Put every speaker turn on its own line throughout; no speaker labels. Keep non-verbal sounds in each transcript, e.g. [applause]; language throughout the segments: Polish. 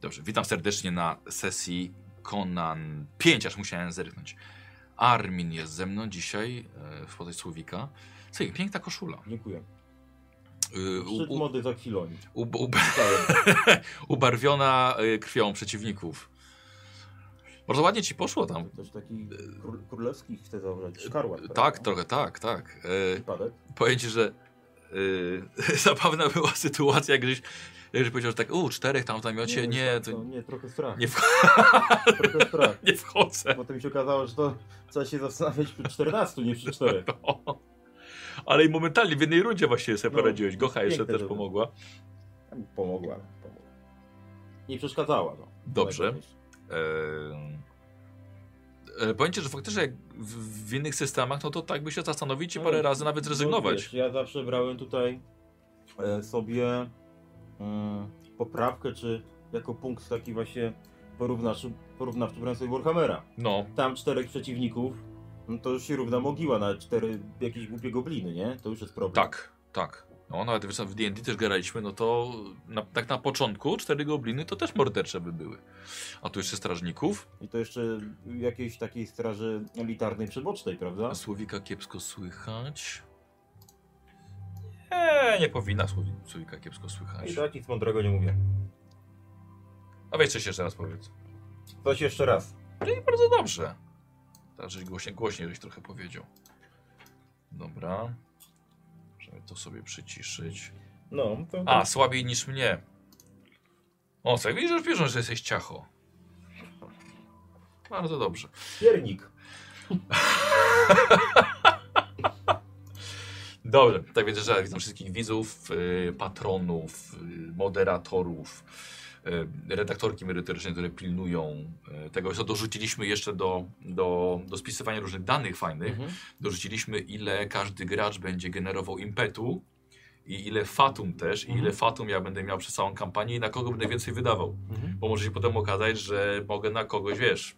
Dobrze, witam serdecznie na sesji Conan 5, aż musiałem zerknąć. Armin jest ze mną dzisiaj e, w podejściu Słowika. Słuchaj, piękna koszula.
Dziękuję.
Y,
Szczyt
u- u-
mody za kiloń.
ub- ub-
Czytałem.
ubarwiona y, krwią przeciwników. Bardzo ładnie ci poszło tam.
To też taki król, królewski chce założyć. Szkarłat. prawda?
Tak, trochę tak, tak. E,
Przypadek.
powiem ci, że y, [laughs] zabawna była sytuacja, jak gdzieś jak powiedział, że tak, u, czterech tam w namiocie, nie,
to...
to
nie, trochę strach.
nie, w,
Trochę strach.
nie wchodzę.
Potem się okazało, że to trzeba się zastanawiać przy 14, nie przy
[laughs]
4.
O. No. Ale i momentalnie w jednej rundzie właśnie sobie
No,
poradziłeś. Gocha jeszcze
piękne
też
to było.
pomogła.
Pomogła. pomogła. Nie przeszkadzała. No.
Dobrze. Eee, powiem ci, że faktycznie jak w, w innych systemach, no to tak by się zastanowić i
No,
parę razy nawet
No,
zrezygnować.
wiesz, ja zawsze brałem tutaj e, sobie mm, poprawkę, czy jako punkt taki właśnie porównawczy, porównawczy brałem sobie Warhammera.
No,
tam czterech przeciwników, no to już się równa mogiła na cztery jakieś głupie gobliny, nie? To już jest problem.
tak, tak. No, nawet wiesz, w D&D też graliśmy, no to na, tak na początku cztery gobliny to też mordercze by były. A tu jeszcze strażników.
I to jeszcze jakiejś takiej straży elitarnej przybocznej, prawda?
A Słowika kiepsko słychać. Nie, nie powinna Słowi- Słowika kiepsko słychać.
I tak nic mądrego nie mówię.
A weź coś jeszcze raz powiedz.
Coś jeszcze raz.
No i bardzo dobrze. Tak, żeś głośniej, głośniej żeś trochę powiedział. Dobra. Możemy to sobie przyciszyć.
No, to...
A, słabiej niż mnie. O, tak widzisz, że wierzę, że jesteś ciacho. Bardzo dobrze.
Piernik.
Dobrze, tak więc że witam wszystkich widzów, y, patronów, y, moderatorów, y, redaktorki merytoryczne, które pilnują y, tego. Co dorzuciliśmy jeszcze do, do, do spisywania różnych danych fajnych.
Mhm.
dorzuciliśmy ile każdy gracz będzie generował impetu i ile fatum też, i ile
Mhm.
fatum ja będę miał przez całą kampanię i na kogo będę więcej wydawał. Bo może się potem okazać, że mogę na kogoś, wiesz,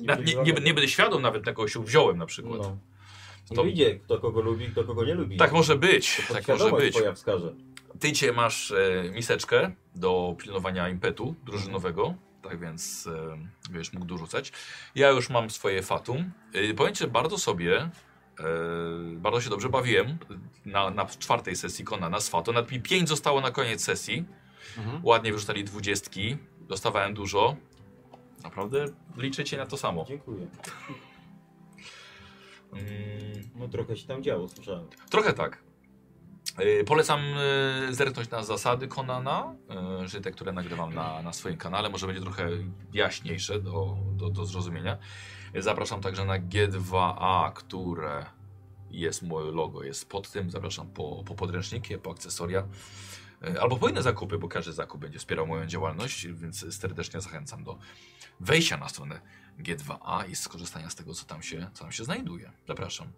na, nie, nie, nie będę świadom nawet na kogoś się wziąłem na przykład.
No.
To-
To... Widzie, kto kogo lubi, kto kogo nie lubi.
Tak może być, tak może
Podświadomość
być.
twoja wskaże.
Ty cię masz e, miseczkę do pilnowania impetu drużynowego, tak więc e, wiesz, mógł dorzucać. Ja już mam swoje fatum. E, powiem ci, że bardzo sobie, e, bardzo się dobrze bawiłem na, na czwartej sesji Konana z fatum. Nawet mi pięć zostało na koniec sesji. Ładnie wyrzucali dwudziestki, dostawałem dużo. Naprawdę liczycie na to samo.
No, Dziękuję.
Mm,
No trochę się tam działo, słyszałem.
Trochę tak. Yy, Polecam yy, zerknąć na zasady Konana, yy, czyli te, które nagrywam na, na swoim kanale. Może będzie trochę jaśniejsze do, do, do zrozumienia. Yy, Zapraszam także na G2A, które jest moje logo, jest pod tym. Zapraszam po, po podręczniki, po akcesoria. yy, Albo po inne zakupy, bo każdy zakup będzie wspierał moją działalność, więc serdecznie zachęcam do wejścia na stronę G2A i skorzystania z tego, co tam się, co tam się znajduje. Zapraszam.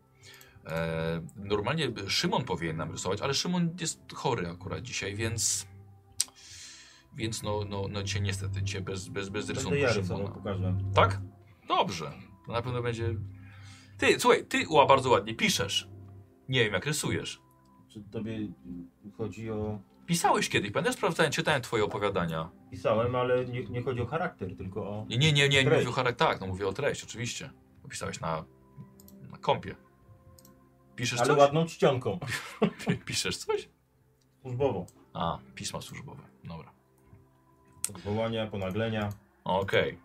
E, normalnie by- Szymon powinien nam rysować, ale Szymon jest chory akurat dzisiaj, więc. Więc no, no, no cię niestety, cię bez, bez, bez rysunku
Będę ja rysował,
Szymona.
pokażę.
Tak? Dobrze. To na pewno będzie. Ty, słuchaj, ty ła, bardzo ładnie piszesz. Nie wiem, jak rysujesz.
Czy tobie chodzi o...
Pisałeś kiedyś, pamiętasz, sprawdzałem, czytałem twoje opowiadania.
Pisałem, ale nie, nie chodzi o charakter, tylko o...
Nie, nie, nie, nie, nie
Treść.
mówię o charakter, tak, no mówię o treść, oczywiście. Pisałeś na, na kompie. Piszesz
Ale
coś?
ładną czcionką.
[laughs] Piszesz coś?
Służbową.
A, pisma służbowe. Dobra.
Odwołania, ponaglenia.
Okej.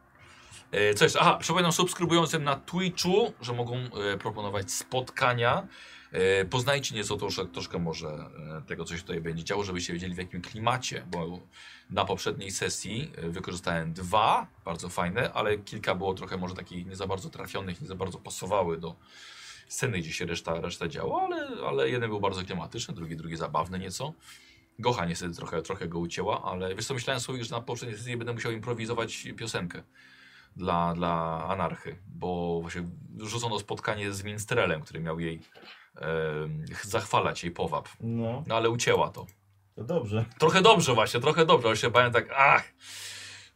E, Co jeszcze? Aha, przypominam subskrybującym na Twitchu, że mogą e, proponować spotkania. E, poznajcie nieco troszkę, troszkę może e, tego, co się tutaj będzie działo, żebyście wiedzieli w jakim klimacie, bo na poprzedniej sesji e, wykorzystałem dwa, bardzo fajne, ale kilka było trochę może takich nie za bardzo trafionych, nie za bardzo pasowały do sceny, gdzie się reszta, reszta działa, ale, ale jeden był bardzo klimatyczny, drugi, drugi zabawny nieco. Gocha niestety trochę, trochę go ucięła, ale wiesz co, myślałem sobie, że na poprzedniej sesji będę musiał improwizować piosenkę dla, dla Anarchy, bo właśnie rzucono spotkanie z Minstrelem, który miał jej em, zachwalać jej powab.
No,
No ale ucięła to.
to dobrze.
Trochę dobrze właśnie, trochę dobrze, ale się bałem tak, ach,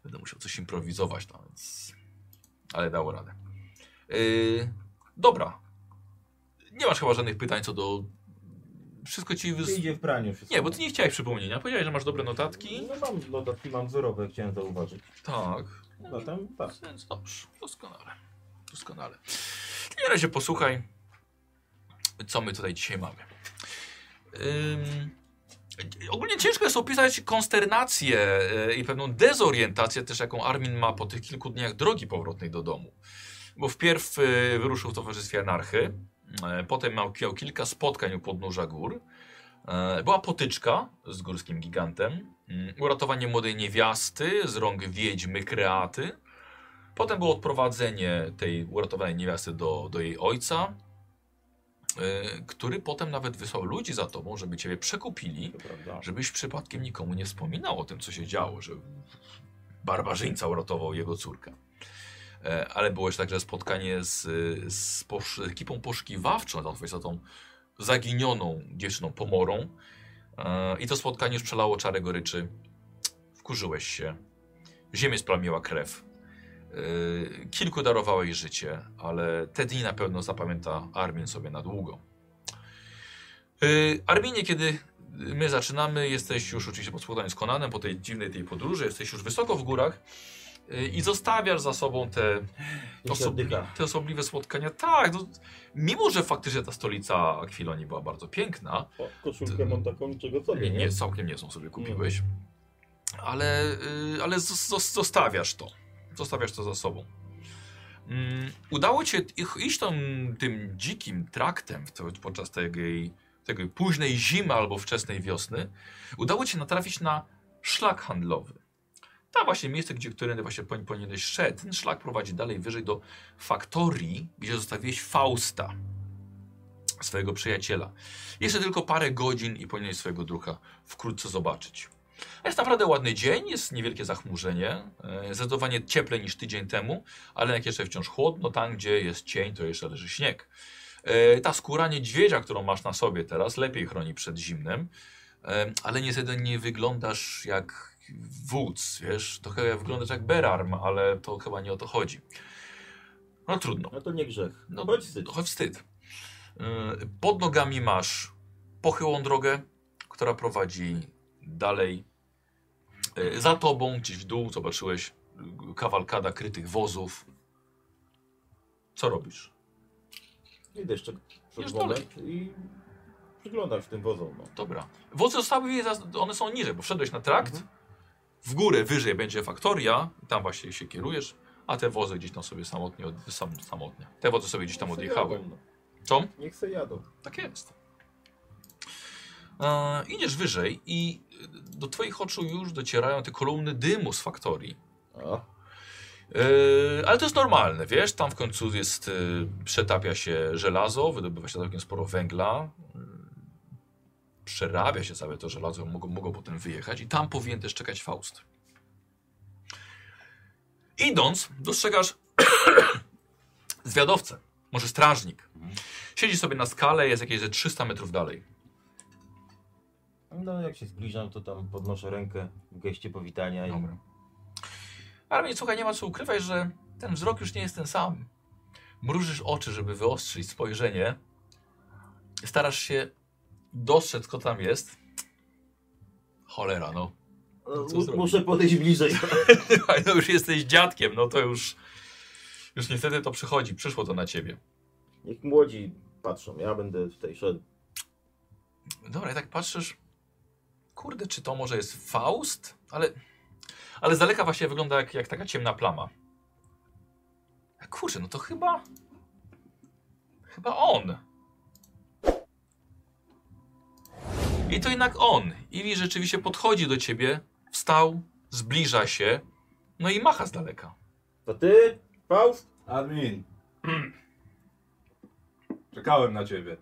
będę musiał coś improwizować tam, więc... Ale dało radę. Y, Yy, dobra. Nie masz chyba żadnych pytań co do wszystko ci...
To
Wys...
idzie w praniu wszystko.
Nie, bo ty nie chciałeś przypomnienia. Powiedziałeś, że masz dobre notatki.
No mam notatki, mam wzorowe, chciałem zauważyć.
Tak.
Zatem tak.
Więc dobrze, doskonale. Doskonale. W takim razie posłuchaj, co my tutaj dzisiaj mamy. Ym, ogólnie ciężko jest opisać konsternację y, i pewną dezorientację też, jaką Armin ma po tych kilku dniach drogi powrotnej do domu. Bo wpierw y, wyruszył w towarzystwie anarchy, y, potem miał, miał kilka spotkań u podnóża gór, E, Była potyczka z górskim gigantem, mm, uratowanie młodej niewiasty z rąk wiedźmy kreaty. Potem było odprowadzenie tej uratowanej niewiasty do, do jej ojca, e, który potem nawet wysłał ludzi za tobą, żeby ciebie przekupili,
To prawda.
żebyś przypadkiem nikomu nie wspominał o tym, co się działo, że barbarzyńca uratował jego córkę. E, Ale było jeszcze także spotkanie z, y, z posz, ekipą poszukiwawczą, tą, za tą zaginioną dziewczyną Pomorą. E, I to spotkanie już przelało czarę goryczy. Wkurzyłeś się. Ziemię splamiła krew. E, Kilku darowałeś życie, ale te dni na pewno zapamięta Armin sobie na długo. E, Arminie, kiedy my zaczynamy, jesteś już oczywiście po spotkaniu z Konanem, po tej dziwnej tej podróży, jesteś już wysoko w górach e, i zostawiasz za sobą te Osobli,
Osobnika.
te osobliwe spotkania, tak. No, mimo, że faktycznie ta stolica Akwilonii była bardzo piękna,
O, koszulkę mam taką, niczego sobie,
nie,
nie? No,
nie, całkiem niezłą sobie kupiłeś, ale, y, ale zos- zos- zostawiasz to. Zostawiasz to za sobą. Mm, Udało ci się ich- iść tą, tym dzikim traktem w to- podczas tej, tej późnej zimy albo wczesnej wiosny. Udało ci się natrafić na szlak handlowy. Tam właśnie miejsce, gdzie którędy właśnie powi- powinieneś szedł. Ten szlak prowadzi dalej wyżej do faktorii, gdzie zostawiłeś Fausta, swojego przyjaciela. Jeszcze tylko parę godzin i powinieneś swojego drucha wkrótce zobaczyć. A Jest naprawdę ładny dzień, jest niewielkie zachmurzenie, e, zdecydowanie cieplej niż tydzień temu, ale jak jeszcze wciąż chłodno, tam gdzie jest cień, to jeszcze leży śnieg. E, Ta skóra niedźwiedzia, którą masz na sobie teraz, lepiej chroni przed zimnem, e, ale niestety nie wyglądasz jak wódz, wiesz, to chyba wyglądasz jak Berarm, ale to chyba nie o to chodzi. No trudno.
No to nie grzech.
No,
No chodź wstyd.
Trochę wstyd. Yy, Pod nogami masz pochyłą drogę, która prowadzi dalej. Yy, Za tobą, gdzieś w dół, zobaczyłeś yy, kawalkada krytych wozów. Co robisz?
Idę jeszcze przed
Już
moment i przyglądam się tym wozom. No.
Dobra. Wozy zostały, zas- one są niżej, bo wszedłeś na trakt.
Mhm.
W górę, wyżej będzie faktoria, tam właśnie się kierujesz, a te wozy gdzieś tam sobie samotnie, od, sam, samotnie. Te wozy sobie gdzieś tam
Niech se
odjechały.
jadą, no.
Co?
Niech se jadą.
Tak jest. E, idziesz wyżej i do Twoich oczu już docierają te kolumny dymu z faktorii.
A,
E, ale to jest normalne, wiesz? Tam w końcu jest, e, przetapia się żelazo, wydobywa się całkiem sporo węgla, e, przerabia się całe to żelazo, mogą, mogą potem wyjechać i tam powinien też czekać Faust. Idąc, dostrzegasz [coughs] zwiadowcę, może strażnik. Siedzi sobie na skale, jest jakieś ze 300 metrów dalej.
No jak się zbliżam, to tam podnoszę rękę w geście powitania i
Dobra. Armin, słuchaj, nie ma co ukrywać, że ten wzrok już nie jest ten sam. Mrużysz oczy, żeby wyostrzyć spojrzenie. Starasz się dostrzec, co tam jest. Cholera, no. [laughs]
No,
co
mu-
zrobić?
muszę podejść [laughs] bliżej.
Słuchaj, no już jesteś dziadkiem, no to już... Już niestety to przychodzi, przyszło to na ciebie.
Niech młodzi patrzą, ja będę tutaj szedł.
Dobra, i tak patrzysz... Kurde, czy to może jest Faust? Ale... Ale z daleka właśnie wygląda jak, jak taka ciemna plama. Kurczę, no to chyba... Chyba on. I to jednak on. Ili rzeczywiście podchodzi do ciebie, wstał, zbliża się, no i macha z daleka.
To ty, Faust?
Armin. Czekałem na ciebie.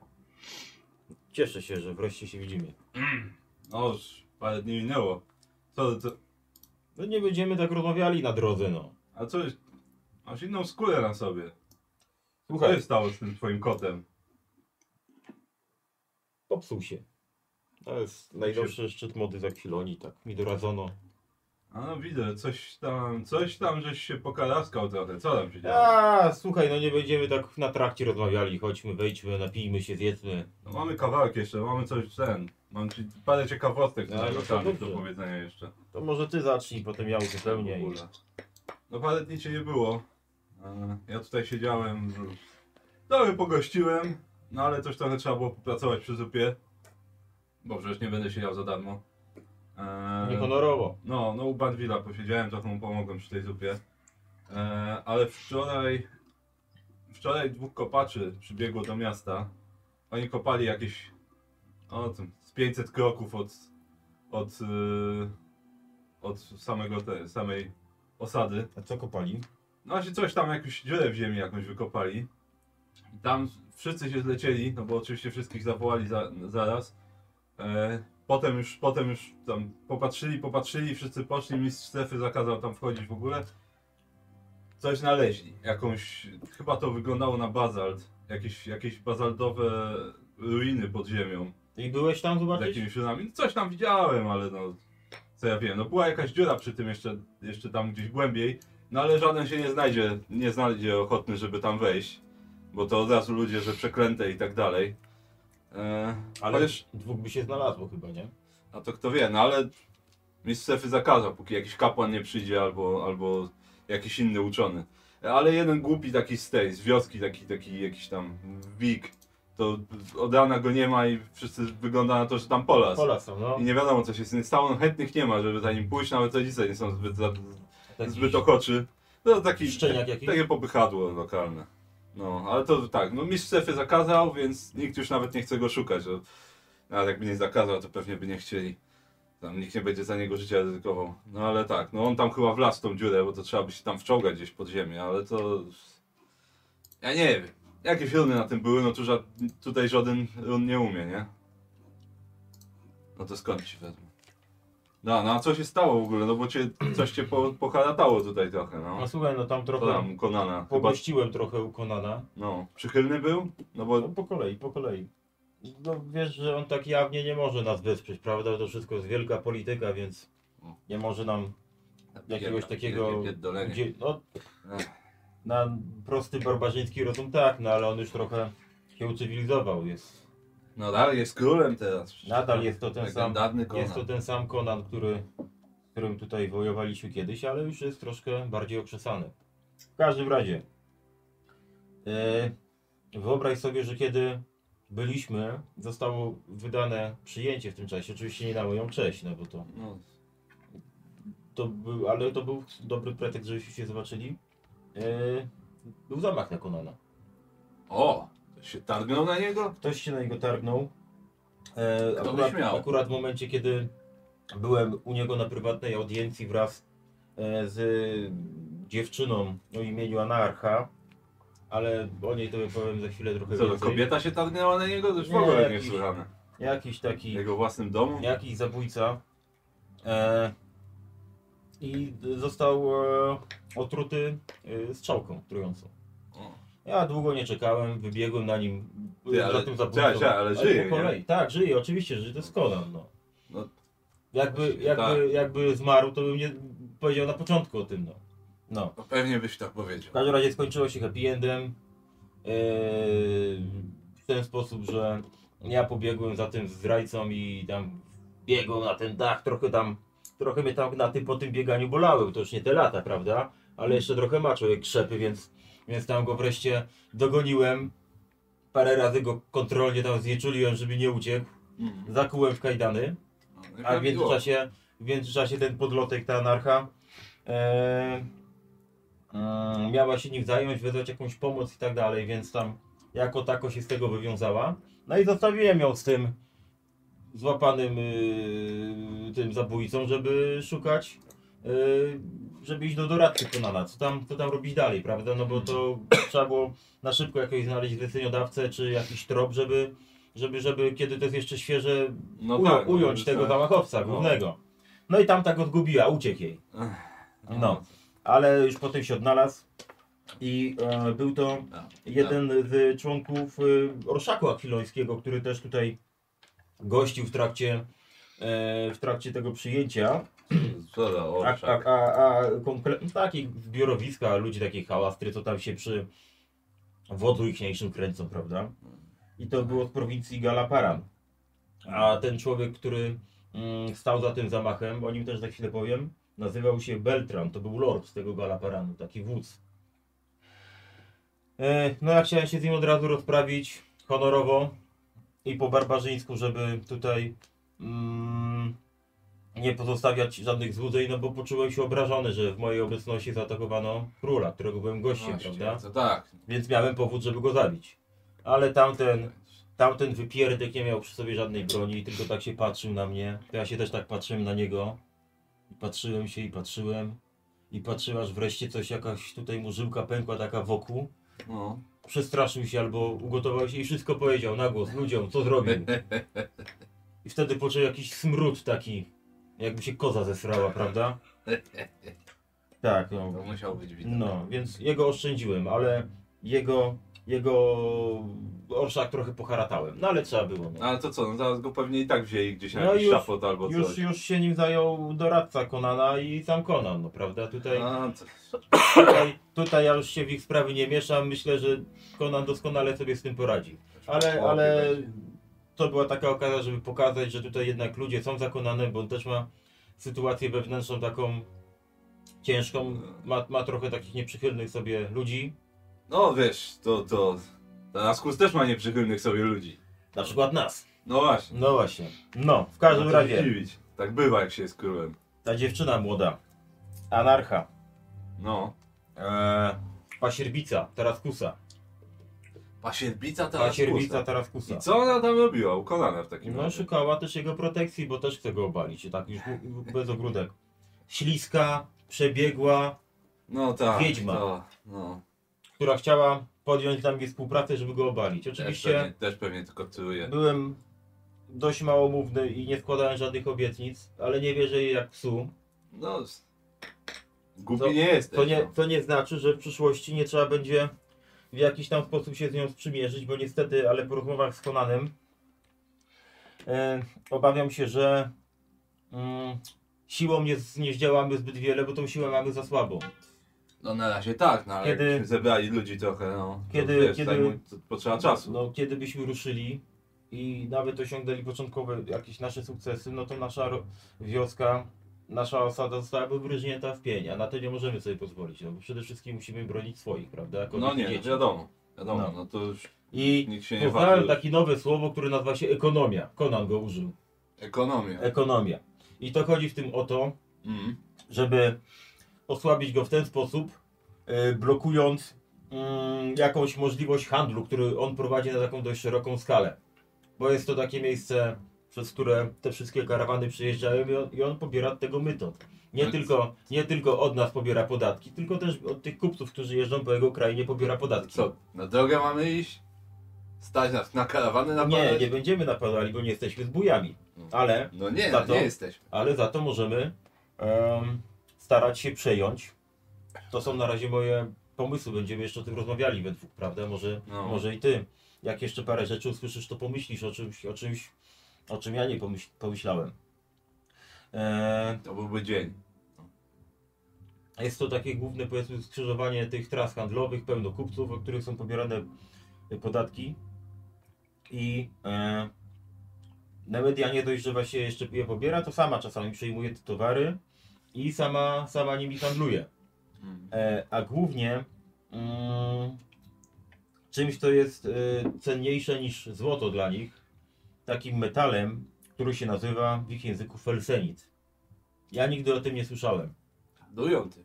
Cieszę się, że wreszcie się widzimy.
No już parę dni minęło. Co, co,
No nie będziemy tak rozmawiali na drodze, no.
a co jest? Masz inną skórę na sobie. Co
Słuchaj,
się stało z tym twoim kotem?
popsuł się. To jest najnowszy szczyt mody za chwilę, oni tak mi doradzono.
A no widzę, coś tam, coś tam, żeś się pokalaskał trochę. Co tam się dzieje?
A, słuchaj, no nie będziemy tak na trakcie rozmawiali. Chodźmy, wejdźmy, napijmy się, zjedzmy.
No, mamy kawałek jeszcze, mamy coś ten. Mam ci parę ciekawostek
No,
tutaj
no to
lokalnych do
dobrze.
powiedzenia jeszcze.
To może ty zacznij, potem ja
W
uzupełnię. i-
ogóle. No parę dni cię nie było. E, Ja tutaj siedziałem, trochę pogościłem, no ale też trochę trzeba było popracować przy zupie. Bo przecież nie będę siedział za darmo. E,
Niehonorowo.
No, no u Badwila posiedziałem, trochę mu pomogłem przy tej zupie. E, ale wczoraj, wczoraj dwóch kopaczy przybiegło do miasta. Oni kopali jakieś, o tym, z 500 kroków od, od, y, od samego te, samej osady.
A co kopali?
No właśnie coś tam, jakąś dziurę w ziemi jakąś wykopali. I tam wszyscy się zlecieli, no bo oczywiście wszystkich zawołali za, zaraz. E, potem już, potem już tam popatrzyli, popatrzyli, wszyscy poszli, mistrz strefy zakazał tam wchodzić w ogóle. Coś znaleźli, jakąś, chyba to wyglądało na bazalt, jakieś, jakieś bazaltowe ruiny pod ziemią.
I byłeś tam
Z
zobaczyć?
jakimiś runami. No Coś tam widziałem, ale no. Co ja wiem, no była jakaś dziura przy tym jeszcze, jeszcze tam gdzieś głębiej, no ale żaden się nie znajdzie, nie znajdzie ochotny, żeby tam wejść, bo to od razu ludzie, że przeklęte i tak dalej. E,
Ale
chociaż-
dwóch by się znalazło chyba, nie?
a to kto wie, no ale mistrz strefy zakazał, póki jakiś kapłan nie przyjdzie albo, albo jakiś inny uczony. Ale jeden głupi taki z tej, z wioski, taki, taki jakiś tam wik, to od rana go nie ma i wszyscy wygląda na to, że tam polas.
Pola są, no.
I nie wiadomo co się z nim stało, no chętnych nie ma, żeby za nim pójść, nawet rodzice nie są zbyt, za,
Taki
zbyt okoczy. No taki,
Szczeniak jakiś?
takie popychadło lokalne. No, ale to tak, no mistrz strefy zakazał, więc nikt już nawet nie chce go szukać. No, nawet jakby nie zakazał, to pewnie by nie chcieli. Tam nikt nie będzie za niego życia ryzykował. No ale tak, no on tam chyba wlazł w tą dziurę, bo to trzeba by się tam wciągać gdzieś pod ziemię, ale to... Ja nie wiem. Jakie filmy na tym były, no tu ża- tutaj żaden on nie umie, nie? No to skąd ci wezmę? No, no a co się stało w ogóle? No bo cię, coś cię po, poharatało tutaj trochę, no.
No słuchaj, no tam
To
trochę
tam Konana. Chyba,
pogościłem trochę u Konana.
no, przychylny był? No
No
bo
po kolei, po kolei. No wiesz, że on tak jawnie nie może nas wesprzeć, prawda? To wszystko jest wielka polityka, więc nie może nam jakiegoś takiego...
Pierdolenie.
Gdzie, no,
Ech.
na prosty barbarzyński rozum tak, no ale on już trochę się ucywilizował. Jest,
No dalej jest królem teraz. przecież.
nadal jest to ten sam
tak Legendarny Conan.
Jest to ten sam Konan, który, z którym tutaj wojowaliśmy kiedyś, ale już jest troszkę bardziej okrzesany. W każdym razie, e, wyobraź sobie, że kiedy byliśmy, zostało wydane przyjęcie w tym czasie. Oczywiście nie na moją cześć, no bo to,
No,
to był, ale to był dobry pretekst, żebyśmy się zobaczyli. E, był zamach na Konana.
o! Się targnął na niego?
Ktoś się na niego targnął. E,
Kto by
akurat,
śmiał?
akurat w momencie, kiedy byłem u niego na prywatnej audiencji wraz e, z dziewczyną o imieniu Anarcha, ale o niej to powiem za chwilę trochę
Co, to
więcej.
kobieta się targnęła na niego? To już w
Nie,
ogóle
jakiś-
niesłychane.
Jakiś
W
taki,
jego własnym domu?
jakiś zabójca e, i został e, otruty e, strzałką trującą.
O.
Ja długo nie czekałem, wybiegłem na nim,
Ty,
za
ale-
tym zabójcą.
cia, cia, ale żyje,
po kolei. Tak, żyje, oczywiście, żyje, to jest Conan, no.
No.
Jakby,
Właśnie,
jakby,
tak.
jakby zmarł, to bym nie powiedział na początku o tym, no. No.
No pewnie byś tak
W
powiedział.
każdym razie skończyło się happy endem. Eee, w ten sposób, że ja pobiegłem za tym zdrajcą i tam biegłem na ten dach, trochę tam, trochę mnie tam na tym, po tym bieganiu bolały, to już nie te lata, prawda? Ale jeszcze trochę ma człowiek krzepy, więc, więc tam go wreszcie dogoniłem. Parę razy go kontrolnie tam znieczuliłem, żeby nie uciekł.
Mm.
Zakułem w kajdany.
No,
A w
nieprawidłowo.
międzyczasie, w międzyczasie ten podlotek, ta anarcha e, mm, miała się nim zająć, wezwać jakąś pomoc i tak dalej, więc tam jako tako się z tego wywiązała. No i zostawiłem ją z tym złapanym y, tym zabójcą, żeby szukać, y, żeby iść do doradcy Konana. Co tam, co tam robić dalej, prawda? No bo to trzeba było na szybko jakoś znaleźć zleceniodawcę czy jakiś trop, żeby, żeby, żeby kiedy to jest jeszcze świeże,
No
Ują,
tak, no,
ująć
że-
tego zamachowca
No.
głównego. No i tam tak odgubiła, uciekł jej.
Ech.
No, ale już potem się odnalazł i e, był to
Tak,
jeden z członków e, orszaku akwilońskiego, który też tutaj gościł w trakcie, e, w trakcie tego przyjęcia.
Co za
A, a,
orszak.
a, a no konkre- takie zbiorowiska ludzi, takie hałastry, co tam się przy wodzu ichniejszym kręcą, prawda? I to było z prowincji Galaparan. A ten człowiek, który mm, stał za tym zamachem, o nim też za chwilę powiem, nazywał się Beltran. To był lord z tego Galaparanu, taki wódz. E, no ja chciałem się z nim od razu rozprawić honorowo i po barbarzyńsku, żeby tutaj mm, nie pozostawiać żadnych złudzeń, no bo poczułem się obrażony, że w mojej obecności zaatakowano króla, którego byłem gościem,
Właśnie,
prawda?
to tak.
Więc miałem powód, żeby go zabić. Ale tamten, tamten wypierdek nie miał przy sobie żadnej broni, tylko tak się patrzył na mnie. To ja się też tak patrzyłem na niego. I patrzyłem się i patrzyłem. I patrzyłem, aż wreszcie coś, jakaś tutaj mu żyłka pękła taka wokół.
No.
Przestraszył się albo ugotował się i wszystko powiedział na głos ludziom, co zrobił.
[laughs]
I wtedy poczuł jakiś smród taki, jakby się koza zesrała, prawda? Tak, no.
To musiał być widać.
No, więc jego oszczędziłem, ale jego, jego orszak trochę poharatałem. No ale trzeba było.
No
No.
Ale to co, no zaraz go pewnie i tak wzięli gdzieś na
No
jakiś
już-
szafot albo
Już,
coś.
już się nim zajął doradca Konana i sam Konan, no prawda? Tutaj,
A, to,
tutaj, tutaj ja już się w ich sprawy nie mieszam. Myślę, że Konan doskonale sobie z tym poradzi. Ale,
Łapie
ale
będzie.
to była taka okazja, żeby pokazać, że tutaj jednak ludzie są zakonane, bo on też ma sytuację wewnętrzną taką ciężką. Ma, ma trochę takich nieprzychylnych sobie ludzi.
No wiesz, to, to... Naskus też ma nieprzychylnych sobie ludzi.
Na przykład nas.
No właśnie.
No właśnie. No, w
No
każdym
co się
razie
dziwić. Tak bywa jak się jest królem.
ta dziewczyna młoda, anarcha,
No.
e, pasierbica, teraz kusa.
Pasierbica teraz
Pasierbica,
Pasierbica.
teraz kusa.
I co ona tam robiła? Ukonana w takim
No,
razie.
szukała też jego protekcji, bo też chce go obalić, i tak już bez ogródek. Śliska, przebiegła,
No tak.
Wiedźma.
To, no.
która chciała podjąć z nami współpracę, żeby go obalić.
Też
Oczywiście No.
pewnie, też Tak, pewnie tylko truje.
byłem dość małomówny i nie składałem żadnych obietnic, ale nie wierzę jej jak psu.
No... s- Głupi
To-
nie jesteś.
To nie,
no.
to nie znaczy, że w przyszłości nie trzeba będzie w jakiś tam sposób się z nią sprzymierzyć, bo niestety, ale po rozmowach z Konanem e, obawiam się, że mm, siłą nie, z- nie zdziałamy zbyt wiele, bo tą siłę mamy za słabą.
No na razie tak, no ale
Kiedy-
jakbyśmy zebrali ludzi trochę, no.
Kiedy-
to, wiesz,
kiedy-
zajmuje- to potrzeba czasu.
No, kiedy byśmy ruszyli i nawet osiągnęli początkowe jakieś nasze sukcesy, no to nasza ro- wioska, nasza osada zostałaby wyryżnięta w pień, a na to nie możemy sobie pozwolić, no bo przede wszystkim musimy bronić swoich, prawda?
No
Kobiet i
nie,
dzieci.
wiadomo. Wiadomo,
No. tak-
no. to już
I
nikt się nie
Poznałem
waży.
takie nowe słowo, które nazywa się ekonomia. Konan go użył.
Ekonomia.
E- Ekonomia. I to chodzi w tym o to,
Mm.
żeby osłabić go w ten sposób, e, blokując mm, jakąś możliwość handlu, który on prowadzi na taką dość szeroką skalę. Bo jest to takie miejsce, przez które te wszystkie karawany przyjeżdżają i on, i on pobiera od tego myto. Nie
Tak.
tylko, nie tylko od nas pobiera podatki, tylko też od tych kupców, którzy jeżdżą po jego krainie, pobiera podatki.
Co, na drogę mamy iść? Stać nas na karawany na
Nie, nie będziemy napadali, bo nie jesteśmy zbójami. Ale
No nie,
Za
no
to?
nie jesteś.
ale za to możemy em, starać się przejąć. To są na razie moje pomysły, będziemy jeszcze o tym rozmawiali we dwóch, prawda? Może,
No.
może i ty. Jak jeszcze parę rzeczy usłyszysz, to pomyślisz o czymś, o czymś, o czym ja nie pomyśl, pomyślałem. E,
To byłby dzień.
jest to takie główne, powiedzmy, skrzyżowanie tych tras handlowych, pełno kupców, od których są pobierane e, podatki. I e, Nemedia nie dość, że właśnie jeszcze je pobiera, to sama czasami przyjmuje te towary i sama, sama nimi handluje.
Mm.
E, a głównie mm, czymś, co jest e, cenniejsze niż złoto dla nich, takim metalem, który się nazywa w ich języku felsenit. Ja nigdy o tym nie słyszałem.
Dują ty.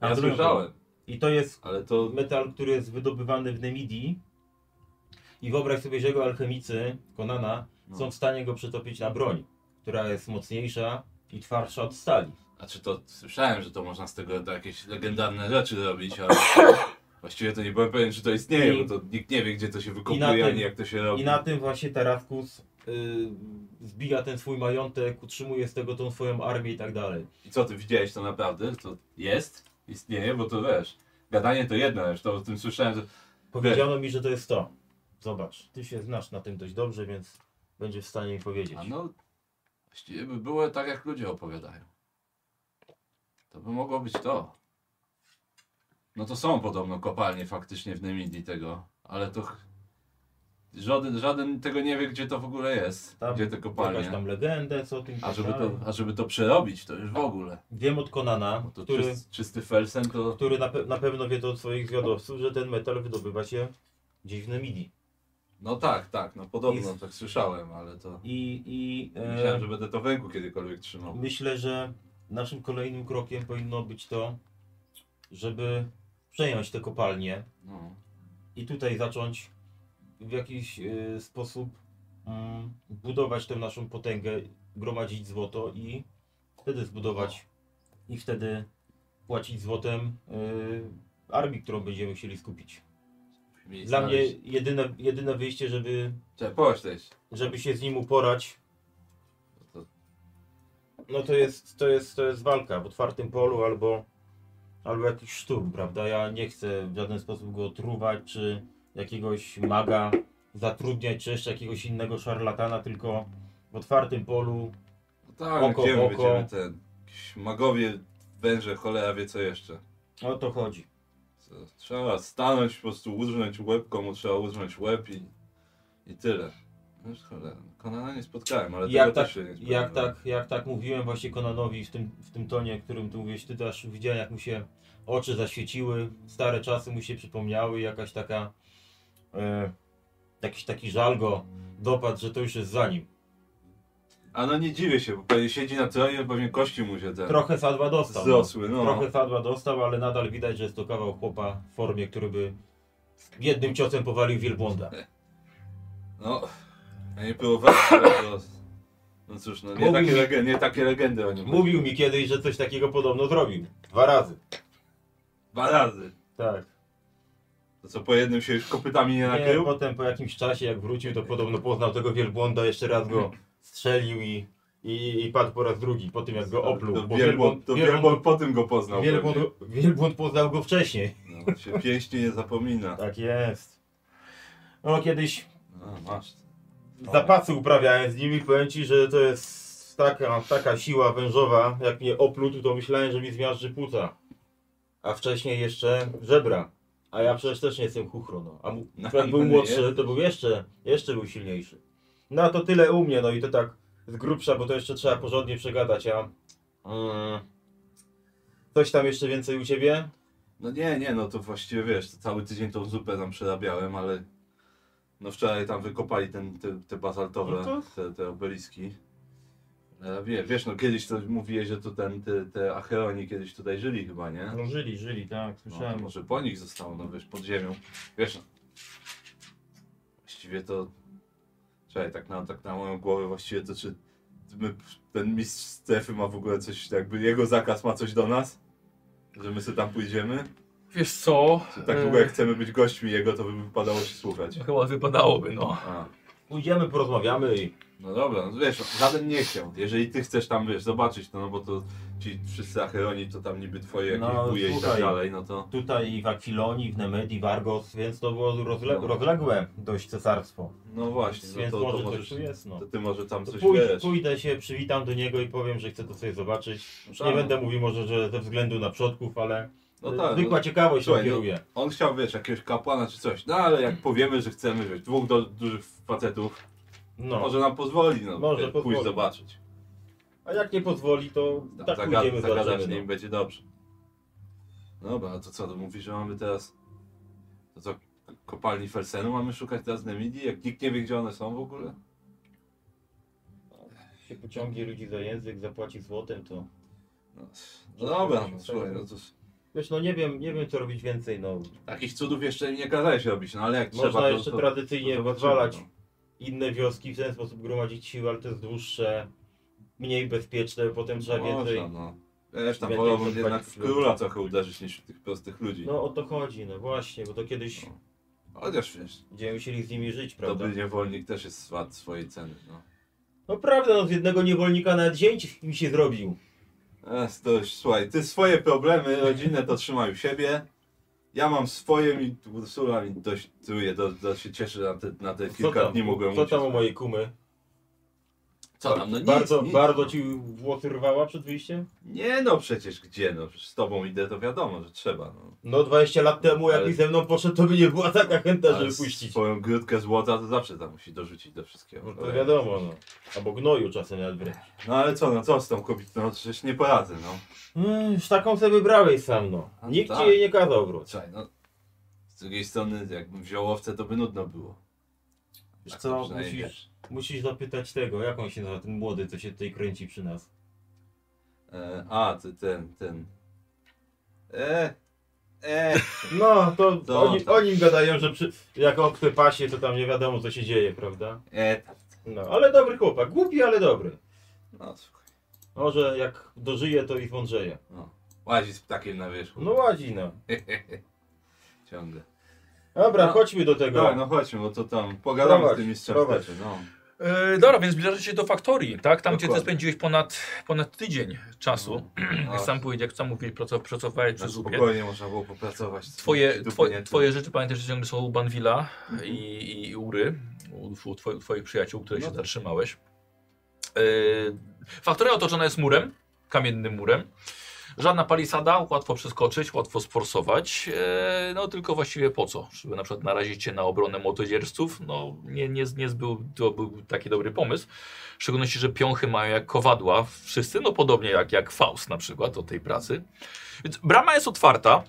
Ja
Handlują tym.
słyszałem,
I to jest
ale to...
metal, który jest wydobywany w Nemidii. I wyobraź sobie, że jego alchemicy, Konana,
No.
są w stanie go przetopić na broń, która jest mocniejsza i twardsza od stali.
A czy Znaczy to... Słyszałem, że to można z tego jakieś legendarne rzeczy
[coughs]
robić, ale... Właściwie to nie byłem pewien, czy to istnieje,
I-
bo to nikt nie wie, gdzie to się
na
wykopuje,
tym-
ani jak to się robi.
I na tym właśnie Taraskus yy, zbija ten swój majątek, utrzymuje z tego tą swoją armię i tak dalej.
I co, ty widziałeś to naprawdę? To jest? Istnieje? Bo to wiesz, gadanie to jedno, już to o tym słyszałem, że...
Powiedziano mi, że to jest to. Zobacz, ty się znasz na tym dość dobrze,
no,
więc będziesz w stanie mi powiedzieć.
A no, właściwie by było tak, jak ludzie opowiadają. To by mogło być to. No to są podobno kopalnie faktycznie w Nemidii tego, ale to... ch- Żaden, żaden tego nie wie, gdzie to w ogóle jest.
Tam
gdzie te
Jakaś
kopalnie.
tam legendę, co o tym
A żeby,
pisałem.
to, a żeby to przerobić, to już w ogóle.
Wiem od Konana,
Bo to
który,
czysty, czysty felsen to...
który na, pe- na pewno wie to od swoich zwiadowców, że ten metal wydobywa się gdzieś w Nemidii.
No tak, tak, no podobno
Jest-
tak słyszałem, ale to...
I, i e,
Myślałem, że będę to w ręku kiedykolwiek trzymał.
myślę, że naszym kolejnym krokiem powinno być to, żeby przejąć te kopalnie
No.
i tutaj zacząć w jakiś e, sposób mm, budować tę naszą potęgę, gromadzić złoto i wtedy zbudować i wtedy płacić złotem e, armii, którą będziemy chcieli skupić.
Mieli
Dla mnie
znaleźć-
jedyne, jedyne wyjście, żeby,
Czekaj, pośleć.
żeby się z nim uporać,
To-
no to jest, to jest, to jest walka w otwartym polu albo, albo jakiś szturm, prawda? Ja nie chcę w żaden sposób go truwać, czy jakiegoś maga zatrudniać, czy jeszcze jakiegoś innego szarlatana, tylko w otwartym polu.
No tak,
Oko,
gdzie my
oko.
będziemy ten... Jakiś magowie, węże, cholera wie co jeszcze.
O to chodzi.
Co, trzeba stanąć, po prostu uznąć łeb, komu trzeba uznąć łeb i, i tyle. No już cholera, Konana nie spotkałem, ale
Jak
tego
tak,
też się nie spotkałem.
jak, tak, jak tak mówiłem właśnie Konanowi w tym, w tym tonie, którym tu mówiłeś, ty też widziałem jak mu się oczy zaświeciły, stare czasy mu się przypomniały, jakaś taka, e, jakiś taki żal go dopadł, że to już jest za nim.
A no nie dziwię się, bo pewnie siedzi na tronie, pewnie kości mu się ten
Trochę sadła dostał. no.
Tak. wzrosły, no.
Trochę sadła dostał, ale nadal widać, że jest to kawał chłopa w formie, który by jednym ciosem powalił
[laughs]
wielbłąda.
No, ja nie próbowałem, ale to... No cóż, no nie,
Mówił
takie,
mi-
lege- nie takie legendy o nim.
Mówił mi kiedyś, że coś takiego podobno zrobił. Dwa razy.
Dwa razy.
Tak.
To co, po jednym się już kopytami nie
Nie,
nakrył?
potem po jakimś czasie jak wrócił, to podobno poznał tego wielbłąda, jeszcze raz go strzelił i, i, i padł po raz drugi, po tym jak go opluł.
To
Bo
wielbłąd, to wielbłąd
wielbłąd,
po tym go poznał.
wielbłąd,
pewnie.
wielbłąd poznał go wcześniej.
No, się pięści nie zapomina.
Tak jest. No kiedyś
No, masz.
No. zapasy uprawiałem z nimi, powiem ci, że to jest taka, taka siła wężowa, jak mnie opluł, to myślałem, że mi zmiażdży płuca. A wcześniej jeszcze żebra. A ja przecież też nie jestem chuchro, no. A mu,
No,
jak był
no nie
młodszy,
jesteś.
to był jeszcze, jeszcze był silniejszy. No a to tyle u mnie, no i to tak z grubsza, bo to jeszcze trzeba porządnie przegadać, a... Mm, coś tam jeszcze więcej u Ciebie?
No nie, nie, no to właściwie wiesz, to cały tydzień tą zupę tam przerabiałem, ale no wczoraj tam wykopali ten, te, te bazaltowe,
No to-
te, te obeliski. E, wie, wiesz, no kiedyś to mówiłeś, że to ten, te, te Acheroni kiedyś tutaj żyli chyba, nie?
No żyli, żyli, tak,
No, to może po nich zostało, no wiesz, pod ziemią. Wiesz, no, właściwie to... Czekaj, tak na, tak na moją głowę właściwie to czy my, ten mistrz strefy ma w ogóle coś, jakby jego zakaz ma coś do nas? Że my sobie tam pójdziemy?
Wiesz co?
Czy tak
Eee.
długo jak chcemy być gośćmi jego, to by wypadało się słuchać.
E, Chyba wypadałoby, no.
A,
Pójdziemy, porozmawiamy i...
no dobra, no wiesz, żaden nie chciał. Jeżeli ty chcesz tam, wiesz, zobaczyć, to no bo to ci wszyscy Acheroni to tam niby twoje jakieś
No,
wuje i tak
słuchaj.
dalej, no to...
tutaj i w Aquilonii, w Nemedii, w Argos, więc to było rozle
No.
rozległe dość cesarstwo.
No właśnie, no
Więc
to, to
może
możesz...
coś tu jest, no.
To ty może tam
To
coś
pój
wiesz.
pójdę się, przywitam do niego i powiem, że chcę to sobie zobaczyć.
No
Już
tak.
nie będę mówił może, że ze względu na przodków, ale
No
e,
tak,
zwykła ciekawość się
Słuchaj, no-
kieruje.
On chciał, wiesz, jakiegoś kapłana czy coś, no ale jak powiemy, że chcemy, wiesz, dwóch do, dużych facetów,
No.
może nam pozwoli, no,
Może
wiesz, pójść
pozwoli.
zobaczyć.
A jak nie pozwoli, to
Tam
tak
zagad-
pójdziemy,
zagadać
zobaczymy.
nim
No.
będzie dobrze. Dobra, a to co, to mówisz, że mamy teraz... To co, k- kopalni Felsenu mamy szukać teraz Nemidii, jak nikt nie wie, gdzie one są w ogóle?
Się pociągnie ludzi za język, zapłaci złotem, to...
No, no dobra, no,
Felsenu.
słuchaj, no to... s-
Wiesz, no nie wiem, nie wiem co robić więcej, no.
Takich cudów jeszcze nie kazałeś robić, no ale jak
Można
trzeba, to-
jeszcze
to,
tradycyjnie
zobaczymy,
rozwalać
no.
inne wioski, w ten sposób gromadzić siły, ale to jest dłuższe, mniej bezpieczne, potem trzeba więcej...
Można, no. Wiesz, tam
Więcej
wolałbym
przepalić
jednak w
ludzi.
króla trochę uderzyć niż w tych prostych ludzi.
No o to chodzi, no właśnie, bo to kiedyś
No. Chociaż wiesz,
będziemy musieli z nimi żyć, prawda?
dobry niewolnik też jest wart swojej ceny, no.
No prawda, no z jednego niewolnika nawet zięć mi się zrobił.
Ech, to już, słuchaj, ty swoje problemy rodzinne to trzymaj u siebie. Ja mam swoje i Ursula mi dość truje, to, to się cieszę na te, na te
Co
kilka
tam?
dni mogłem
Co
uciec.
tam u mojej kumy?
Co tam? No nic,
bardzo,
nic.
bardzo ci włosy rwała przed wyjściem?
Nie no, przecież gdzie no, przecież z tobą idę, to wiadomo, że trzeba no.
No 20 lat temu
Ale-
jakbyś ze mną poszedł, to by nie była taka chęta,
Ale
żeby puścić.
Swoją grudkę złota to zawsze tam musi dorzucić do wszystkiego.
No to wiadomo, no. Albo gnoju czasem nawet wręcz.
No ale co, no co z tą kobietą, no przecież nie poradzę no.
Mm, Już taką sobie wybrałeś sam, no.
A
Nikt
tak.
ci jej nie kazał wrócić.
Słuchaj, no. Z drugiej strony, jakbym wziął owce, to by nudno było.
Wiesz
Tak
co,
to przynajmniej
musisz-
wiesz.
Musisz zapytać tego, jak on się nazywa, ten młody, co się tutaj kręci przy nas.
E, a, ty, ten, ten. E, e.
No, to
To- tak.
oni,
to-
o nim gadają, że przy, jak on pasie, to tam nie wiadomo, co się dzieje, prawda?
E, tak.
No, ale dobry chłopak, głupi, ale dobry.
No, słuchaj.
Może jak dożyje, to i zmądrzeje.
No. Łazi z ptakiem na wierzchu.
No ładzina.
Ciągle.
Dobra,
No.
chodźmy do tego.
No, no chodźmy, bo to tam pogadamy
Prowadź,
z tymi z
prowadź.
ciasteczek, no.
E, dobra, więc zbliżacie się do faktorii, tak? Tam, gdzie ty
Dokładnie.
spędziłeś ponad, ponad tydzień czasu.
No,
[clears throat]
Znaczy,
Jak sam powiedział, jak sam mówiłeś, pracow- pracowałeś
na
przy zupie.
spokojnie można było popracować.
Twoje,
Dupy
twoje,
nie-
twoje rzeczy pamiętaj, że ciągle są u Banwila i, i, i Ury, u, u, twoi- u twoich przyjaciół, które
No
się
tak.
zatrzymałeś. Yy, faktoria otoczona jest murem, kamiennym murem. Żadna palisada, łatwo przeskoczyć, łatwo sforsować. Yy, no tylko właściwie po co? Żeby na przykład narazić się na obronę motodzierżców? No nie, nie, nie był, to był taki dobry pomysł. W szczególności, że piąchy mają jak kowadła wszyscy, no podobnie jak, jak Faust na przykład od tej pracy. Więc brama jest otwarta.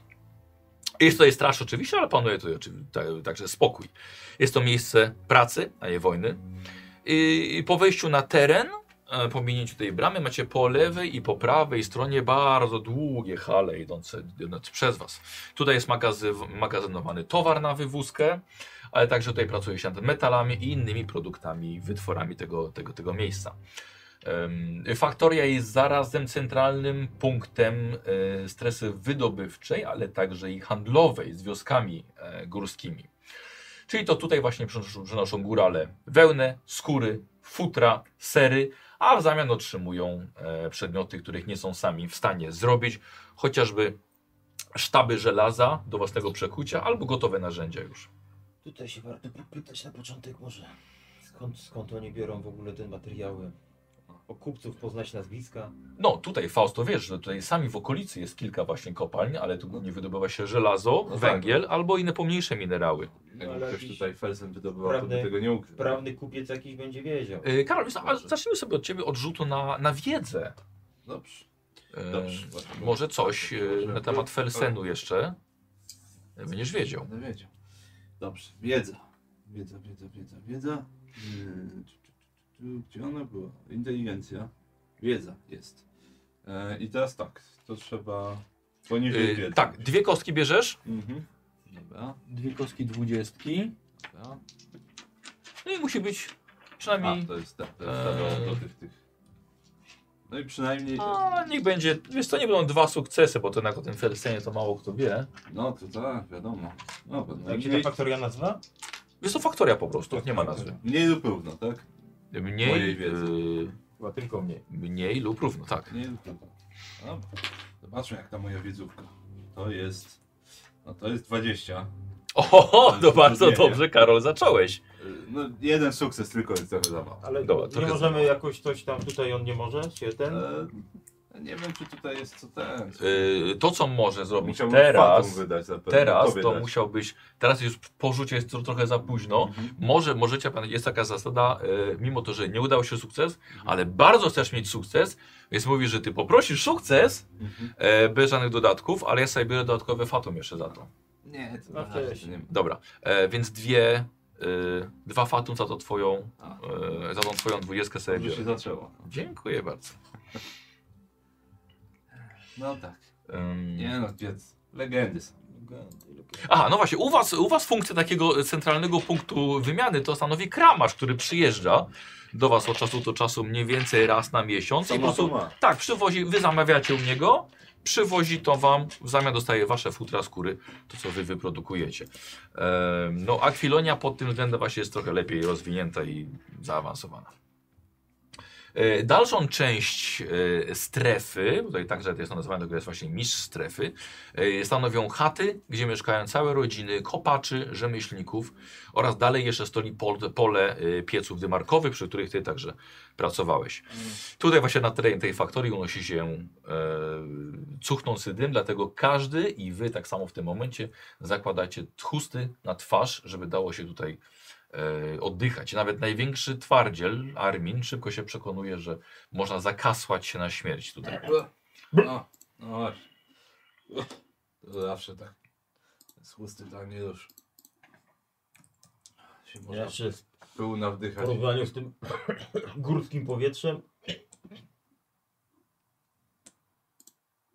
Jest tutaj straż oczywiście, ale panuje tutaj oczywi- ta- także spokój. Jest to miejsce pracy, a nie wojny. I, i po wejściu na teren, e, po minięciu tej bramy, macie po lewej i po prawej stronie bardzo długie hale idące, idące przez was. Tutaj jest magazy, magazynowany towar na wywózkę, ale także tutaj pracuje się nad metalami i innymi produktami, wytworami tego, tego, tego miejsca. Em, Faktoria jest zarazem centralnym punktem e, stresy wydobywczej, ale także i handlowej z wioskami e, górskimi. Czyli to tutaj właśnie przynoszą- przynoszą górale wełnę, skóry, futra, sery, a w zamian otrzymują e, przedmioty, których nie są sami w stanie zrobić, chociażby sztaby żelaza do własnego przekucia albo gotowe narzędzia już.
Tutaj się warto popytać na początek może. Skąd, skąd oni biorą w ogóle te materiały? O kupców poznać nazwiska.
No, tutaj Fausto, wiesz, że tutaj sami w okolicy jest kilka właśnie kopalń, ale tu głównie wydobywa się żelazo,
No tak.
węgiel albo inne pomniejsze minerały.
Jakby
ale
ktoś
jakiś
tutaj felsen wydobywał, to by
sprawny-
tego nie ukrył.
Prawny kupiec jakiś będzie wiedział.
Yy, Karol, więc, a zacznijmy sobie od Ciebie od rzutu na, na wiedzę.
Dobrze.
Yy,
Dobrze, właśnie.
Może coś yy, na
Może.
temat Felsenu jeszcze będziesz wiedział.
Będę wiedział. Dobrze, wiedza. Wiedza, wiedza, wiedza, wiedza. Yy, tu, tu, tu, tu, Gdzie ona była? Inteligencja. Wiedza jest. E, I teraz tak, to trzeba poniżej
Yy,
wiedzy.
tak, dwie kostki bierzesz
Mhm. Dobra,
Dwie kostki dwudziestki.
dobra.
no i musi być
A,
przynajmniej...
to jest ta, to
Eee.
jest ta do tych, tych. No i przynajmniej...
A, no, niech będzie, wiesz co, nie będą dwa sukcesy, bo to na tym Felsenie to mało kto wie.
No to tak, wiadomo. No, bo- no,
Jak się
mniej,
ta
tak
faktoria nazywa?
Jest to faktoria po prostu, nie ma nazwy.
mniej lub równo, tak?
Mniej,
Mojej wiedzy.
yy,
Chyba tylko mnie.
mniej lub równo, tak.
Nie, no to- no, zobaczmy jak ta moja wiedzówka. To jest. No to jest 20.
Oho, to
Bardzo
bardzo
trudnie, nie?
dobrze, Karol, zacząłeś.
Y, No jeden sukces tylko jest trochę za mało.
Ale
Dobra,
nie
trochę
możemy
znowu.
jakoś coś tam tutaj, on nie może się ten...
E, nie wiem czy tutaj jest co ten.
Yy, to, co może zrobić
Musiałbym fatum
teraz,
wydać zapewne.
teraz
tobie
to
dać.
musiałbyś, teraz już po rzucie jest to trochę za późno.
Mhm.
Może, możecie, pan- jest taka zasada, e, mimo to, że nie udał się sukces,
Mhm.
ale bardzo chcesz mieć sukces, więc mówisz, że ty poprosisz sukces,
Mhm.
e, bez żadnych dodatków, ale ja sobie biorę dodatkowe fatum jeszcze za to.
Nie, to
No
na razie to nie ma.
Dobra, e, więc dwie, e, dwa fatum za to twoją,
A,
e, za tą twoją dwudziestkę sobie
już
biorę.
się zaczęło.
Dziękuję bardzo.
No tak.
Ym,
Nie no, wiedz. Legendy są.
Aha, no właśnie, u was, u was funkcja takiego centralnego punktu wymiany to stanowi kramarz, który przyjeżdża do was od czasu do czasu mniej więcej raz na miesiąc i po prostu
ma.
tak, przywozi, wy zamawiacie u niego, przywozi to wam, w zamian dostaje wasze futra skóry, to co wy wyprodukujecie. Em, no, Akwilonia pod tym względem właśnie jest trochę lepiej rozwinięta i zaawansowana. E, Dalszą część e, strefy, tutaj także to jest nazywane, to jest właśnie mistrz strefy, e, stanowią chaty, gdzie mieszkają całe rodziny kopaczy, rzemieślników oraz dalej jeszcze stoi pol, pole e, pieców dymarkowych, przy których ty także pracowałeś. Tutaj właśnie na terenie tej faktorii unosi się e, cuchnący dym, dlatego każdy i wy tak samo w tym momencie zakładacie chusty na twarz, żeby dało się tutaj e, oddychać. Nawet największy twardziel, Armin, szybko się przekonuje, że można zakasłać się na śmierć tutaj.
No, no właśnie. To zawsze tak. Z chusty tak nie rusz. Się można
Ja się w
pełna wdychać.
porównaniu z tym górskim powietrzem.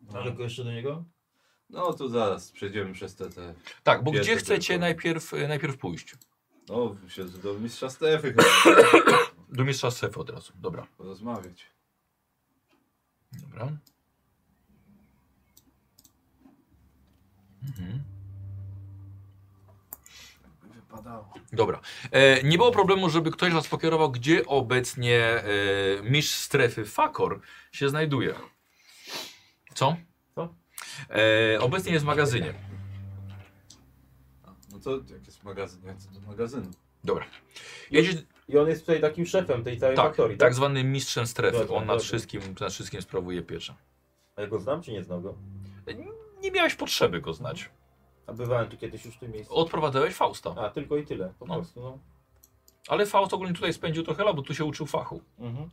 Daleko jeszcze do niego?
No to zaraz przejdziemy przez te, te
Tak, bo
Wiedzę
gdzie chcecie
tylko.
najpierw, e, najpierw pójść?
No, się do mistrza strefy chyba
Do mistrza strefy od razu. Dobra.
porozmawiać.
Dobra. Mhm.
Wypadało.
Dobra. E, nie było problemu, żeby ktoś was pokierował, gdzie obecnie e, mistrz strefy Fakor się znajduje. Co?
Co?
E, obecnie jest w magazynie.
A, No to jak jest magazyn, ja chcę do magazynu.
Dobra. Jedziesz,
I on jest tutaj takim szefem tej całej
tak,
faktorii,
tak zwanym mistrzem strefy.
Dobra,
On nad
dobra.
wszystkim, nad wszystkim sprawuje pieczę.
A ja go znam czy nie znam go?
Nie miałeś potrzeby go znać.
A bywałem tu kiedyś już w tym miejscu.
Odprowadzałeś Fausta.
A, tylko i tyle, po
No.
prostu, no.
Ale Faust ogólnie tutaj spędził trochę lat, bo tu się uczył fachu.
Mhm.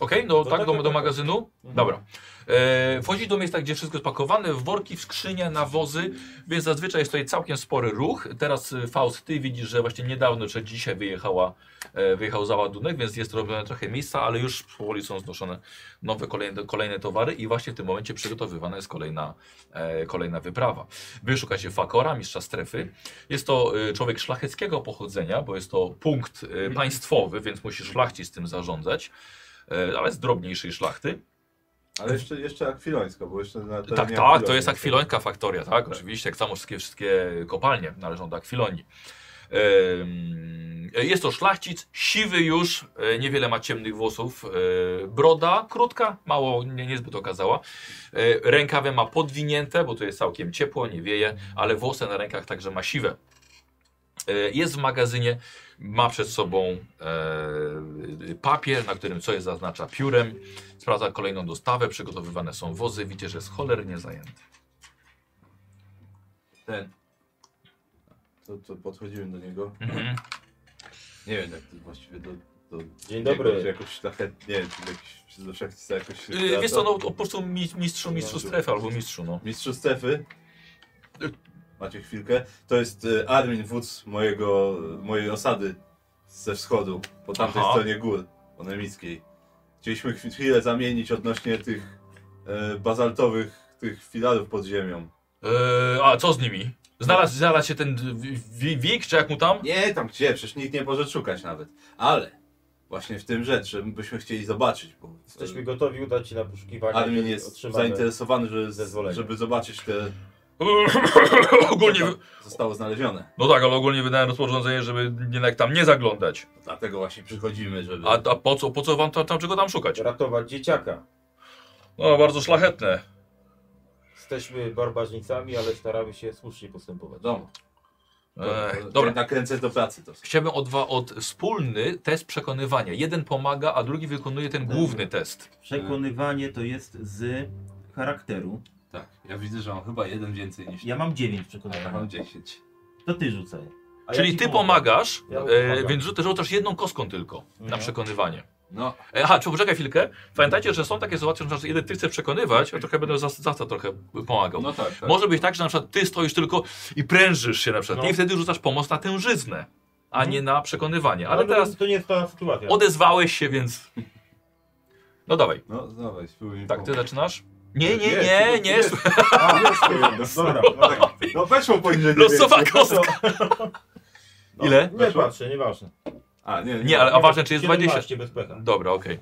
Okej, no tak,
To tak,
do,
tak,
do
tak.
magazynu?
Mhm.
Dobra. E, wchodzi do miejsca, gdzie wszystko jest pakowane, w worki, w skrzynie, na wozy, więc zazwyczaj jest tutaj całkiem spory ruch. Teraz y, Faust, ty widzisz, że właśnie niedawno, czy dzisiaj wyjechała, e, wyjechał załadunek, więc jest robione trochę miejsca, ale już powoli są znoszone nowe, kolejne, kolejne towary i właśnie w tym momencie przygotowywana jest kolejna, e, kolejna wyprawa. Wy szukacie Fakora, mistrza strefy. Jest to y, człowiek szlacheckiego pochodzenia, bo jest to punkt y, państwowy, więc musi szlachcic tym zarządzać, y, ale z drobniejszej szlachty.
Ale jeszcze, jeszcze akwilońska, bo jeszcze na terenie
Tak, tak,
Akwilonia.
to jest akwilońka faktoria, tak, oczywiście, jak samo wszystkie, wszystkie kopalnie należą do akwilonii. Ym, Jest to szlachcic, siwy już, e, niewiele ma ciemnych włosów, e, broda krótka, mało, nie, niezbyt okazała, E, rękawy ma podwinięte, bo tu jest całkiem ciepło, nie wieje, ale włosy na rękach także ma siwe. E, Jest w magazynie, ma przed sobą e, papier, na którym coś zaznacza piórem, Sprawdza kolejną dostawę, przygotowywane są wozy, widzi, że jest cholernie zajęty.
Ten. To, to podchodziłem do niego.
Mhm.
Nie wiem jak to właściwie do... do
Dzień
niego,
dobry.
Czy jakoś szlachet, nie wiem, czy, jakiś, czy do szlachcica jakoś... się
Yy, wiesz co,
zwraca.
no po prostu mi- mistrzu, mistrzu strefy albo mistrzu, no.
Mistrzu Stefy. Macie chwilkę. To jest y, Armin, wódz mojego, mojej osady ze wschodu, po tamtej
Aha.
stronie gór onemickiej. Chcieliśmy chwi- chwilę zamienić odnośnie tych e, bazaltowych tych filarów pod ziemią.
Yy, a co z nimi? Znalazł, znalazł się ten wi- wi- wik, czy jak mu tam?
Nie, tam gdzie, przecież nikt nie może szukać nawet. Ale właśnie w tym rzecz, że my byśmy chcieli zobaczyć, bo e,
Jesteśmy gotowi udać się na poszukiwanie.
Armin
jeżeli
jest
otrzymamy-
zainteresowany, że,
zezwolenie.
żeby zobaczyć te, co
[laughs] ogólnie,
tam
wy-
zostało znalezione.
no tak, ale ogólnie wydałem rozporządzenie, żeby jednak tam nie zaglądać.
Dlatego właśnie przychodzimy, żeby...
A, a po co, po co wam tam, tam czego tam szukać?
Ratować dzieciaka.
No, bardzo szlachetne.
Jesteśmy barbarzyńcami, ale staramy się słusznie postępować.
Wiadomo.
Ech,
dobra.
dobra.
Nakręcę do pracy to.
Chciałbym od, dwa, od wspólny test przekonywania. Jeden pomaga, a drugi wykonuje ten główny test.
Przekonywanie to jest z charakteru.
Tak, ja widzę, że mam chyba jeden więcej niż
Ja mam 9
ja
przekonywania.
mam 10.
To ty rzucaj.
A
Czyli
ja ci
ty
pomogę.
pomagasz,
Ja
e,
pomagam.
więc rzu- rzucasz jedną kostką tylko na
Mhm.
przekonywanie.
No,
E, aha, czy poczekaj chwilkę. Pamiętajcie, że są takie sytuacje, że na przykład jeden ty chce przekonywać, a trochę będę za, za to trochę pomagał.
no tak, tak.
Może być tak, że na przykład ty stoisz tylko i prężysz się na przykład
No.
i wtedy rzucasz pomoc na tę żyznę, a
Mhm.
nie na przekonywanie. Ale
No,
teraz
To nie jest ta sytuacja.
odezwałeś się,
[laughs]
więc... No dawaj.
No, dawaj, spróbuj mi
No.
Tak, ty
pomóc.
zaczynasz? Nie, nie,
Jest,
nie,
jest,
nie.
jest.
słuchaj,
A, jest to jedno.
[laughs]
Dobra,
No, tak. no weszło poniżej
Losowa
dziewięciu.
kostka.
No,
Ile?
Nie
Weszło?
patrzę, nieważne.
A, nie, nie.
Nie, ale a ważne, czy jest 20.
17 bez pecha.
Dobra, okej.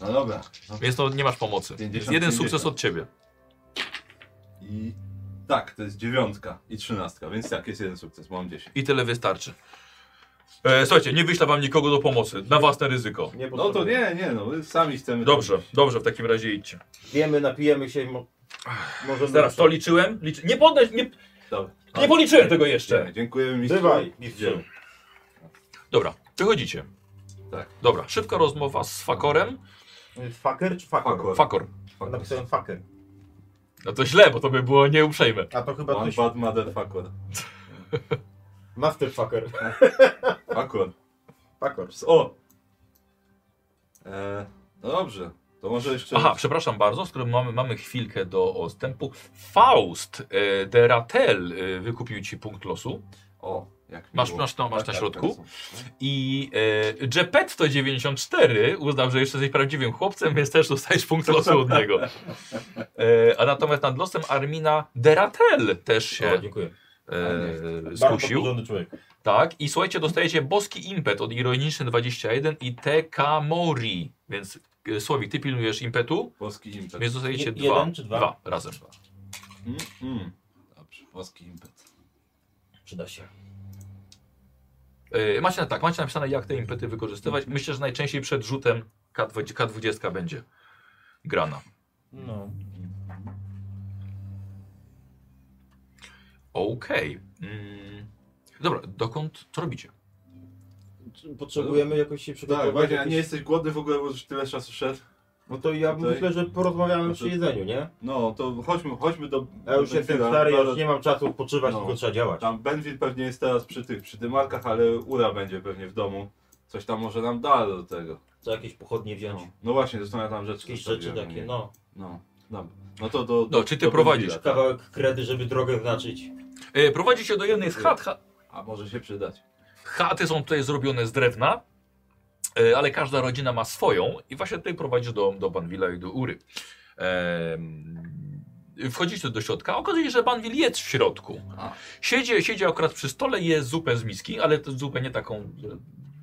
No dobra. No.
Więc to nie masz pomocy. Jest
50,
jeden
50.
sukces od ciebie.
I tak, to jest dziewiątka i trzynastka, więc tak, jest jeden sukces, mam 10.
I tyle wystarczy. E, słuchajcie, nie wyślę wam nikogo do pomocy, na własne ryzyko.
Nie
No to
potrzebuję.
nie, nie, no my sami chcemy.
Dobrze, dobrze, w takim razie idźcie.
Wiemy, napijemy się. Mo... Może
Zaraz, to liczyłem? Liczy... Nie podnać, nie,
Dobra.
nie policzyłem tego jeszcze.
Dziękujemy, Dziękujemy mistrzu.
Bywaj, mistrzu.
Tak. Dobra, wychodzicie.
Tak.
Dobra, szybka rozmowa z Fakorem.
Y, Faker czy fakor?
Fakor.
Fakor.
Napisałem faker.
No to źle, bo to by było nieuprzejme.
A to chyba
One
ktoś...
bad motherfucker.
Masterfucker.
Fakor.
Fakor.
O! E, no dobrze. To może jeszcze...
Aha, przepraszam bardzo, skoro mamy, mamy chwilkę do odstępu. Faust e, de Ratel e, wykupił ci punkt losu.
O, jak
Masz,
miło.
masz, no, masz
Tak,
na
tak,
środku.
tak są.
I e, Geppetto 94 uznał, że jeszcze jesteś prawdziwym chłopcem, więc też dostajesz punkt losu od
[laughs]
niego. E, a natomiast nad losem Armina Deratel też
O,
się
dziękuję.
e,
Bardzo
skusił.
porządny człowiek.
Tak, i słuchajcie, dostajecie boski impet od Ironiczny 21 i TK Mori. Więc e, Słowik, ty pilnujesz impetu,
Boski impet.
więc dostajecie
Je-
dwa,
jeden czy dwa?
razem.
Mm, mm. Dobrze, boski impet.
Przyda się.
E, macie na tak, macie napisane, jak te impety wykorzystywać. Myślę, że najczęściej przed rzutem K20, K20 będzie grana.
No.
Okej. Mm. Dobra, dokąd co robicie?
Czy Potrzebujemy jakoś się
Tak,
przygotować.
właśnie, a
jakoś-
nie jesteś głodny w ogóle, bo już tyle czasu szedł.
No to ja
Tutaj.
myślę, że porozmawiamy przy
Znaczy-
jedzeniu, nie?
No, to chodźmy, chodźmy do...
Ja już
do
jestem
Benfila.
stary, ja
Zaraz-
już nie mam czasu odpoczywać,
No.
tylko trzeba działać.
Tam Benville pewnie jest teraz przy tych, przy dymarkach, ale Ura będzie pewnie w domu. Coś tam może nam da do tego.
Trzeba jakieś pochodnie wziąć.
No, no właśnie, zresztą ja tam rzeczy
Jakieś rzeczy
zostawiłem u
takie,
niej.
no.
No, dobra. no to do...
No, czy ty
do
prowadzisz?
Benville'a, tak.
Kawałek kredy, żeby drogę znaczyć.
E, prowadzicie do jednej z chat. Cha-
A może się przydać.
Chaty są tutaj zrobione z drewna, e, ale każda rodzina ma swoją i właśnie tutaj prowadzi do, do Banwila i do Ury. Em, Wchodzicie do środka, okazuje się, że Banwil jest w środku.
A.
Siedzi, siedzi akurat przy stole, je zupę z miski, ale to zupę nie taką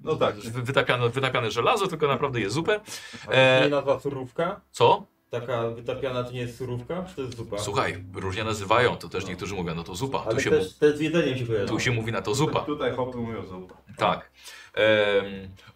No tak.
wy- wytapiane, wytapiane żelazo, tylko naprawdę jest zupę.
A to
E.
się nie nazwa surówka?
Co?
Taka wytapiana to nie jest surówka? Czy to jest zupa?
Słuchaj, różnie nazywają, to też niektórzy mówią, no to zupa,
Ale
tu się,
też, też z jedzeniem się
mu-
kojarzy.
tu się mówi na to zupa.
Tutaj chłopy mówią zupa.
Tak. Em,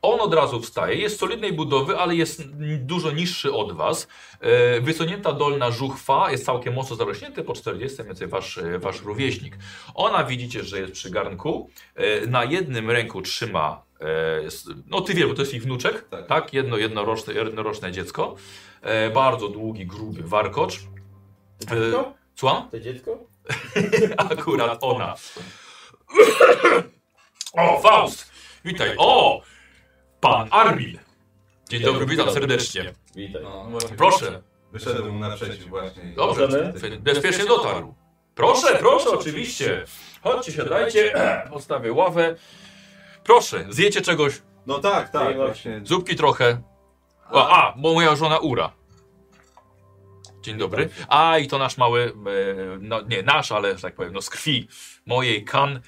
on od razu wstaje, jest solidnej budowy, ale jest n- dużo niższy od was. E, wysunięta dolna żuchwa jest całkiem mocno zarośnięty, po 40 więcej wasz, e, wasz rówieśnik. Ona widzicie, że jest przy garnku. E, na jednym ręku trzyma, e, s- no ty wiesz, bo to jest ich wnuczek, tak?
Tak.
Jedno, jednoroczne, jednoroczne dziecko. E, bardzo długi, gruby warkocz. E,
To dziecko?
Słucham?
To dziecko?
Tak, Akurat ona. O, Faust! Witaj. O! Pan Armin. Dzień dobry, witam serdecznie.
Witaj.
No, właśnie.
Proszę.
Wyszedł mu naprzeciw właśnie.
Dobrze.
Możemy?
Bezpiecznie dotarł. Proszę, proszę, oczywiście. Chodźcie, siadajcie. Postawię ławę. Proszę, zjecie czegoś,
No tak, tak, właśnie.
zupki trochę. A, a bo moja żona Ura. Dzień dobry. A, i to nasz mały, e, no nie nasz, ale że tak powiem, no z krwi mojej kan.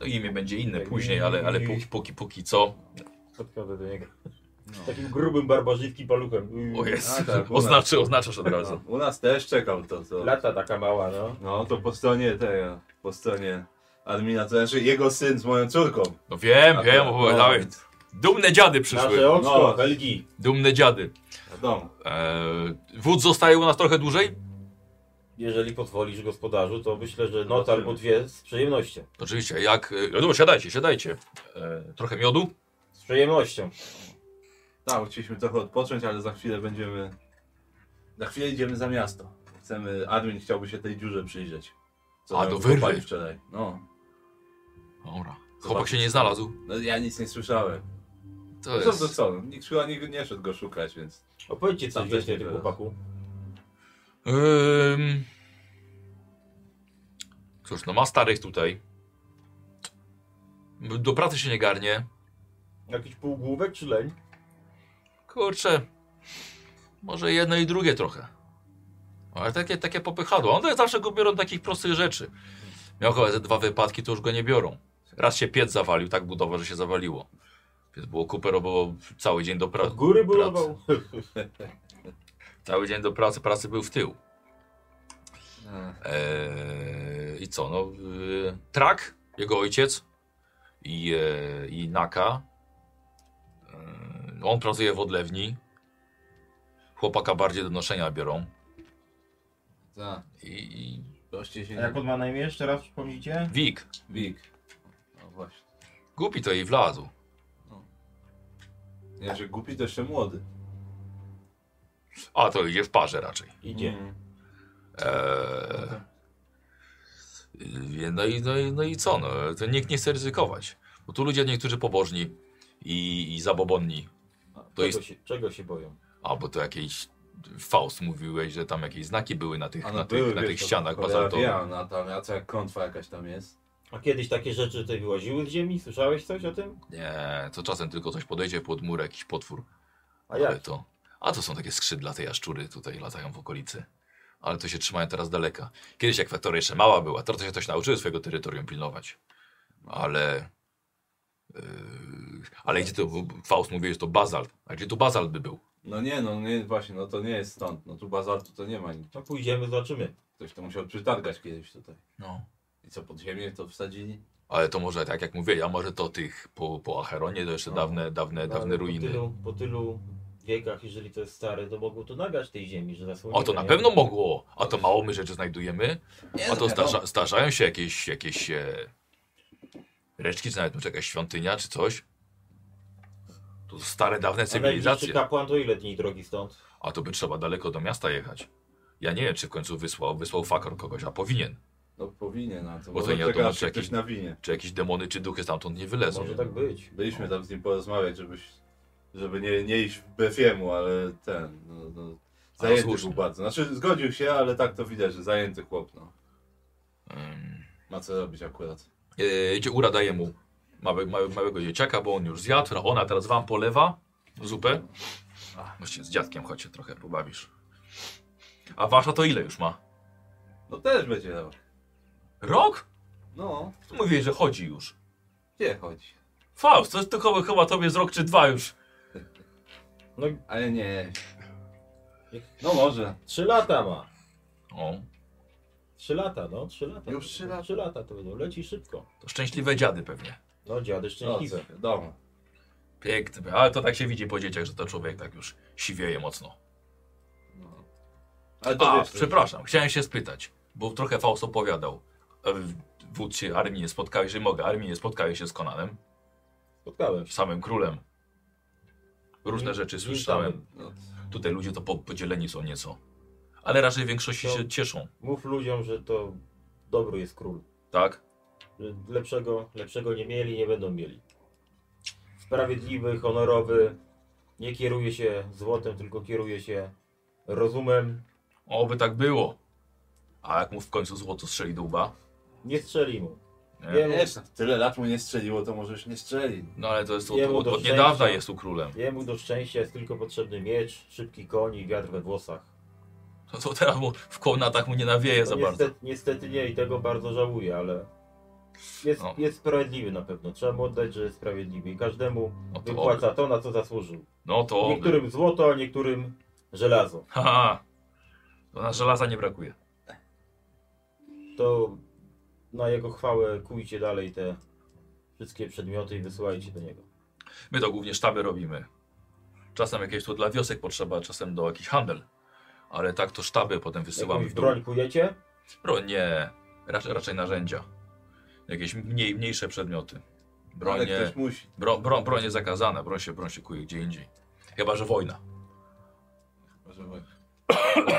No imię będzie inne później, ale, ale póki, póki, póki co.
Podchodzę do niego.
No.
Takim grubym, barbarzyńskim paluchem. Mm.
O
A,
jest, [laughs]
tak, u nas.
oznaczy, oznaczasz od razu.
No, u nas też czekał to, to.
Lata taka mała, no.
No to po stronie tego, po stronie Admina, to znaczy jego syn z moją córką.
No wiem,
A,
wiem,
no,
opowiadałeś. Dumne dziady przyszły,
Nasze oczko,
No.
Helgi.
dumne dziady.
Wiadomo.
Eee, wódz zostaje u nas trochę dłużej?
Jeżeli pozwolisz gospodarzu, to myślę, że noc albo dwie z przyjemnością.
Oczywiście, jak... e, No dobra, siadajcie, siadajcie. Eee, trochę miodu?
Z przyjemnością.
Tak, chcieliśmy trochę odpocząć, ale za chwilę będziemy. Za chwilę idziemy za miasto. Chcemy. Admin chciałby się tej dziurze przyjrzeć.
A,
tam
do wyrwy.
kopali wczoraj. No.
Dobra. Chłopak się nie znalazł.
no. Ja nic nie słyszałem.
To
Co to
jest...
co? Nikt chyba nikt nie szedł go szukać, więc.
Opowiedzcie coś
Tam też
więcej o
nie
tym
było.
chłopaku.
Ym... Cóż, no ma starych tutaj. Do pracy się nie garnie.
Jakiś półgłówek czy leń?
Kurczę, może jedno i drugie trochę. Ale takie, takie popychadło. One zawsze go biorą takich prostych rzeczy. Miał chyba ze dwa wypadki, to już go nie biorą. Raz się piec zawalił, tak budowa, że się zawaliło. Więc było kupę, robiło cały dzień do
Od
pracy.
góry budował.
Cały dzień do pracy, pracy był w tył.
Ech.
Eee, I co, no... Yy, trak, jego e, ojciec i, e, i Naka. E, On pracuje w odlewni. Chłopaka bardziej do noszenia biorą.
Tak,
I, i...
goście się...
A jak on ma na imię? Jeszcze raz przypomnijcie.
Wik.
Wik. No właśnie.
Głupi to jej wlazł.
Nie, że głupi to jeszcze młody.
A to idzie w parze raczej.
Idzie.
Mm.
Eee, Wie- No i, no, i, no i co? No, to nikt nie chce ryzykować. Bo tu ludzie niektórzy pobożni i, i zabobonni.
A
To
Czego,
jest-
się, czego się boją?
A bo to jakieś. Faust mówiłeś, że tam jakieś znaki były na tych,
A no
na tych, na
wiesz,
tych
to
ścianach
cholera wie,
bazaltowych.
a na tam, a co jak klątwa jakaś tam jest?
A kiedyś takie rzeczy tutaj wyłaziły z ziemi? Słyszałeś coś o tym?
Nie, to czasem tylko coś podejdzie pod mur, jakiś potwór.
A
Ale
jak?
to. A to są takie skrzydła tej jaszczury tutaj latają w okolicy. Ale to się trzymają teraz daleka. Kiedyś jak Wektoria jeszcze mała była, to, to się coś nauczyły swojego terytorium pilnować. Ale. Yy, ale gdzie to. Faust mówił, że to bazalt. A gdzie tu bazalt by był?
No nie, no nie, właśnie, no to nie jest stąd. No tu bazartu to nie ma.
No pójdziemy, zobaczymy.
Ktoś to musiał przytargać kiedyś tutaj.
No.
I co, pod ziemię to wsadzili?
Ale to może tak jak mówię, a może to tych po, po Acheronie to jeszcze
No,
dawne, dawne,
ale
dawne
Po
ruiny.
tylu, po tylu wiekach, jeżeli to jest stare, to mogą to nagrać tej ziemi, że zasłonię.
O to na pewno mogło, a to mało my rzeczy znajdujemy.
Nie,
A
no
to
wiadomo.
zdarza, zdarzają się jakieś, jakieś e, resztki, czy nawet może jakaś świątynia, czy coś. To stare, dawne
A najbliższy
cywilizacje.
kapłan to ile dni drogi stąd?
A to by trzeba daleko do miasta jechać. Ja nie wiem, czy w końcu wysłał, wysłał fakor kogoś, a powinien.
No powinien, na to.
Bo to
Może
nie wiadomo,
czeka,
czy
czy
jakiś-
ktoś nawinie.
Czy jakieś demony, czy duchy stamtąd nie wylezą.
Może tak być.
Byliśmy tam z nim porozmawiać, żebyś, żeby nie, nie iść wbrew jemu, ale ten, no, no,
Ale
zajęty
słusznie.
był bardzo. Znaczy zgodził się, ale tak to widać, że zajęty chłop, no.
Ym.
Ma co robić akurat.
E, gdzie Ura daje mu małe, małe, małego dzieciaka, bo on już zjadł, a ona teraz wam polewa zupę. A, Właściwie z dziadkiem chodź się trochę pobawisz. A wasza to ile już ma?
No też będzie rok.
Rok?
No,
Tu mówiłeś, że chodzi już.
gdzie chodzi?
Faust, to jest tylko chyba tobie z rok czy dwa już.
No,
Ale nie. No może.
trzy lata ma.
O,
Trzy lata, no, trzy lata.
Już trzy lata.
Trzy lata to będą. Leci szybko.
to szczęśliwe dziady pewnie.
No, dziady
No,
szczęśliwe.
wiadomo.
Piękne, ale to tak się widzi po dzieciach, że to człowiek tak już siwieje mocno.
No. Ale to
A,
wiesz,
przepraszam, chciałem się spytać, bo trochę Faust opowiadał. E, W wódcie armii nie spotkałeś, że mogę, armii nie spotkałeś się z Konanem.
Spotkałem się.
samym królem. Różne
Nie-
rzeczy
Mm, nie
słyszałem.
tam.
No,
Tutaj ludzie to po, podzieleni są nieco. Ale raczej w większości
To-
się cieszą,
Mów ludziom, że to dobry jest król.
tak?
Że Lepszego, lepszego nie mieli, nie będą mieli. Sprawiedliwy, honorowy. Nie kieruje się złotem, tylko kieruje się rozumem.
Oby tak było. A jak mu w końcu złoto strzeli do łba?
Nie strzeli mu.
Nie.
Jemu,
wiesz, tyle lat mu nie strzeliło, to może już nie strzeli.
No ale to jest od,
Jemu
od,
do
od niedawna
szczęścia.
jest tu królem.
jemu do szczęścia jest tylko potrzebny miecz, szybki koń i wiatr we włosach.
No To, to teraz mu w konatach mu nie nawieje
No
za bardzo.
niestety, niestety nie i tego bardzo żałuję, ale jest,
No.
jest sprawiedliwy na pewno. Trzeba mu oddać, że jest sprawiedliwy i każdemu
No to oby.
wypłaca to, na co zasłużył.
No to oby.
Niektórym złoto, a niektórym żelazo.
Ha, ha. To na żelaza nie brakuje.
To na jego chwałę kujcie dalej te wszystkie przedmioty i wysyłajcie do niego.
My to głównie sztaby robimy. Czasem jakieś tu dla wiosek potrzeba, czasem do jakiś handel. Ale tak to sztaby potem wysyłamy
Jakąś
w dół.
broń kujecie?
Broń nie, raczej, raczej narzędzia. Jakieś mniej, mniejsze przedmioty. Broń,
Ale
nie,
ktoś musi.
bro, bro, broń jest zakazana, broń się, broń się kuje gdzie indziej. Chyba, że
[coughs]
wojna.
Może wojna.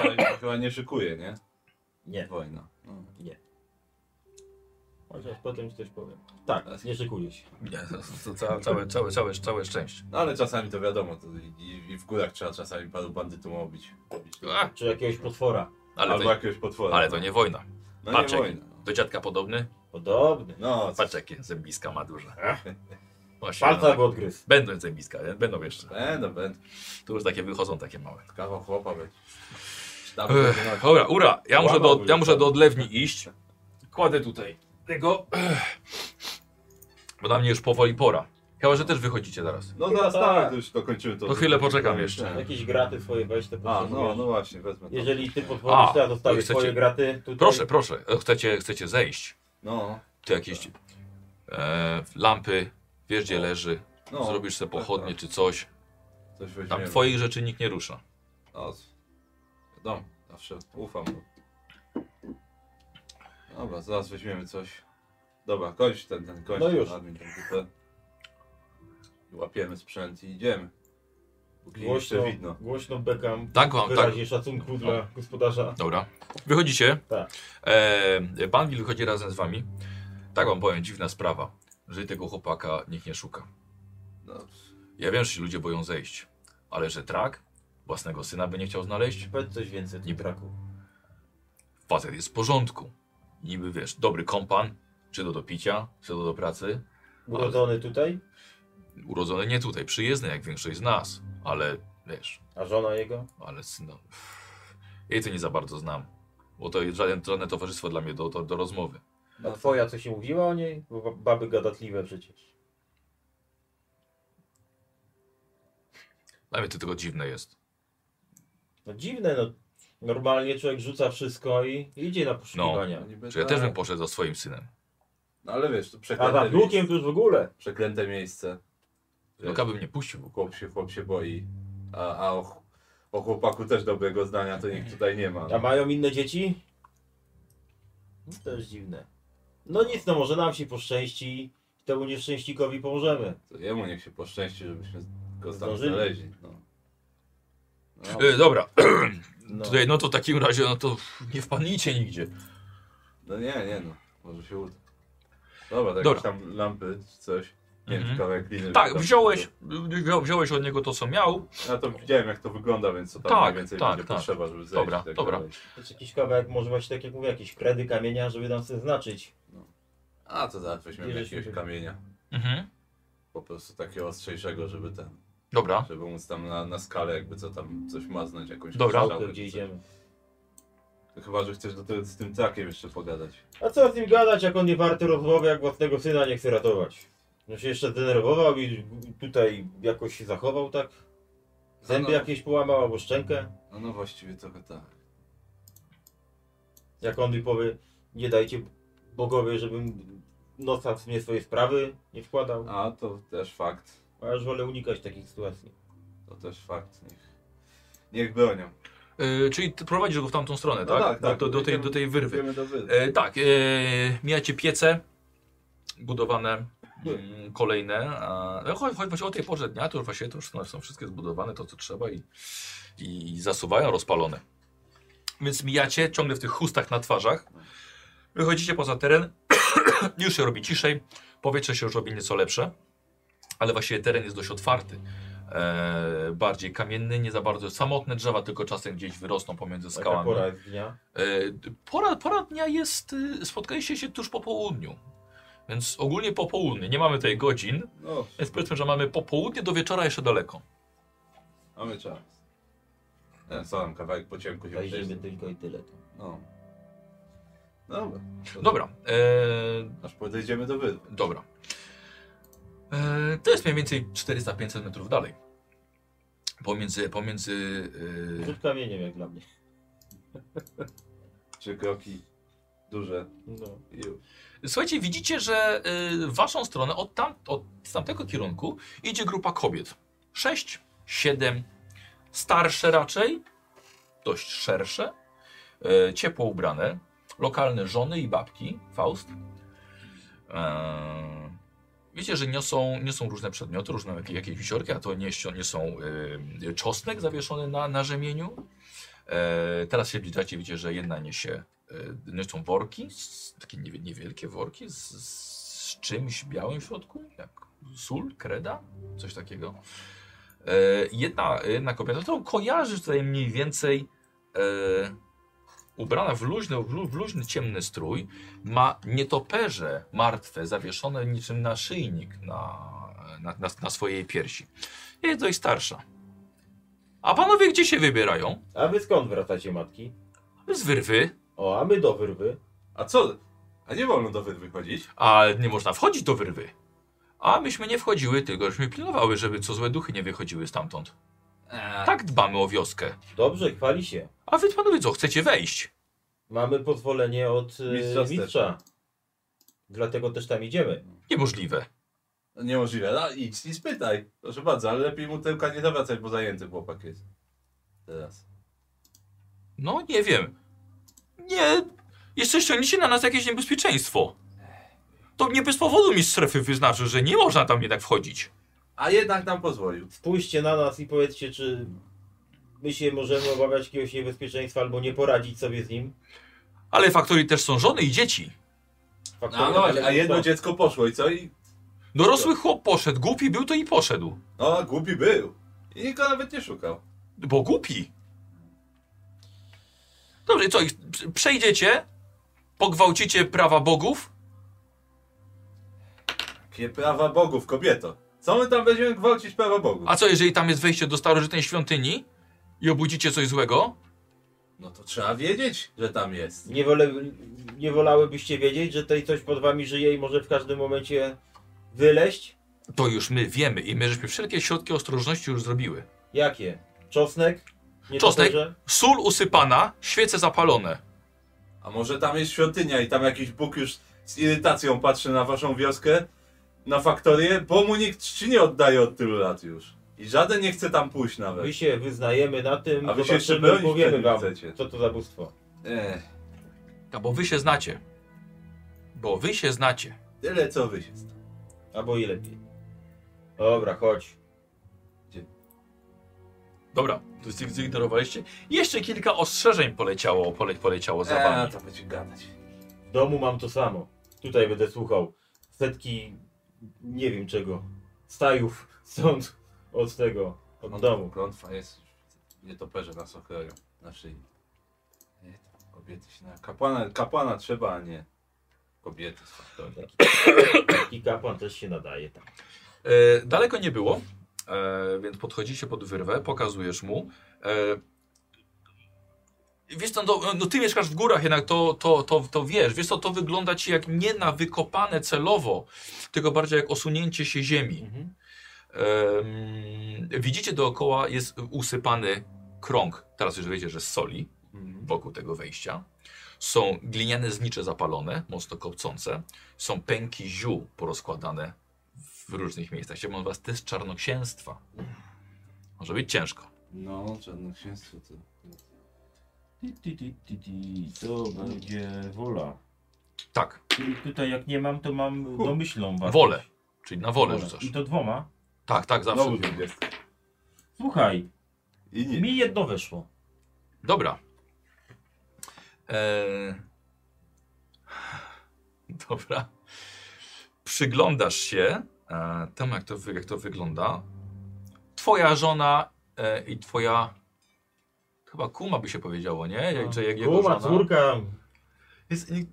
Ale się Chyba nie szykuje, nie?
Nie.
Wojna. No.
Chociaż potem ci coś powiem. Tak, nie szykuje się.
Nie, to, to całe, całe, całe, całe, całe szczęście.
No ale czasami to wiadomo, to i- i, i w górach trzeba czasami paru bandytom obić.
A,
Czy jakiegoś potwora.
ale,
Albo
to,
jakiegoś potwora.
ale to nie wojna.
No nie
Paczek.
wojna.
Do dziadka podobny?
Podobny.
No,
Patrz jakie zębiska ma duże.
E?
Właśnie, no,
Palca
tak.
go odgryzł.
Będą zębiska, nie? będą jeszcze.
Będą, będą.
Tu już takie wychodzą, takie małe.
Kawał chłopa będzie. Sztab
Ech, dobra, ura, ja muszę, do,
Łamałby
ja muszę
tam.
do odlewni iść. Kładę tutaj tego. Ech. Bo na mnie już powoli pora. Chyba, że też wychodzicie zaraz.
No zaraz
Tak.
tak, to już dokończymy to.
To chwilę poczekam jeszcze.
Jakieś graty swoje weź te
A, no,
potrzebujesz.
no właśnie, wezmę to.
Jeżeli ty
A,
potworisz, to ja dostaję
chcecie-
swoje graty tutaj.
Proszę, proszę, e, chcecie, chcecie zejść.
No,
To jakieś E, lampy, wiesz gdzie leży,
No,
zrobisz sobie
tak,
pochodnie
tak.
czy coś.
Coś weźmiemy.
Tam twoich rzeczy nikt nie rusza.
No, z- wiadomo, zawsze ufam. mu. Dobra, zaraz weźmiemy coś. Dobra, kończ ten, ten, kończ
No
ten
już.
admin komputer. I Łapiemy sprzęt i idziemy. Póki
Głośno,
jeszcze widno.
głośno bekam.
Tak, mam, tak.
Wyraźnie szacunku dla gospodarza.
Dobra. Wychodzicie.
Tak.
E, pan Wil wychodzi razem z wami. Tak wam powiem, dziwna sprawa, że tego chłopaka nikt nie szuka.
No,
Ja wiem, że się ludzie boją zejść, ale że trak własnego syna by nie chciał znaleźć,
Powiedz coś więcej o tym
Niby.
braku.
facet jest w porządku. Niby wiesz, dobry kompan, czy to do picia, czy to do pracy.
Urodzony tutaj,
Urodzony nie tutaj, przyjezdny jak większość z nas, ale wiesz,
a żona jego?
ale syna. Jej to nie za bardzo znam, bo to jest żadne, żadne towarzystwo dla mnie do, do, do rozmowy.
no
A twoja co się mówiła o niej? Bo ba- baby gadatliwe przecież.
Dla mnie to tylko dziwne jest.
No dziwne, no. Normalnie człowiek rzuca wszystko i idzie na poszukiwania.
niby
Że ja
tak.
też bym poszedł za swoim synem.
No ale wiesz, to
A za
przeklęte, miejsce,
wnukiem to już w ogóle.
przeklęte miejsce.
No kabym mnie puścił w ogóle.
Chłop się, chłop się boi. A, a o, ch- o chłopaku też dobrego zdania to nikt tutaj nie ma.
A mają inne dzieci? No, to jest dziwne. No nic, no może nam się poszczęści i temu nieszczęśnikowi pomożemy.
To jemu niech się poszczęści, żebyśmy go tam
Zdążyli.
znaleźli. No. No,
E, dobra,
No.
tutaj, no to w takim razie, no to nie wpadnijcie nigdzie.
no nie, nie no. Może się uda. Dobra, tak
Dobra.
jakieś tam lampy czy coś. Nie
Mhm.
wiem, kawałek gliny.
Tak,
tam-
wziąłeś, wzią- wziąłeś od niego to, co miał.
Ja to widziałem jak to wygląda, więc co tam
Tak,
mniej więcej
tak,
będzie
tak.
potrzeba, żeby zejść.
Dobra,
i tak
dobra.
dalej.
To jest jakiś kawałek, może właśnie tak jak mówię, jakieś kredy kamienia, żeby nam sobie znaczyć.
A to zaraz weźmiemy
Bierzesz
jakiegoś
sobie.
kamienia.
Mhm.
Po prostu takiego ostrzejszego, żeby ten.
Dobra,
Żeby móc tam na, na skalę jakby co tam coś maznąć, jakąś
Dobra.
strzałkę
Gdzie
czy coś.
idziemy.
To Chyba, że chcesz do tego, z tym takiem jeszcze pogadać.
A co z nim gadać, jak on nie warty rozmowy, jak własnego syna nie chce ratować? No się jeszcze denerwował i tutaj jakoś się zachował, tak? Zęby
No.
jakieś połamał albo szczękę.
No no właściwie trochę tak.
Jak on mi powie, nie dajcie Bogowie, żebym nosa w mnie swoje sprawy nie wkładał.
A to też fakt.
A ja już wolę unikać takich sytuacji.
To też fakt. Niech, niech bronią.
e, czyli ty prowadzisz go w tamtą stronę,
No
tak?
tak, tak.
Do, do, do, tej, do tej wyrwy.
Idziemy do wyrwy.
E, tak, e, mijacie piece budowane mm, kolejne. A, no choć, choć właśnie o tej porze dnia, to już właśnie to już są- są wszystkie zbudowane, to co trzeba i, i zasuwają, rozpalone. Więc mijacie ciągle w tych chustach na twarzach. Wychodzicie poza teren, [coughs] już się robi ciszej, powietrze się już robi nieco lepsze, ale właściwie teren jest dość otwarty. E, bardziej kamienny, nie za bardzo samotne drzewa, tylko czasem gdzieś wyrosną pomiędzy
Taka
skałami.
pora jest dnia.
E, d- Pora, pora dnia jest, y, spotkaliście się tuż po południu, więc ogólnie po południu, nie mamy tutaj godzin,
No,
więc powiedzmy, że mamy po południu do wieczora jeszcze daleko.
mamy czas. Ten sam e, kawałek po ciemku się
Zajrzymy
przejdzie.
tylko i tyle.
No. Dobra. To
Dobra, e,
Aż podejdziemy do wyrwy.
dobra. E, to jest mniej więcej 400-500 metrów dalej. Pomiędzy, pomiędzy e,
Rzut kamieniem jak dla mnie.
Trzy kroki duże
No.
i już.
Słuchajcie, widzicie, że y, w waszą stronę od, tam, od z tamtego kierunku idzie grupa kobiet. Sześć, siedem, starsze raczej, dość szersze, y, ciepło ubrane, lokalne żony i babki, Faust. E, wiecie, że niosą, niosą różne przedmioty, różne jakieś, jakieś wisiorki, a to nie, nie są y, czosnek zawieszony na, na rzemieniu. E, teraz się zbliżacie, widzicie, że jedna niesie e, niosą worki, s- takie niewi- niewielkie worki z, z czymś białym w środku, jak sól, kreda, coś takiego. E, Jedna, jedna kobieta, którą kojarzysz tutaj mniej więcej, e, ubrana w luźny, w lu- w luźny ciemny strój, ma nietoperze martwe, zawieszone niczym naszyjnik na, na, na, na swojej piersi. Jest dość starsza. A panowie gdzie się wybierają?
A wy skąd wracacie, matki?
Z wyrwy,
O, a my do wyrwy.
A co? A nie wolno do wyrwy chodzić?
a nie można wchodzić do wyrwy. A myśmy nie wchodziły, tylko żeśmy pilnowały, żeby co złe duchy nie wychodziły stamtąd. Tak dbamy o wioskę.
Dobrze, chwali się.
A wy panowie co, chcecie wejść?
Mamy pozwolenie od e,
Mistrza
mistrza. Dlatego też tam idziemy.
Niemożliwe.
No Niemożliwe. A idź i spytaj. Proszę bardzo, ale lepiej mu tyłka nie zawracać, bo zajęty chłopak jest. Teraz.
No nie wiem. Nie. Jeszcze ściągnijcie na nas jakieś niebezpieczeństwo. To nie bez powodu mi strefy wyznaczył, że nie można tam jednak wchodzić.
A jednak nam pozwolił.
Spójrzcie na nas i powiedzcie, czy my się możemy obawiać jakiegoś niebezpieczeństwa albo nie poradzić sobie z nim.
Ale faktory też są żony i dzieci.
Faktory,
A, no,
ale
a jedno
to-
dziecko poszło i co? I...
Dorosły chłop poszedł, głupi był to i poszedł.
O, no, głupi był. I nikt go nawet nie szukał.
Bo głupi. Dobrze, i co? ich Przejdziecie, pogwałcicie prawa bogów.
Jakie prawa bogów, kobieto. Co my tam będziemy gwałcić prawa bogów?
A co, jeżeli tam jest wejście do starożytnej świątyni i obudzicie coś złego?
No to trzeba wiedzieć, że tam jest.
Nie, wole, nie wolałybyście wiedzieć, że tutaj coś pod wami żyje i może w każdym momencie wyleść?
To już my wiemy i my żeśmy wszelkie środki ostrożności już zrobiły.
Jakie? Czosnek? Nie
Czosnek?
toperze?
Sól usypana, świece zapalone.
A może tam jest świątynia i tam jakiś Bóg już z irytacją patrzy na waszą wioskę, na faktorię, bo mu nikt czci nie oddaje od tylu lat już. I żaden nie chce tam pójść
My
nawet.
się wyznajemy na tym,
A wy się jeszcze
zobaczymy,
bronić
powiemy
wtedy
wam,
chcecie.
co to za bóstwo.
Ech,
A bo wy się znacie. Bo wy się znacie.
tyle co wy się sta-
Albo i lepiej. Dobra, chodź.
Dobra, to zig- zignorowaliście. Jeszcze kilka ostrzeżeń poleciało, pole, poleciało za
Eee,
wami.
to będzie gadać.
W domu mam to samo. Tutaj będę słuchał setki, nie wiem czego, stajów [laughs] stąd od tego, od domu.
Klątwa jest, nietoperze nas okroją, na szyi. Nie, tam kobiety się na... Kapłana, kapłana trzeba, a nie kobiety z faktorii.
I kapłan też się nadaje tak. tam.
E, daleko nie było, e, więc podchodzicie pod wyrwę, pokazujesz mu. E, wiesz co, no, no ty mieszkasz w górach, jednak to, to, to, to wiesz. Wiesz co, to wygląda ci jak nie na wykopane celowo, tylko bardziej jak osunięcie się ziemi.
Mhm.
Em, widzicie dookoła jest usypany krąg. Teraz już wiecie, że z soli wokół tego wejścia. Są gliniane znicze zapalone, mocno kopcące. Są pęki ziół porozkładane w różnych miejscach. Chciałbym od was test czarnoksięstwa. Może być ciężko.
No, czarnoksięstwo to...
Ti, ti, ti, ti, ti. To będzie wola.
Tak,
Czyli tutaj jak nie mam, to mam domyślną wartość.
wolę. Czyli na wolę rzucasz.
I to dwoma.
Tak, tak, zawsze.
Znowu jest.
Słuchaj,
I nie.
mi jedno weszło.
Dobra. Eee... Dobra. Przyglądasz się e, temu, jak to, wy- jak to wygląda. Twoja żona e, i twoja. Chyba kuma by się powiedziało, nie? Jak, że jak jego
Guma,
żona...
córka,
Jest, nie-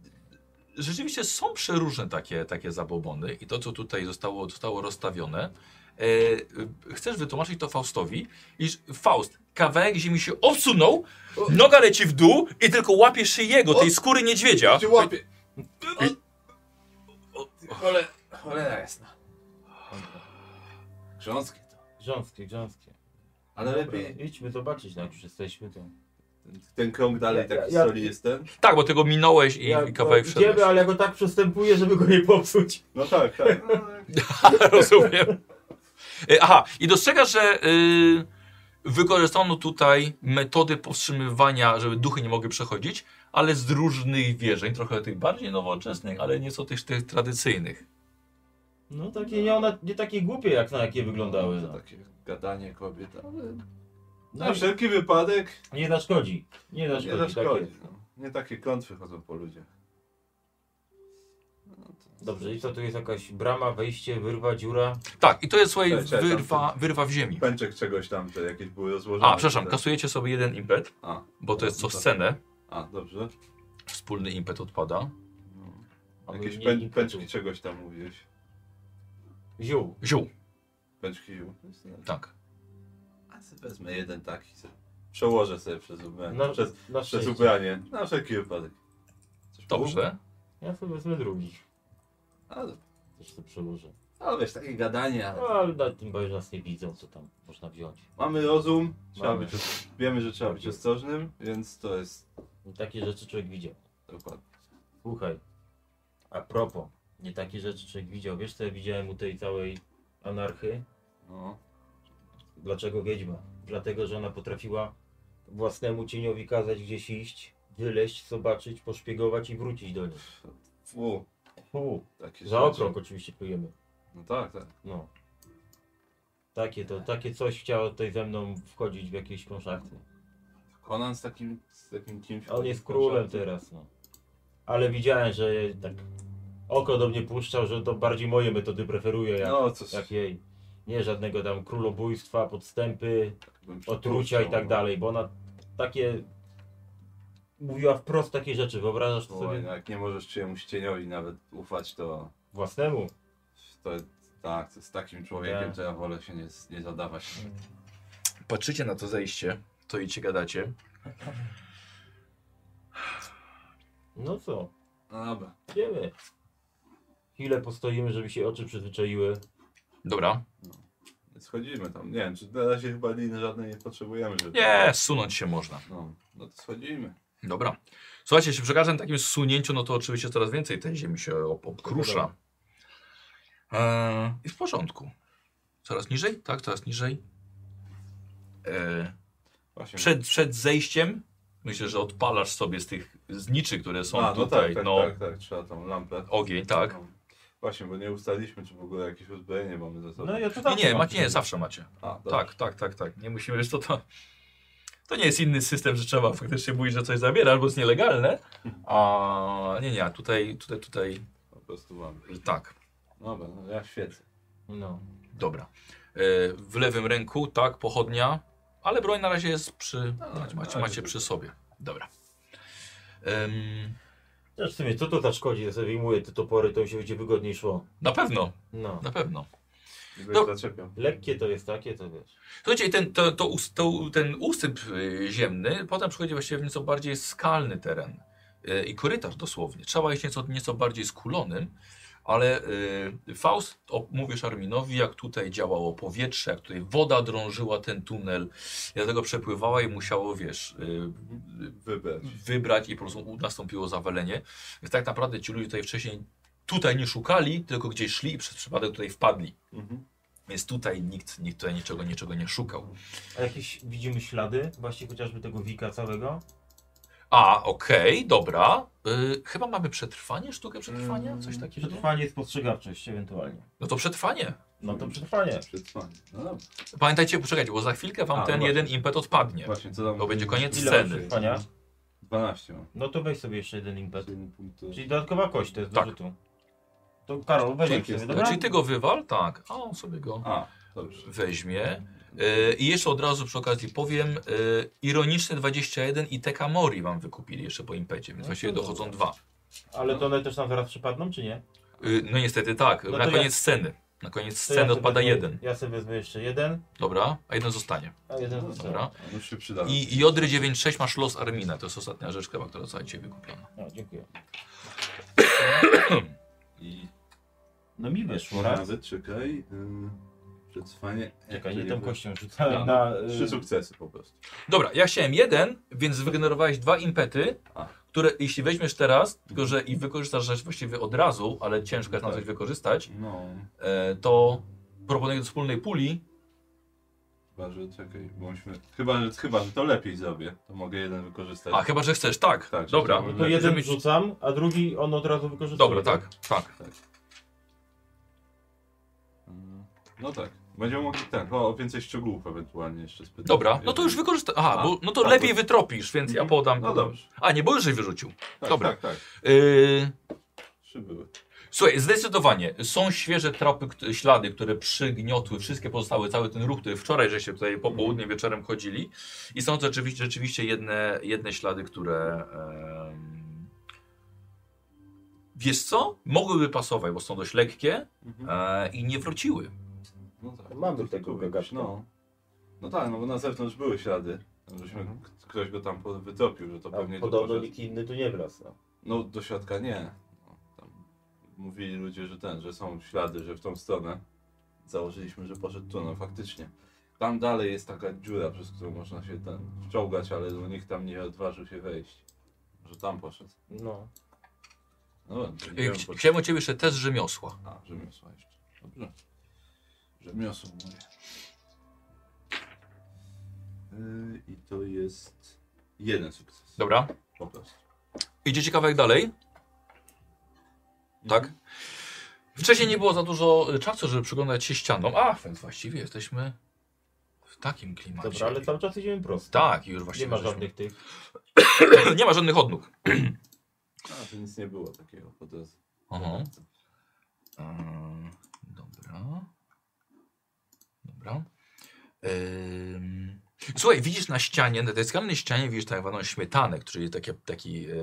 rzeczywiście są przeróżne takie, takie zabobony i to, co tutaj zostało, zostało rozstawione. E, y, chcesz wytłumaczyć to Faustowi, iż Faust, kawałek ziemi się obsunął, noga leci w dół i tylko łapie szyję tej skóry niedźwiedzia.
Cię łapie. Cholera, cholera jasna. Grząskie to.
grząskie, grząskie.
Ale
Dobra,
lepiej...
idźmy zobaczyć, no jak już jesteśmy to.
Ten krąg dalej
Ja-
taki
ja-
soli jest ten?
Tak, bo tego minąłeś i,
Ja-
i kawałek
no,
wszedłeś.
Idziemy, ale ja go tak przestępuję, żeby go nie popsuć.
No
[laughs]
tak, tak.
[laughs] Rozumiem. E, Aha, i dostrzegasz, że y, wykorzystano tutaj metody powstrzymywania, żeby duchy nie mogły przechodzić, ale z różnych wierzeń, trochę tych bardziej nowoczesnych, ale nieco tych, tych tradycyjnych.
No takie nie, one, nie takie głupie jak na jakie wyglądały.
To
tak.
No.
takie gadanie kobiet, ale
No,
na wszelki wypadek
i nie zaszkodzi. Nie zaszkodzi.
nie
tak
zaszkodzi.
jest.
no. Nie takie klątwy chodzą po ludziach.
Dobrze, i co tu jest jakaś brama, wejście, wyrwa, dziura?
Tak, i to jest słuchaj,
Czekaj, czekaj,
wyrwa, wyrwa w ziemi.
Pęczek czegoś tam, te jakieś były rozłożone.
A, przepraszam,
Te-
kasujecie sobie jeden impet,
A,
bo to jest co
Tak.
scenę.
a, dobrze.
Wspólny impet odpada.
No.
Aby
Jakieś
nie
pę
nikt
pęczki
tu-
czegoś tam mówiłeś.
Ziół.
Ziół,
Pęczki ziół.
tak.
A sobie wezmę jeden taki. sobie Przełożę sobie przez ubranie.
Na,
przez,
na
przez
szczęście.
ubranie. Na wszelki wypadek. Coś było?
Dobrze.
Ja sobie wezmę drugi.
Ale,
Też sobie przełożę.
ale wiesz, takie gadanie, ale...
No, ale na tym, bo już nas nie widzą, co tam można wziąć.
Mamy rozum, trzeba
Mamy.
być, os- wiemy, że trzeba być ostrożnym, więc to jest
I takie rzeczy człowiek widział.
dokładnie.
Słuchaj, a propos, Nie takie rzeczy człowiek widział. Wiesz co ja widziałem u tej całej anarchy?
No.
Dlaczego wiedźma? Dlatego, że ona potrafiła własnemu cieniowi kazać gdzieś iść, wyleść, zobaczyć, poszpiegować i wrócić do niej.
Fu,
Fu,
takie
za
rzeczy.
okrąg oczywiście plujemy.
No tak, tak.
No. Takie to, takie coś chciało tutaj ze mną wchodzić w jakieś konszachty.
Conan z takim, z takim kimś...
A On jest królem teraz, no. Ale widziałem, że tak oko do mnie puszczał, że to bardziej moje metody preferuje, jak,
No, coś...
jak jej. Nie żadnego tam królobójstwa, podstępy,
bym przypuszczał,
otrucia i tak
no.
dalej, bo ona takie mówiła wprost takie rzeczy, wyobrażasz to
No,
sobie
jak nie możesz czyjemuś cieniowi nawet ufać, to...
własnemu?
to tak, to z takim człowiekiem
Tak.
to ja wolę się nie, nie zadawać.
Patrzycie na to zejście, to i gadacie.
No co,
No dobra.
idziemy. Chwilę postoimy, żeby się oczy przyzwyczaiły.
Dobra.
Schodzimy tam. Nie wiem, czy na razie chyba liny żadnej nie potrzebujemy. Żeby...
Nie, sunąć się można.
No, no to schodzimy.
Dobra. Słuchajcie, jeśli przy każdym takim sunięciu, no to oczywiście coraz więcej tej ziemi się ob obkrusza. Eee, I w porządku. Coraz niżej, tak, coraz niżej. Eee,
Właśnie.
przed, przed zejściem, myślę, że odpalasz sobie z tych zniczy, które są
A, no
tutaj.
tak, tak,
no,
tak, tak, trzeba tam lampę.
Ogień, tak.
No. Właśnie, bo nie ustaliliśmy, czy w ogóle jakieś uzbrojenie mamy ze sobą.
No ja to
Nie,
tam
nie, macie, nie, zawsze macie.
A, dobra.
Tak, tak, tak, tak. Nie musimy, wiesz, to, to, to nie jest inny system, że trzeba faktycznie mówić, że coś zabierasz, bo jest nielegalne. A nie, nie, a tutaj, tutaj, tutaj,
Po prostu mamy.
tak,
Dobra, no ja świecę.
No.
dobra. E, W lewym ręku, tak, pochodnia, ale broń na razie jest przy, macie, macie, macie przy sobie. Dobra. Em,
Też Znaczy w sumie, co to zaszkodzi, ja sobie wyjmuję te topory, to mi się będzie wygodniej szło.
na pewno,
No.
na pewno.
Nie będę
No.
zaczepiał.
Lekkie to jest takie, to wiesz.
Słuchajcie, i ten, to, to, us- to, ten usyp y, ziemny, potem przychodzi właściwie w nieco bardziej skalny teren y, i korytarz dosłownie. Trzeba iść nieco, nieco bardziej skulonym, ale y, Faust, o, mówisz Arminowi, jak tutaj działało powietrze, jak tutaj woda drążyła ten tunel, i dlatego przepływała i musiało, wiesz, y,
Wybrać.
wybrać i po prostu u- nastąpiło zawalenie. Więc tak naprawdę ci ludzie tutaj wcześniej tutaj nie szukali, tylko gdzieś szli i przez przypadek tutaj wpadli.
Mhm.
Więc tutaj nikt, nikt tutaj niczego, niczego nie szukał.
A jakieś widzimy ślady, właśnie chociażby tego wika całego?
A, okej, dobra. Y, chyba mamy przetrwanie, sztukę przetrwania?
Mm,
Coś takiego?
Przetrwanie spostrzegawczość ewentualnie.
No to przetrwanie.
No to przetrwanie.
Przetrwanie. No dobra.
Pamiętajcie, poczekajcie, bo za chwilkę wam
A,
ten
właśnie.
jeden impet odpadnie.
Właśnie, co tam?
To będzie koniec
Ile masz
sceny.
przetrwania?
12 mam.
No to weź sobie jeszcze jeden impet.
Czyli punktu.
Czyli dodatkowa kość to jest do
Tak.
rzutu. To Karol, weź
Tak
tak sobie,
jest.
dobra?
No, Czyli ty go wywal? Tak. A on sobie go
A, dobrze.
weźmie. Y, I jeszcze od razu przy okazji powiem, y, ironiczne 21 i Tekamori wam wykupili jeszcze po impecie,
No
więc właściwie dochodzą dwa.
Ale to one też nam zaraz przypadną, czy nie?
Y, no niestety tak,
No to
na
ja-
koniec sceny. Na koniec
To ja
sceny
sobie
odpada
wezmę-
jeden.
Ja sobie wezmę jeszcze jeden,
Dobra, a jeden zostanie.
a jeden
No,
zostanie.
Dobra.
No już się przydało.
I Jodry 9.6 masz los Armina, to jest ostatnia rzecz chyba, która została dzisiaj wykupiona.
No, dziękuję.
I...
No mi weszło raz.
Nawet czekaj. Ym, przetrwanie.
Czekaj, nie
Czyli
tą
wy-
kością rzucałem
No.
na... y,
Trzy sukcesy po prostu.
Dobra, ja chciałem jeden, więc wygenerowałeś dwa impety,
A.
które jeśli weźmiesz teraz, tylko że i wykorzystasz rzecz właściwie od razu, ale ciężko jest na coś wykorzystać,
No,
e, to proponuję do wspólnej puli.
chyba, że czekaj, bo myśmy... Chyba, że, chyba, że to lepiej zrobię. To mogę jeden wykorzystać.
A, chyba, że chcesz, tak.
Tak,
Dobra,
że
To
żeby
jeden
mieć-
rzucam, a drugi on od razu wykorzystuje.
Dobra, tak, tak.
Mm, No tak. Będziemy mogli tak, o, o więcej szczegółów ewentualnie jeszcze spytać.
Dobra, no to już wykorzystasz. Aha,
A,
bo, no to
tak,
lepiej
bo-
wytropisz, więc ja podam.
No dobrze.
A, nie, bo już żeś wyrzucił.
Tak,
Dobra.
tak, tak.
Yy,
Trzy były.
Słuchaj, zdecydowanie są świeże tropy, kt- ślady, które przygniotły wszystkie pozostałe, cały ten ruch, który wczoraj, że się tutaj
Mhm.
po południu wieczorem chodzili. I są to rzeczywiście, rzeczywiście jedne, jedne ślady, które. em, Wiesz co? Mogłyby pasować, bo są dość lekkie
Mhm.
e, i nie wróciły.
No tak.
Mamy
To
tego
tu
gagatka.
No. no tak, no bo na zewnątrz były ślady. Tam Żeśmy, k- Ktoś go tam po- wytopił, że to pewnie
A
tu
podobno
poszedł.
nikt inny tu nie wraca.
No do środka nie. No, tam mówili ludzie, że ten, że są ślady, że w tą stronę. Założyliśmy, że poszedł tu, no faktycznie. Tam dalej jest taka dziura, przez którą można się ten wciągać, ale no, nikt tam nie odważył się wejść. Może tam poszedł.
No.
No,
Y,
będziemy
chci-
po-
Chciałem o ciebie jeszcze test rzemiosła.
A, rzemiosła jeszcze. Dobrze. Rzemiosło moje. Yy, I to jest jeden sukces.
Dobra.
Po prostu.
Idziecie kawałek dalej. Tak? Wcześniej nie było za dużo y, czasu, żeby przyglądać się ścianom. A, więc właściwie jesteśmy w takim klimacie.
Dobra, ale cały czas idziemy prosto.
Tak, i już
Nie
właściwie
ma
żeśmy-
żadnych [clears throat] tych.
nie ma żadnych odnóg.
Mhm. A, to nic nie było takiego po drodze.
Aha. Ehm, Dobra. Dobra. Ehm, Słuchaj, widzisz na ścianie, na tej skalnej ścianie widzisz tak zwaną śmietanę, czyli takie, taki, e,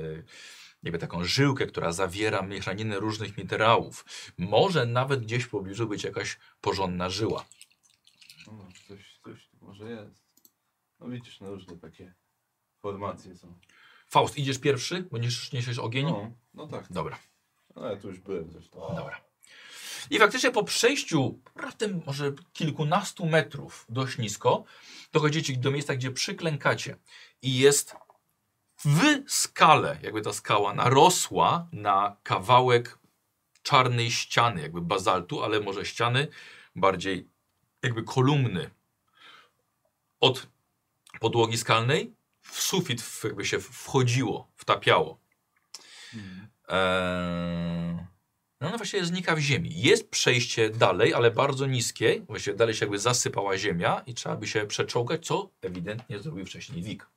jakby taką żyłkę, która zawiera mieszaninę różnych minerałów. Może nawet gdzieś w pobliżu być jakaś porządna żyła.
No, no, coś, coś tu może jest. No widzisz, no różne takie formacje są.
Faust, idziesz pierwszy? Będziesz niesiesz ogień?
No, no tak.
Dobra,
No ja tu już byłem zresztą.
dobra. I faktycznie po przejściu, prawdę może kilkunastu metrów dość nisko, dochodzicie do miejsca, gdzie przyklękacie. I jest w skale, jakby ta skała narosła na kawałek czarnej ściany, jakby bazaltu, ale może ściany bardziej jakby kolumny od podłogi skalnej w sufit w- jakby się wchodziło, wtapiało. Eee, no ona właściwie znika w ziemi. Jest przejście dalej, ale bardzo niskie. Właściwie dalej się jakby zasypała ziemia i trzeba by się przeczołgać, co ewidentnie zrobił wcześniej Wik.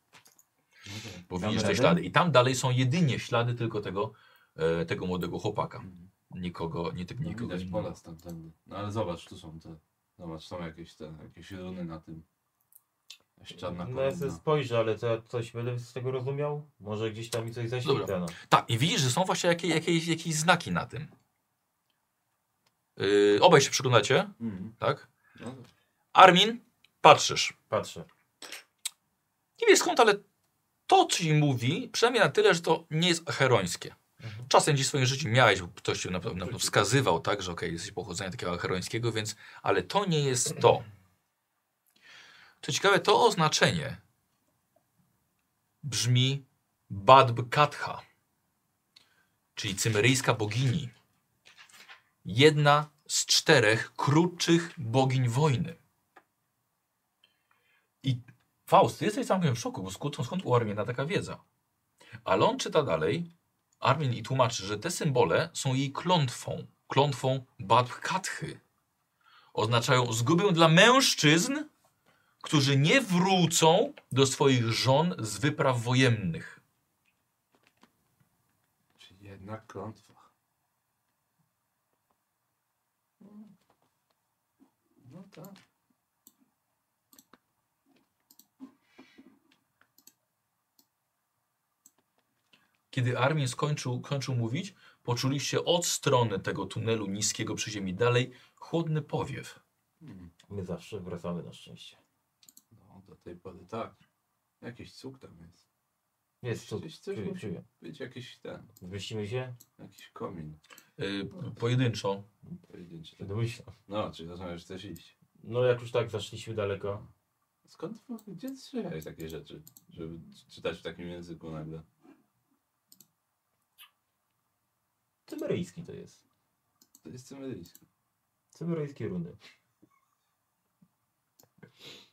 No,
Bo
Damy
widzisz te
radę?
ślady. I tam dalej są jedynie ślady tylko tego, e, tego młodego chłopaka.
Mhm.
Nikogo, nie,
No,
nikogo
widać
innego.
pola stamtąd. No ale zobacz, tu są te. Zobacz, są jakieś te, jakieś runy na tym. Ściana
No ja sobie
kolumna.
spojrzę, ale to ja coś będę z tego rozumiał? Może gdzieś tam mi coś zaświta. No.
Tak, i widzisz, że są właśnie jakieś, jakieś, jakieś znaki na tym. Yy, obaj się przyglądacie,
Mhm.
tak?
No,
Armin, patrzysz.
Patrzę.
Nie wiesz skąd, ale to ci mówi, przynajmniej na tyle, że to nie jest acherońskie.
Mhm.
Czasem gdzieś w swoim życiu miałeś, bo ktoś ci na pewno na pewno
Oczywiście.
wskazywał, tak, że okej, jesteś pochodzenia takiego acherońskiego, więc, ale to nie jest to. Co ciekawe, to oznaczenie brzmi Badbkatha, czyli cymeryjska bogini. Jedna z czterech krótszych bogiń wojny. I Faust, ty jesteś całkiem w szoku, bo skąd, skąd u Armiena taka wiedza? Ale on czyta dalej, Armin i tłumaczy, że te symbole są jej klątwą, klątwą Babkathy. Oznaczają zgubę dla mężczyzn, którzy nie wrócą do swoich żon z wypraw wojennych.
Czyli jednak klątwa. No tak.
Kiedy Armin skończył, kończył mówić, poczuliście od strony tego tunelu niskiego przy ziemi dalej chłodny powiew.
Mm.
My zawsze wracamy na szczęście.
No do tej pory tak. Jakiś cuk tam jest.
Jest cud.
Gdzieś coś
Czuję,
musi
czuję.
być jakiś ten,
Wyścimy się?
jakiś komin.
Yy, pojedynczo.
Pojedynczy.
Się domyślam.
No, czyli rozumiesz, że chcesz iść.
No jak już tak zaszliśmy daleko.
Skąd w ogóle, gdzie słyszałeś takie rzeczy, żeby c- czytać w takim języku nagle?
Cymeryjski to jest.
To jest cymeryjski.
Cymeryjskie runy.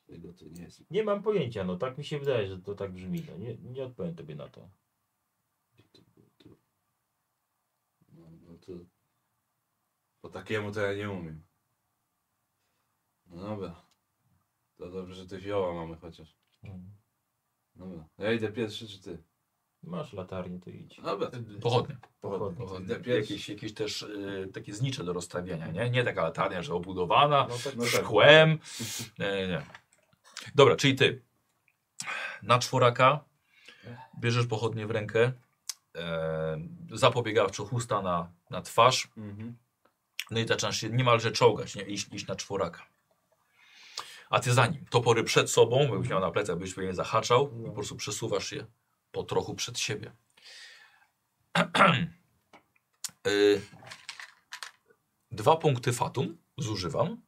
Tego to nie jest.
Nie mam pojęcia, no tak mi się wydaje, że to tak brzmi. No, nie, nie odpowiem tobie na to.
Gdzie to było tu? No, no to... Po takiemu to ja nie umiem. No dobra. To dobrze, że te zioła mamy chociaż.
Mm.
Dobra. Ja idę pierwszy, czy ty?
Masz latarnię, to idź.
Dobra.
Pochodnie.
Pochodnie.
To Idę pierwszy.
Jakieś, jakieś też yy, takie znicze do rozstawiania, nie? Nie taka latarnia, że obudowana,
No tak,
No tak.
szkłem. Nie, nie, nie. Dobra, czyli ty na czworaka bierzesz pochodnie w rękę, e, zapobiegawczo chusta na, na twarz,
Mhm.
no i zaczynasz się niemalże czołgać, nie? Iść, iść na czworaka. A ty za nim, topory przed sobą, bo już miał na plecach, byś pewnie zahaczał i po prostu przesuwasz je po trochu przed siebie. [clears throat] Y, Dwa punkty fatum zużywam.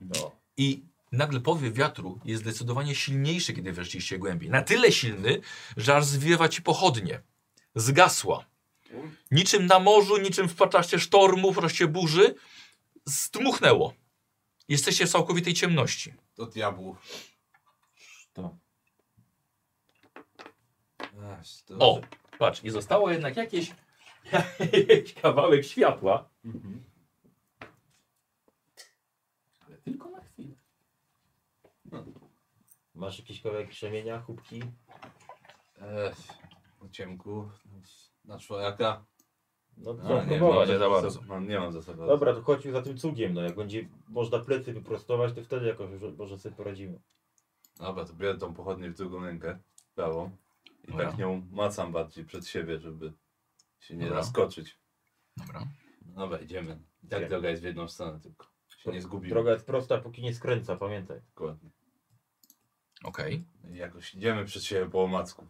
No.
I nagle powiew wiatru jest zdecydowanie silniejszy, kiedy weszliście głębiej. Na tyle silny, że aż zwiewa ci pochodnie. Zgasła. Niczym na morzu, niczym w czasie sztormów, w czasie burzy. Zdmuchnęło. Jesteście w całkowitej ciemności.
Do diabłu.
To.
Aż, to-
O, patrz, i zostało jednak jakieś, [laughs] jakiś kawałek światła.
Mhm.
Ale tylko na chwilę.
Masz jakieś kawałek krzemienia, chubki?
Ech, po ciemku. Na człowieka.
No
A,
co,
nie,
próbować.
nie, nie. za bardzo.
za- mam- nie mam za sobą.
Dobra, to chodźmy za tym cugiem, no jak będzie można plecy wyprostować, to wtedy jakoś już może sobie poradzimy.
Dobra, to biorę tą pochodnię w drugą rękę, prawą. I
Dobra.
tak nią macam bardziej przed siebie, żeby się nie
Dobra.
zaskoczyć.
Dobra.
Dobra, idziemy. I tak
Idziemy.
droga jest w jedną stronę tylko. Się nie zgubimy.
Droga jest prosta, póki nie skręca, pamiętaj.
Dokładnie.
Okej.
I Jakoś idziemy przed siebie po omacku.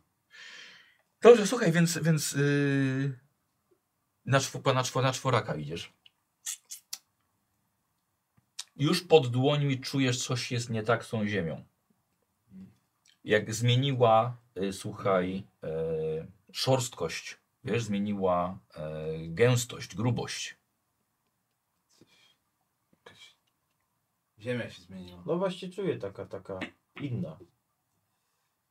Dobrze, słuchaj, więc, więc yy, na, czw- na, czw- na czworaka idziesz. Już pod dłońmi czujesz, coś jest nie tak z tą ziemią. Jak zmieniła, y, słuchaj, y, szorstkość, wiesz, zmieniła y, gęstość, grubość.
Jakaś... Ziemia się zmieniła.
No właśnie czuję taka, taka inna.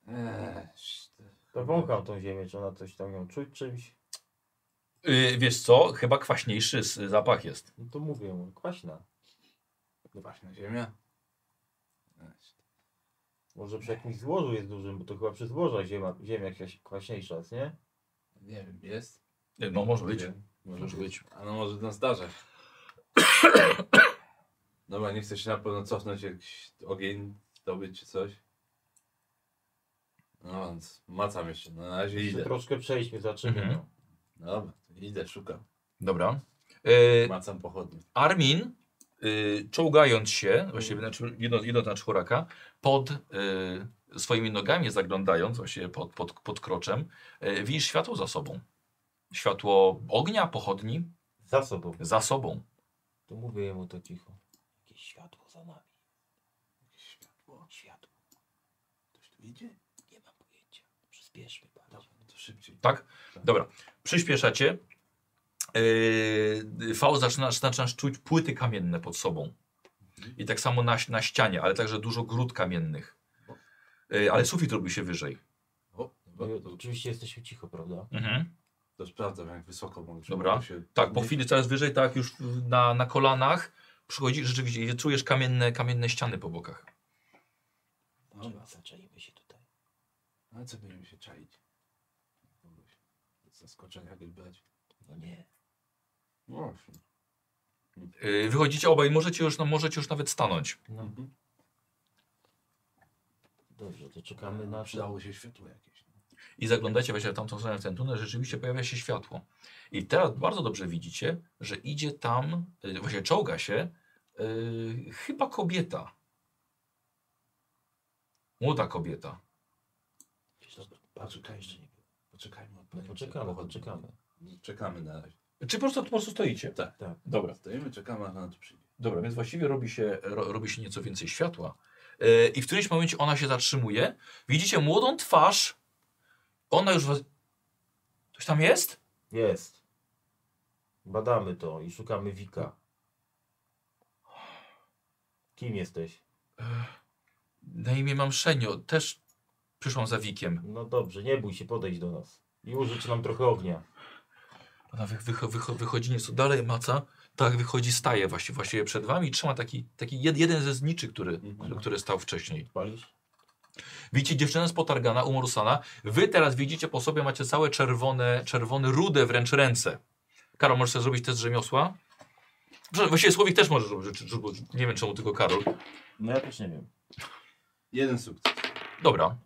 Eee, szt-
To wącham tą ziemię, czy ona coś tam ją czuć czymś.
Y, wiesz co, chyba kwaśniejszy s- zapach jest.
No to mówię mu, kwaśna.
Tak
Właśnie ziemia. Eee, szt-
Może przy jakimś złożu jest dużym, bo to chyba przy złożach ziemia, ziemia jakaś kwaśniejsza jest, nie?
Nie wiem, jest?
Y, No może być.
Nie wiem,
Może być.
A no może nas zdarzać. [coughs] Dobra, nie chcesz się na pewno cofnąć jakiś ogień, zdobyć czy coś? No więc macam jeszcze, na razie
Jeszcze
idę.
troszkę przejdźmy za czym.
Mhm.
No.
Dobra, to idę, szukam.
Dobra. Y,
Macam pochodnie.
Armin, y, czołgając się, właściwie na czw- idąc, idąc na czworaka, pod y, swoimi nogami zaglądając, właściwie pod, pod, pod kroczem, y, widzisz światło za sobą. Światło ognia, pochodni,
Za sobą.
za sobą.
To mówię mu to cicho. Jakieś światło za nami.
Światło.
Światło.
Ktoś tu idzie? No
Nie mam pojęcia. Przyspieszmy bardzo.
To szybciej.
Tak? Dobra, przyspieszacie. Yy, V zaczynasz, zaczynasz czuć płyty kamienne pod sobą. I tak samo na, na ścianie, ale także dużo grud kamiennych. Yy, ale sufit robi się wyżej.
O,
My
dobra, to,
No oczywiście jesteśmy cicho, prawda?
Mhm.
to sprawdzam jak wysoko mogę.
Dobra.
żeby Się...
Tak, po chwili coraz wyżej, tak już na, na kolanach przychodzi rzeczywiście i czujesz kamienne, kamienne ściany po bokach.
Dobra,
Zaczajmy się tutaj.
ale No, co będziemy się czaić? Kogoś Zaskoczenia wybrać. No
No nie.
Właśnie.
Yy, wychodzicie obaj, możecie już, no, możecie już nawet stanąć.
No dobrze, to czekamy na...
Przydało się światło jakieś. no.
I zaglądacie właśnie w tamtą stronę w ten tunel, rzeczywiście pojawia się światło. I teraz bardzo dobrze widzicie, że idzie tam, yy, właśnie czołga się, yy, chyba kobieta. Młoda kobieta.
Dobra,
Poczekaj.
Poczekaj jeszcze nie było.
Poczekajmy.
No poczekamy, poczekamy.
Czekamy na razie.
Czy po prostu, po prostu stoicie?
Tak.
Tak.
Dobra.
Stoimy, czekamy aż ona tu przyjdzie.
Dobra, więc właściwie robi się, ro, robi się nieco więcej światła. E, I w którymś momencie ona się zatrzymuje. Widzicie młodą twarz. Ona już. Was... Ktoś tam jest?
Jest. Badamy to i szukamy Wika. Kim jesteś?
Na imię mam Szenio. Też przyszłam za Wikiem.
No dobrze, nie bój się, podejdź do nas. I użyć nam trochę ognia.
Ona wych, wych, wych, wychodzi nieco dalej, maca. Tak, wychodzi, staje właściwie, właściwie przed wami i trzyma taki, taki jed, jeden ze zniczy, który, który, który stał wcześniej.
Palisz?
Widzicie dziewczynę z potargana, umorsana. Wy teraz widzicie po sobie, macie całe czerwone, czerwone, rude wręcz ręce. Karol, możesz sobie zrobić test rzemiosła? Prze- Właściwie Słowik też może zrobić, czy- czy- czy- nie wiem czemu tylko Karol.
No ja też nie wiem.
Jeden sukces. E,
Dobra,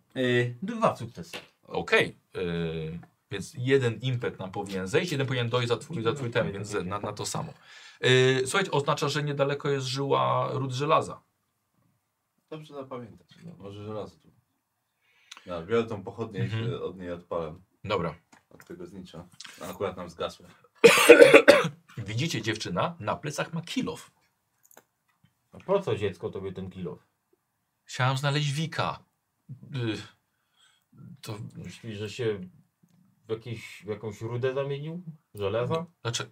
dwa sukcesy.
okej. Yy, więc jeden impet nam powinien zejść, jeden powinien dojść za twój, za twój ten, więc na, na to samo. Yy, słuchajcie, oznacza, że niedaleko jest żyła ród żelaza.
Dobrze zapamiętać. No, może żelazo tu. No, biorę tą pochodnię i
Mhm.
się od niej odpalam.
Dobra.
Od tego znicza. A Akurat nam zgasło.
Widzicie, dziewczyna na plecach ma kilof.
A po co dziecko tobie ten kilo?
Chciałam znaleźć Wika. Yy, Y, to
Myślisz, że się w, jakiś, w jakąś rudę zamienił? Żelaza?
Dlaczego?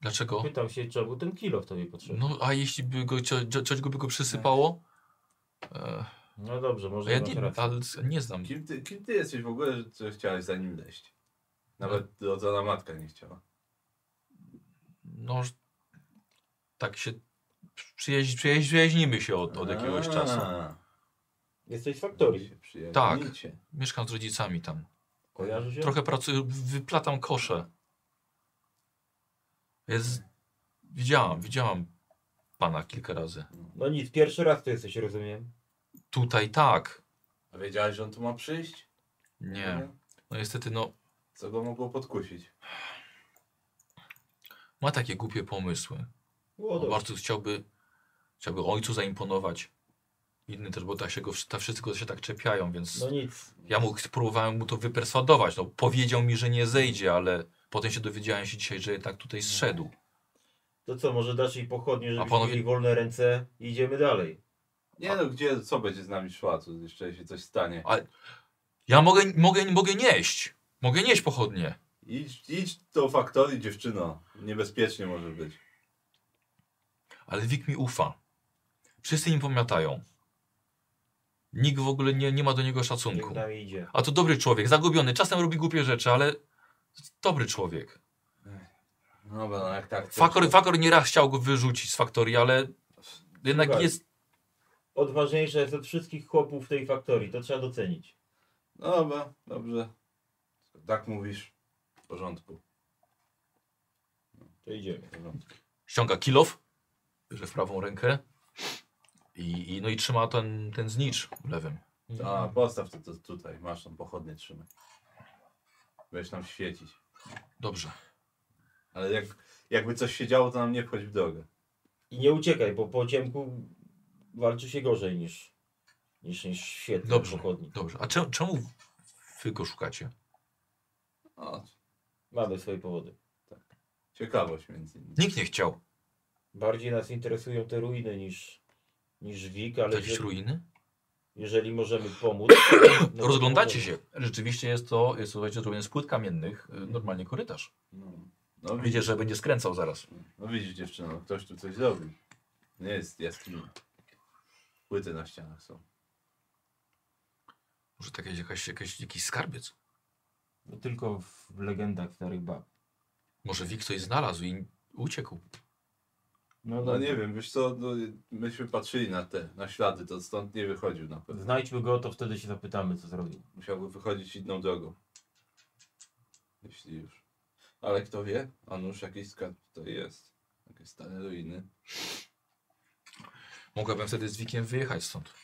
Dlaczego?
Pytam się, czemu ten kilo w tobie potrzebny.
No, a jeśli by go, cio- cio- coś go by go przysypało? E,
No dobrze,
a
może
ja
masz
nie,
rację.
ale nie znam.
Kim ty, kim ty jesteś w ogóle, że co chciałeś za nim leść?
Tak.
Nawet rodzona matka nie chciała.
No, że- tak się przyjaźni, przyjaźni, przyjaźnimy się od, od jakiegoś
A,
czasu.
Jesteś z faktorii.
się przyjaźnicie.
Tak. Mieszkam z rodzicami tam.
Kojarzy się?
Trochę pracuję, wyplatam kosze. Jest... Widziałam, widziałam pana kilka razy.
No nic, pierwszy raz to jesteś, rozumiem.
Tutaj tak.
A wiedziałeś, że on tu ma przyjść?
Nie. No niestety, no,
Co go mogło podkusić?
ma takie głupie pomysły.
Było
On
dobrze.
bardzo chciałby, chciałby ojcu zaimponować. Inny też, bo tak się go, ta wszyscy go się tak czepiają, więc
No nic.
ja mu próbowałem mu to wyperswadować. No, powiedział mi, że nie zejdzie, ale potem się dowiedziałem się dzisiaj, że jednak tutaj zszedł.
To co, może dasz jej pochodnie, żebyśmy
panowie-
mieli wolne ręce i idziemy dalej.
Nie no, gdzie, co będzie z nami szła, co jeszcze się coś stanie?
Ja mogę, mogę, mogę nieść. Mogę nieść pochodnie.
Idź, idź do faktorii, dziewczyno. Niebezpiecznie może być.
Ale Wik mi ufa. Wszyscy im pomiatają. Nikt w ogóle nie, nie ma do niego
Niech
szacunku.
nam idzie.
A to dobry człowiek, zagubiony. Czasem robi głupie rzeczy, ale dobry człowiek.
No bo no, jak tak... to-
Fakor, Fakor nieraz chciał go wyrzucić z faktorii, ale jednak
Słuchaj.
jest.
Odważniejsze jest od wszystkich chłopów w tej faktorii, to trzeba docenić.
No dobra, dobrze. Tak mówisz. W porządku.
To idziemy.
w porządku.
ściąga kilof, bierze w prawą rękę i, i, no i trzyma ten, ten znicz w lewym.
Mhm.
A, postaw to, to tutaj. Masz tą pochodnię, trzymaj. Będziesz nam świecić.
Dobrze.
Ale jak, jakby coś się działo, to nam nie wchodź w drogę.
I nie uciekaj, bo po ciemku walczy się gorzej niż, niż, niż świetny
Dobrze.
pochodni.
Dobrze. A czemu, czemu wy go szukacie?
O,
Mamy swoje powody.
ciekawość między innymi.
Nikt nie chciał.
Bardziej nas interesują te ruiny niż, niż WIK, ale
Jakieś
jeżeli,
ruiny?
jeżeli możemy
[coughs]
pomóc... no to
Rozglądacie
pomożemy.
się. Rzeczywiście jest to, jest, słuchajcie, zrobione z płyt kamiennych, y, normalnie korytarz.
No, no,
Wiecie,
widzisz,
że będzie skręcał zaraz.
no widzisz dziewczyno, ktoś tu coś zrobił. Nie jest jaskinia. Płyty na ścianach są.
Może tak jest jakaś, jakaś, jakiś skarbiec.
No, tylko w legendach starych bab.
Może Wik coś znalazł i uciekł.
No,
No nie wiem, wiesz co, no, myśmy patrzyli na te, na ślady, to stąd nie wychodził na pewno.
Znajdźmy go, to wtedy się zapytamy, co zrobił.
Musiałby wychodzić inną drogą. Jeśli już. Ale kto wie, a nuż jakiś skarb tutaj jest. Jakieś stare ruiny.
Mogłabym wtedy z Wikiem wyjechać stąd.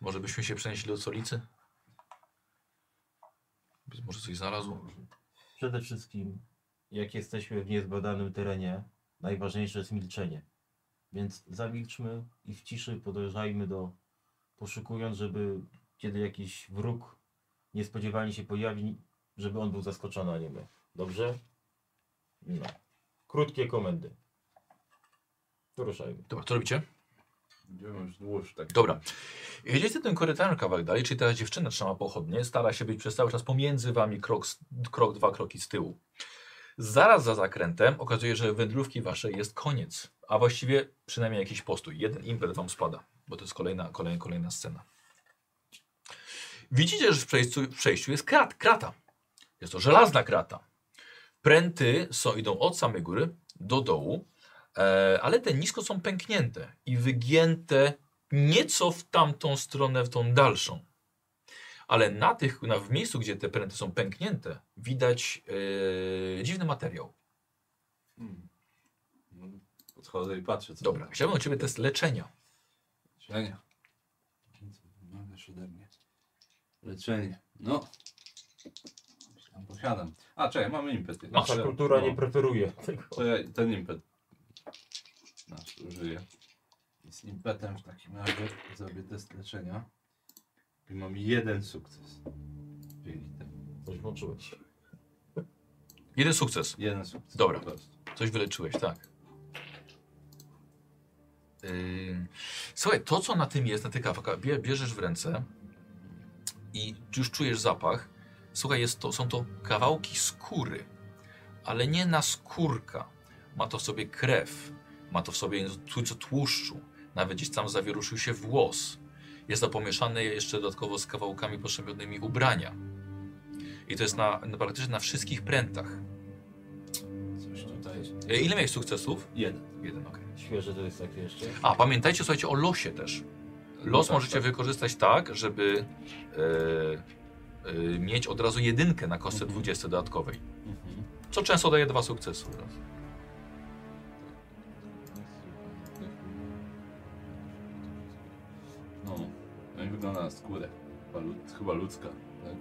Może byśmy się przenieśli do stolicy? Być Może coś znalazł?
Przede wszystkim, jak jesteśmy w niezbadanym terenie, najważniejsze jest milczenie. Więc zamilczmy i w ciszy podejrzajmy do, poszukując, żeby kiedy jakiś wróg niespodziewanie się pojawi, żeby on był zaskoczony, a nie my.
Dobrze? No. Krótkie komendy. To ruszajmy.
Dobra, co robicie?
Będziemy już dłuż tak.
Dobra. Jedziecie tym korytarzem kawałek dalej, czyli ta dziewczyna trzyma pochodnie, stara się być przez cały czas pomiędzy wami krok, s- krok dwa kroki z tyłu. Zaraz za zakrętem okazuje się, że wędrówki waszej jest koniec, a właściwie przynajmniej jakiś postój. Jeden impet wam spada, bo to jest kolejna, kolejna, kolejna scena. Widzicie, że w przejściu, w przejściu jest krat, krata. Jest to żelazna krata. Pręty są, idą od samej góry do dołu, e, ale te nisko są pęknięte i wygięte nieco w tamtą stronę, w tą dalszą. Ale na tych, na, w miejscu, gdzie te pręty są pęknięte, widać e, dziwny materiał.
Hmm. No, Podchodzę i patrzę. Co
Dobra, chciałbym od Ciebie test leczenia.
Leczenie. Masz ode mnie. Leczenie. No. Tam posiadam. A czekaj, mamy impet. jeden.
Masz.
Nasza kultura
No,
nie preferuje tego.
To ja, ten impet. Nasz użyję. I Z impetem w takim razie zrobię test leczenia. I mam jeden sukces. Dzięki temu.
Coś włączyłeś.
Jeden sukces.
Jeden sukces.
Dobra.
po prostu.
Coś wyleczyłeś, tak. Yy, słuchaj, to co na tym jest, na tych kawałkach, bie- bierzesz w ręce i już czujesz zapach. Słuchaj, jest to, są to kawałki skóry, ale nie naskórka. Ma to w sobie krew, ma to w sobie tłuc- tłuszczu, nawet gdzieś tam zawieruszył się włos. Jest to pomieszane jeszcze dodatkowo z kawałkami poszczególnymi ubrania. I to jest na, na praktycznie na wszystkich prętach.
Coś tutaj.
E, Ile miałeś sukcesów?
Jeden.
Jeden, okej.
Świeże to jest takie jeszcze.
A, pamiętajcie, słuchajcie, o losie też.
No
Los
tak,
możecie
tak.
wykorzystać tak, żeby e, e, mieć od razu jedynkę na kostce
Mhm.
20 dodatkowej, co często daje dwa sukcesy.
No, no i wygląda na skórę. Chyba, lud, chyba ludzka, tak?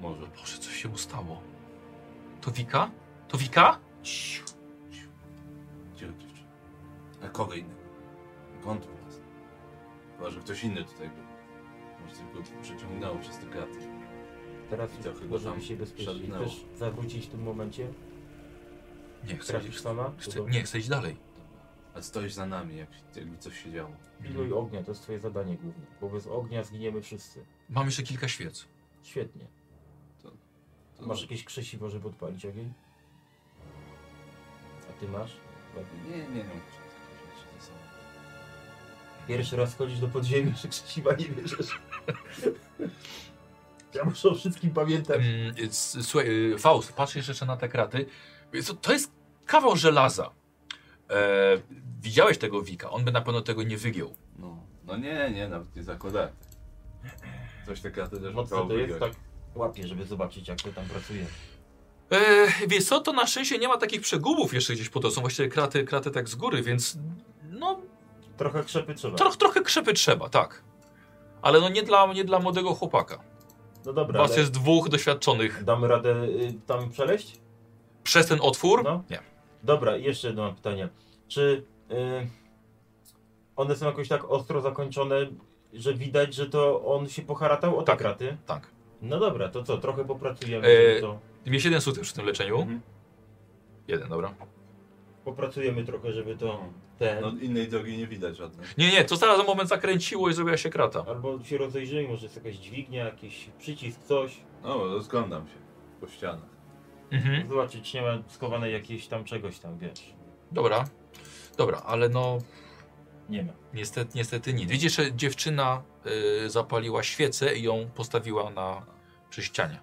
Może.
Boże, coś się mu stało. To Wika? To Wika?
Ciu, ciu. Cicho, dziewczyna. A kogo innego? Kątu nas. Chyba, że ktoś inny tutaj był. Może tylko przeciągnęło przez te kraty.
Teraz
I to chyba
tylko, żeby
tam
się bezpiecznie
szarpnęło.
też zawrócić w tym momencie.
Nie, chcę,
Trafisz sama?
chcę, nie, chcę iść dalej.
A stoisz za nami, jak, jakby coś się działo.
Piluj ognia, to jest twoje zadanie główne. Bo bez ognia zginiemy wszyscy.
Mam jeszcze kilka świec.
Świetnie.
To
Masz jakieś krzesiwo, żeby odpalić ogień? A ty masz?
Nie, nie wiem. czy takie rzeczy to są.
Pierwszy raz chodzisz do podziemi, że krzesiwa nie
[laughs]
bierzesz. Ja muszę o wszystkim pamiętać.
Mm, s- Słuchaj, y, Faust, patrz jeszcze na te kraty. Wiesz co, To jest kawał żelaza. E, widziałeś tego Wika, on by na pewno tego nie wygiął.
No, no nie, nie, nawet nie zakładałem. Coś te kraty też
Mocno to
mogą
jest,
wygrać.
tak łapię, żeby zobaczyć jak to tam pracuje.
E, wiesz co, to na szczęście nie ma takich przegubów jeszcze gdzieś po to. Są właściwie kraty, kraty tak z góry, więc no
Trochę krzepy trzeba.
troch, trochę krzepy trzeba, tak. Ale no nie dla, nie dla młodego chłopaka.
No dobra,
Was
ale
jest dwóch doświadczonych.
damy radę y, tam przeleść?
Przez ten otwór?
No.
Nie.
Dobra, jeszcze jedno mam pytanie. Czy y, one są jakoś tak ostro zakończone, że widać, że to on się poharatał o te
Tak.
kraty?
Tak.
No dobra, to co, trochę popracujemy,
E,
żeby to,
Miałeś jeden sukces przy tym leczeniu?
Mhm.
Jeden, dobra.
popracujemy trochę, żeby to ten,
No innej drogi nie widać żadnej.
Nie, nie, to zaraz za moment zakręciło i zrobiła się krata.
albo się rozejrzyj, może jest jakaś dźwignia, jakiś przycisk, coś,
No, rozglądam się po ścianach.
Mhm.
zobaczyć, czy nie ma skowanej jakiejś tam czegoś tam, wiesz,
Dobra. Dobra, ale no
nie ma.
niestety, niestety nic. Widzisz, że dziewczyna y, zapaliła świecę i ją postawiła na przy ścianie.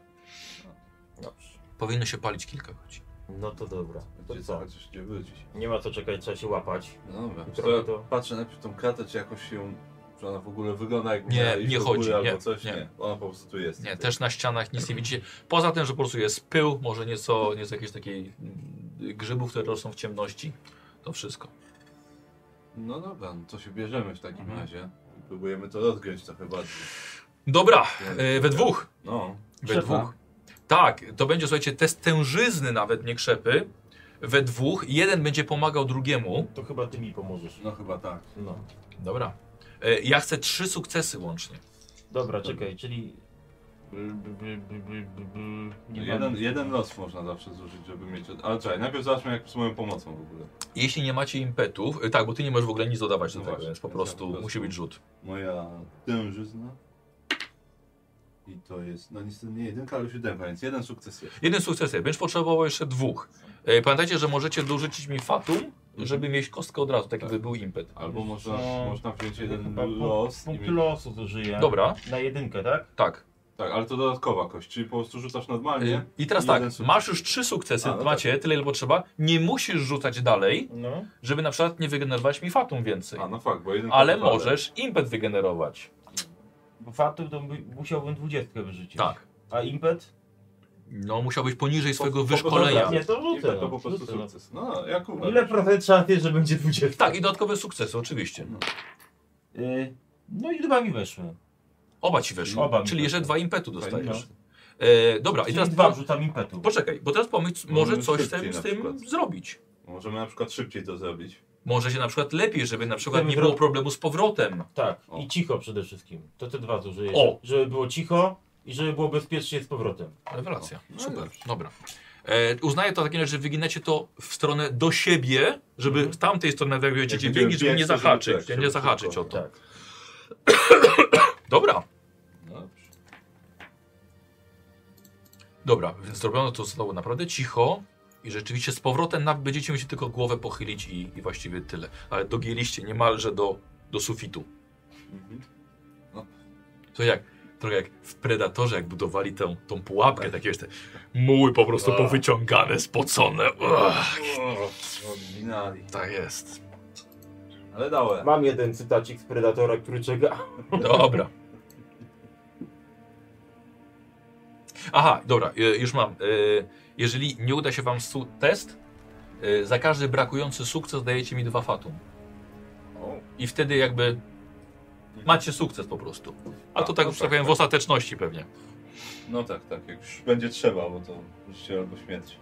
Dobrze.
Powinno się palić kilka godzin.
No to dobra, to
Będzie
co,
chociaż gdzie wrócić.
nie ma co czekać, trzeba się łapać.
No dobra,
I
to
trochę
ja
to-
patrzę najpierw tą kratę, czy jakoś się, czy ona w ogóle wygląda jakby
Nie,
miała iść
nie
do góry
chodzi,
albo
nie,
coś.
nie.
Nie. ona po prostu tu jest.
Nie, też na ścianach nic nie widzicie. Poza tym, że po prostu jest pył, może nieco, nieco jakichś takiej mm, grzybów, które rosną w ciemności. To wszystko.
No dobra, no to się bierzemy w takim
Mhm.
razie. I Próbujemy to rozgryźć trochę bardziej.
Dobra,
Więc-
e, we dwóch.
No,
We dwóch. Tak, to będzie, słuchajcie, test tężyzny nawet, nie krzepy. We dwóch. Jeden będzie pomagał drugiemu.
To chyba ty mi pomożesz.
no chyba tak.
No.
Dobra. E, ja chcę trzy sukcesy łącznie.
Dobra, czekaj, czyli... Bl, bl, bl, bl, bl, bl, bl. Nie mam-
Jeden, jeden los można zawsze zużyć, żeby mieć... Ale czekaj, najpierw zobaczmy jak z moją pomocą w ogóle.
Jeśli nie macie impetów, e, tak, bo ty nie możesz w ogóle nic dodawać do
No
tego,
właśnie,
więc po
więc
prostu
ja po prostu-
musi być rzut.
Moja tężyzna. I to jest, no niestety nie jedynka, ale siódemka, więc jeden sukces jest.
Jeden sukces, będziesz potrzebował jeszcze dwóch. E, pamiętajcie, że możecie dorzucić mi fatum, żeby mieć kostkę od razu, tak jakby był impet.
Albo można,
No.
można wziąć jeden
Chyba punkt-
los. i
Punkt
mieć...
losu zużyję.
Dobra,
Na jedynkę, tak?
tak.
Tak, ale to dodatkowa kość, czyli po prostu rzucasz normalnie.
Y, I teraz
I
tak,
jeden sukces.
masz już trzy sukcesy,
A, no
macie tyle ile potrzeba, nie musisz rzucać dalej,
No.
żeby na przykład nie wygenerować mi fatum więcej.
A no fakt, bo jeden
Y, Ale
kapitalny.
możesz impet wygenerować.
Bo fatum to by, musiałbym dwudziestkę wyrzucić.
Tak.
A impet?
No musiałbyś poniżej swojego
po- po-
wyszkolenia.
dobra.
Nie, to
I tak
rzucę.
to
no,
po prostu
rzucę, no.
sukces. No, jak uważasz?
Ile procent szansy, że będzie dwudziestka?
Tak, i dodatkowe sukcesy, oczywiście.
Y, no i dwa mi weszły.
Oba ci weszły.
Oba mi
Czyli jeszcze
weszły.
dwa impetu
Fajnie,
dostajesz.
no.
E, dobra, i
Czyli
teraz
dwa
po,
wrzucam impetu.
poczekaj, bo teraz pomyśl,
Możemy
może coś z
szybciej
tym, z
na
tym
przykład.
zrobić.
Możemy na przykład szybciej to zrobić.
Może się na przykład lepiej, żeby na przykład
Chcemy
nie było
dro-
problemu z powrotem.
Tak.
O.
I cicho przede wszystkim. To te dwa zużyję.
O!
Żeby było cicho i żeby było bezpiecznie z powrotem.
Rewelacja.
No,
Super.
dobrze.
Dobra. E, uznaję to w takim razie, że wyginacie to w stronę do siebie, żeby z tamtej strony, jak będziecie
będziemy
biegnie, żeby
biec,
nie
to żeby
zahaczyć.
tak,
żeby nie
żeby
zahaczyć
szybko.
o to.
Tak.
Dobra.
Dobrze.
Dobra, więc zrobiono to zostało naprawdę cicho i rzeczywiście z powrotem na, będziecie musieli tylko głowę pochylić i, i właściwie tyle. Ale dogięliście niemalże do, do sufitu.
Mhm.
To jak, trochę jak w Predatorze, jak budowali tą, tą pułapkę, takie wiesz, te muły po prostu
A.
powyciągane, spocone. Uch,
O, Odginali.
tak jest.
Ale dałem.
Tak. Mam jeden cytacik z Predatora, który czeka.
Dobra. Aha, dobra, e, już mam. E, Jeżeli nie uda się wam su- test, e, za każdy brakujący sukces dajecie mi dwa fatum.
O,
I wtedy jakby macie sukces po prostu. A to
A,
tak,
no
już
tak,
tak powiem, w
tak.
ostateczności pewnie.
No tak, tak. Jak już będzie trzeba, bo to życie albo śmierć.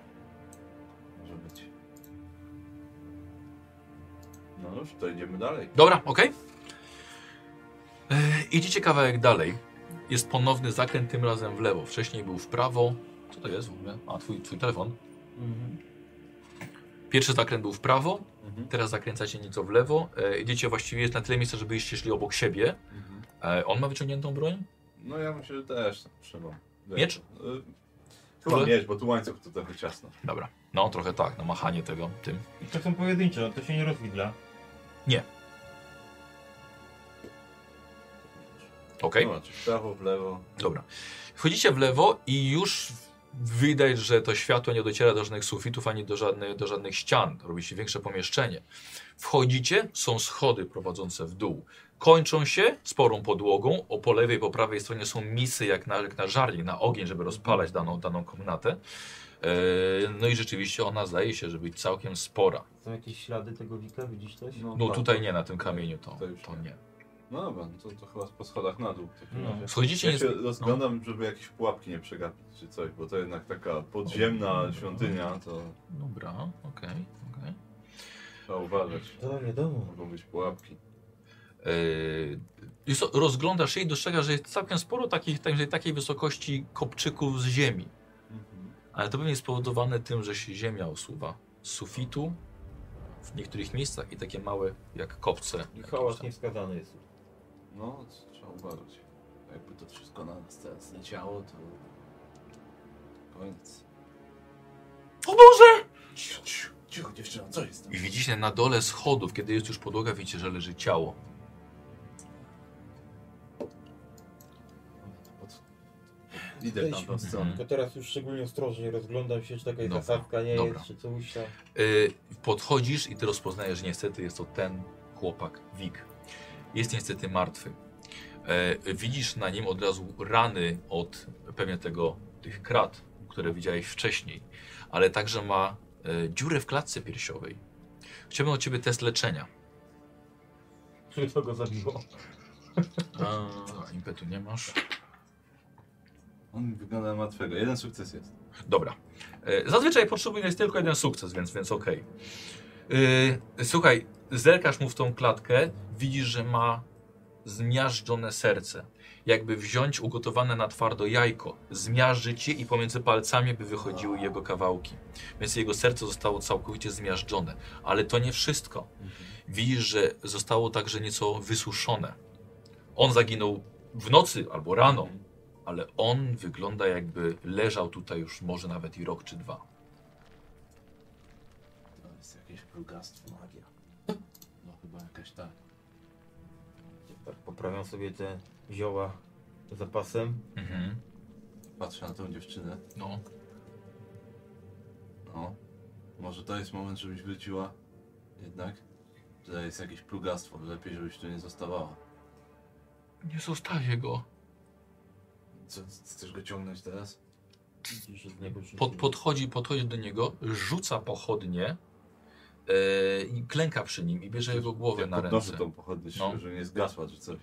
Może być. No już, to idziemy dalej.
Dobra, okej. E, Idziecie kawałek dalej. Jest ponowny zakręt, tym razem w lewo. Wcześniej był w prawo. Co to jest w ogóle? A, twój, twój telefon.
Mhm.
Pierwszy zakręt był w prawo,
Mhm.
teraz zakręcacie nieco w lewo. E, idziecie właściwie jest na tyle miejsca, że byście szli obok siebie. E, on ma wyciągniętą broń?
No ja myślę, że też tak trzeba.
Miecz?
Y, Chyba
Tyle?
miecz, bo tu łańcuch to trochę ciasno.
Dobra. No, trochę tak, na machanie tego, tym.
I to są pojedyncze, to się nie rozwidla.
Okej,
No, czy w prawo, w lewo.
dobra. Wchodzicie w lewo i już widać, że to światło nie dociera do żadnych sufitów, ani do żadnych, do żadnych ścian. Robi się większe pomieszczenie. Wchodzicie, są schody prowadzące w dół. Kończą się sporą podłogą. O po lewej, po prawej stronie są misy jak na, jak na żarli, na ogień, żeby rozpalać daną, daną komnatę. E, no i rzeczywiście ona zdaje się, że być całkiem spora.
Są jakieś ślady tego wika, widzisz coś?
No
tak.
tutaj nie, na tym kamieniu to,
To już
to
nie.
nie.
No dobra, no to, to chyba po schodach na dół w takim
No.
razie.
Schodzicie
Ja
nie...
się rozglądam, żeby jakieś pułapki nie przegapić czy coś, bo to jednak taka podziemna świątynia, to
Dobra, okej, okej.
trzeba uważać.
To wiadomo.
Mogą być pułapki.
Yy, i so- rozglądasz się i dostrzegasz, że jest całkiem sporo takich, tak- takiej wysokości kopczyków z ziemi. Ale to pewnie jest spowodowane tym, że się ziemia osuwa z sufitu w niektórych miejscach i takie małe jak kopce.
I
jakieś
hałas
tam.
niewskazany jest.
No, c- trzeba uważać. Jakby to wszystko na nas teraz leciało, to koniec.
O Boże!
Cicho, cicho, cicho dziewczyno, co jest tam?
I widzicie na dole schodów, kiedy jest już podłoga, widzicie, że leży ciało.
Pod... Idę tam tą
Mhm.
stronę.
Tylko teraz już szczególnie ostrożnie rozglądam się, czy taka jest
Dobra,
zasadka, nie
dobra.
jest, czy coś tam.
Yy, podchodzisz i ty rozpoznajesz, że niestety jest to ten chłopak, Wik. Jest niestety martwy. Yy, widzisz na nim od razu rany od pewnie tego, tych krat, które widziałeś wcześniej, ale także ma yy, dziurę w klatce piersiowej. Chciałbym od ciebie test leczenia.
Czy to go zabiło?
A, impetu nie masz.
On wygląda na martwego. Jeden sukces jest.
Dobra. E, Zazwyczaj potrzebujesz tylko jeden sukces, więc, więc okej. E, Słuchaj, zerkasz mu w tą klatkę, widzisz, że ma zmiażdżone serce. Jakby wziąć ugotowane na twardo jajko, zmiażdżyć je i pomiędzy palcami by wychodziły jego kawałki. Więc jego serce zostało całkowicie zmiażdżone. Ale to nie wszystko. Widzisz, że zostało także nieco wysuszone. On zaginął w nocy albo rano ale on wygląda jakby leżał tutaj już może nawet i rok czy dwa.
To jest jakieś plugastwo, magia. No chyba jakaś tak.
Tak, poprawiam sobie te zioła zapasem.
Mhm.
Patrzę na tą dziewczynę.
No,
No. Może to jest moment, żebyś wróciła. Jednak. To jest jakieś plugastwo. Lepiej, żebyś tu nie zostawała.
nie zostawię go.
Co, chcesz go ciągnąć teraz?
Widzisz, że z niego rzuciłem.
Pod, podchodzi, podchodzi do niego, rzuca pochodnie yy, i klęka przy nim i bierze jego głowę
Ja
na
podnoszę
ręce.
tą pochodnię,
No.
żeby nie zgasła czy coś.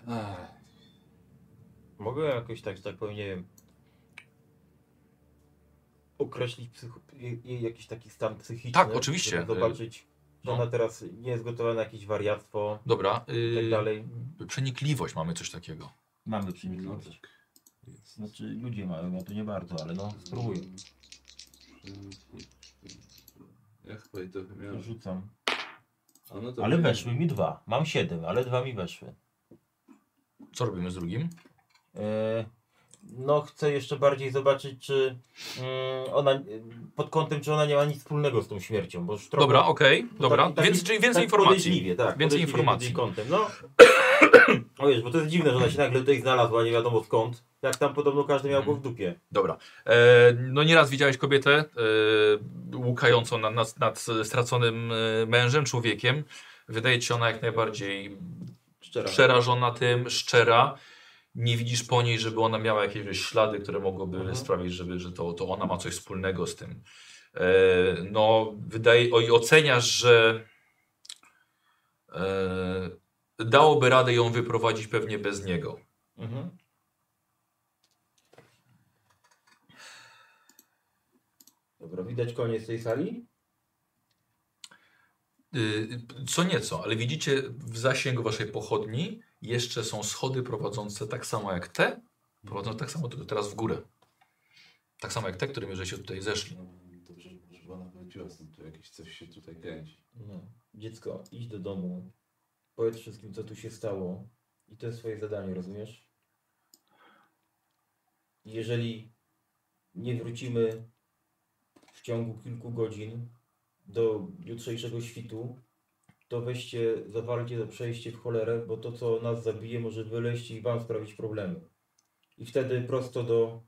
Ech,
Mogę jakoś tak, że tak powiem, nie wiem, określić psycho- jej- jej jakiś taki stan psychiczny.
Tak, oczywiście.
żeby Zobaczyć, czy
No.
ona teraz nie jest gotowa na jakieś wariactwo.
Dobra,
I tak
yy,
dalej.
przenikliwość mamy coś takiego.
Mamy
no
przynikliwość.
tak.
Znaczy ludzie mają, ja to nie bardzo, ale no spróbuję.
Ja chyba i to wymiarę.
Rzucam.
A no to
Ale
nie.
weszły mi dwa. Mam siedem, ale dwa mi weszły.
Co robimy z drugim?
E,
no chcę jeszcze bardziej zobaczyć, czy mm, ona, pod kątem, czy ona nie ma nic wspólnego z tą śmiercią, bo już trochę...
Dobra, okej,
to
dobra.
taki- taki-
Więc, czyli więcej
No tak
informacji.
Podejrzliwie, tak.
Więcej
podejrzliwie
informacji.
pod jej Kątem, no. [coughs] O wiesz, bo to jest dziwne, że ona się nagle tutaj znalazła, nie wiadomo skąd. Jak tam podobno każdy miał go w dupie.
Dobra. E, no nieraz widziałeś kobietę e, łukającą nad, nad, nad straconym e, mężem, człowiekiem. Wydaje ci się ona jak najbardziej
Szczerze.
przerażona tym, szczera. Nie widzisz po niej, żeby ona miała jakieś ślady, które mogłyby sprawić, żeby, że to, to ona ma coś wspólnego z tym. E, no, wydaje, o, i oceniasz, że e, dałoby radę ją wyprowadzić pewnie bez niego.
Mhm. Dobra, widać koniec tej sali?
Y, Co nieco, ale widzicie w zasięgu waszej pochodni jeszcze są schody prowadzące tak samo jak te, prowadzą tak samo tylko teraz w górę. Tak samo jak te, którymi żeście tutaj zeszli.
No, Dobrze, że ona wróciła stąd, tu jakieś coś się tutaj kręci.
No. Dziecko, idź do domu. Powiedz wszystkim, co tu się stało. I to jest twoje zadanie, rozumiesz? Jeżeli nie wrócimy w ciągu kilku godzin do jutrzejszego świtu, to weźcie, zawarcie to przejście w cholerę, bo to, co nas zabije, może wyleść i wam sprawić problemy. I wtedy prosto do,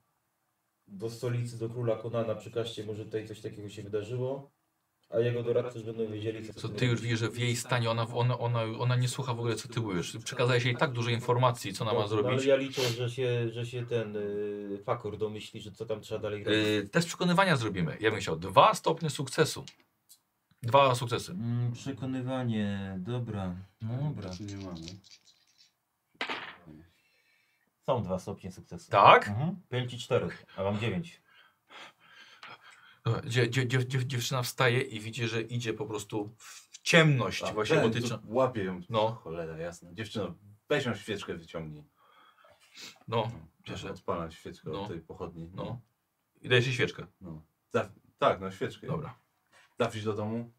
do stolicy, do króla Konana przekażcie, może tutaj coś takiego się wydarzyło, a jego doradcy już będą wiedzieli, co
Co ty już widzisz, że w jej stanie ona, ona, ona, ona nie słucha w ogóle co ty mówisz. Przekazałeś jej tak dużo informacji, co ona ma
Dobrze, no
zrobić.
Ale ja liczę, że się, że się ten yy, fakor domyśli, że co tam trzeba dalej robić.
Y, Test przekonywania zrobimy. Ja bym chciał dwa stopnie sukcesu. Dwa sukcesy.
Mm, przekonywanie, dobra. No dobra.
Czy nie mamy?
Są dwa stopnie sukcesu.
Tak?
Mhm. 5 i 4, a mam 9.
Dobra, Dzie, dzie, dziew- dziew, dziewczyna wstaje i widzi, że idzie po prostu w ciemność właśnie
ten,
botyczna.
tu Łapie ją.
No.
No. Cholera, jasne. Dziewczyno, weź ją świeczkę wyciągnij.
No,
Proszę.
bierze.
Odpalam świeczkę
No.
od tej pochodni.
No. I dajesz jej świeczkę.
no. Za, tak, no świeczkę.
Dobra.
Zapisz do domu.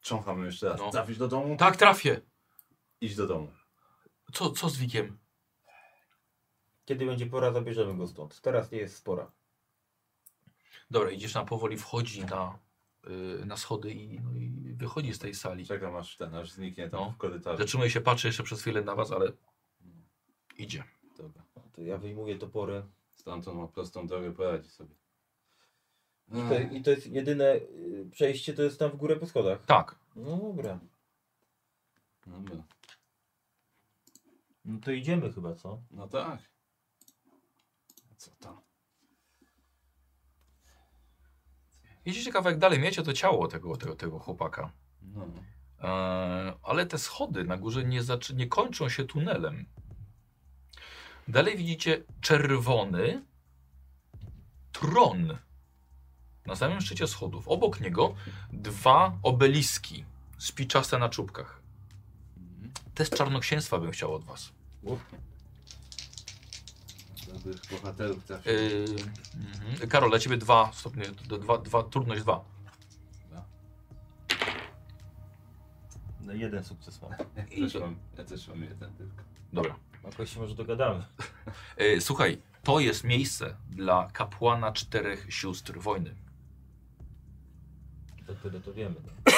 Czącham ją jeszcze raz.
No.
No. Zapisz do domu.
Tak, trafię.
Idź do domu.
Co, co z Wikiem?
Kiedy będzie pora, zabierzemy go stąd. Teraz nie jest spora.
Dobra, idziesz na powoli, wchodzi na, y, na schody i, no, i wychodzi z tej sali.
Czekam aż ten, aż zniknie tam
No.
w korytarzu.
Zatrzymuje się, patrzy jeszcze przez chwilę na was, ale idzie.
Dobra.
To ja wyjmuję topory.
Stamtąd ma prostą drogę, poradzi sobie.
I to, i to jest jedyne yy, przejście, to jest tam w górę po schodach.
Tak.
No dobra.
Dobra.
No to idziemy chyba, co?
No tak. Co tam?
Jedziecie kawałek dalej, miecie to ciało tego, tego, tego chłopaka.
No.
E, ale te schody na górze nie, zaczy- nie kończą się tunelem. Dalej widzicie czerwony tron na samym szczycie schodów. Obok niego dwa obeliski spiczaste na czubkach. Test czarnoksięstwa bym chciał od was.
Dobrych bohaterów trafił.
Yy, mhm. Karol, dla ciebie dwa stopnie, d- dwa, dwa, trudność dwa.
No jeden sukces mam.
Ja też mam, ja też mam jeden tylko.
Dobra.
Jakoś się może dogadamy.
Yy, słuchaj, to jest miejsce dla kapłana czterech sióstr wojny.
To tyle to wiemy. no.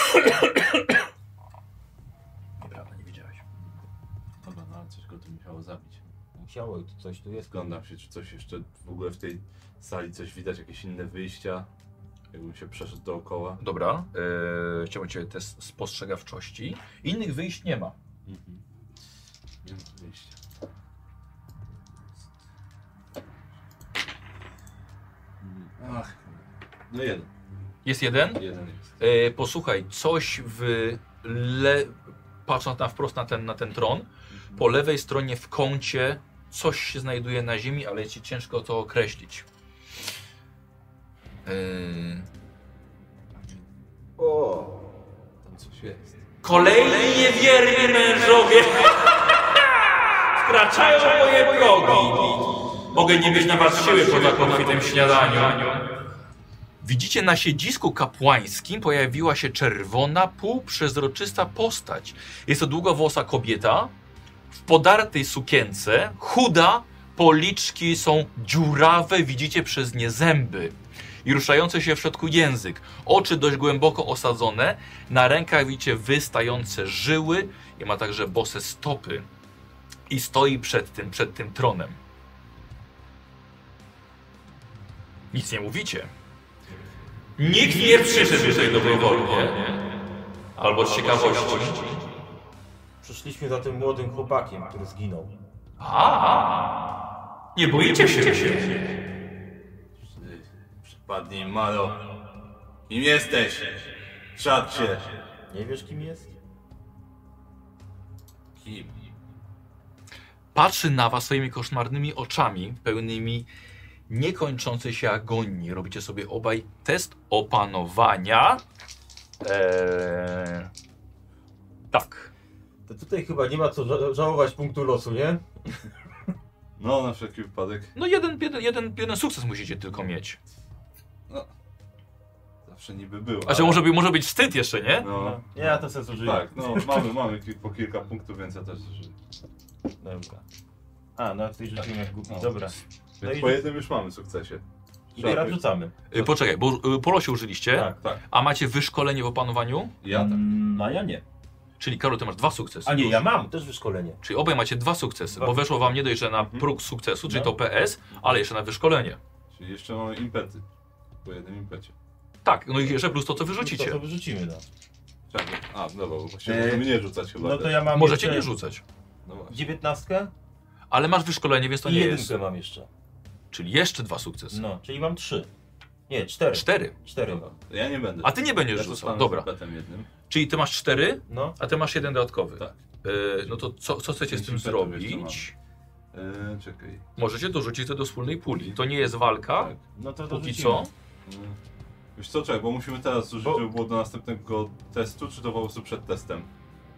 Nieprawda, nie wiedziałeś.
Dobra, no ale coś go tu musiało zabić.
Musiało i to coś tu jest.
Zglądam się, czy coś jeszcze w ogóle w tej sali coś widać, jakieś inne wyjścia. Jakbym się przeszedł dookoła.
Dobra, yy, chciałbym Cię test spostrzegawczości. Innych wyjść nie ma.
Mhm. Nie ma wyjścia. Ach, Mhm. no jeden,
Jest jeden.
jeden jest.
Yy, posłuchaj, coś w le... patrząc na wprost na ten, na ten tron, po lewej stronie w kącie coś się znajduje na ziemi, ale jest Ci ciężko to określić. Yy,
O, tam coś jest.
Kolejni niewierni mężowie [laughs] wkraczają w moje progi. Mogę nie mieć na was siły po tak obfitym śniadaniu. Widzicie, na siedzisku kapłańskim pojawiła się czerwona, półprzezroczysta postać. Jest to długowłosa kobieta w podartej sukience, chuda, policzki są dziurawe, widzicie przez nie zęby i ruszający się w środku język. Oczy dość głęboko osadzone, na rękach widzicie wystające żyły i ma także bose stopy. I stoi przed tym, przed tym tronem. Nic nie mówicie. Nikt nie przyszedł tutaj dobrowolnie. Albo z ciekawości.
Przyszliśmy za tym młodym chłopakiem, który zginął.
A, nie boicie się.
Przypadnij, Maro. Kim jesteś? Szat się.
Nie wiesz, kim jest?
Kim?
Patrzy na was swoimi koszmarnymi oczami, pełnymi niekończącej się agonii. Robicie sobie obaj test opanowania. Eee, tak.
To tutaj chyba nie ma co ża- żałować punktu losu, nie?
No, na wszelki wypadek.
No jeden, jeden, jeden, jeden sukces musicie tylko mieć.
Zawsze niby było.
A że może, by- może być wstyd jeszcze, nie?
No.
Ja to sensu żyję.
Tak, no mamy, mamy ki- po kilka punktów, więc ja też żyję.
Dobra. A, no jak ty rzuciłem jak głupi.
No.
Dobra. No
Więc
i-
po jednym już mamy sukcesie.
I teraz rzucamy.
Y, Poczekaj, bo y, po losie użyliście,
Tak.
Tak,
a macie wyszkolenie w opanowaniu?
ja tak.
Mm, A ja nie.
Czyli Karol, ty masz dwa sukcesy.
A nie, ja mam.
Też wyszkolenie.
Czyli obaj macie dwa sukcesy, bo weszło wam nie dość, że na próg sukcesu, czyli
No.
to PS, ale jeszcze na wyszkolenie.
Czyli jeszcze mamy impety. Po jednym impecie.
Tak, no i jeszcze plus to, co
To,
wyrzucicie.
to wyrzucimy, no.
Czekaj. A, no bo właśnie
Eee,
możemy nie rzucać chyba.
No to
też.
ja mam
Możecie nie
jeszcze
rzucać.
No właśnie.
19
Ale masz wyszkolenie, więc to
i
nie
jedynkę
jest.
mam jeszcze.
Czyli jeszcze dwa sukcesy.
No, czyli mam 3. Nie, 4.
Cztery.
Cztery.
Dobra, Ja nie będę.
A ty nie będziesz
ja
rzucał.
zostanę
Dobra.
Z impetem jednym.
Czyli ty masz cztery,
No.
a ty masz jeden dodatkowy.
Tak.
Y, no to co, co chcecie z
Pięć
tym
impetów jeszcze
zrobić?
Eee, czekaj.
Możecie dorzucić to do wspólnej puli. To nie jest walka.
Tak.
No to
Póki
dorzucimy.
co.
Eee, Wiesz co, czekaj, bo musimy teraz użyć,
Bo-
żeby było do następnego testu, czy to po prostu przed testem?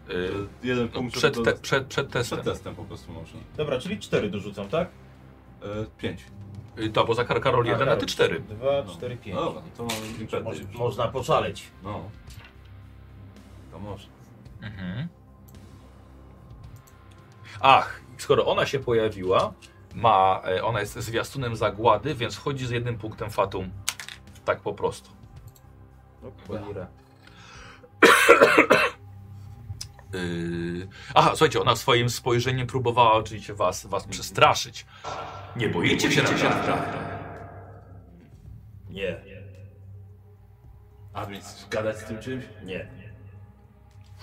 Eee,
Y,
Jeden
no,
punkt żeby
przed,
do...
te, przed, przed testem.
przed testem po prostu można.
Dobra, czyli 4 dorzucam, tak?
Eee, pięć.
Y, To, bo za Kar- Karol
Tak,
jeden, a
Tak.
ty cztery.
2,
No.
4, 5.
No dobra, no to mamy impety.
Moż,
już.
można poszaleć.
No. To może.
Mhm. Ach, skoro ona się pojawiła, ma, e, ona jest zwiastunem zagłady, więc chodzi z jednym punktem fatum. Tak po prostu.
No,
[coughs]
cholera.
Yy... Aha, słuchajcie, ona swoim spojrzeniem próbowała oczywiście was, was przestraszyć. Nie boicie się naprawdę.
Nie,
A więc gadać z tym czymś?
nie.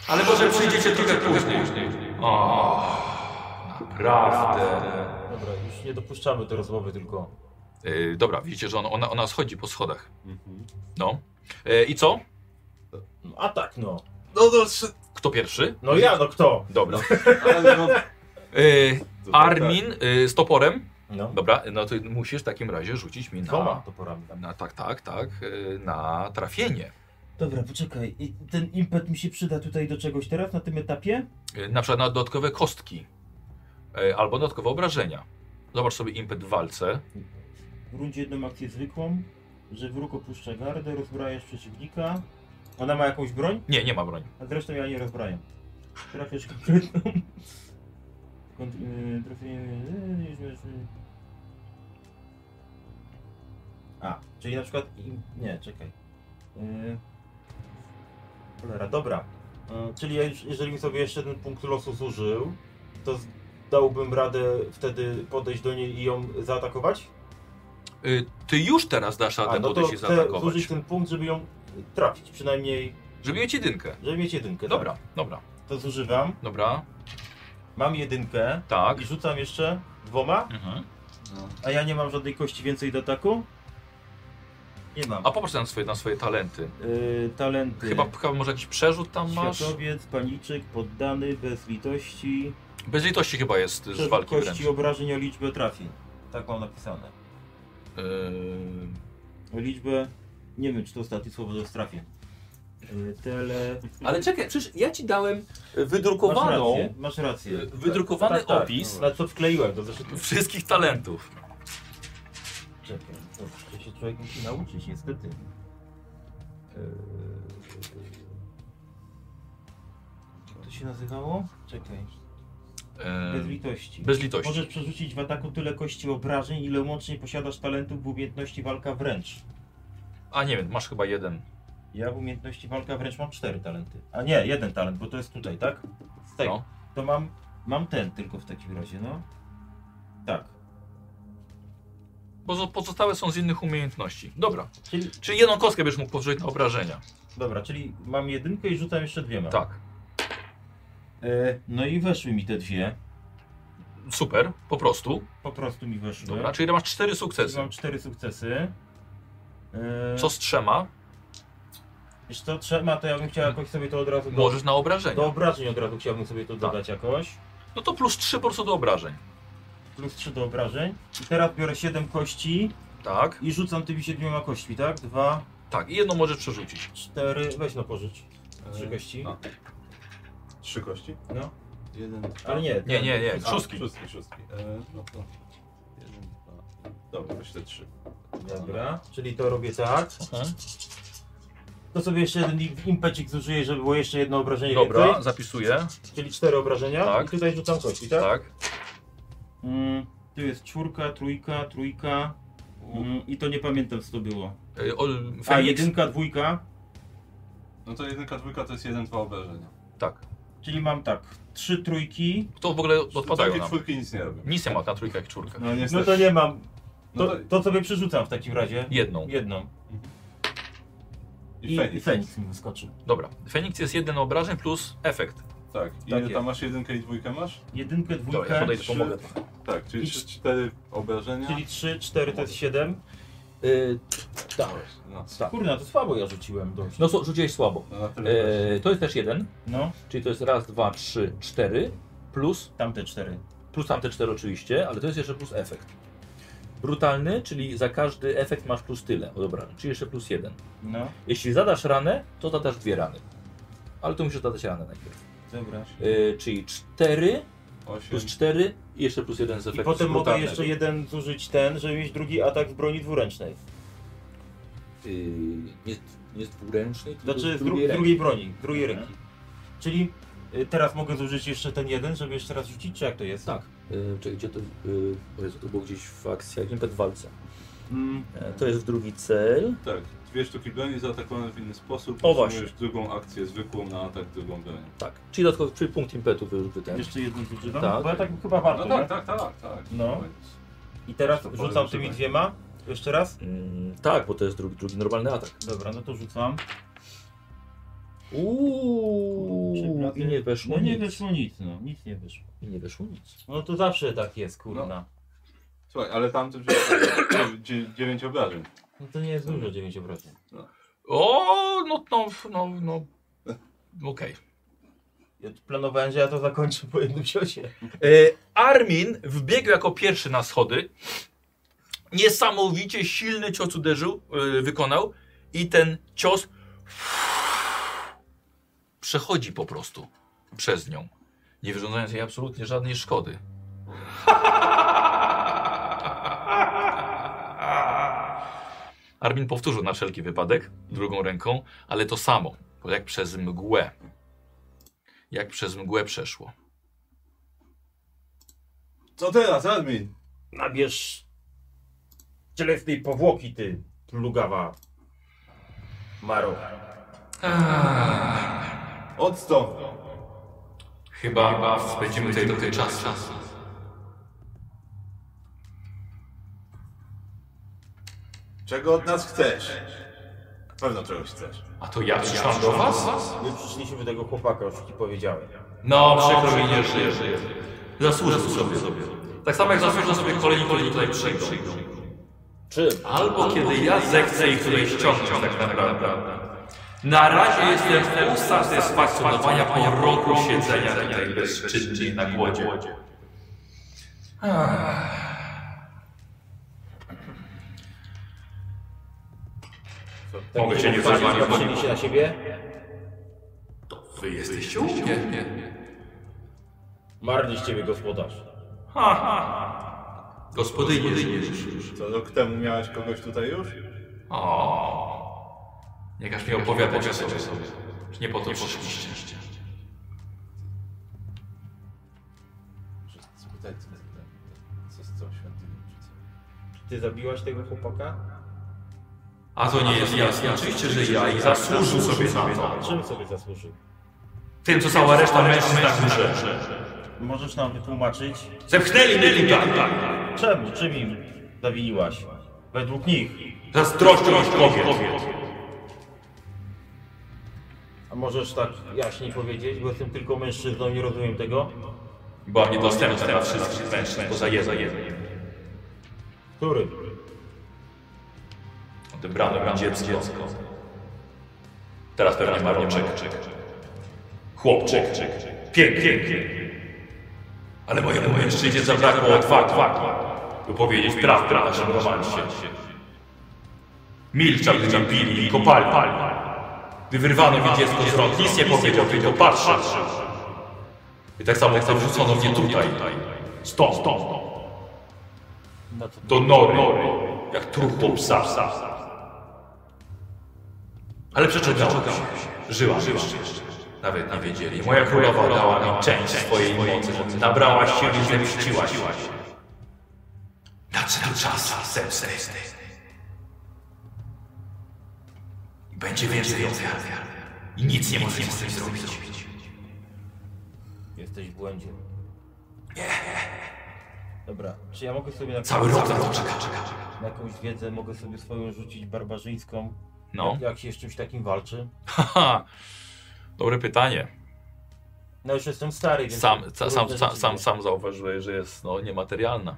Ale może przyjdziecie trochę później. O, naprawdę.
Dobra, już nie dopuszczamy do rozmowy tylko.
Yy, dobra, widzicie, że ona, ona, ona schodzi po schodach.
Mhm.
No. E, I co?
No, A tak, no.
No to trzy...
Kto pierwszy?
No ja, no kto?
Dobra.
Ale no...
Yy,
tak.
Dobra,
[laughs] Armin y, z toporem.
No.
Dobra, no to musisz w takim razie rzucić mi
Dwoma
na.
toporami.
na tak, tak, tak. y, Na trafienie.
Dobra, poczekaj. I ten impet mi się przyda tutaj do czegoś teraz na tym etapie?
Y, Na przykład na dodatkowe kostki. y, Albo dodatkowe obrażenia. Zobacz sobie impet w walce.
W rundzie jedną akcję zwykłą, że wróg opuszcza gardę, rozbrajasz przeciwnika. Ona ma jakąś broń,
Nie, nie ma broni.
a zresztą ja nie rozbrajam. Trafiasz konkretną. Kont-
y,
yy, Trafienie. yy, yy, yy. A, czyli na przykład. im- Nie, czekaj.
Y,
Yy, Cholera, dobra.
E, Czyli ja już, jeżeli bym sobie jeszcze jeden punkt losu zużył, to z- dałbym radę wtedy podejść do niej i ją zaatakować?
Y, Ty już teraz dasz radę
no to
podejść i
chcę
zaatakować.
zużyć ten punkt, żeby ją trafić, przynajmniej,
Żeby mieć jedynkę.
żeby mieć jedynkę.
Dobra, dobra,
Tak. To zużywam,
dobra.
mam jedynkę
Tak.
i rzucam jeszcze dwoma,
Mhm.
No.
a ja nie mam żadnej kości więcej do ataku. Nie mam.
A popatrz na swoje, na swoje talenty.
Yy, talenty.
Chyba, chyba może jakiś przerzut tam masz?
Światowiec, paniczyk, poddany, bez litości.
Bez litości chyba jest z walki wręcz.
Prędkości obrażeń o liczbę trafień. Tak mam napisane.
Y,
O liczbę. Nie wiem, czy to ostatnie słowo do trafień. Yy, tele.
Mhm.
Ale czekaj, przecież ja ci dałem e,
Masz
wydrukowaną,
rację. Masz rację.
wydrukowany
Tak, tak.
opis
Na co wkleiłem do zeszytu.
wszystkich talentów.
Czekaj, dobrze, to się człowiek musi nauczyć, niestety.
Yy,
Eee, Jak to się nazywało? Czekaj.
E,
Bez litości.
bez litości.
Możesz przerzucić w ataku tyle kości obrażeń, ile łącznie posiadasz talentów w umiejętności walka wręcz.
A nie wiem, masz chyba jeden.
Ja w umiejętności walka wręcz mam cztery talenty. A nie, jeden talent, bo to jest tutaj, tak? Z tego.
No.
To mam, mam ten tylko w takim razie, no. Tak.
Bo pozostałe są z innych umiejętności. Dobra.
Czyli,
Czyli jedną kostkę będziesz mógł położyć na obrażenia.
dobra, czyli mam jedynkę i rzucam jeszcze dwiema.
Tak.
E, no i weszły mi te dwie.
Super, po prostu.
Po prostu mi weszły.
Dobra, czyli masz cztery
Czyli
sukcesy.
mam cztery sukcesy. E,
Co z trzema?
Wiesz co, trzema, to ja bym chciał jakoś sobie to od razu... do-
Możesz na obrażenia.
Do obrażeń od razu chciałbym sobie to dodać jakoś.
No to plus trzy po prostu do obrażeń.
Plus 3 do obrażeń. I teraz biorę 7 kości
Tak,
i rzucam tymi 7 kośćmi, tak? 2,
tak. I jedną możesz przerzucić.
4, weź no pożycz. 3
Yy,
E,
kości.
no. Trzy kości?
No.
Jeden, dwa.
Ale nie,
Nie, nie, nie.
A,
Szóstki.
Szóstki, szóstki. E, no to. Jeden, dwa. Dobra, myślę trzy.
Dobra, czyli to robię tak.
Mhm.
To sobie jeszcze jeden im- impecik zużyję, żeby było jeszcze jedno obrażenie
Dobra,
więcej.
zapisuję.
Czyli 4 obrażenia.
Tak.
I Tak, tutaj rzucam kości, tak?
Tak.
Mm, tu jest czwórka, trójka, trójka. Mm, I to nie pamiętam co to było.
Y, o,
A,
Felix?
jedynka, dwójka.
No to jedynka, dwójka to jest jeden, dwa obrażenia.
Tak.
Czyli mam tak, trzy trójki.
To w ogóle odpadają
Takie
nam.
czwórki nic nie robią.
Nic nie ma na trójkach i czwórkach.
No
No
niestety.
to nie mam.
No
To,
to...
to sobie przerzucam w takim razie.
Jedną.
Jedną.
I Feniks.
Feniks mi wyskoczył.
Dobra. Feniks jest jeden obrażeń plus efekt.
Tak. I
Tak
Ile
jest.
tam masz? Jedynkę i dwójkę masz?
Jedynkę,
Dobra, ja
dwójkę,
podejdę,
trzy.
pomogę.
Tak, czyli
I
trzy, cztery obrażenia.
czyli 3, 4 to jest 7. Y,
Dałeś. No.
Kurna, to słabo ja rzuciłem dość.
No co, rzuciłeś słabo.
No, na tyle też.
E, to jest też jeden,
No,
czyli to jest raz, dwa, trzy, cztery, plus,
tamte 4.
plus tamte cztery oczywiście, ale to jest jeszcze plus efekt. Brutalny, czyli za każdy efekt masz plus tyle, o dobra, czyli jeszcze plus jeden.
No,
Jeśli zadasz ranę, to zadasz dwie rany. Ale to musisz zadać ranę najpierw.
dobra.
E, czyli cztery
Osiem.
plus cztery i jeszcze plus jeden z
I
efektu
potem mogę
brutalnego.
jeszcze jeden zużyć ten, żeby mieć drugi atak w broni dwuręcznej.
Y, nie, nie z dwuręcznej, tylko
Znaczy
z
z dru
drugiej ręki.
drugiej broni, drugiej ręki. Czyli y, teraz mogę zużyć jeszcze ten jeden, żeby jeszcze raz rzucić, czy jak to jest?
Tak. E, czekaj, gdzie to, yy, Jezu, to było gdzieś w akcjach, impet w walce.
Mm,
E, to jest drugi cel.
Tak, dwie sztuki broni zaatakowane w inny sposób.
O,
otrzymujesz
właśnie.
drugą akcję zwykłą na atak drugą bronią.
Tak, czyli dodatkowy czyli punkt impetu wyrzuty ten.
jeszcze jeden zużywam?
Tak.
Bo ja tak chyba
No
warto,
tak,
nie?
tak, tak, tak.
No. I teraz rzucam tymi dwiema. Jeszcze raz?
Mm, tak, bo to jest drugi, drugi normalny atak.
Dobra, no to rzucam.
Uuu, i nie weszło
No nie
nic.
wyszło nic, no. Nic nie wyszło.
I nie weszło nic.
No to zawsze tak jest, kurna. No,
Słuchaj, ale tamtym dziewię- dziewięć obrażeń.
No to nie jest dużo 9 obrażeń.
O, no, no, no, no. Okej.
Ja tu planowałem, że ja to zakończę po jednym ciosie.
E, Armin wbiegł jako pierwszy na schody. Niesamowicie silny cios uderzył, e, wykonał i ten cios przechodzi po prostu przez nią, nie wyrządzając jej absolutnie żadnej szkody. Armin powtórzył na wszelki wypadek drugą ręką, ale to samo, bo jak przez mgłę. Jak przez mgłę przeszło.
Co teraz, admin?
Nabierz cielesnej powłoki, ty plugawa. Maro.
Odstąp!
Chyba, spędzimy tutaj trochę czasu.
Czego od nas chcesz? Na pewno czegoś chcesz.
A to ja przyszłam do was?
My przyszliśmy do tego chłopaka, już ci powiedziałem.
No, przykro mi, nie żyję. żyję. Zasłużę sobie. sobie. Tak samo jak zasłużę sobie kolejni, kolejni tutaj przyjdą.
Czym?
Albo kiedy ja zechcę ich tutaj ściągnąć tak naprawdę. Na razie jestem usatysfakcjonowania po roku siedzenia tutaj bezczynnie na głodzie.
Tak
Mogę cię nie
chłopaki
wezwać, bo-
Patrzyli się na siebie.
Wy jesteście u mnie.
Marny z ciebie gospodarz.
Gospodynie żyjesz.
Co rok temu miałeś kogoś tutaj już?
O. Nie każ mi opowiadać o sobie. Nie po to przyszliście.
Daj ten, ten, ten. Co z tą świątynią? czy co?
Ty zabiłaś tego chłopaka?
A to nie jest jasne. Oczywiście, że ja i zasłużył sobie na to.
Czym sobie zasłużył?
Tym, co cała reszta mężczyzn tak że
Możesz nam wytłumaczyć,
Zepchnęli mnie tym tak, tak.
czemu, czym im zawiniłaś? Według nich.
Zazdrością ich kobiet.
A możesz tak jaśniej powiedzieć, bo jestem tylko mężczyzną, nie rozumiem tego.
Była niedostępna dla wszystkich mężczyzn poza Jezem.
Który?
Odebrano mi dziecko. Teraz pewnie maroczek. Chłopczyk. Pięknie. Ale mojemu mężczyźnie zabrakło odwagi, by powiedzieć prawdę na naszym romansie. Milczał, gdy mnie bili i kopali. Gdy wyrwano mi dziecko z rąk, nic nie powiedział, tylko patrzył. I tak samo jak wrzucono mnie tutaj. Stąd, stąd, stąd
Na co?
do nory, jak trup do psa. Ale przeczytałem, żyła, żyła. Nawet nie wiedzieli. Moja królowa dała mi część swojej mocy. Nabrała sił i zemściła się. Nadszedł czas zemsty. I Będzie więcej ofiar. I nic nie możemy z tym zrobić.
Jesteś w błędzie. Dobra, czy ja mogę sobie na,
Cały rok na to czeka, czeka.
na jakąś wiedzę, mogę sobie swoją rzucić barbarzyńską,
No.
jak, jak się z czymś takim walczy?
Haha. Dobre pytanie.
No już jestem stary, więc...
Sam, ca, sam,
różne
sam,
rzeczy
sam,
wiem.
sam zauważyłeś, że jest no, niematerialna.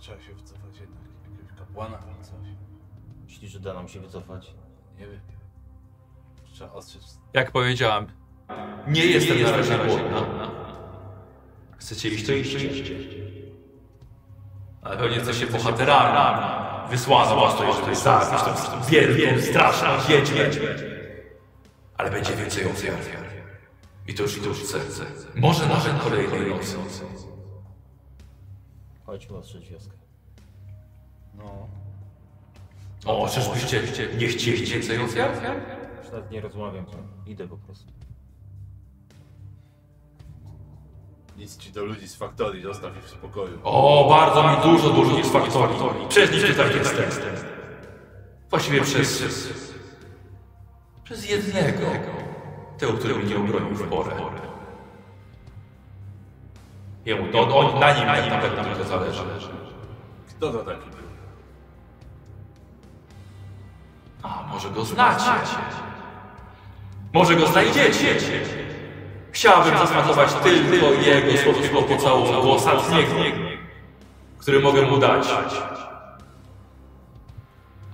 Trzeba się wycofać jednak. Jakiegoś kapłana albo coś.
Myślisz, że da nam się wycofać?
Nie wiem. Trzeba ostrzec.
Jak powiedziałam, nie jestem na razie głodna. Chcecie iść, to iść. Ale pewnie jesteście bohaterami. Wysłano was tutaj, żeby zabić tą Tak, wielką, straszną wiedźmę. Ale będzie więcej ofiar. I to już wkrótce. Może nawet kolejnej nocy.
Chodźmy ostrzec wioskę.
No.
O, czyżbyście nie chcieli więcej ofiar?
Już nawet nie rozmawiam, idę po prostu.
Nic ci do ludzi z faktorii, zostaw ich w spokoju.
O, bardzo mi dużo, dużo jest faktorii. Przez nich tutaj jestem. Właściwie przez... Przez, przez jednego. Tego, który mnie obronił w porę. Jemu, to on, on, na nim tak naprawdę trochę zależy.
Kto to taki był?
A, może go znacie. Może go znajdziecie. Chciałbym zasmakować tylko jego słodkiego pocałunku ostatniego, który mogę mu dać.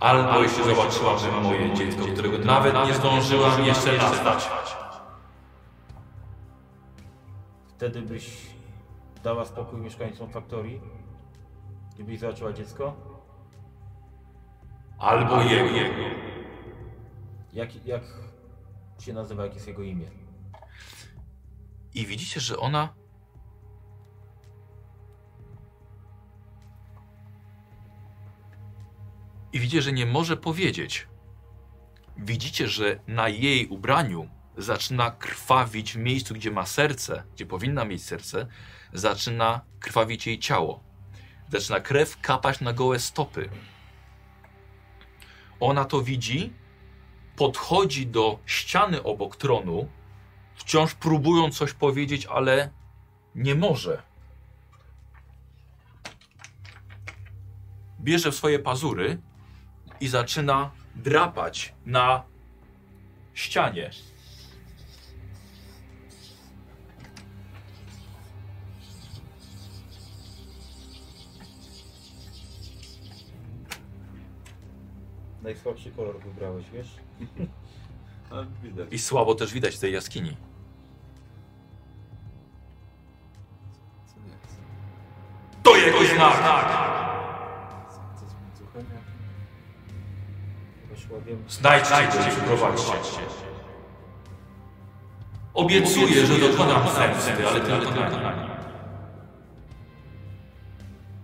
Albo jeśli zobaczyłabym moje dziecko, którego nawet nie zdążyłam jeszcze nazwać.
Wtedy byś dała spokój mieszkańcom faktorii? Gdybyś zobaczyła dziecko?
Albo jego.
Jak, jak się nazywa, jakie jest jego imię?
I widzicie, że ona. I widzicie, że nie może powiedzieć. Widzicie, że na jej ubraniu zaczyna krwawić w miejscu, gdzie ma serce, gdzie powinna mieć serce, zaczyna krwawić jej ciało. Zaczyna krew kapać na gołe stopy. Ona to widzi, podchodzi do ściany obok tronu, wciąż próbując coś powiedzieć, ale nie może. Bierze w swoje pazury i zaczyna drapać na ścianie.
Najsłabszy kolor wybrałeś, wiesz?
A, widać.
I słabo też widać w tej jaskini.
Co nie jest?
To jego znak!
Co z łańcuchem?
Weszła, wiem.
Znajdźcie go i przyprowadźcie. Obiecuję, że dokonam zemsty, ale tylko na nim.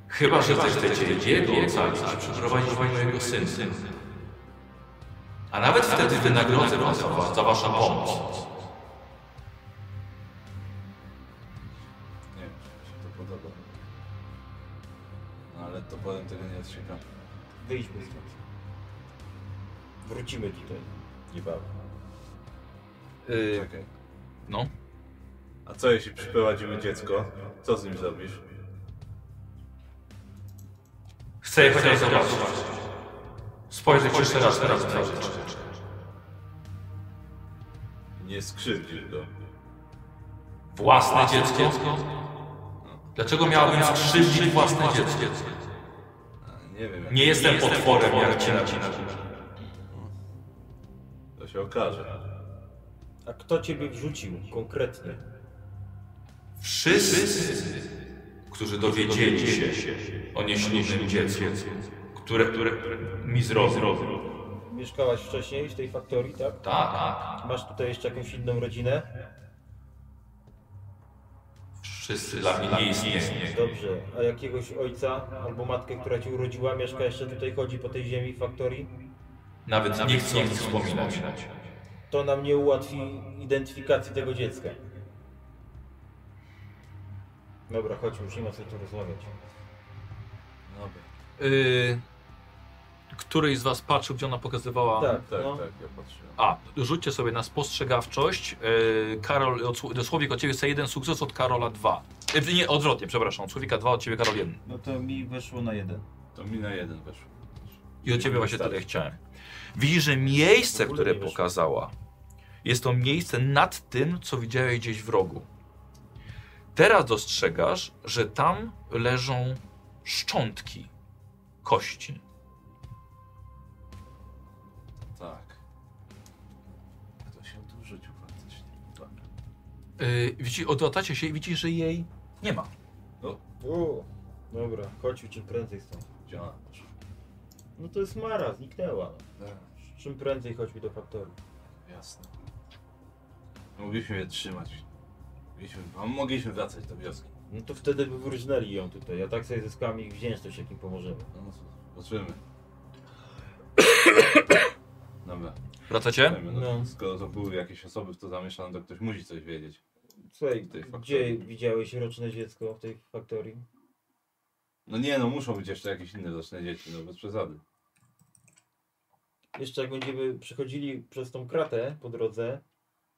Chyba, że zechcecie jego ocalić i przeprowadzić mojego syna. A nawet wtedy wynagrodzę was za, was za waszą pomoc.
Nie wiem. No, Potem tego nie odsieka.
Wyjdźmy stąd. Wrócimy tutaj. Niebawem.
Yy,
Czekaj.
no.
A co jeśli przyprowadzimy dziecko? Co z nim zrobisz?
Chcę je chociaż zobaczyć. Spojrzeć jeszcze raz teraz na jego rzeczy.
Nie skrzywdzisz go.
Własne dziecko? Dlaczego miałbym skrzywdzić własne dziecko?
A, nie wiem, jak
Nie jestem potworem jak ci
to się okaże.
A kto ciebie wrzucił konkretnie?
Wszyscy, którzy dowiedzieli się o nieślubnym dziecku, które, które mi zrobił.
Mieszkałaś wcześniej w tej faktorii, tak?
Tak, tak.
Masz tutaj jeszcze jakąś inną rodzinę?
Wszyscy dla mnie nie istnieje.
Dobrze. A jakiegoś ojca albo matkę, która ci urodziła, mieszka jeszcze tutaj, chodzi po tej ziemi w faktorii?
Nawet nie chcę o nich wspominać.
To nam nie ułatwi identyfikacji tego dziecka. Dobra, chodźmy, już nie ma co tu rozmawiać.
Dobra.
y,
Yy, któryś z was patrzył, gdzie ona pokazywała?
Tak,
Tak,
no.
tak, ja patrzyłem.
A, rzućcie sobie na spostrzegawczość. Yy, Karol, od, do Słowik od ciebie chce jeden sukces, od Karola dwa. Yy, nie, odwrotnie, przepraszam. Od Słowika dwa, od ciebie Karol jeden.
No to mi weszło na jeden.
To mi na jeden weszło.
I od ciebie właśnie tyle chciałem. Widzisz, że miejsce,
W ogóle
które
nie wiesz.
pokazała, jest to miejsce nad tym, co widziałeś gdzieś w rogu. Teraz dostrzegasz, że tam leżą szczątki kości.
Tak. To się tu rzucił faktycznie. Tak. Dobra.
Yy, widzisz, odwracacie się i widzisz, że jej nie ma.
U, dobra, chodźmy czym prędzej stąd.
Gdzie ona poszła?
No to jest Mara, zniknęła.
Tak,
Czym prędzej chodźmy do faktorii.
jasne. Mogliśmy je trzymać. Mogliśmy, a mogliśmy wracać do wioski.
No to wtedy by wyróżnęli ją tutaj, a tak sobie zyskamy ich wdzięczność, jakim pomożemy.
No to zobaczymy. Dobra,
Wracacie?
dajmy, no.
No.
skoro to były jakieś osoby w to zamieszane, to ktoś musi coś wiedzieć.
Słuchaj,
W tej faktorii.
gdzie widziałeś roczne dziecko w tej faktorii?
No nie no, muszą być jeszcze jakieś inne roczne dzieci, no bez przesady.
Jeszcze jak będziemy przechodzili przez tą kratę po drodze,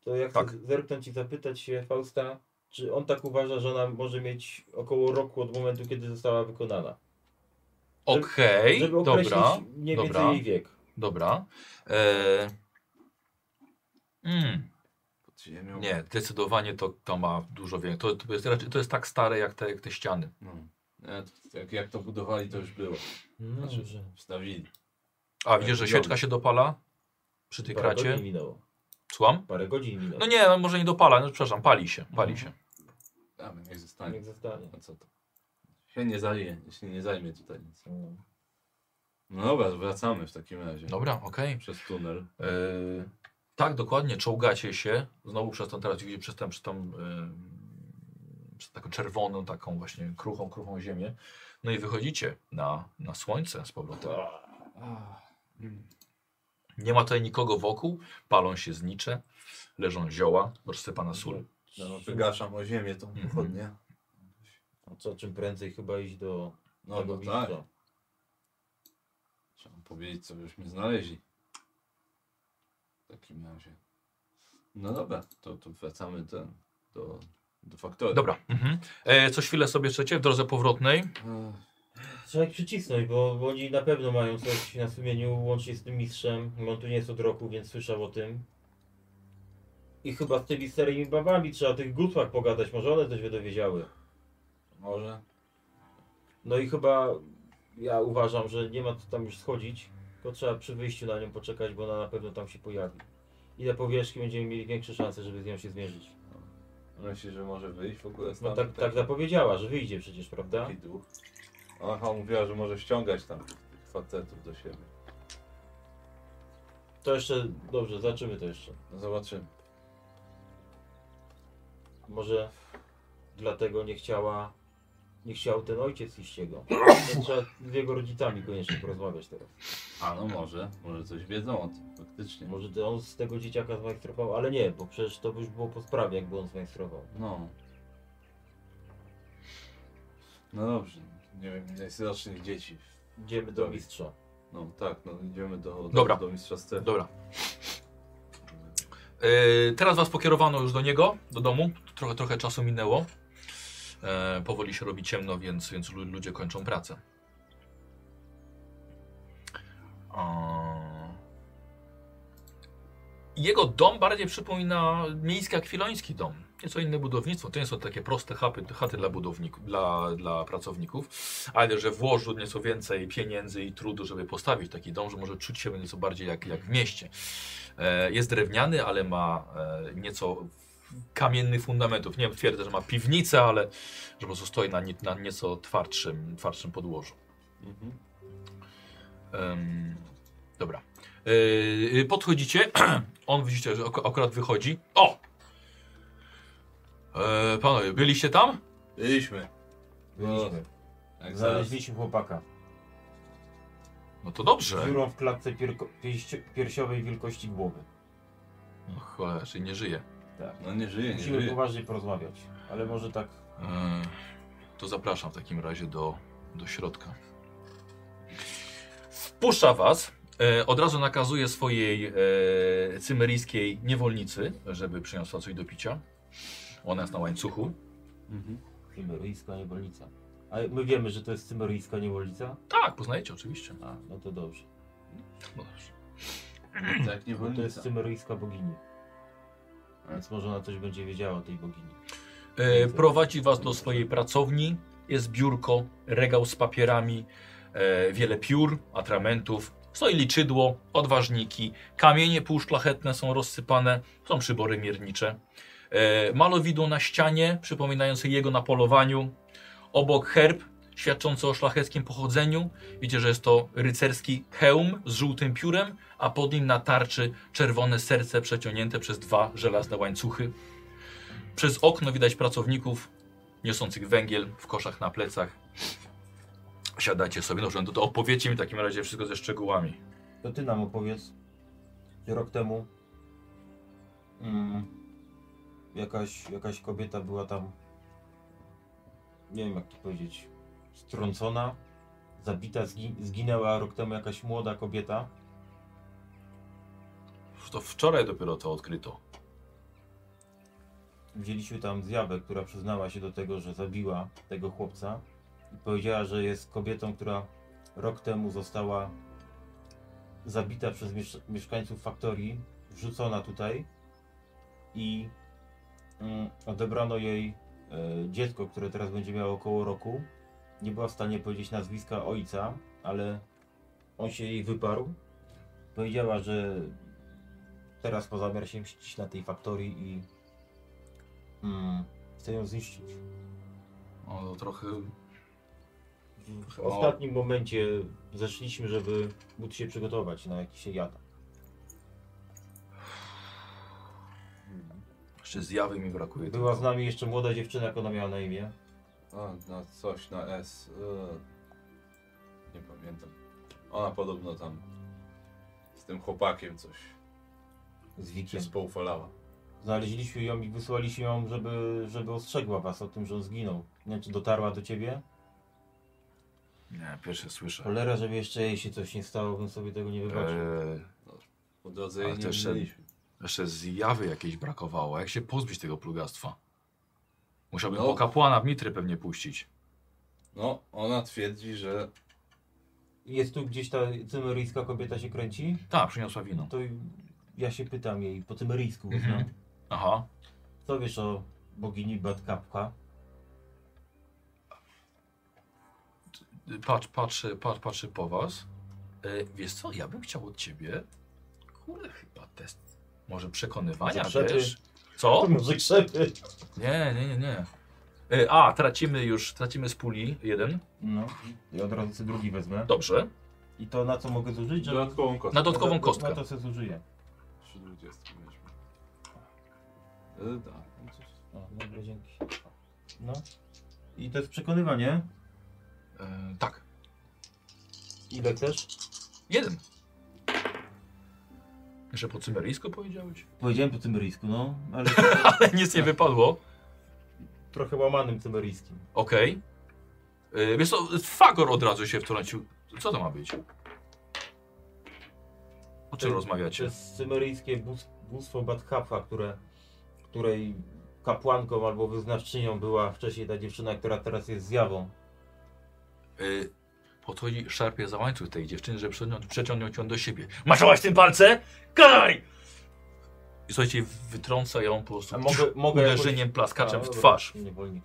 to ja chcę
Tak.
zerknąć i zapytać się Fausta, czy on tak uważa, że ona może mieć około roku od momentu, kiedy została wykonana.
Okej,
Żeby określić
dobra,
mniej więcej
dobra.
jej wiek.
dobra. Eee, mm,
Pod ziemią.
nie, zdecydowanie to, to ma dużo więcej. To, to, jest, raczej- to jest tak stare jak te, jak te ściany.
No. Nie, to, jak, jak to budowali, to już było.
No,
Znaczy, Wstawili.
A widzisz, że
Jogi.
świeczka się dopala przy tej
Parę
kracie?
godzin minęło.
Słucham?
Parę godzin minęło.
No nie, no może nie dopala, no przepraszam, pali się, pali się.
Damy, niech zostanie.
Tak, Niech zostanie.
A co to? Się nie zajmie, się nie zajmie tutaj nic.
No.
No dobra, wracamy w takim razie.
Dobra, okej.
Przez tunel.
Yy, tak, dokładnie, czołgacie się, znowu przez tą teraz, widzicie, przez tą, przez tą, yy, przez taką czerwoną, taką właśnie kruchą, kruchą ziemię. No i wychodzicie na, na słońce z powrotem. Nie ma tutaj nikogo wokół, palą się znicze, leżą zioła, rozsypana sól.
No, no, wygaszam o ziemię tą
Mhm.
pochodnię.
No co, czym prędzej chyba iść do
No,
tego
no tak.
miejsca.
Trzeba powiedzieć, co byśmy znaleźli. W takim razie. No dobra, to, to wracamy do, do, do faktorii.
Dobra, mhm. e, co chwilę sobie trzecie w drodze powrotnej.
Ech,
Trzeba ich przycisnąć, bo, bo oni na pewno mają coś na sumieniu, łącznie z tym mistrzem. On tu nie jest od roku, więc słyszał o tym. I chyba z tymi starymi babami trzeba o tych gutłach pogadać, może one coś by dowiedziały.
Może?
No i chyba ja uważam, że nie ma co tam już schodzić, tylko trzeba przy wyjściu na nią poczekać, bo ona na pewno tam się pojawi. I na powierzchni będziemy mieli większe szanse, żeby z nią się zmierzyć.
Myślisz, że może wyjść w ogóle?
No
stamtąd?
tak, tak zapowiedziała, że wyjdzie przecież, prawda?
Taki duch. Aha, mówiła, że może ściągać tam tych facetów do siebie.
To jeszcze, dobrze, zobaczymy to jeszcze.
No zobaczymy.
Może dlatego nie chciała, nie chciał ten ojciec iść jego. To Trzeba z jego rodzicami koniecznie porozmawiać teraz.
A no może, może coś wiedzą o tym, faktycznie.
Może to on z tego dzieciaka zmajstrował, ale nie, bo przecież to by już było po sprawie, jakby on zmajstrował.
No. No dobrze. nie wiem, najstarszych dzieci.
Idziemy do
Dobra.
mistrza.
No tak, no idziemy do, do,
Dobra.
do mistrza Stefana.
Dobra. E, teraz was pokierowano już do niego, do domu. Trochę, trochę czasu minęło. E, powoli się robi ciemno, więc, więc lu- ludzie kończą pracę. A... Jego dom bardziej przypomina miejski akwiloński dom. Nieco inne budownictwo. To nie są takie proste chapy, chaty dla budowników, dla, dla pracowników, ale że włożył nieco więcej pieniędzy i trudu, żeby postawić taki dom, że może czuć się nieco bardziej jak, jak w mieście. E, jest drewniany, ale ma e, nieco kamiennych fundamentów. Nie twierdzę, że ma piwnicę, ale że po prostu stoi na, nie, na nieco twardszym, twardszym podłożu.
Mhm.
Em, dobra. Yy, podchodzicie. [clears throat] On widzicie, że ak- akurat wychodzi. O! E, panowie, byliście tam?
Byliśmy.
Byliśmy.
Jak
No,
zaraz.
Znaleźliśmy chłopaka.
No to
Z
dobrze.
dziurą w klatce pierko- pierścio- piersiowej wielkości głowy.
O No cholera, czyli nie żyje.
No nie żyje, nie
Musimy
żyje.
poważnie porozmawiać. Ale może tak
E, to zapraszam w takim razie do, do środka. Wpuszcza was. E, od razu nakazuje swojej e, cymeryjskiej niewolnicy, żeby przyniosła coś do picia. Ona jest na łańcuchu.
Mhm.
cymeryjska niewolnica. A my wiemy, że to jest cymeryjska niewolnica?
Tak, poznajecie oczywiście.
A, no to dobrze.
No dobrze.
Tak, nie
Bo to jest
wolnica.
cymeryjska bogini. Więc może ona coś będzie wiedziała o tej bogini.
E, prowadzi was do swojej pracowni. Jest biurko, regał z papierami, e, wiele piór, atramentów. Stoi liczydło, odważniki, kamienie półszlachetne są rozsypane, są przybory miernicze. E, malowidło na ścianie, przypominające jego na polowaniu. Obok herb, świadczący o szlacheckim pochodzeniu. Widzicie, że jest to rycerski hełm z żółtym piórem, a pod nim na tarczy czerwone serce przeciągnięte przez dwa żelazne łańcuchy. Przez okno widać pracowników niosących węgiel w koszach na plecach. Siadacie sobie, dobrze, no to opowiedzcie mi w takim razie wszystko ze szczegółami.
To ty nam opowiedz. Rok temu mm, jakaś, jakaś kobieta była tam, nie wiem jak to powiedzieć, strącona, zabita, zgi zginęła rok temu jakaś młoda kobieta.
To wczoraj dopiero to odkryto.
Wzięliśmy tam zjawę, która przyznała się do tego, że zabiła tego chłopca i powiedziała, że jest kobietą, która rok temu została zabita przez miesz mieszkańców faktorii, wrzucona tutaj i mm, odebrano jej e, dziecko, które teraz będzie miało około roku. Nie była w stanie powiedzieć nazwiska ojca, ale on się jej wyparł. Powiedziała, że teraz ma zamiar się mścić na tej faktorii i mm, chce ją zniszczyć.
No to trochę...
W ostatnim momencie zeszliśmy, żeby móc się przygotować na jakiś jej atak.
Jeszcze zjawy mi brakuje.
Była z nami jeszcze młoda dziewczyna, jak ona miała na imię.
A, na coś, na S. Eee, Nie pamiętam. Ona podobno tam z tym chłopakiem coś
Z
się
Wikiem.
spoufalała.
Znaleźliśmy ją i wysłaliśmy ją, żeby, żeby ostrzegła was o tym, że on zginął. Nie wiem, czy dotarła do ciebie?
Nie, pierwsze słyszę.
Cholera, żeby jeszcze jej się coś nie stało, bym sobie tego nie wybaczył.
Eee,
Po drodze
Ale
jej nie
też ten-
mieliśmy.
jeszcze zjawy jakiejś brakowało. Jak się pozbyć tego plugastwa? Musiałbym
No.
po kapłana w mitry pewnie puścić.
No, ona twierdzi, że
Jest tu gdzieś ta cymeryjska kobieta się kręci?
Tak, przyniosła wino.
To ja się pytam jej po cymeryjsku, bo
Mhm.
znam.
Aha.
Co wiesz o bogini Batkapka?
patrz, patrzę, patrz, patrzę po was. E, wiesz co, ja bym chciał od ciebie, kurde, chyba test, może przekonywania,
Może przepy?
wiesz? Co?
może krzepy.
Nie, nie, nie, nie. E, a, tracimy już, tracimy z puli jeden.
No, i od razu sobie drugi wezmę.
Dobrze.
I to na co mogę zużyć? Żeby...
dodatkową kostkę.
Na dodatkową
Na-
kostkę.
Na to sobie zużyję.
Przy 20 mieliśmy. Eee, da. no coś.
O, dobra, dzięki. No. I to jest przekonywanie.
E, tak,
Ile też?
jeden. Że po cymeryjsku powiedziałeś?
Powiedziałem po cymeryjsku, no, [laughs] ale
Tak.
Ale nic nie wypadło.
trochę łamanym cymeryjskim.
Okej.
E, Wiesz co, Fagor od razu się wtrącił. Co to ma być? O czym
To-
rozmawiacie?
To jest symeryjskie bóz- bóstwo Bathkapha, które, której kapłanką albo wyznawczynią była wcześniej ta dziewczyna, która teraz jest zjawą.
Y, podchodzi, szarpie za łańcuch tej dziewczyny, że przeciągnął, przeciągnął cię do siebie. Maczałaś tym palce? Kaj! I słuchajcie, wytrąca ją po prostu
A mogę- mogę
uderzeniem plaskaczem w twarz.
Niewolnik.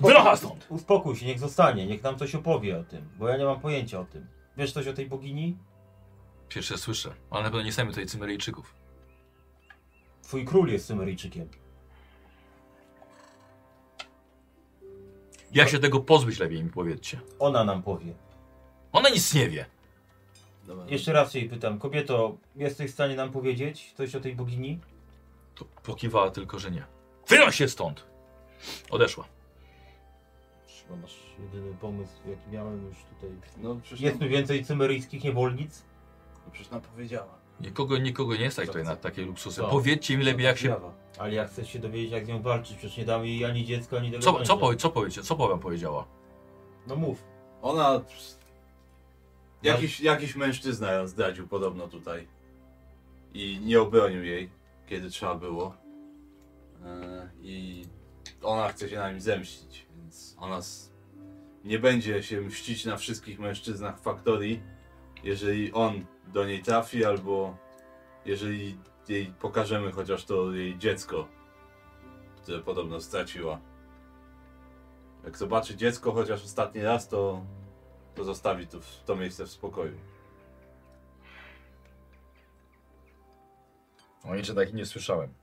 Wynocha stąd!
Uspokój się, niech zostanie, niech nam coś opowie o tym, bo ja nie mam pojęcia o tym. Wiesz coś o tej bogini?
Pierwsze słyszę, ale na pewno nie sami tutaj Cymeryjczyków.
Twój król jest Symeryjczykiem.
Jak się tego pozbyć, lepiej mi powiedzcie.
Ona nam powie.
Ona nic nie wie.
Dobra.
Jeszcze raz się jej pytam, kobieto, jesteś w stanie nam powiedzieć coś o tej bogini?
To pokiwała tylko, że nie. Wynoś się stąd! Odeszła.
Chyba nasz jedyny pomysł, jaki miałem już tutaj.
No przecież,
Jest
nam,
tu więcej cymeryjskich niewolnic?
no przecież nam powiedziała.
Nikogo, nikogo nie stać tutaj na takie luksusy.
Co?
Powiedzcie mi lepiej, jak się...
Zjawa.
Ale ja chcę się dowiedzieć, jak z nią walczyć, przecież nie dam jej ani dziecka, ani tego
Co,
męża.
co, powie, co powiecie? Co powiem powiedziała?
No mów.
Ona... Jakiś, jakiś mężczyzna ją zdradził podobno tutaj. I nie obronił jej, kiedy trzeba było. E, I ona chce się na nim zemścić, więc ona s- nie będzie się mścić na wszystkich mężczyznach w Faktorii, jeżeli on do niej trafi, albo jeżeli jej pokażemy chociaż to jej dziecko, które podobno straciła. Jak zobaczy dziecko chociaż ostatni raz, to to zostawi to, to miejsce w spokoju.
O niczym takim nie słyszałem.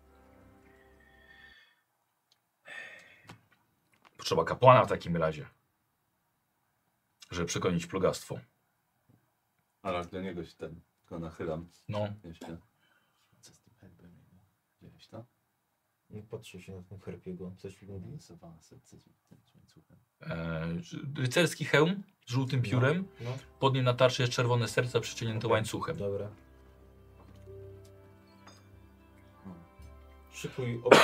Potrzeba kapłana w takim razie, żeby przegonić plugastwo.
Ale do niego się ten, go nachylam.
No,
Jeszcze.
Co z tym herbem jego?
no? Gdzieś tam.
Nie patrzę się na ten herpiego, coś mi mówi.
Wyrysowała serce z tym łańcuchem.
e, rycerski hełm z żółtym piórem,
No,
pod nim na tarczy jest czerwone serce przeciągnięte łańcuchem.
dobra. Szykuj, ob...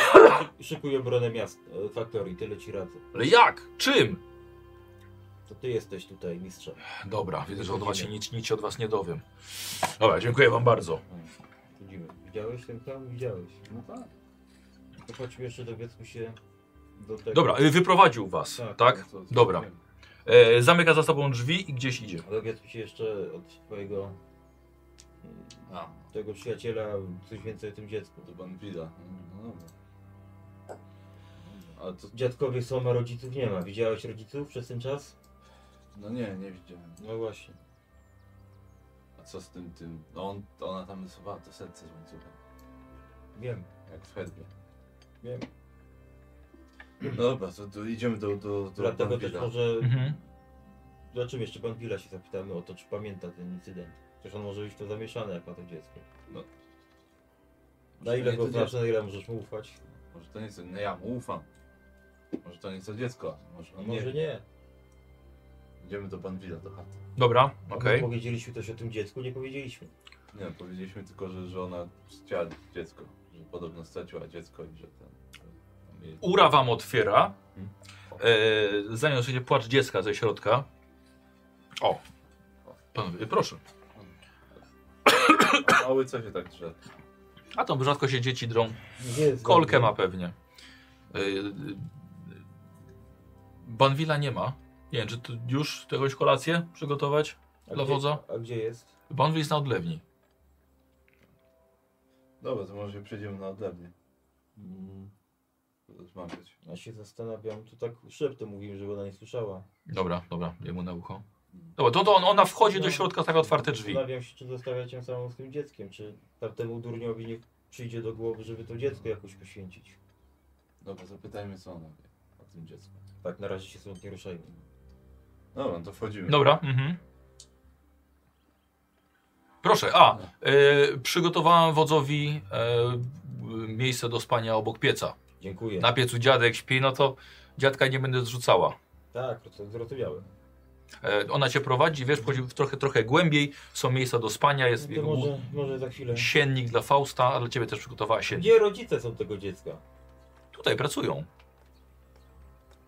szykuj obronę miast, e, Factory, tyle ci radzę.
Ale jak? Czym?
To ty jesteś tutaj mistrzem.
Dobra, widzę, że od was się nic, nic się od was nie dowiem. Dobra, dziękuję wam bardzo.
Widzimy. Widziałeś ten tam? Widziałeś.
No tak.
To chodźmy jeszcze dowiedzmy się do tego.
Dobra, y, wyprowadził was,
Tak,
tak?
Co- co-
Dobra.
nie wiem.
E, zamyka za sobą drzwi i gdzieś idzie.
Dowiedzmy się jeszcze od twojego mm,
A,
tego przyjaciela coś więcej o tym dziecku.
to Banwida. No dobra. No, Ale to,
Dziadkowie są, a rodziców nie ma. Widziałeś rodziców przez ten czas?
no nie, nie widziałem.
No właśnie.
A co z tym, tym? No on, to ona tam rysowała to serce z łańcuchem.
Wiem.
Jak w herbie.
Wiem.
No dobra, to, to idziemy do, do, do
Dlatego też
Banwida.
może
Mhm.
Dlaczego jeszcze pan Wila się zapytamy o to, czy pamięta ten incydent? Przecież on może być to zamieszany, jak ma to dziecko. Na
Może
ile
No. nie
go
to
znasz, na ile możesz mu ufać?
dziecko. Może to nie jest, no ja mu ufam. Może to nie jest to dziecko. Może
A
on
może
nie.
nie.
Idziemy do Banwida, do chaty.
Dobra,
A my
okej.
Powiedzieliśmy coś o tym dziecku, nie powiedzieliśmy.
Nie, powiedzieliśmy tylko, że, że ona chciała dziecko. Że podobno straciła dziecko i że ten. tam jej-
Ura wam otwiera.
Mhm.
E, zaniósł się płacz dziecka ze środka. O. Panowie, proszę.
A Mały co się tak drze?
A to rzadko się dzieci drą.
Gdzie jest
Kolkę ma
Banville?
pewnie. E, e, Banwila nie ma. Nie wiem, czy tu już jakąś kolację przygotować
A
dla
gdzie-
wodza?
A gdzie jest?
Banwil jest na odlewni.
Dobra, to może się przejdziemy na odlewnie.
Mm,
Rozmawiać.
Ja się zastanawiam, tu tak szeptem mówimy, żeby ona nie słyszała.
Dobra, dobra, jemu na ucho. Dobra, to, to on, ona wchodzi do
No.
środka, tak otwarte drzwi.
Zastanawiam się, czy zostawiać ją samą z tym dzieckiem, czy tamtemu durniowi nie przyjdzie do głowy, żeby to dziecko jakoś poświęcić.
Dobra, zapytajmy co ona wie o tym dziecku.
Tak, na razie się stąd nie ruszajmy.
Dobra, no to wchodzimy.
Dobra. Mhm. Proszę, a e, przygotowałem wodzowi e, miejsce do spania obok pieca.
Dziękuję.
Na piecu dziadek śpi, no to dziadka nie będę zrzucała.
Tak, to zrozumiałem.
E, ona cię prowadzi, wiesz, chodzi w trochę, trochę głębiej, są miejsca do spania, jest
No to
jego
może, może za chwilę.
siennik dla Fausta, a dla ciebie też przygotowała siennik.
Gdzie rodzice są tego dziecka?
Tutaj pracują.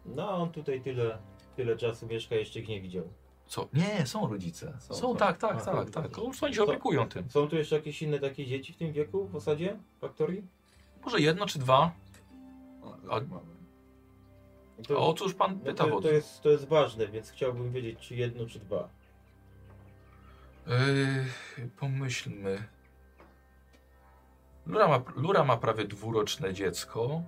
No, on tutaj tyle, tyle czasu mieszka, jeszcze ich nie widział.
Co? Nie, są rodzice. Są,
Są, są.
tak, tak,
A,
tak,
są.
tak. O, Oni się opiekują tym.
Są tu jeszcze jakieś inne takie dzieci w tym wieku w osadzie, w faktorii?
Może jedno czy dwa.
O, tak mamy.
A o cóż pan
no
pyta
to, to,
wody?
jest, to jest ważne, więc chciałbym wiedzieć, czy jedno, czy dwa.
Yy, pomyślmy. Lura ma, Lura ma prawie dwuroczne dziecko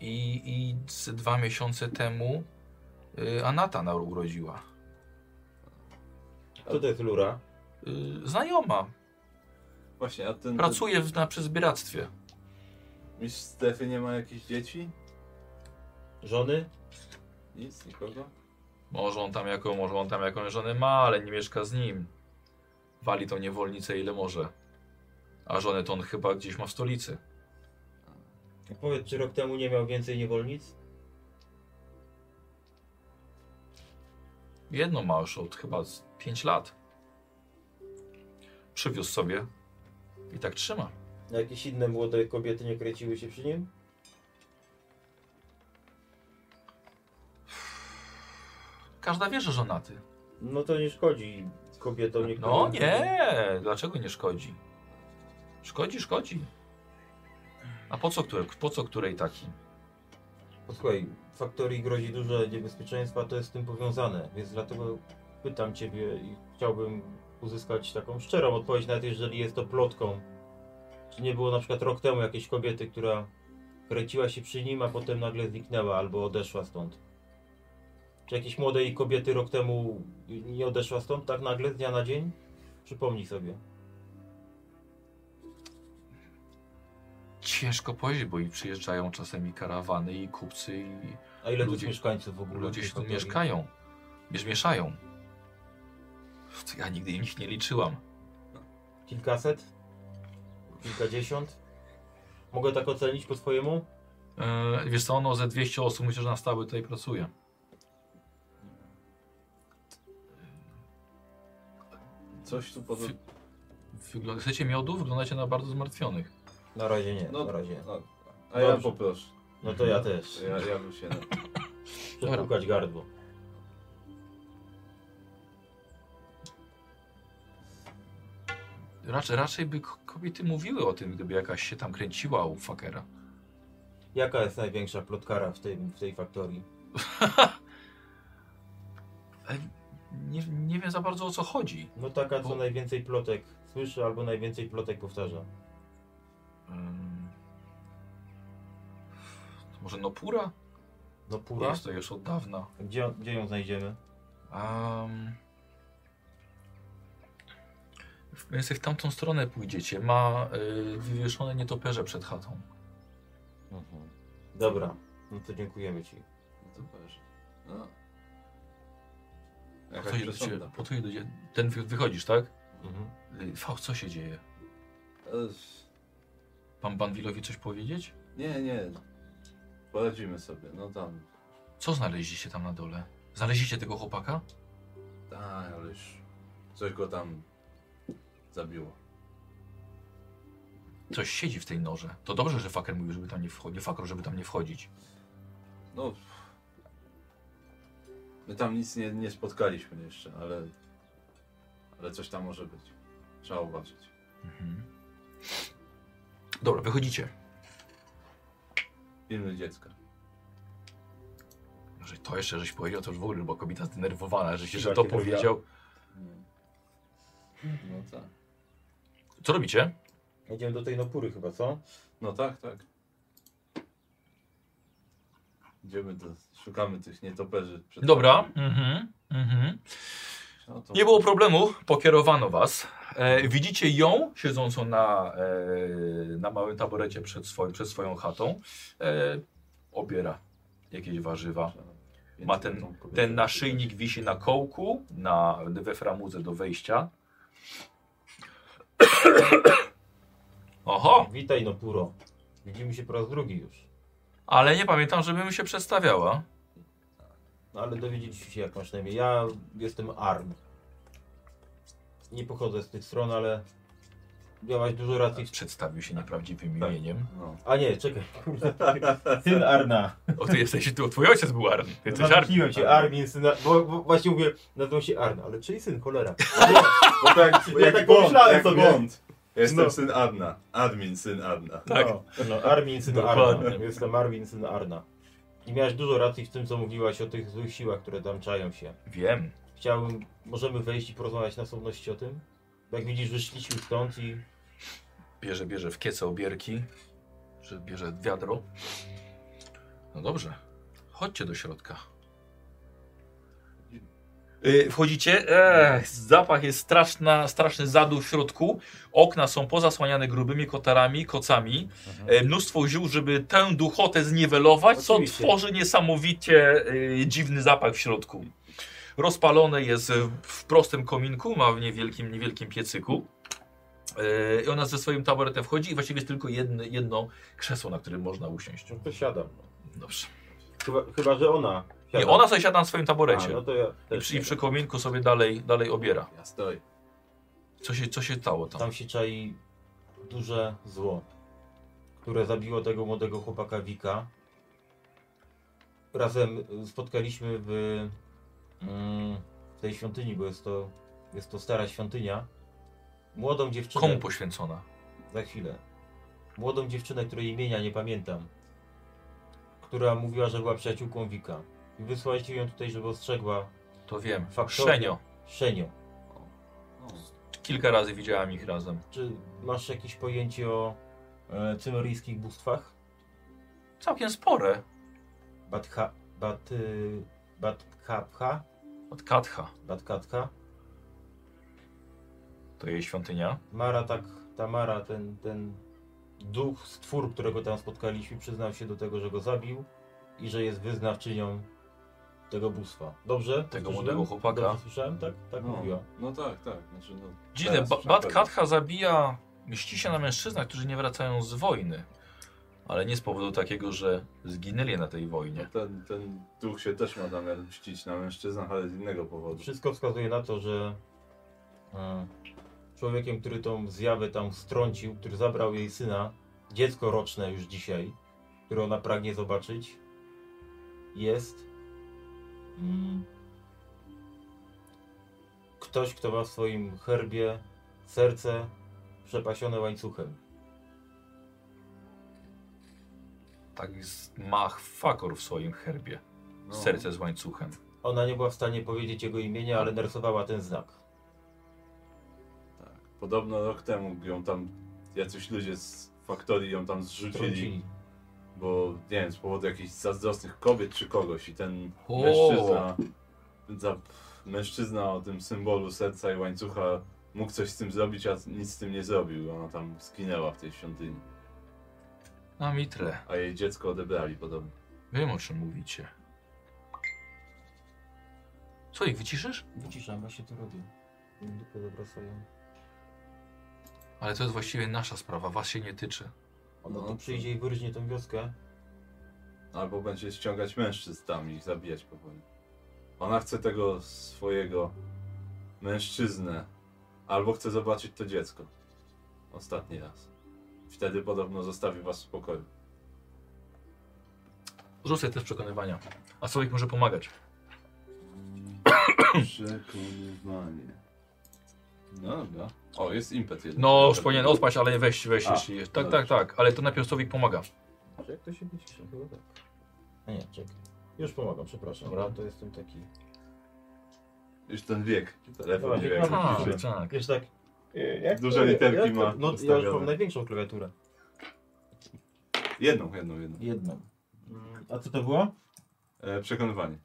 i, i z dwa miesiące temu yy, Anata na urodziła.
Co to jest lura?
Yy, znajoma.
Właśnie, a ten, ten
Pracuje w, na, przy zbieractwie.
mistrz Stefy nie ma jakichś dzieci?
Żony?
Nic, nikogo?
Może on tam jaką, może on tam jakąś żonę ma, ale nie mieszka z nim. Wali tą niewolnicę ile może. A żonę to on chyba gdzieś ma w stolicy.
Powiedz, czy rok temu nie miał więcej niewolnic?
Jedną ma już od chyba 5 lat. Przywiózł sobie i tak trzyma.
A No, Jakieś inne młode kobiety nie kręciły się przy nim?
Każda wie, że żonaty.
No to nie szkodzi kobietom niektórym.
No nie, dlaczego nie szkodzi? Szkodzi, szkodzi. A po co, które, po co której taki?
Posłuchaj, faktorii No grozi duże niebezpieczeństwa, to jest z tym powiązane, więc dlatego pytam Ciebie i chciałbym uzyskać taką szczerą odpowiedź, nawet jeżeli jest to plotką. Czy nie było na przykład rok temu jakiejś kobiety, która kręciła się przy nim, a potem nagle zniknęła albo odeszła stąd? Czy jakiejś młodej kobiety rok temu nie odeszła stąd tak nagle z dnia na dzień? Przypomnij sobie.
Ciężko powiedzieć, bo i przyjeżdżają czasem i karawany, i kupcy, i
A ile tu
Ludzie-
jest mieszkańców w ogóle?
Ludzie
tej
się tu
faktorii?
mieszkają. Miesz- Mieszają. Pff, Ja nigdy im ich nie liczyłam.
Kilkaset? Kilkadziesiąt? Mogę tak ocenić po swojemu?
E, wiesz co, ono ze 200 osób myślę, że na stałe tutaj pracuje.
Coś tu podobnego.
Wygl- Chcecie miodu? Wyglądacie na bardzo zmartwionych.
Na razie nie,
No,
na razie. nie.
A, a ja
Dobrze.
poproszę.
No to ja też.
Ja, ja bym się...
Przepukać gardło.
Raczej, raczej by k- kobiety mówiły o tym, gdyby jakaś się tam kręciła u fakera.
Jaka jest największa plotkara w, tym, w tej faktorii?
Nie, nie wiem za bardzo o co chodzi.
No taka, co
Bo-
najwięcej plotek słyszy albo najwięcej plotek powtarza.
Ym... To może Nopura?
No pura?
Jest to już od dawna.
Gdzie, gdzie ją znajdziemy?
Um, więc jak w tamtą stronę pójdziecie, ma y, wywieszone nietoperze przed chatą.
Dobra, no to dziękujemy ci.
No to proszę. No.
Po
Jakaś
co idziecie?
przesąda.
Po co idziecie? Ten wy- wychodzisz, tak?
Mhm.
Y, Fał, co się dzieje?
Ech,
Pan Banwilowi coś powiedzieć?
Nie, nie. Poradzimy sobie, no tam.
Co znaleźliście tam na dole? Znaleźliście tego chłopaka?
Tak, ale już coś go tam zabiło.
Coś siedzi w tej norze. To dobrze, że faker mówił, żeby tam nie wchodzić. Fakro, żeby tam nie wchodzić.
No. pff. My tam nic nie, nie spotkaliśmy jeszcze, ale. Ale coś tam może być. Trzeba uważać.
Mhm. Dobra, wychodzicie.
Pilny dziecka.
Że to jeszcze żeś powiedział, to już w ogóle była kobieta zdenerwowana, że się że to
Jakie
powiedział. Mhm.
No tak.
Co robicie?
Idziemy do tej nopury chyba, co?
No tak, tak. Idziemy do. Szukamy tych nietoperzy. przed
Dobra.
nami.
Mhm. Mhm.
No to...
Nie było problemu, pokierowano was. E, widzicie ją siedzącą na, e, na małym taborecie przed, swoim, przed swoją chatą. E, obiera jakieś warzywa.
Więc
Ma ten-
tą kobietę
Ten naszyjnik wisi na kołku, na, we framudze do wejścia. [coughs] Oho,
Witaj nopuro. Widzimy się po raz drugi już.
ale nie pamiętam, żebym się przedstawiała.
No ale dowiedzieliśmy się jak masz na imię. Ja jestem Arm. Nie pochodzę z tych stron, ale miałaś dużo racji.
Przedstawił się nieprawdziwym
Tak.
imieniem.
No.
A nie, czekaj, [laughs] kurde, tak. Syn Arna.
O, ty jesteś, tu, twój ojciec był Arn. Ty jesteś Arn.
Zamkniłem się, Armin, syn Ar- bo, bo właśnie mówię, nazwał się Arna, ale czyli syn, cholera.
Bo tak,
Ja tak pomyślałem
jak
sobie.
Bond. Ja Jestem
No.
syn Adna. Admin syn Adna.
Tak.
No, no, Armin, syn
Dokładnie.
Arna. Jestem Armin, syn Arna. I miałaś dużo racji w tym, co mówiłaś o tych złych siłach, które damczają się.
Wiem.
Chciałbym, możemy wejść i porozmawiać na osobności o tym? Bo Jak widzisz, wyszliśmy stąd i
Bierze, bierze w kiece obierki, że bierze wiadro. No dobrze, chodźcie do środka. Yy, Wchodzicie, Ech, zapach jest straszna, straszny zaduł w środku, okna są pozasłaniane grubymi kotarami, kocami, E, mnóstwo ziół, żeby tę duchotę zniwelować,
Oczywiście.
co tworzy niesamowicie yy, dziwny zapach w środku. Rozpalone jest e, w prostym kominku, ma w niewielkim, niewielkim piecyku. E, I ona ze swoim taboretem wchodzi i właściwie jest tylko jedno, jedno krzesło, na którym można usiąść.
no to siadam.
Dobrze.
Chyba, chyba że ona.
I
siada.
ona sobie siada na swoim
A,
taborecie.
no to ja
I
też
przy, I
siadam.
przy kominku sobie dalej, dalej obiera.
Ja stoję.
Co się, co się stało tam?
Tam się czai duże zło, które zabiło tego młodego chłopaka Wika. Razem spotkaliśmy w, mm, w tej świątyni, bo jest to, jest to stara świątynia. Młodą dziewczynę.
Komu poświęcona?
Za chwilę. Młodą dziewczynę, której imienia nie pamiętam. Która mówiła, że była przyjaciółką Wika. I wysłaliście ją tutaj, żeby ostrzegła
To wiem.
Faktoria.
Szenio.
Szenio.
Kilka razy widziałam ich razem.
Czy masz jakieś pojęcie o e, cynoryjskich bóstwach?
Całkiem spore.
Batka, bat, y, batkapka,
Od Katha.
batkatka.
To jej świątynia.
Mara tak, Tamara, ten, ten duch, stwór, którego tam spotkaliśmy, przyznał się do tego, że go zabił i że jest wyznawczynią tego bóstwa. Dobrze?
Tego
Słyszałem?
młodego chłopaka.
Dobrze słyszałem, tak? Tak
no,
mówiła.
no tak, tak. Znaczy, no,
Dziwne,
teraz
ba
już na
Bad
pewno.
Katha zabija, mści się na mężczyznach, którzy nie wracają z wojny. Ale nie z powodu takiego, że zginęli na tej
No
wojnie.
Ten, ten duch się też ma zamiar mścić na mężczyznach, ale z innego powodu.
Wszystko wskazuje na to, że e, człowiekiem, który tą zjawę tam strącił, który zabrał jej syna, dziecko roczne już dzisiaj, które ona pragnie zobaczyć, jest mm, ktoś, kto ma w swoim herbie serce przepasione łańcuchem.
Tak jest, ma fakor w swoim herbie.
No.
Serce z łańcuchem.
Ona nie była w stanie powiedzieć jego imienia, ale narysowała ten znak.
Podobno rok temu ją tam jacyś ludzie z faktorii ją tam zrzucili,
Trącili.
bo nie wiem, z powodu jakichś zazdrosnych kobiet czy kogoś i ten
O!
mężczyzna, za, mężczyzna o tym symbolu serca i łańcucha mógł coś z tym zrobić, a nic z tym nie zrobił. Ona tam zginęła w tej świątyni,
Na mitre.
a jej dziecko odebrali podobno.
Wiem o czym mówicie. Co ich wyciszysz?
Wyciszam, właśnie to robię. Dupę dobra swoją.
Ale to jest właściwie nasza sprawa, was się nie tyczy.
Ona
No,
tu
to-
przyjdzie i wyryźnie tą wioskę.
Albo będzie ściągać mężczyzn tam i ich zabijać powoli. Ona chce tego swojego mężczyznę. Albo chce zobaczyć to dziecko. Ostatni raz. Wtedy podobno zostawi was w spokoju.
Rzuć sobie też przekonywania. A człowiek może pomagać.
Przekonywanie. No dobra. O, jest impet jeden.
No, już powinien odpaść, ale weź, weź,
A,
jeśli jest. Tak, tak, tak. Ale to najpierw człowiek pomaga.
Jak to się wycisza? Chyba tak. A nie, czekaj. Już pomagam, przepraszam.
Dobra.
Dobra, to jestem taki.
Już ten wiek. Telefon
Dobra,
nie
wiek
wiem.
mamy.
Tak,
Dobrze.
tak.
Wiesz tak. e, Jak
Duże
jak
literki
jak
ma
No ja już
ustawione.
mam największą klawiaturę.
Jedną, jedną, jedną.
Jedną. A co to było?
E, przekonywanie.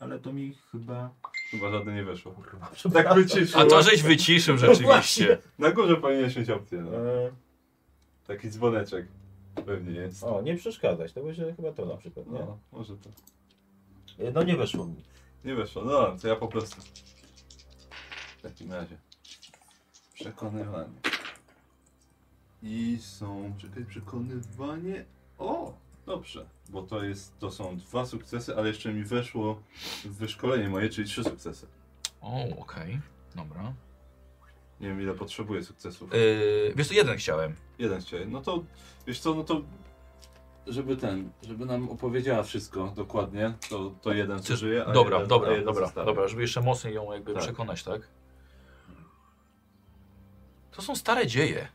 Ale to mi chyba...
Chyba żadne nie weszło. Tak wyciszyło.
A to żeś wyciszył rzeczywiście.
Na górze powinieneś mieć opcję. No.
E,
Taki dzwoneczek. Pewnie jest.
O, nie przeszkadzać, to będzie chyba to na przykład, nie?
No, może to.
E, No nie weszło mi.
Nie weszło. No, to ja po prostu. W takim razie. Przekonywanie. I są. Czekaj, przekonywanie. O! Dobrze. Bo to jest. To są dwa sukcesy, ale jeszcze mi weszło w wyszkolenie moje, czyli trzy sukcesy.
O, okej. Dobra.
Nie wiem ile potrzebuję sukcesów.
Yy, wiesz co, jeden chciałem.
Jeden chciałem. No to, wiesz co, no to... Żeby ten, żeby nam opowiedziała wszystko dokładnie, to, to jeden
Chcesz-
przeżyje, a
Dobra,
jeden, a
dobra,
jeden
dobra,
zostawię.
dobra, żeby jeszcze mocniej ją jakby
Tak.
przekonać, tak? To są stare dzieje.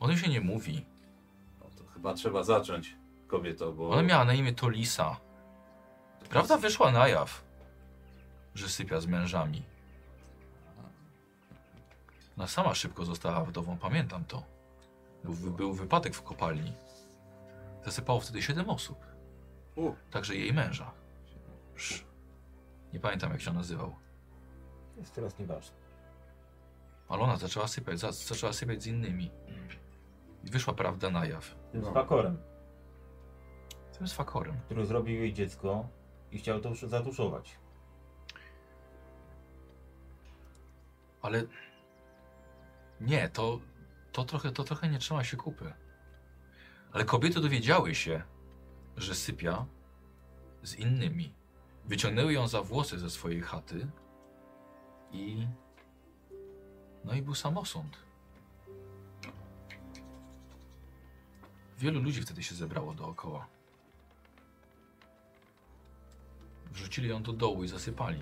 O tym się nie mówi.
No to chyba trzeba zacząć, kobieto, bo...
Ona miała na imię Tolisa. Prawda wyszła na jaw, że sypia z mężami. Ona sama szybko została wdową, pamiętam to. Był, był wypadek w kopalni. Zasypało wtedy 7 osób.
U.
Także jej męża. Sz. Nie pamiętam jak się on nazywał.
Jest teraz nieważne.
Ale ona zaczęła sypać, za, zaczęła sypać z innymi. I wyszła prawda na jaw.
Tym
No.
z Pakorem,
Tym z fakorem.
który zrobił jej dziecko i chciał to już zatuszować.
Ale nie, to, to, trochę, to trochę nie trzyma się kupy. Ale kobiety dowiedziały się, że sypia z innymi. Wyciągnęły ją za włosy ze swojej chaty i. No i był samosąd. Wielu ludzi wtedy się zebrało dookoła. Wrzucili ją do dołu i zasypali.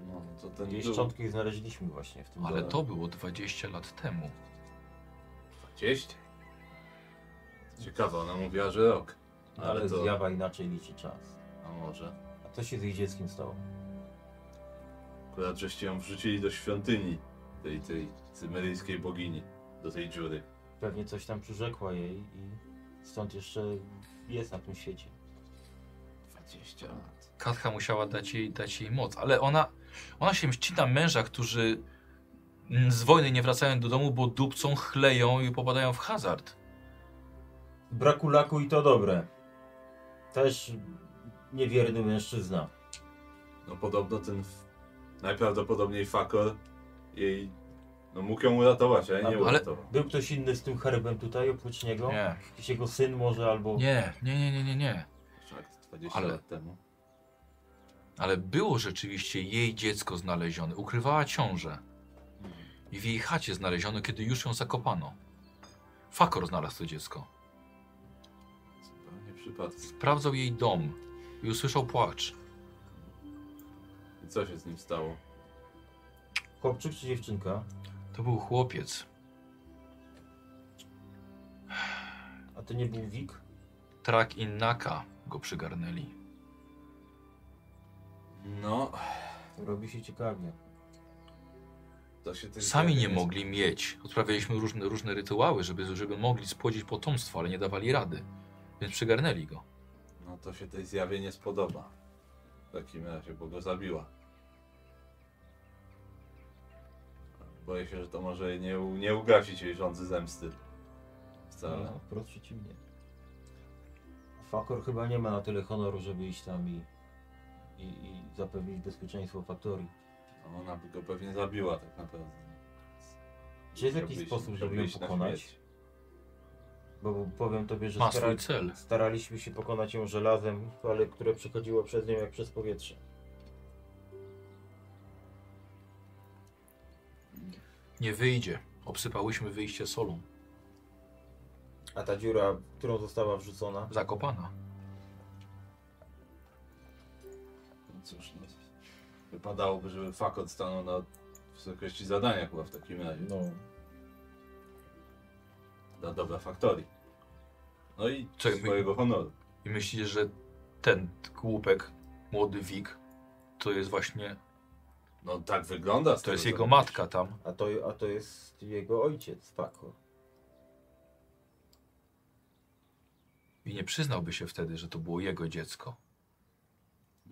No, to ten
Jej
był-
szczątki znaleźliśmy właśnie w tym
Ale
dole.
to było 20 lat temu.
20. Ciekawe, ona mówiła, że rok.
Ale,
Ale to-
zjawa inaczej liczy czas.
A może.
A co się z jej dzieckiem stało?
Akurat żeście ją wrzucili do świątyni tej, tej cymeryjskiej bogini, do tej dziury.
Pewnie coś tam przyrzekła jej i stąd jeszcze jest na tym świecie.
20 lat.
Katka musiała dać jej, dać jej moc, ale ona, ona się mści na męża, którzy mm, z wojny nie wracają do domu, bo dupcą chleją i popadają w hazard.
Braku laku i to dobre. Też niewierny mężczyzna.
No podobno ten f- najprawdopodobniej fakor jej. No mógł ją uratować, ale nie
Ale-
uratował.
Był ktoś inny z tym herbem tutaj oprócz niego?
Nie,
Jakiś jego syn może albo...
nie, nie, nie, nie, nie, nie.
Tak, 20
Ale-
lat temu.
Ale było rzeczywiście jej dziecko znalezione, ukrywała ciążę. I w jej chacie znaleziono, kiedy już ją zakopano. Fakor znalazł to dziecko.
Zupełnie przypadkiem.
Sprawdzał jej dom i usłyszał płacz.
I co się z nim stało?
Chłopczyk czy dziewczynka?
To był chłopiec.
A to nie był Wik?
Trak i Naka go przygarnęli.
No,
Robi się ciekawie.
to się też
Sami nie
jest-
mogli mieć. Odprawialiśmy różne, różne rytuały, żeby, żeby mogli spłodzić potomstwo, ale nie dawali rady. Więc przygarnęli go.
No to się tej zjawie nie spodoba. W takim razie, bo go zabiła. Boję się, że to może nie, u- nie ugasić jej żądzy zemsty. Wcale.
No, wprost przeciwnie. Fakor chyba nie ma na tyle honoru, żeby iść tam i, i, i zapewnić bezpieczeństwo faktorii.
No, ona by go pewnie zabiła tak naprawdę.
Czy jest jakiś
Musiałby iść-
sposób, żeby
musiałby
ją
iść na
pokonać?
śmierć.
Bo powiem tobie, że
Ma
stara-
swój cel.
staraliśmy się pokonać ją żelazem, ale które przechodziło przez nią jak przez powietrze.
Nie wyjdzie. Obsypałyśmy wyjście solą.
A ta dziura, którą została wrzucona,
Zakopana.
No cóż, no, wypadałoby, żeby Fakot stanął na wysokości zadania chyba w takim razie.
no,
Dla dobra Faktorii. No i
Czekaj, my-
swojego honoru.
I myślicie, że ten głupek, młody Wik, to jest właśnie.
No tak wygląda. z
To jest
tego,
jego
co-
matka tam.
a to, a to jest jego ojciec, Fakor.
I nie przyznałby się wtedy, że to było jego dziecko.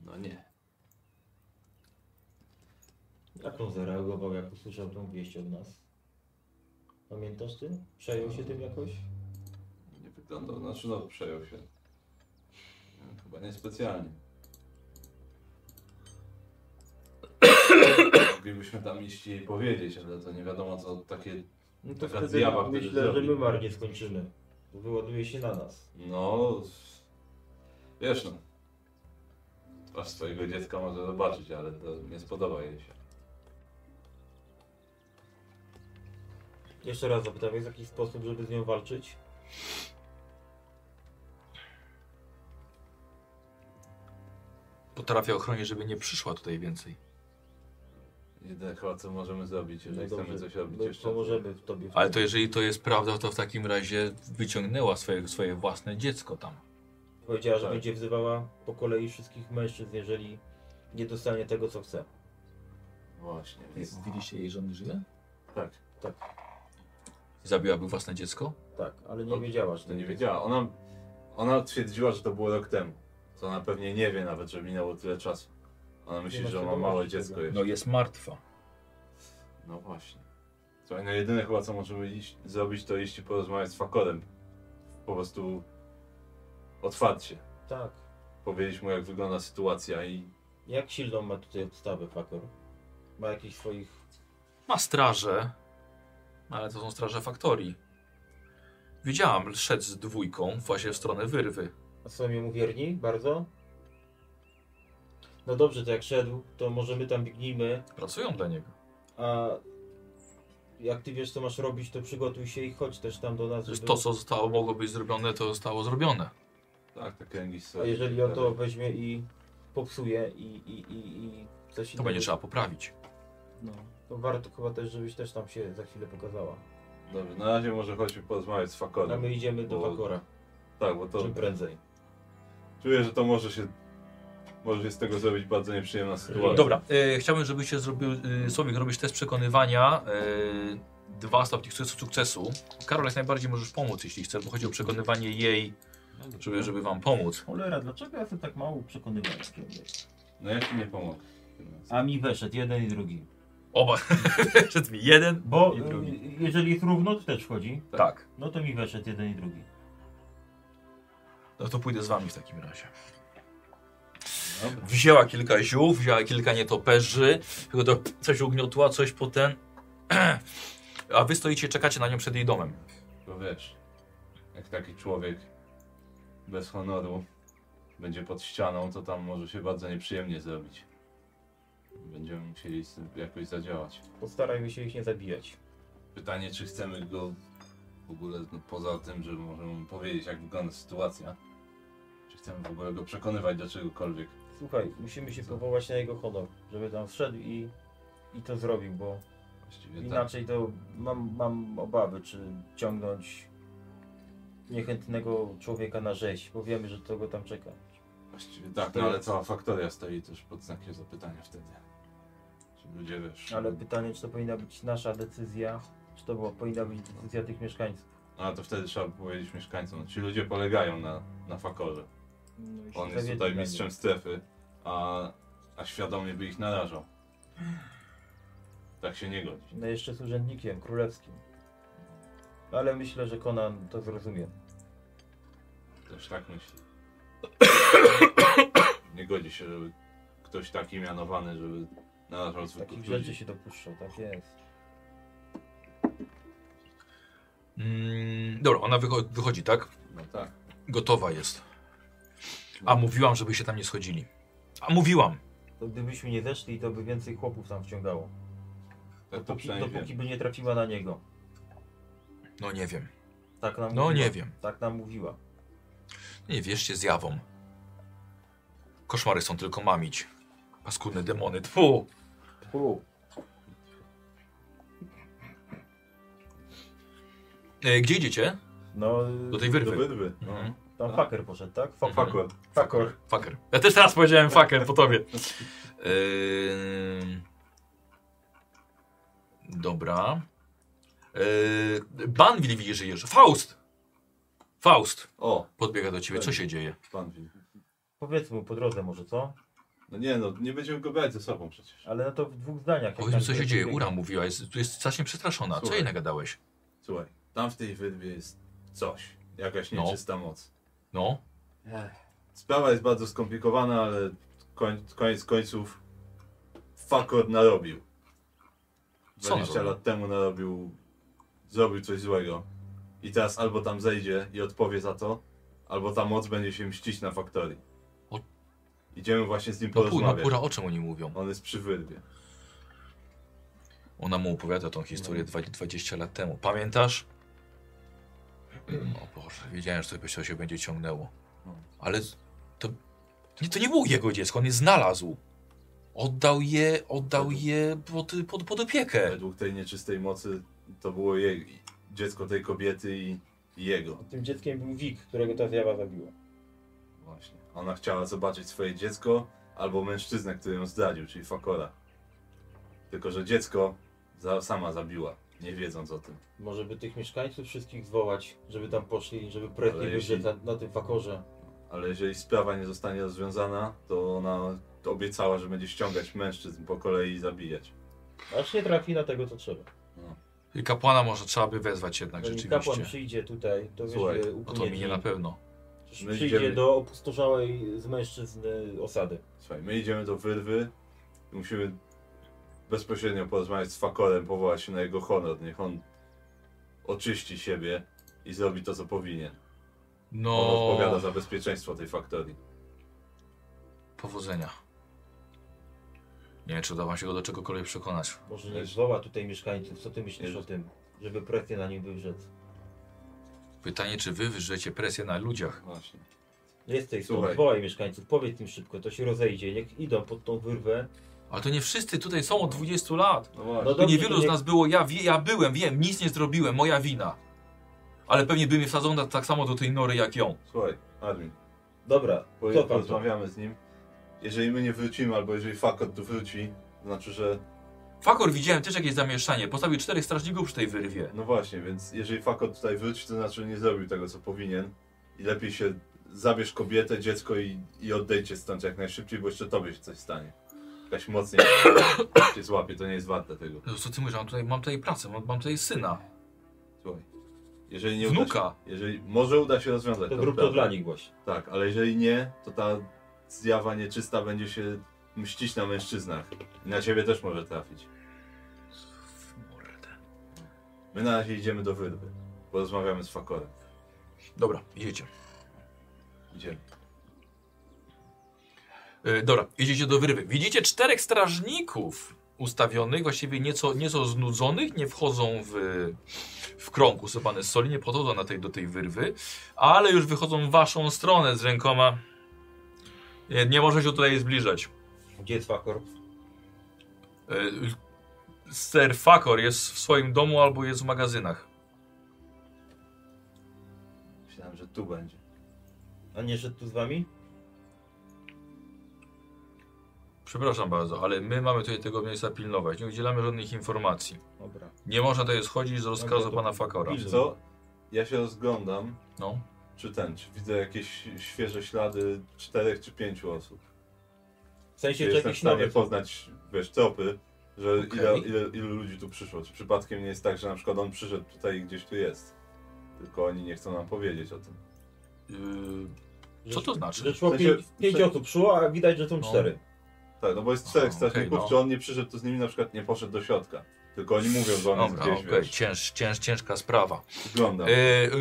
No nie.
Jak on zareagował, jak usłyszał tą wieść od nas? Pamiętasz ty? Przejął się tym jakoś?
Nie wyglądał, znaczy no przejął się. No, Chyba niespecjalnie. [coughs] Moglibyśmy tam iść i jej powiedzieć, ale to nie wiadomo co takie...
No to
Taka
wtedy
zjawa, wtedy
myślę, że
zrobi.
my marnie skończymy. Wyładuje się na nas.
No... Wiesz no. Twarz swojego dziecka może zobaczyć, ale to nie spodoba jej się.
Jeszcze raz zapytam, jest jakiś sposób, żeby z nią walczyć?
Potrafię ochronić, żeby nie przyszła tutaj więcej.
Jedyne chyba co możemy zrobić, jeżeli
No
chcemy
dobrze,
coś robić
my
jeszcze.
Pomożemy tobie. w
Ale
tym.
to jeżeli to jest prawda, to w takim razie wyciągnęła swoje, swoje własne dziecko tam.
Powiedziała, że
Tak.
będzie wzywała po kolei wszystkich mężczyzn, jeżeli nie dostanie tego, co chce.
Właśnie, więc
Widzieliście jej żony żyje?
tak.
Zabiłaby własne dziecko?
Tak, ale nie
No,
wiedziała, że
To
to
nie wiedziała. Ona, ona twierdziła, że to było rok temu. To ona pewnie nie wie nawet, że minęło tyle czasu. Ona myśli,
ma
że ma
świadomości
małe
tego.
dziecko jeszcze.
No jest martwa.
No właśnie. Słuchaj, no jedyne chyba co możemy iść, zrobić, to jeśli porozmawiać z Fakorem. Po prostu otwarcie.
Tak.
Powiedzieć mu, jak wygląda sytuacja i
Jak silną ma tutaj obstawę Fakor? Ma jakichś swoich...
Ma straże, ale to są straże faktorii. Widziałam, szedł z dwójką właśnie w stronę wyrwy.
A są jemu wierni? Bardzo? No dobrze, to jak szedł, to może my tam biegnijmy,
Pracują dla niego.
a jak ty wiesz, co masz robić, to przygotuj się i chodź też tam do nas,
Zresztą
żeby...
to, co zostało, mogło być zrobione, to zostało zrobione.
tak, te kręgi
A
sobie.
jeżeli on to weźmie i popsuje i, i, i, i coś
To
innego-
będzie trzeba poprawić.
No, to warto chyba też, żebyś też tam się za chwilę pokazała.
Dobrze, na razie może chodźmy porozmawiać z
A
Fakorem.
my idziemy do
Bo-
Fakora,
Tak, bo to
czym prędzej.
czuję, że to może się. Może się z tego zrobić bardzo nieprzyjemna sytuacja.
Dobra, e, chciałbym, żebyście zrobił, e, Słowik, robisz test przekonywania. E, dwa stopnie sukcesu, sukcesu. Karol, jak najbardziej możesz pomóc, jeśli chcesz, bo chodzi o przekonywanie jej, żeby, żeby wam pomóc.
Cholera, dlaczego ja jestem tak mało przekonywany?
No ja ci nie pomogę.
A mi weszedł jeden i drugi.
Oba, [laughs] przed mi jeden.
Bo
I drugi.
y, jeżeli jest równo, to też wchodzi.
Tak.
No to mi weszedł jeden i drugi.
No to pójdę z wami w takim razie.
Dobra.
Wzięła kilka ziół, wzięła kilka nietoperzy, tylko to coś ugniotła, coś potem. [clears throat] A wy stoicie, czekacie na nią przed jej domem.
Bo wiesz, jak taki człowiek bez honoru będzie pod ścianą, to tam może się bardzo nieprzyjemnie zrobić. Będziemy musieli z tym jakoś zadziałać.
Postarajmy się ich nie zabijać.
Pytanie, czy chcemy go w ogóle, no, poza tym, że możemy mu powiedzieć, jak wygląda sytuacja, czy chcemy w ogóle go przekonywać do czegokolwiek.
Słuchaj, musimy się
Co?
powołać na jego honor, żeby tam wszedł i, i to zrobił, bo
Właściwie tak.
inaczej to mam, mam obawy, czy ciągnąć niechętnego człowieka na rzeź, bo wiemy, że to go tam czeka.
Właściwie tak, no, ale cała faktoria stoi też pod znakiem zapytania wtedy. Ci ludzie wiesz.
Ale pytanie, czy to powinna być nasza decyzja, czy to była, powinna być decyzja tych mieszkańców.
No ale to wtedy trzeba powiedzieć mieszkańcom, no, ci ludzie polegają na, na fakorze. On jest
No Zawiedli
tutaj
na
mistrzem strefy, a, a świadomie by ich narażał. Tak się nie godzi.
No jeszcze z urzędnikiem królewskim. Ale myślę, że Conan to zrozumie.
Też tak myślę. Nie godzi się, żeby ktoś taki mianowany, żeby narażał zwykłych
Takich
ludzi.
rzeczy się dopuszczał, tak jest.
Mm, dobra, ona wycho wychodzi, tak?
No tak.
Gotowa jest. A mówiłam, żeby się tam nie schodzili. A mówiłam.
To gdybyśmy nie zeszli, to by więcej chłopów tam wciągało.
Tak to
Dopóki,
przynajmniej
dopóki
wiem.
by nie trafiła na niego.
No nie wiem.
Tak nam
No
mówiła.
nie wiem.
Tak nam mówiła.
Nie wierzcie zjawom. Koszmary są tylko mamić. Paskudne demony. Tfu! E, gdzie idziecie?
No,
Do tej wyrwy.
Do wydwy. No.
Mhm.
tam faker poszedł, tak? Fa-
Mhm.
Fakor.
Fakor.
Fucker. Ja też teraz powiedziałem fucker po tobie. Ym. Dobra. Yy, Banwil widzi, że jeżdż. Faust! Faust!
O,
Podbiega do ciebie. Co się dzieje?
pan wie.
Powiedz mu po drodze może, co?
No nie no, nie będziemy go brać ze sobą przecież.
Ale no to w dwóch zdaniach. jak
Powiedz mi,
tam
co się
tyle
dzieje.
biegnie.
Ura mówiła. Jest, tu jest strasznie przestraszona. Co
Słuchaj.
jej nagadałeś?
Słuchaj, tam w tej wydwie jest coś. Jakaś
No.
nieczysta moc.
No.
Sprawa jest bardzo skomplikowana, ale koń, koniec końców Fakor narobił.
Co
20
narobił?
lat temu narobił, zrobił coś złego. I teraz albo tam zejdzie i odpowie za to, albo ta moc będzie się mścić na Faktorii.
O-
Idziemy właśnie z nim
No, pół, no
porozmawiać.
pura o czym oni mówią?
On jest przy wyrwie.
Ona mu opowiada tą
No.
historię dwa- 20 lat temu. Pamiętasz? O Boże, wiedziałem, że to się będzie ciągnęło.
No.
Ale to nie, to nie było jego dziecko, on je znalazł. Oddał je, oddał je pod, pod, pod opiekę.
Według tej nieczystej mocy to było jej, dziecko tej kobiety i, i jego.
Tym dzieckiem był Wik, którego ta zjawa zabiła.
Właśnie. Ona chciała zobaczyć swoje dziecko albo mężczyznę, który ją zdradził, czyli Fakora. Tylko, że dziecko za, sama zabiła, nie wiedząc o tym.
Może by tych mieszkańców wszystkich zwołać, żeby tam poszli, żeby pretnie
Ale
wyżej
jeśli-
na, na tym fakorze.
Ale jeżeli sprawa nie zostanie rozwiązana, to ona obiecała, że będzie ściągać mężczyzn po kolei i zabijać.
Aż nie trafi na tego, co trzeba.
Tak,
I kapłana może trzeba by wezwać
No
jednak
Jeżeli kapłan
rzeczywiście.
przyjdzie tutaj, to
Słuchaj,
wiesz,
No to minie
upłynie
na
dni.
pewno.
Przecież
My
Przyjdzie
idziemy.
do opustoszałej z mężczyzny osady.
Słuchaj, my idziemy do wyrwy i musimy bezpośrednio porozmawiać z Fakorem, powołać się na jego honor. Niech on oczyści siebie i zrobi to, co powinien. On
No,
odpowiada za bezpieczeństwo tej faktorii.
powodzenia. Nie wiem, czy uda wam się go do czegokolwiek przekonać.
Może nie zwoła tutaj mieszkańców. Co ty myślisz o tym? Żeby presję na nim wywrzeć.
Pytanie, czy wy wywrzecie presję na ludziach?
Właśnie.
Jesteś stąd,
Słuchaj.
zwołaj mieszkańców, powiedz im szybko, to się rozejdzie, niech idą pod tą wyrwę.
Ale to nie wszyscy tutaj są od 20 lat.
No właśnie.
No
Tu
dobrze,
niewielu
to
z
niech-
nas było, ja, wie, ja byłem, wiem, nic nie zrobiłem, moja wina. Ale pewnie by mnie wsadzał na, tak samo do tej nory jak ją.
Słuchaj, Armin,
Dobra,
bo
co pan to?
porozmawiamy z nim. Jeżeli my nie wrócimy, albo jeżeli Fakor tu wróci, to znaczy, że
Fakor widziałem też jakieś zamieszanie. Postawił czterech strażników przy tej wyrwie.
No właśnie, więc jeżeli Fakot tutaj wróci, to znaczy nie zrobił tego, co powinien. I lepiej się zabierz kobietę, dziecko i, i odejdźcie stąd jak najszybciej, bo jeszcze tobie się coś stanie. Jakaś mocniej [coughs] cię złapie, to nie jest warte tego.
Jezu, Co ty mówisz, mam tutaj, mam tutaj pracę, mam, mam tutaj syna,
Słuchaj, jeżeli nie uda się,
wnuka.
jeżeli może uda się rozwiązać
To
tą
zrób to
sprawę.
dla nich właśnie.
Tak, ale jeżeli nie, to ta zjawa nieczysta będzie się mścić na mężczyznach. I na ciebie też może trafić. My na razie idziemy do wyrwy. Porozmawiamy z Fakorem.
Dobra, idziecie.
Idziemy.
E, dobra, jedziecie do wyrwy. Widzicie czterech strażników ustawionych, właściwie nieco, nieco znudzonych, nie wchodzą w, w krąg usypany z soli, nie podchodzą na tej, do tej wyrwy, ale już wychodzą w waszą stronę z rękoma. Nie, nie może się tutaj zbliżać.
Gdzie jest Fakor?
E, Ser Fakor jest w swoim domu albo jest w magazynach.
Myślałem, że tu będzie.
A nie szedł tu z wami?
Przepraszam bardzo, ale my mamy tutaj tego miejsca pilnować. Nie udzielamy żadnych informacji.
Dobra.
Nie można tutaj schodzić z
Dobra,
rozkazu
to
pana Fakora.
pilnuj.
Co? Ja się rozglądam,
No.
czy ten, czy widzę jakieś świeże ślady czterech czy pięciu osób.
W sensie,
Czy
że
jestem w
jakiś
stanie
nowy...
poznać, wiesz, tropy, że
Okej.
ile, ile, ilu ludzi tu przyszło. Czy przypadkiem nie jest tak, że na przykład on przyszedł tutaj i gdzieś tu jest. Tylko oni nie chcą nam powiedzieć o tym.
Yy,
że-
co to znaczy?
Że szło
W sensie-
pięć, pięć
że-
osób szło, a widać, że są
No.
cztery.
Tak, no bo jest czterech
A, okej,
strażników,
no.
czy on nie przyszedł, to z nimi na przykład nie poszedł do środka. Tylko oni mówią, że on jest
Dobra,
gdzieś,
okej,
wiesz,
cięż, cięż, ciężka sprawa.
wygląda.
E,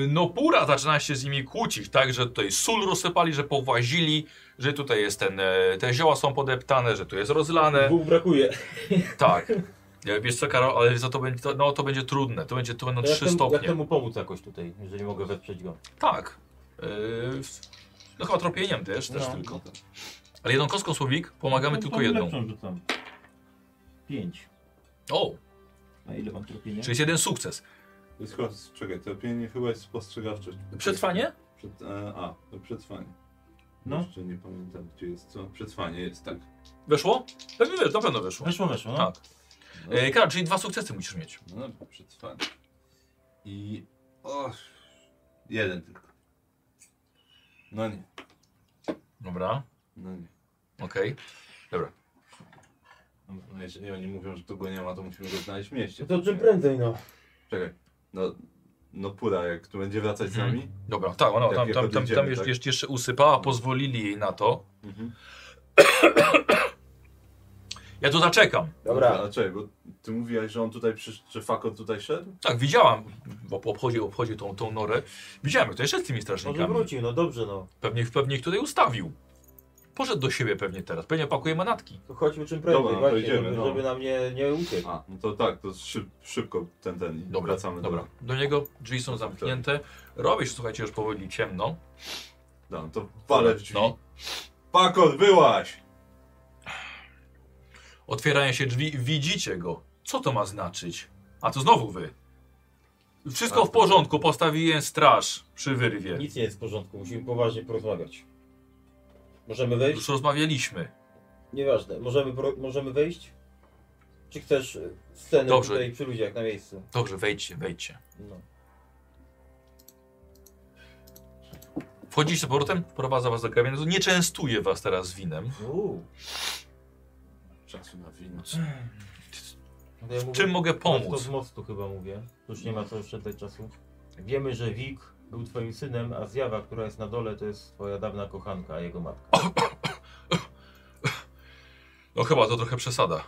no Pura zaczyna się z nimi kłócić, tak, że tutaj sól rozsypali, że powłazili, że tutaj jest ten, e, te zioła są podeptane, że tu jest
[laughs]
rozlane,
Dwóch brakuje.
tak. E, Wiesz co Karol, ale za to będzie, to, no to będzie trudne, to, będzie, to będą
To
trzy
jak, temu,
stopnie.
jak temu pomóc jakoś tutaj, jeżeli mogę wesprzeć go?
Tak. E, w- no chyba tropieniem też, też
No.
tylko. Ale jedną kostką słowik, pomagamy
No,
tylko
tą
jedną.
lepszą rzucam. Pięć.
O,
A ile mam tropienia?
czyli jest jeden sukces.
Tylko, czekaj, to opinię chyba jest spostrzegawcze.
Przetrwanie?
Przed, e, a, to przetrwanie.
No.
Jeszcze nie pamiętam, gdzie jest co. Przetrwanie jest, tak.
Weszło? Pewnie wiesz, na pewno weszło.
Weszło, weszło, no.
Tak. E, Karol, czyli dwa sukcesy musisz mieć.
No dobra, przetrwanie. I... Och, jeden tylko. No nie,
Dobra,
no nie.
okej.
No jeżeli oni mówią, że tu go nie ma, to musimy go znaleźć w mieście.
To czym prędzej, no.
Czekaj, no... No pura, jak tu będzie wracać z
Mhm.
nami.
Dobra, tak, ona
Jak
tam,
je
tam, tam, tam
podjedziemy,
jeszcze,
tak?
jeszcze, jeszcze usypała, pozwolili jej na to.
Mhm.
Ja tu zaczekam.
Dobra.
Ale czekaj, bo ty mówiłaś, że on tutaj przysz... że Fakon tutaj szedł?
Tak, widziałam, bo obchodził, obchodził tą, tą norę. Widziałem, jak to jeszcze z tymi
Może
strażnikami.
wrócił, no dobrze, no.
Pewnie, pewnie ich tutaj ustawił. Poszedł do siebie pewnie teraz. Pewnie pakuje manatki.
To chodźmy czym prędzej,
Dobra, no to
właśnie,
idziemy,
żeby,
dobra.
żeby nam nie, nie uciekł.
A, no to tak, to szyb, szybko ten, ten i
Dobra,
wracamy
dobra. Do niego drzwi są zamknięte. Robi się, słuchajcie, już powoli ciemno.
do... Dobra, to palę w drzwi.
No.
Pakot, byłaś!
Otwierają się drzwi, widzicie go. Co to ma znaczyć? A to znowu wy. Wszystko w porządku, postawiłem straż przy wyrwie.
Nic nie jest w porządku, musimy poważnie porozmawiać. Możemy wejść?
Już rozmawialiśmy.
Nieważne, możemy, pro- możemy wejść? Czy chcesz y, scenę
Dobrze.
tutaj przy ludziach na miejscu?
Dobrze, wejdźcie, wejdźcie.
No.
Wchodzicie z powrotem, wprowadza was do kawiarni. Nie częstuję was teraz winem.
Uuu.
Czasu na wino.
No To ja mówię-
Czym mogę
To
pomóc?
z mostu chyba mówię. Już nie ma co oszczędzać czasu. Wiemy, że Wik był twoim synem, a Zjawa, która jest na dole, to jest twoja dawna kochanka, a jego matka.
No chyba to trochę przesada.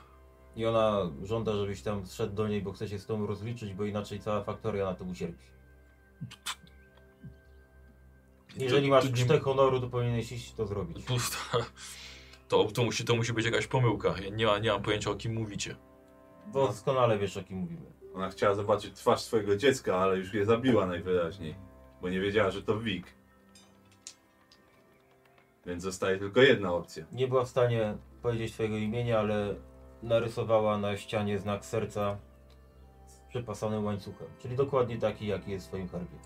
I ona żąda, żebyś tam zszedł do niej, bo chce się z tą rozliczyć, bo inaczej cała faktoria na to ucierpi. Jeżeli
To-
masz
to nie-
cztek honoru, to powinieneś iść to zrobić.
To, [laughs] to, to, musi, to musi być jakaś pomyłka. Ja nie, ma, nie mam pojęcia o kim mówicie. No.
Doskonale wiesz, o kim mówimy.
Ona chciała zobaczyć twarz swojego dziecka, ale już je zabiła najwyraźniej, bo nie wiedziała, że to Wik. Więc zostaje tylko jedna opcja.
Nie była w stanie powiedzieć twojego imienia, ale narysowała na ścianie znak serca z przypasanym łańcuchem. Czyli dokładnie taki, jaki jest w swoim herbie.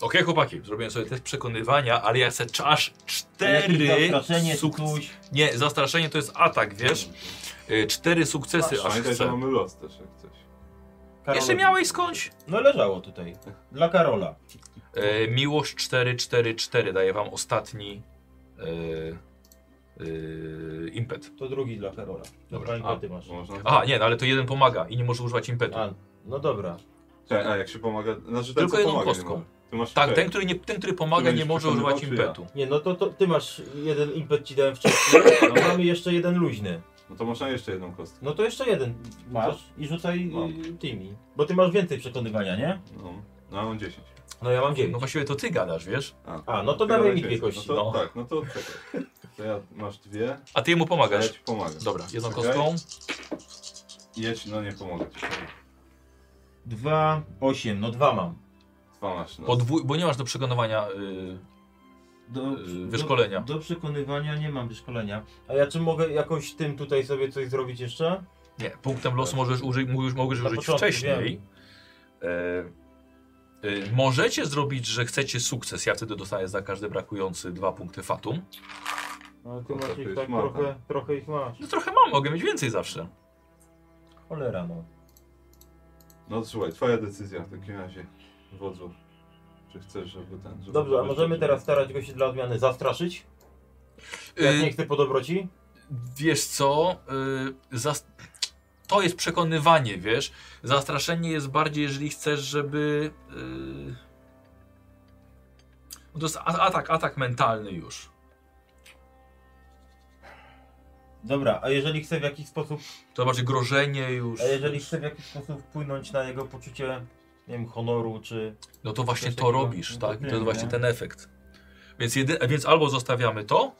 Okej, chłopaki, zrobiłem sobie test przekonywania, ale ja chcę aż
Jakieś
cztery
zastraszenie,
sukcesy.
tuś.
Nie, zastraszenie to jest atak, wiesz? Y, Cztery sukcesy aż
Pamiętaj, że
chcę.
mamy los też, jak coś.
Karolowi.
Jeszcze miałeś skądś?
No leżało tutaj. Dla Karola.
E, miłość 444 daje wam ostatni e, e, impet.
To drugi dla Karola.
Dobra,
Dobra,
a,
a, ty masz.
Można?
Aha, nie, no ale to jeden pomaga i nie może używać impetu.
A, no dobra.
Czekaj, a jak się pomaga? Znaczy ten,
Tylko
co
jedną
pomaga, nie
kostką.
ma. Ty masz
tak,
cztery.
ten który, nie, ten, który pomaga,
będziesz
nie może
przekonywał,
używać
czy ja?
impetu.
Nie, no to, to ty masz jeden impet ci dałem wcześniej. No mamy jeszcze jeden luźny.
No to można jeszcze jedną kostkę.
No to jeszcze jeden masz i rzucaj
Mam.
y, tymi. Bo ty masz więcej przekonywania, nie?
No, no ja mam 10.
No ja mam
No
dziewięć.
właściwie to ty gadasz, wiesz?
A, no to
Ty
dawaj
dałeś
mi dwie
więcej.
kości.
No to,
no.
Tak, no to czekaj. To ja masz dwie,
A ty mu
a ja
pomagasz.
ci pomagam.
Dobra, jedną
Czekaj.
kostką.
I ja ci, no nie pomogę ci.
Dwa, osiem, no dwa mam.
Dwa masz, no.
Podwój, bo nie masz do przekonywania y,
Do,
y, wyszkolenia.
No, Do, do przekonywania nie mam wyszkolenia. A ja czy mogę jakoś tym tutaj sobie coś zrobić jeszcze?
Nie, punktem losu możesz użyć, możesz, możesz
Na
użyć
początku,
wcześniej.
wiem.
Y, możecie zrobić, że chcecie sukces. Ja wtedy dostaję za każdy brakujący dwa punkty fatum.
No ty
No to
masz
ty
ich
już
tak
ma,
trochę, trochę ich masz.
No trochę mam, mogę mieć więcej zawsze.
Cholera no.
No to słuchaj, twoja decyzja w takim razie, wodzu. Czy chcesz, żeby ten... Żeby
Dobrze, a
żeby-
możemy
żeby-
teraz starać go się dla odmiany zastraszyć? Jak nie
Y,
chce po dobroci?
wiesz co? Y, zas- to jest przekonywanie, wiesz? Zastraszenie jest bardziej, jeżeli chcesz, żeby. y, no to jest a- atak, atak mentalny już.
Dobra, a jeżeli chce w jakiś sposób,
To bardziej grożenie już.
a jeżeli chce w jakiś sposób wpłynąć na jego poczucie, nie wiem, honoru czy...
No to właśnie
Coś
to
takiego
robisz, tak? To
nie
jest
wiem,
właśnie
nie?
ten efekt. Więc, jedy, a więc albo zostawiamy to,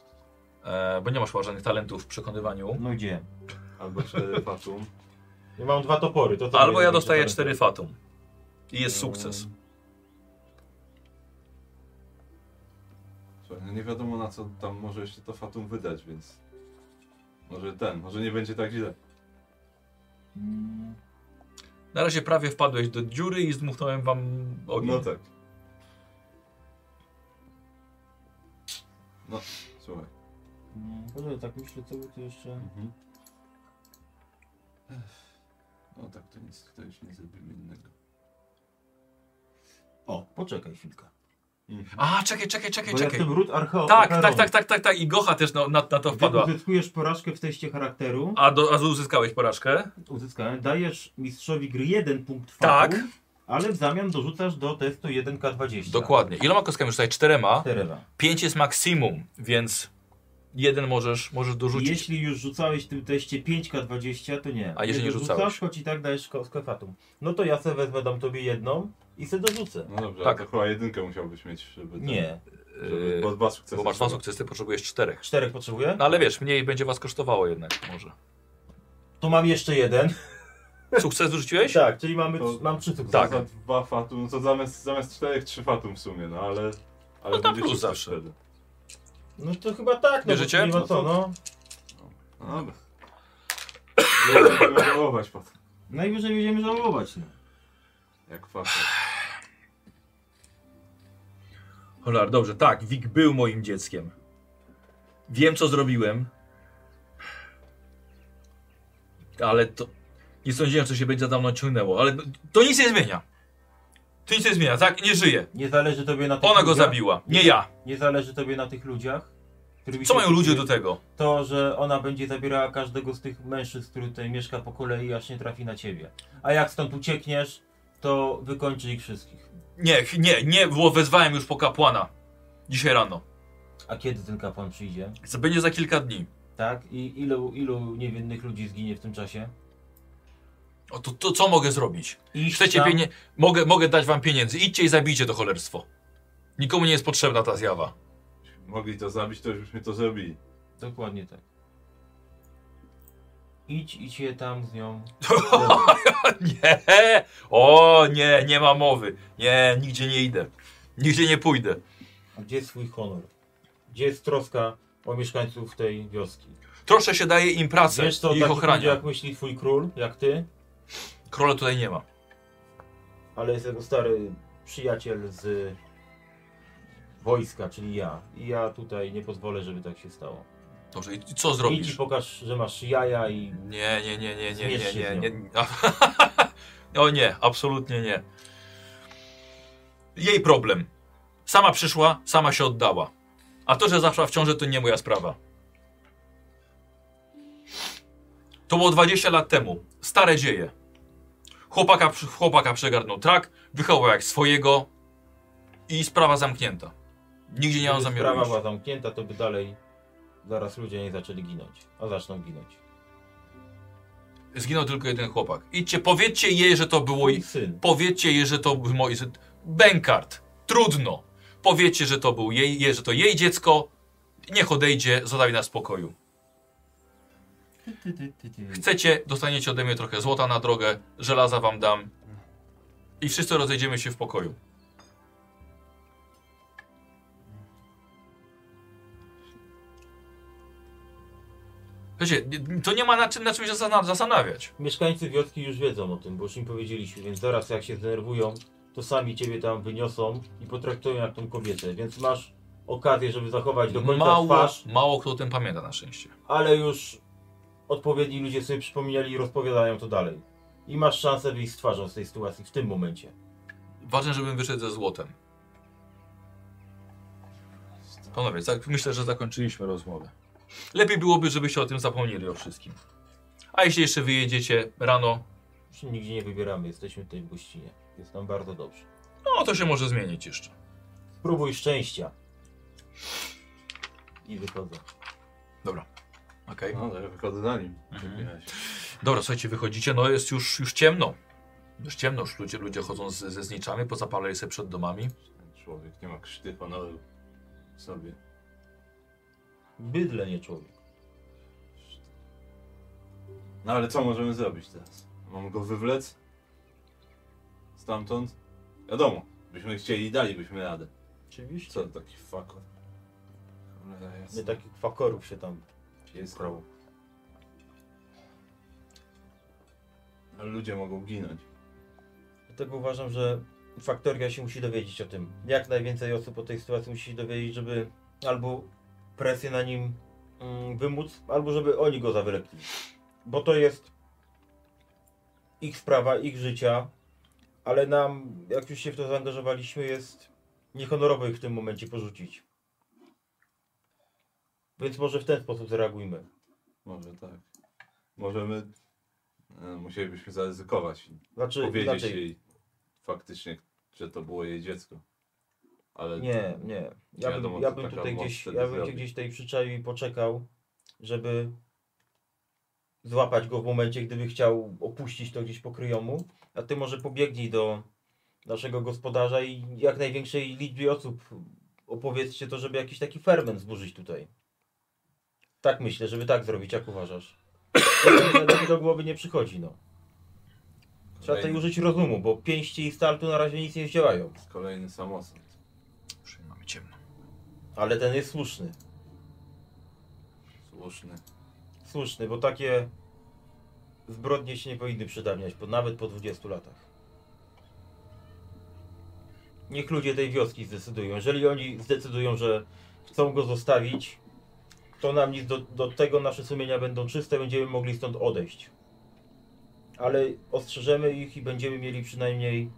e, bo nie masz chyba żadnych talentów w przekonywaniu,
No gdzie?
Albo cztery fatum.
Ja mam dwa topory, to co
albo
mówię,
ja
że
dostaję
to-
cztery fatum. I jest sukces.
Mm.
Słuchaj, no nie wiadomo na co tam może jeszcze to fatum wydać, więc... Może ten, może nie będzie tak źle.
Mm,
Na razie prawie wpadłeś do dziury i zdmuchnąłem wam ogień.
No tak. No, słuchaj.
Mm, Dobra, tak myślę, co by tu jeszcze...
Mhm. No tak, to nic tutaj już nie zrobimy innego.
O, poczekaj chwilkę.
A, czekaj, czekaj, czekaj,
Bo
czekaj.
jestem ród archeo...
Tak, tak, tak, tak, tak, tak. I Gocha też na, na, na to
Gdy
wpadła.
uzyskujesz porażkę w teście charakteru,
A, do, a uzyskałeś porażkę?
Tak. uzyskałem, dajesz mistrzowi gry jeden punkt
Tak.
fatum, ale w zamian dorzucasz do testu 1K20.
Dokładnie. Iloma kostkami rzucaj? Czterema.
Terena.
Pięć jest maksimum, więc jeden możesz, możesz dorzucić.
Jeśli już rzucałeś w tym teście 5K20, to nie.
A jeżeli nie
dorzucasz,
rzucałeś?
choć i tak dajesz ko- skafatum. No to ja se wezmę, dam tobie jedną i se dorzucę.
No dobrze,
Tak.
tak. to chyba jedynkę musiałbyś mieć, żeby... ten-
Nie.
Żeby,
Yy,
bo dwa sukcesy.
bo masz dwa sukcesy, potrzebujesz czterech.
Czterech potrzebuję?
No ale wiesz, mniej będzie was kosztowało jednak może.
To mam jeszcze jeden.
Sukces rzuciłeś?
Tak, czyli mamy,
To-
mam trzy sukcesy.
Tak.
Tak.
Za dwa fatum, no to zamiast, zamiast czterech, trzy fatum w sumie, no ale... ale
No tam
będzie
plus
sukces
zawsze.
Wtedy.
No to chyba tak, no
Bierzecie?
bo tu nie ma co, no.
No dobra. Nie będziemy żałować potem.
Najwyżej będziemy żałować. No.
Jak fakt.
Holar, dobrze, tak, Wik był moim dzieckiem. Wiem, co zrobiłem. Ale to... Nie sądziłem, co się będzie za mną ciągnęło, ale no, to nic nie zmienia. To nic nie zmienia, tak? Nie żyje.
Nie zależy tobie na tych
Ona go
ludziach?
zabiła, nie ja.
Nie zależy tobie na tych ludziach? którymi
Co
się
mają ludzie
zajmujesz?
do tego?
To, że ona będzie zabierała każdego z tych mężczyzn, który tutaj mieszka po kolei, aż nie trafi na ciebie. A jak stąd uciekniesz, to wykończy ich wszystkich.
Nie, nie, nie, bo wezwałem już po kapłana. Dzisiaj rano.
A kiedy ten kapłan przyjdzie?
Co Będzie za kilka dni.
Tak? I ilu, ilu niewinnych ludzi zginie w tym czasie?
O to, to co mogę zrobić?
Iść
Chcecie
tam-
pienie... mogę, mogę dać wam pieniędzy. Idźcie i zabijcie to cholerstwo. Nikomu nie jest potrzebna ta zjawa. [laughs]
Mogli to zabić, to już byśmy to zrobili.
Dokładnie tak. Idź, idź je tam z
[laughs]
nią.
Nie! O nie, nie ma mowy. Nie, nigdzie nie idę. Nigdzie nie pójdę.
A gdzie jest swój honor? Gdzie jest troska o mieszkańców tej wioski?
Troszkę się daje im pracę
Wiesz co,
i ich
takich ludzi
ochrania.
jak myśli twój król, jak ty,
Króla tutaj nie ma.
ale jest jego stary przyjaciel z wojska, czyli ja. I ja tutaj nie pozwolę, żeby tak się stało.
Dobrze, i co
Idź i
zrobisz?
pokaż, że masz jaja i...
Nie, nie, nie, nie, nie,
Zmierz
nie,
się
nie,
z
nie. O nie, [laughs] absolutnie nie. Jej problem. Sama przyszła, sama się oddała. A to, że zaszła w ciąży, to nie moja sprawa. To było 20 lat temu. Stare dzieje. Chłopaka, chłopaka przegarnął trak, wychował jak swojego i sprawa zamknięta. Nigdzie nie mam
Gdyby
zamiaru
sprawa
iść.
była zamknięta, to by dalej zaraz ludzie nie zaczęli ginąć, a zaczną ginąć.
Zginął tylko jeden chłopak. Idźcie, powiedzcie jej, że to było
Twój
ich.
syn.
Powiecie jej, że to był moi. że- Bękart. Trudno. Powiecie, że to był jej, jej, że to jej dziecko. Niech odejdzie, zostawi nas w spokoju. Chcecie, dostaniecie ode mnie trochę złota na drogę, żelaza wam dam. I wszyscy rozejdziemy się w pokoju. Wiecie, to nie ma na czym, na czym się zastan- zastanawiać.
Mieszkańcy wioski już wiedzą o tym, bo już im powiedzieliśmy, więc zaraz jak się zdenerwują, to sami ciebie tam wyniosą i potraktują jak tą kobietę, więc masz okazję, żeby zachować do końca
Mało,
twarz,
mało kto o tym pamięta na szczęście.
ale już odpowiedni ludzie sobie przypominali i rozpowiadają to dalej. I masz szansę wyjść z twarzą z tej sytuacji w tym momencie.
Ważne, żebym wyszedł ze złotem. Panowie, zak- myślę, że zakończyliśmy rozmowę. Lepiej byłoby, żebyście o tym zapomnieli o wszystkim. A jeśli jeszcze wyjedziecie rano,
Już się nigdzie nie wybieramy, jesteśmy tutaj w gościnie. Jest nam bardzo dobrze.
no to się może zmienić jeszcze.
Próbuj szczęścia. I wychodzę.
Dobra. Okej.
No, ale wychodzę za nim.
Mhm. Dobra, słuchajcie, wychodzicie, no jest już, już ciemno. Już ciemno, już ludzie, ludzie chodzą z, ze zniczami, pozapalali sobie przed domami.
Ten Człowiek nie ma krzty honoru w sobie.
Bydle nie człowiek.
No ale co możemy zrobić teraz? Mam go wywlec? Stamtąd? Wiadomo, byśmy chcieli i dalibyśmy radę.
Oczywiście.
Co to taki fuck?
My takich fakorów się tam
Jest prawo. Ale Ludzie mogą ginąć.
Dlatego uważam, że faktoria się musi dowiedzieć o tym. Jak najwięcej osób o tej sytuacji musi się dowiedzieć, żeby albo presję na nim mm, wymóc, albo żeby oni go zawlekli. Bo to jest ich sprawa, ich życia, ale nam, jak już się w to zaangażowaliśmy, jest niehonorowo ich w tym momencie porzucić. Więc może w ten sposób zareagujmy.
Może tak. Możemy. E, musielibyśmy zaryzykować i
Znaczy,
powiedzieć
inaczej.
jej faktycznie, że to było jej dziecko. Ale
Nie, nie. Ja bym,
Wiadomo,
ja
co
bym
taka
tutaj
moc
gdzieś,
wtedy
ja bym cię
zrobi.
gdzieś tutaj przyczaił i poczekał, żeby złapać go w momencie, gdyby chciał opuścić to gdzieś po kryjomu. A ty może pobiegnij do naszego gospodarza i jak największej liczbie osób opowiedzcie to, żeby jakiś taki ferment zburzyć tutaj. Tak myślę, żeby tak zrobić, jak uważasz. To do głowy nie przychodzi, no. Trzeba tutaj użyć rozumu, bo pięści i stal tu na razie nic nie zdziałają.
Kolejny samosąd.
Już mamy ciemno.
Ale ten jest słuszny.
Słuszny.
Słuszny, bo takie zbrodnie się nie powinny przydawniać, po, nawet po 20 latach. Niech ludzie tej wioski zdecydują. Jeżeli oni zdecydują, że chcą go zostawić, to nam nic do, do tego nasze sumienia będą czyste, będziemy mogli stąd odejść. Ale ostrzeżemy ich i będziemy mieli przynajmniej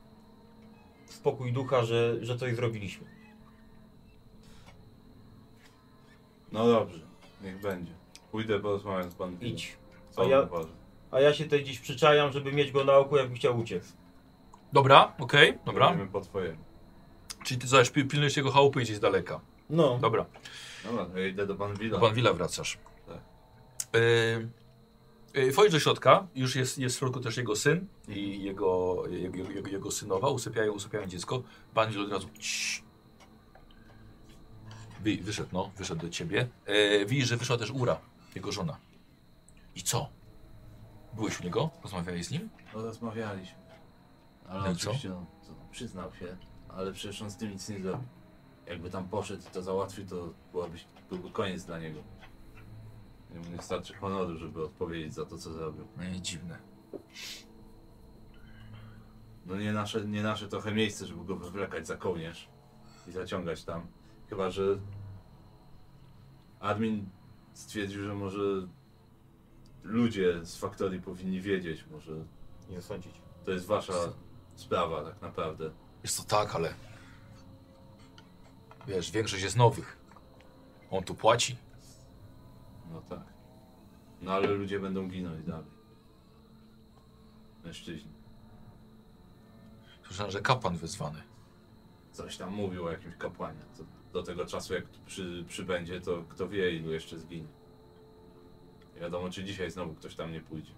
spokój ducha, że, że coś zrobiliśmy.
No dobrze, niech będzie. Pójdę porozmawiać z panem.
Idź.
Co
A
on
ja-
uważa?
A ja się tutaj dziś przyczajam, żeby mieć go na oku, jakby chciał uciec.
Dobra, okej, dobra.
Będziemy po twojemu.
Czyli ty zobacz, pi- pilnujesz jego chałupy i gdzieś z daleka.
No.
Dobra,
Dobra, to ja idę do pan
do
Wila.
Banwila wracasz.
Tak.
Yy, yy, wchodzisz do środka, już jest, jest w środku też jego syn i jego, jego, jego, jego synowa, usypiają, usypiają dziecko. Banwil od razu... Ciii. Wy, wyszedł, no, wyszedł do ciebie. Yy, widzisz, że wyszła też Ura, jego żona. I co? Byłeś u niego? Rozmawiałeś z nim?
No rozmawialiśmy. Ale
No i co?
oczywiście no, co, przyznał się, ale przecież on z tym nic nie zrobił. Jakby tam poszedł i to załatwił, to byłaby, byłby koniec dla niego. Jemu nie starczy honoru, żeby odpowiedzieć za to, co zrobił.
Nie, dziwne.
No nie nasze, nie nasze trochę miejsce, żeby go wywlekać za kołnierz i zaciągać tam. Chyba, że admin stwierdził, że może ludzie z faktorii powinni wiedzieć, może
Nie sądzić.
to jest wasza sprawa tak naprawdę.
Jest to tak, ale. Wiesz, większość jest nowych. On tu płaci.
No tak. No ale ludzie będą ginąć dalej. Mężczyźni.
Słyszałem, że kapłan wezwany.
Coś tam mówił o jakimś kapłanie. To do tego czasu jak tu przy, przybędzie, to kto wie ilu jeszcze zginie. Nie wiadomo czy dzisiaj znowu ktoś tam nie pójdzie.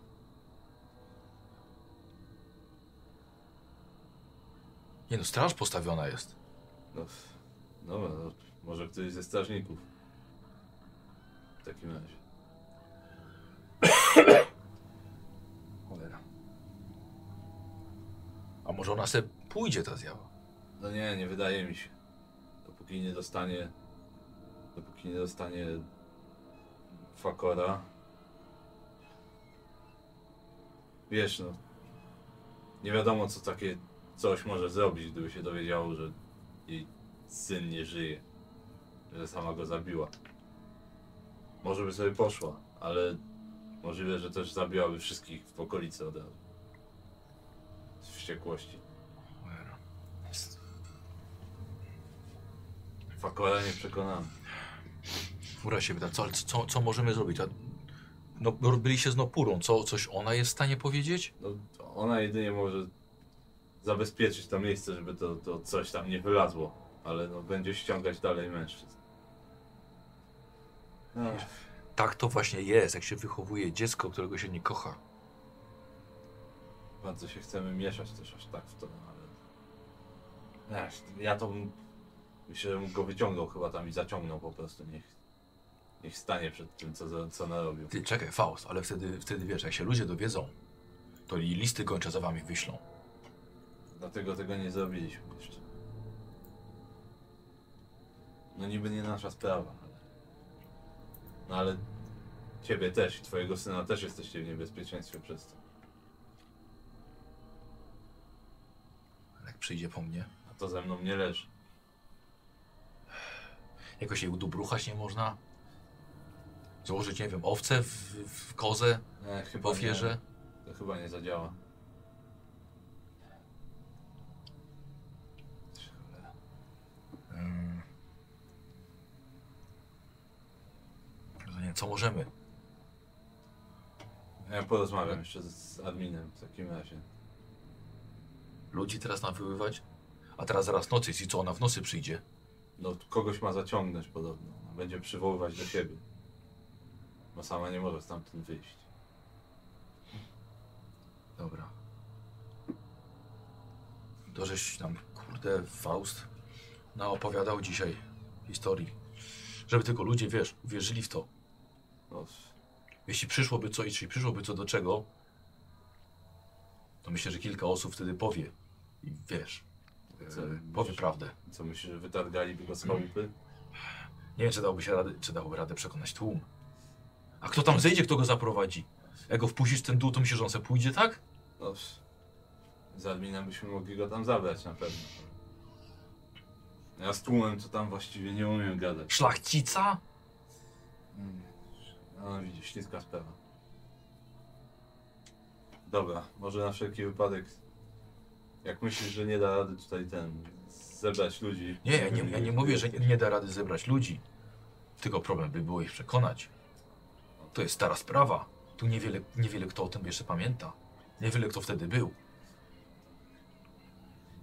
Nie no, straż postawiona jest.
No, no, no może ktoś ze strażników. W takim razie.
Cholera. A może ona se pójdzie ta zjawa?
No nie, nie wydaje mi się. Dopóki nie dostanie. Dopóki nie dostanie fakora. Wiesz no. Nie wiadomo co takie coś może zrobić, gdyby się dowiedziało, że jej syn nie żyje. Że sama go zabiła. Może by sobie poszła, ale możliwe, że też zabiłaby wszystkich w okolicy od razu. Z wściekłości.
Cholera. Jest.
Fakora nie przekonany.
Fura się pyta, co, ale co, co możemy zrobić? A, no, no, byli się z Nopurą. Co, coś ona jest w stanie powiedzieć?
No, ona jedynie może zabezpieczyć to miejsce, żeby to, to coś tam nie wylazło, ale no, będzie ściągać dalej mężczyzn. No, Ech,
Tak to właśnie jest, jak się wychowuje dziecko, którego się nie kocha.
bardzo się chcemy mieszać też aż tak w to, ale... Ech, ja to bym... Myślę, że bym go wyciągnął chyba tam i zaciągnął po prostu, niech... Niech stanie przed tym, co, za- co narobił.
Ty, czekaj, Faust, ale wtedy, wtedy wiesz, jak się ludzie dowiedzą, to i listy gończe za wami wyślą.
Dlatego tego nie zrobiliśmy jeszcze. No niby nie nasza sprawa, ale... No ale ciebie też i twojego syna też jesteście w niebezpieczeństwie przez to.
Jak przyjdzie po mnie.
A to ze mną nie leży.
Jakoś jej udobruchać nie można? Założyć, nie wiem, owce w, w kozę,
E,
w
chyba
ofierze?
Nie, to chyba nie zadziała.
Mm. No nie, co możemy?
Ja porozmawiam jeszcze z, z adminem w takim razie.
Ludzi teraz nawyływać? A teraz zaraz noc jest i co ona w nocy przyjdzie?
No kogoś ma zaciągnąć podobno. No, Będzie przywoływać do siebie. Bo sama nie może stamtąd wyjść.
Dobra. To żeś nam, kurde, Faust naopowiadał dzisiaj. historii. Żeby tylko ludzie, wiesz, uwierzyli w to.
No,
Jeśli przyszłoby co, jeśli przyszłoby co do czego, to myślę, że kilka osób wtedy powie. I wiesz,
Co?
e, powie prawdę.
co myślisz, że wytargaliby go z chałupy?
Nie wiem, czy dałoby się radę, czy dałoby radę przekonać tłum. A kto tam zejdzie, kto go zaprowadzi? Jak go wpuścisz w ten dół, to myślisz, że on se pójdzie, tak?
No, z admina byśmy mogli go tam zabrać na pewno. Ja z tłumem to tam właściwie nie umiem gadać.
Szlachcica?
Mm. No widzisz, śliska sprawa. Dobra, może na wszelki wypadek, jak myślisz, że nie da rady tutaj ten, zebrać ludzi.
Nie, ja nie, ja nie mówię, że nie, nie da rady zebrać ludzi. Tylko problem by było ich przekonać. To jest stara sprawa. Tu niewiele, niewiele kto o tym jeszcze pamięta. Niewiele kto wtedy był.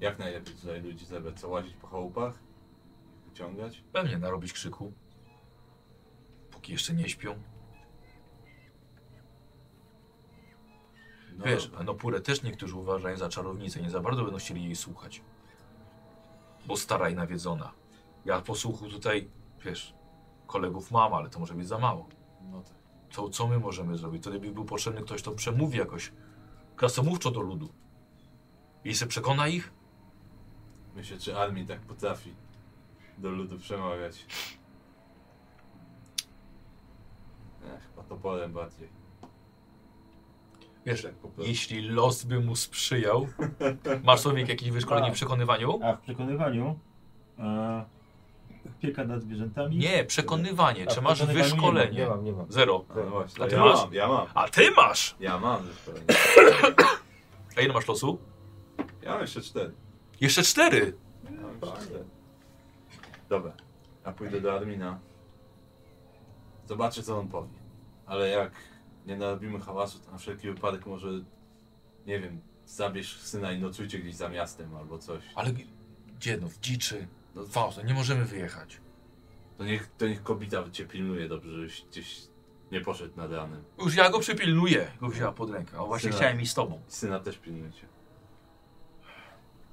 Jak najlepiej tutaj ludzi zebrać? Co, łazić po chałupach? Wyciągać?
Pewnie narobić krzyku. Póki jeszcze nie śpią.
No,
Wiesz, Enopurę też niektórzy uważają za czarownicę. Nie za bardzo będą chcieli jej słuchać. Bo stara i nawiedzona. Ja posłuchu tutaj, wiesz, kolegów mam, ale to może być za mało.
No tak.
To co my możemy zrobić? To by był potrzebny ktoś, kto przemówi jakoś krasomówczo do ludu. I se przekona ich?
Myślę, czy armii tak potrafi do ludu przemawiać. Ech, chyba toporem bardziej.
Wiesz,
tak po prostu.
jeśli los by mu sprzyjał, masz człowiek jakieś wyszkolenie w
Tak.
przekonywaniu?
A w przekonywaniu e, opieka nad zwierzętami.
Nie, przekonywanie.
A w
Czy masz
przekonywaniu Nie
wyszkolenie?
mam, nie mam. Nie mam.
Zero.
A, no właśnie,
A ty
ja
masz?
mam, ja mam.
A ty masz!
Ja mam zespolenie.
A ile masz losu?
Ja mam jeszcze cztery.
Jeszcze cztery!
Ja mam jeszcze cztery. Dobra, ja pójdę do Armina. Zobaczę, co on powie. Ale jak nie narobimy hałasu, to na wszelki wypadek może, nie wiem, zabierz syna i nocujcie gdzieś za miastem albo coś.
Ale g- gdzie no, w dziczy?
No,
Fausto, nie możemy wyjechać.
To niech, to niech kobieta cię pilnuje dobrze, żebyś gdzieś nie poszedł nad ranem.
Już ja go przypilnuję. Go wzięła pod rękę. O, właśnie
Syna.
chciałem iść z tobą.
Syna też pilnujcie.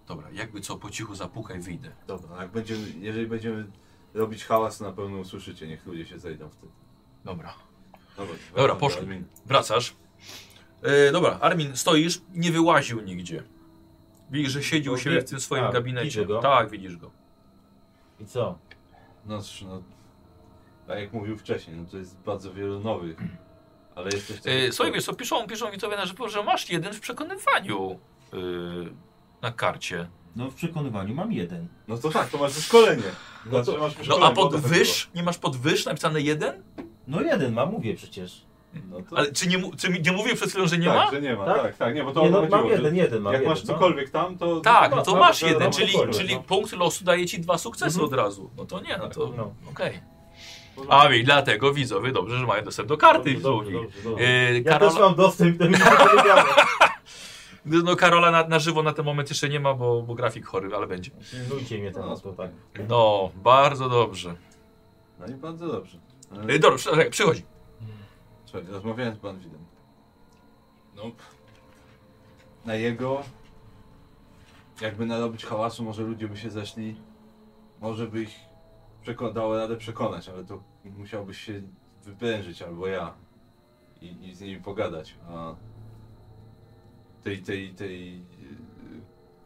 Dobra, jakby co, po cichu zapukaj, wyjdę.
Dobra, jak będziemy, jeżeli będziemy robić hałas, to na pewno usłyszycie, niech ludzie się zejdą wtedy.
Dobra.
Dobra,
Dobra, poszli.
Armin.
Wracasz. E, dobra, Armin, stoisz, nie wyłaził nigdzie. Widzisz, że siedził
Bo
się
wie-
w tym swoim
a,
gabinecie.
widzę go.
Tak, widzisz go.
I co?
No cóż, no, tak jak mówił wcześniej, no to jest bardzo wielu
[clears throat]
nowych, ale jest też...
E, słuchaj, wiesz co, piszą, piszą widzowie, na żywo, że masz jeden w przekonywaniu e, na karcie.
No w przekonywaniu mam jeden.
No to tak, to masz szkolenie. Znaczy,
No, to,
masz
No a
szkolenie,
pod
bo to tak
wyż? Nie masz pod wyż napisane jeden?
no jeden mam, mówię przecież.
było. No to...
Ale czy nie, mu- czy mi- nie mówię przed chwilą, że nie
tak,
ma?
że nie ma, tak,
Tak?
tak, nie, bo to
Nie,
o to
no,
chodziło,
mam
że
jeden, jeden mam.
Jak masz
jeden, no.
cokolwiek tam, to...
Tak, no to
ma-
masz
ma-
jeden,
ma-
czyli,
ma-
czyli
ma-
punkt losu daje ci dwa sukcesy od razu. No to nie, no to okej.
No.
A i dlatego widzowie dobrze, że mają dostęp do karty
Dobrze,
widzowi.
dobrze, dobrze.
E,
Ja też
Karola,
mam dostęp do
[laughs]
przekonywaniu.
no Karola na, na żywo na ten moment jeszcze nie ma, bo, bo grafik chory, ale będzie.
Pilnujcie mnie teraz, bo tak.
No, bardzo dobrze.
No i bardzo dobrze. Ale-
E, Dobra, przy- okej, przychodzi.
Słuchaj, rozmawiałem z Banwidem. No. Na jego. Jakby narobić hałasu, może ludzie by się zeszli. Może by ich przeko- dało radę przekonać, ale to musiałbyś się wyprężyć albo ja. I, i z nimi pogadać. A tej, tej, tej yy,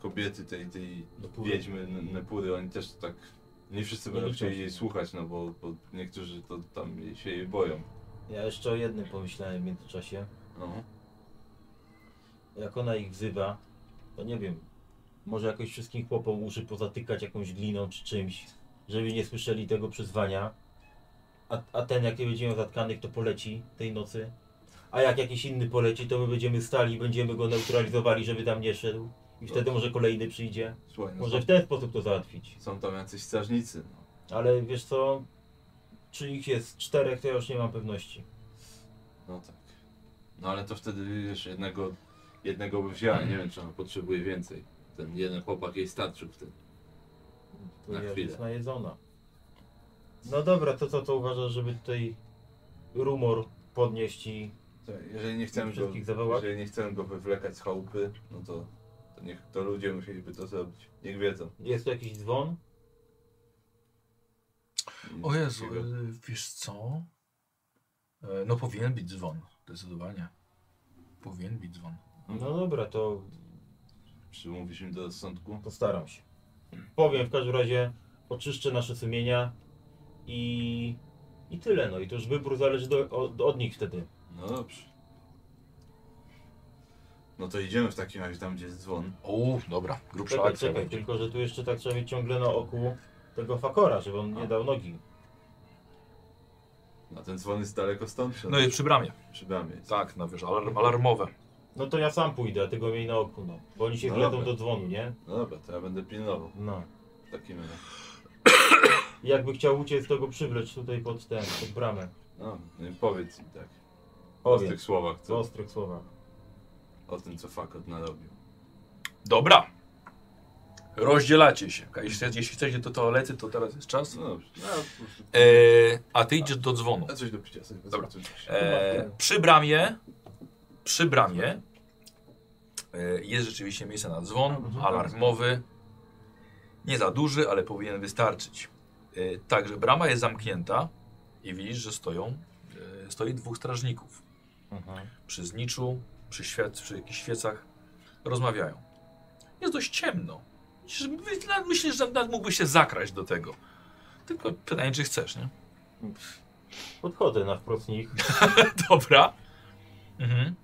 kobiety, tej, tej
Nepury.
wiedźmy, N- Nepury, oni też tak. Nie wszyscy
Nie
będą
liczą
chcieli
się.
jej słuchać, no bo, bo niektórzy to tam się jej boją.
Ja jeszcze o jednym pomyślałem w międzyczasie.
No.
Jak ona ich wzywa, to nie wiem, może jakoś wszystkich chłopom uszy pozatykać jakąś gliną czy czymś, żeby nie słyszeli tego przyzwania. A, a ten, jak nie będzie miał zatkanych, to poleci tej nocy. A jak jakiś inny poleci, to my będziemy stali i będziemy go neutralizowali, żeby tam nie szedł. I wtedy może kolejny przyjdzie.
Słuchaj, no
Może w ten sposób to załatwić.
Są tam jacyś strażnicy. No.
Ale wiesz co, czy ich jest czterech, to ja już nie mam pewności.
no tak. No ale to wtedy wiesz, jednego, jednego by wzięła, nie wiem czy ona potrzebuje więcej. Ten jeden chłopak jej starczył wtedy.
Tu
Na
jest
chwilę.
najedzona. No dobra, to co to uważasz, żeby tutaj rumor podnieść i
Słuchaj, Jeżeli nie chcemy go,
Wszystkich zawołać?
jeżeli nie chcemy go wywlekać z chałupy, no to, to niech to ludzie musieliby to zrobić. Niech wiedzą.
jest tu jakiś dzwon?
O Jezu, y, wiesz co? E, No powinien być dzwon, zdecydowanie. Powinien być dzwon.
No
Mhm.
dobra, to
Przymówisz mi do rozsądku?
postaram się. Powiem w każdym razie, oczyszczę nasze sumienia i, i tyle. No i to już wybór zależy do, od, od nich wtedy.
No dobrze. No to idziemy w takim razie tam, gdzie jest dzwon.
O, dobra, grubsza
Czekaj,
akcja
czekaj,
będzie.
tylko że tu jeszcze tak trzeba mieć ciągle na oku tego fakora, żeby on nie dał nogi.
A ten dzwon jest daleko stąd, czy
No jest przy bramie.
przy bramie jest.
Tak, no wiesz, alarm, alarmowe.
No to ja sam pójdę, a ty go miej na oku, no. Bo oni się
No
wledą
dobra.
do dzwonu, nie?
No dobra, to ja będę pilnował
No.
w takim razie.
I Jakby chciał uciec, to go przywleć tutaj pod ten, pod bramę.
No, no i powiedz im tak. O
Powiedz.
tych słowach,
W
co,
ostrych słowach.
o tym, co Fakot narobił.
Dobra. Rozdzielacie się. Jeśli, chce- jeśli chcecie do toalety, to teraz jest czas.
No dobrze. No, po prostu-
E, a ty idziesz do dzwonu.
A coś do picia sobie wezmę,
Dobra.
coś do picia.
E, przy bramie, przy bramie e, jest rzeczywiście miejsce na dzwon, alarmowy. Nie za duży, ale powinien wystarczyć. E, także brama jest zamknięta i widzisz, że stoją, e, stoi dwóch strażników. Przy zniczu, przy, świec, przy jakichś świecach rozmawiają. Jest dość ciemno. Myślisz, że- Myślisz, że nawet mógłby się zakraść do tego. Tylko pytanie, czy chcesz, nie? [laughs]
Podchodzę na wprost nich.
Dobra. Mhm.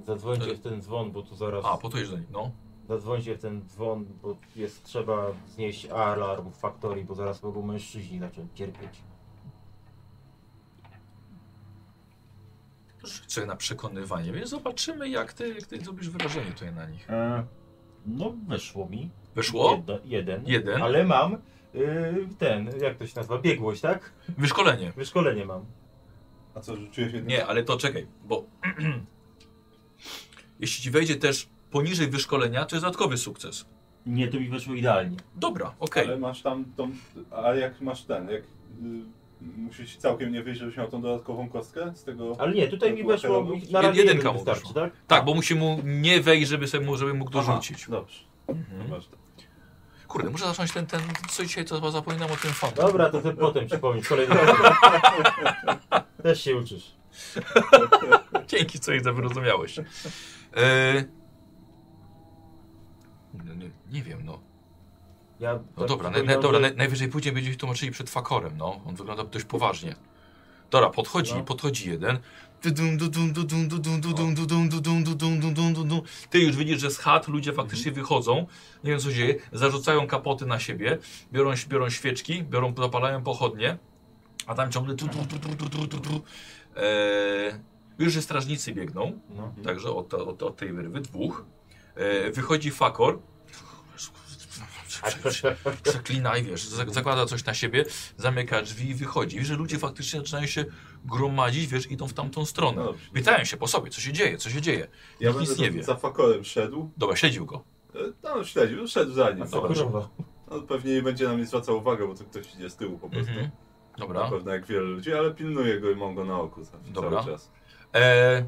Zadzwońcie w ten dzwon, bo tu zaraz...
A, po to jeżdżenie, no.
Zadzwońcie w ten dzwon, bo jest trzeba znieść alarm w faktorii, bo zaraz mogą mężczyźni zacząć cierpieć.
Rzucę na przekonywanie, więc zobaczymy, jak ty, jak ty zrobisz wrażenie tutaj na nich.
no wyszło mi.
Wyszło?
Jedno- jeden.
Jeden.
Ale mam y, ten, jak to się nazywa, biegłość, tak?
Wyszkolenie.
Wyszkolenie mam.
A co, rzuciłeś jednym?
Nie, ale to czekaj, bo [clears throat] jeśli ci wejdzie też poniżej wyszkolenia, to jest dodatkowy sukces.
Nie, to mi weszło idealnie.
Dobra, okej.
Ale masz tam tą... A jak masz ten, jak... Y, musisz całkiem nie wyjść, żebyś miał tą dodatkową kostkę z tego...
Ale nie, tutaj mi weszło, na
Jed-
razie
jedynka
jeden
mu
wystarczy,
weszła.
tak?
Tak, bo musi mu nie wejść, żeby, sobie, mu- żeby mógł
Aha,
dorzucić.
Dobrze.
Mhm.
Zobacz,
Kurde, muszę zacząć ten, ten, co dzisiaj, to chyba zapominam o tym fontem.
Dobra, to sobie potem przypomnisz kolejny Też się uczysz.
[laughs] Dzięki, co ich
[laughs]
za wyrozumiałość. E... No, nie, nie wiem, no.
Ja
No
tak
dobra, naj,
przypominam,
naj, dobra
że-
naj, najwyżej później będziemy się tłumaczyli przed fakorem, no. On wygląda dość poważnie. Dobra, podchodzi,
No.
podchodzi jeden. Dudum, dudum, dudum, dudum, dudum, dudum, dudum, dudum, dudum, dudum. Ty już widzisz, że z chat ludzie
Mhm.
faktycznie wychodzą, nie wiem co się dzieje, zarzucają kapoty na siebie, biorą, biorą świeczki, biorą, zapalają pochodnie, a tam ciągle tu, tu, tu, tu, tu, tu, tu, tu. Eee, Już, że strażnicy biegną,
No.
Także od, od, od tej wyrwy dwóch. E, wychodzi Fakor. Przeklina i wiesz, za- zakłada coś na siebie, zamyka drzwi i wychodzi. Wiesz, że ludzie faktycznie zaczynają się gromadzić, wiesz, idą w tamtą
No
stronę.
dobrze.
Pytają się po sobie, co się dzieje, co się dzieje.
Ja
Nikt nic
będę
nie
za-
wie.
za fakorem szedł.
Dobra, śledził go.
E, No, śledził, szedł za nim.
A co
Zobacz.
kurwa? No
On pewnie nie będzie na mnie zwracał uwagę, bo to ktoś idzie z tyłu
Tak,
po prostu.
Mhm.
Na
Dobra.
pewno jak wiele ludzi, ale pilnuję go i mam go na oku zawsze,
Dobra.
cały czas.
E,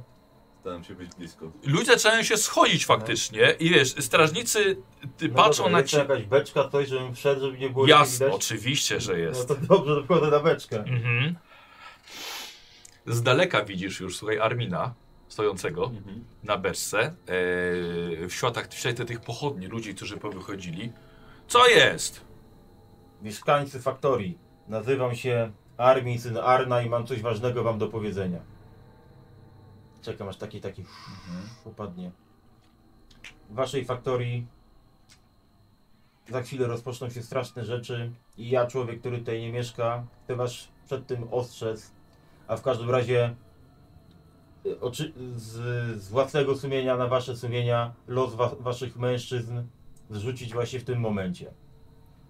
Staram się być blisko.
ludzie zaczynają się schodzić faktycznie i wiesz, strażnicy ty,
No
patrzą
dobra,
na
jest
ciebie.
jakaś beczka, coś, żebym wszedł, żeby nie było nic
Jasno,
widać?
oczywiście, że jest.
No to dobrze, to wchodzę na beczkę.
Mhm. Z daleka widzisz już, słuchaj, Armina stojącego na beczce e, w światach w świecie tych pochodni, ludzi, którzy powychodzili. Co jest?
Mieszkańcy faktorii. Nazywam się Armin, syn Arna i mam coś ważnego wam do powiedzenia. Czekam aż taki, taki
Mhm.
upadnie. W waszej faktorii za chwilę rozpoczną się straszne rzeczy i ja, człowiek, który tutaj nie mieszka, chcę was przed tym ostrzec, a w każdym razie y, oczy, z, z własnego sumienia na wasze sumienia los wa, waszych mężczyzn zrzucić właśnie w tym momencie.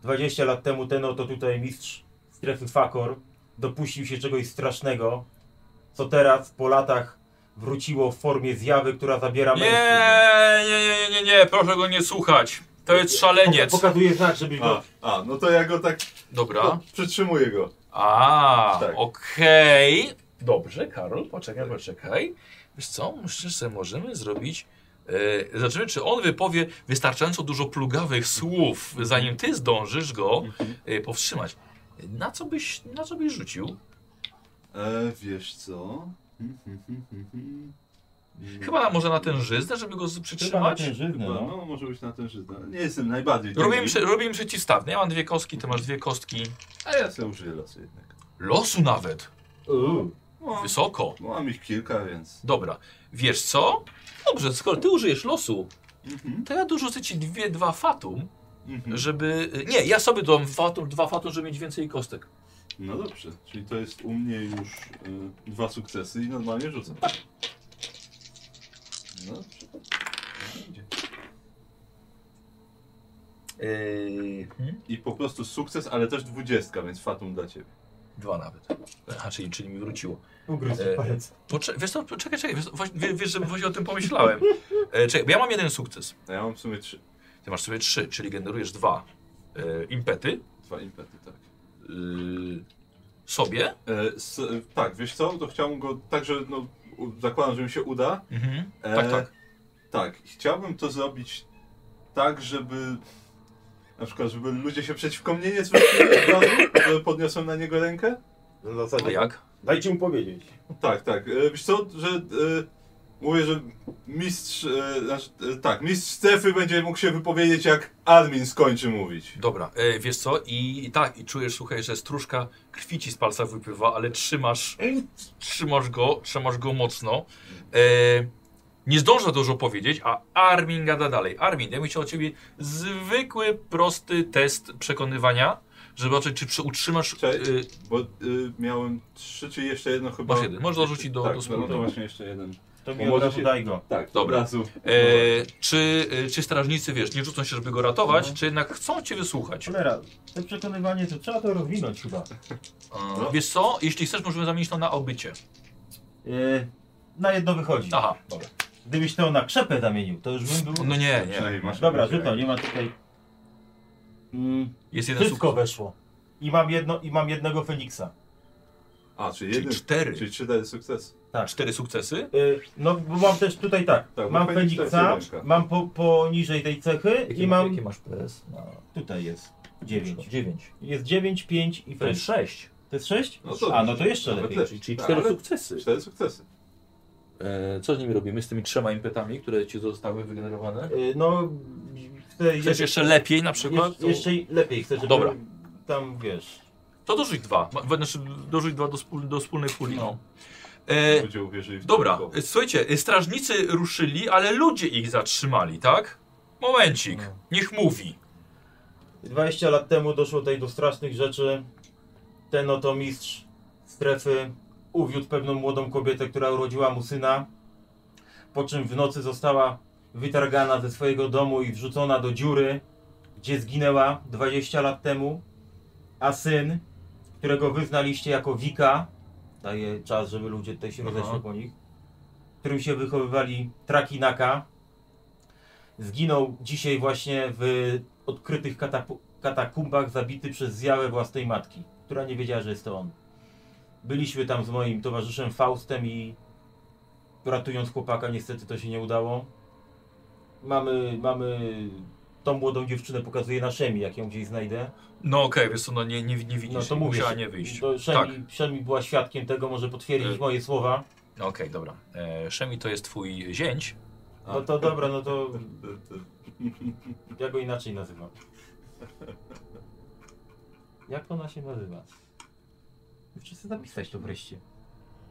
20 lat temu ten oto tutaj mistrz strefy Fakor dopuścił się czegoś strasznego, co teraz po latach wróciło w formie zjawy, która zabiera
Nie,
mężczyzn.
nie, nie, nie, nie, nie, proszę go nie słuchać. To jest
Poka-
szaleniec.
pokazuje znak, żebyś go
A, a, no to ja go tak
Dobra.
przytrzymuję go.
A,
Tak.
okej. Dobrze, Karol, poczekaj, poczekaj. Wiesz co, myślę, że możemy zrobić... E, zobaczymy, czy on wypowie
Mhm.
wystarczająco dużo plugawych słów, zanim ty zdążysz go e, powstrzymać. Na co byś, na co byś rzucił?
E, wiesz co? Hmm, hmm, hmm, hmm, hmm.
Chyba może na ten żyzdę, żeby go z-
Chyba na
przytrzymać?
ten żywny,
Chyba,
no.
no może być na ten żyzna. Nie jestem najbardziej.
Robię im,
ciekawy.
prze- robię im przeciwstawne. Ja mam dwie kostki, ty masz dwie kostki.
A ja sobie użyję losu jednak.
Losu nawet.
Uuu.
No,
Wysoko.
no, mam ich kilka, więc.
Dobra. Wiesz co? Dobrze, skoro ty użyjesz losu,
Mhm.
to ja dorzucę ci dwie, dwa fatum,
Mhm.
żeby... Nie, ja sobie dam fatum, dwa fatum, żeby mieć więcej kostek.
No dobrze, czyli to jest u mnie już y, dwa sukcesy i normalnie rzucę. No dobrze. Idzie.
Hmm?
I po prostu sukces, ale też dwudziestka, więc fatum dla ciebie.
Dwa nawet. A, czyli, czyli mi wróciło.
Ugryzł
E,
palec.
Poczek- wiesz co, czekaj, czekaj, wiesz, co, właśnie- wie- wiesz, że właśnie o tym pomyślałem. E, czekaj, bo ja mam jeden sukces.
A ja mam w sumie trzy,
Ty masz sobie trzy, czyli generujesz dwa e, impety
dwa impety, tak.
e, sobie.
E, s, tak, wiesz co, to chciałbym go, także no, u- zakładam, że mi się uda,
Mhm.
E,
Tak, tak.
Tak, chciałbym to zrobić tak, żeby na przykład, żeby ludzie się przeciwko mnie nie zwrócili od razu, że podniosłem na niego rękę.
Na
A
zasadzie.
jak?
Dajcie mu powiedzieć.
Tak, tak. E, Wiesz co, że e, mówię, że mistrz, e, znaczy, e, tak, mistrz strefy będzie mógł się wypowiedzieć jak Armin skończy mówić.
Dobra, e, wiesz co, i, i tak, i czujesz, słuchaj, że stróżka krwi ci z palca wypływa, ale trzymasz, trzymasz go, trzymasz go mocno. E, nie zdąża dużo powiedzieć, a Armin gada dalej. Armin, ja bym chciał od ciebie zwykły, prosty test przekonywania, żeby zobaczyć, czy przy- utrzymasz...
Cześć.
e,
Bo e, miałem trzy, czy jeszcze jedno chyba.
Masz jeden. Możesz dorzucić do-
tak,
do
no to
wspólnego.
właśnie jeszcze jeden.
To
Bo
mi od
może
razu
się-
daj go.
Tak,
Dobra.
od razu.
E, czy, e, czy strażnicy, wiesz, nie rzucą się, żeby go ratować, czy jednak chcą cię wysłuchać?
Cholera, to przekonywanie to trzeba to rozwinąć chyba.
E, wiesz co, jeśli chcesz, możemy zamienić to na obycie.
E, na jedno wychodzi.
Aha, dobra.
Gdybyś to na krzepę zamienił, to już bym był...
No nie, nie.
Przynajmniej masz
Dobra,
rację.
rzucam, nie ma tutaj... Mm,
Jest jeden
wszystko
sukces.
weszło. I mam, jedno, I mam jednego Feniksa.
A, czyli
Czyli
jeden.
cztery.
Czyli cztery sukcesy.
Cztery sukcesy.
E, no, bo mam też tutaj tak.
Tak, bo
mam
Feniksa
Feniksa,
jest jedynka.
mam po, poniżej tej cechy i mam...
masz PS? No,
Tutaj jest. 9.
9.
Jest 9, 5 i
To jest
Feniksa.
6.
To jest 6?
No to-
A, no to jeszcze
nawet
lepiej.
lepiej.
Czyli
Tak,
4
ale-
sukcesy.
Cztery sukcesy.
E, co z nimi robimy? Z tymi trzema impetami, które ci zostały wygenerowane?
E, No, tutaj
Chcesz jeszcze lepiej na przykład?
jeszcze, jeszcze lepiej chcę, żeby
Dobra.
tam wiesz.
To dorzuć dwa. Ma- Znaczy dorzuć dwa do, wspól, do wspólnej puli. No. E,
Ludzie uwierzyli w
dobra,
to.
e, słuchajcie, e, strażnicy ruszyli, ale ludzie ich zatrzymali, tak? Momencik,
No.
niech mówi.
20 lat temu doszło tutaj do strasznych rzeczy. Ten oto mistrz strefy uwiódł pewną młodą kobietę, która urodziła mu syna. Po czym w nocy została wytargana ze swojego domu i wrzucona do dziury, gdzie zginęła 20 lat temu. A syn, którego wyznaliście jako Wika, daje czas, żeby ludzie tutaj się
Aha.
rozeszli po nich, w którym się wychowywali Trakinaka, zginął dzisiaj właśnie w odkrytych katapu- katakumbach zabity przez zjawę własnej matki, która nie wiedziała, że jest to on. Byliśmy tam z moim towarzyszem Faustem i ratując chłopaka, niestety to się nie udało. Mamy, mamy tą młodą dziewczynę, pokazuję na Szemi, jak ją gdzieś znajdę.
No okej, wiesz co, no nie, nie, nie widzisz,
No to
jej,
mówię.
musiała
się-
nie wyjść.
To
tak,
Szemi, Szemi była świadkiem tego, może potwierdzić
Y-
moje słowa.
no okej, dobra. E, Szemi to jest twój zięć.
No
Tak.
to dobra, no to
To- to-
ja go inaczej nazywam. Jak ona się nazywa? Wszyscy zapisać to wreszcie.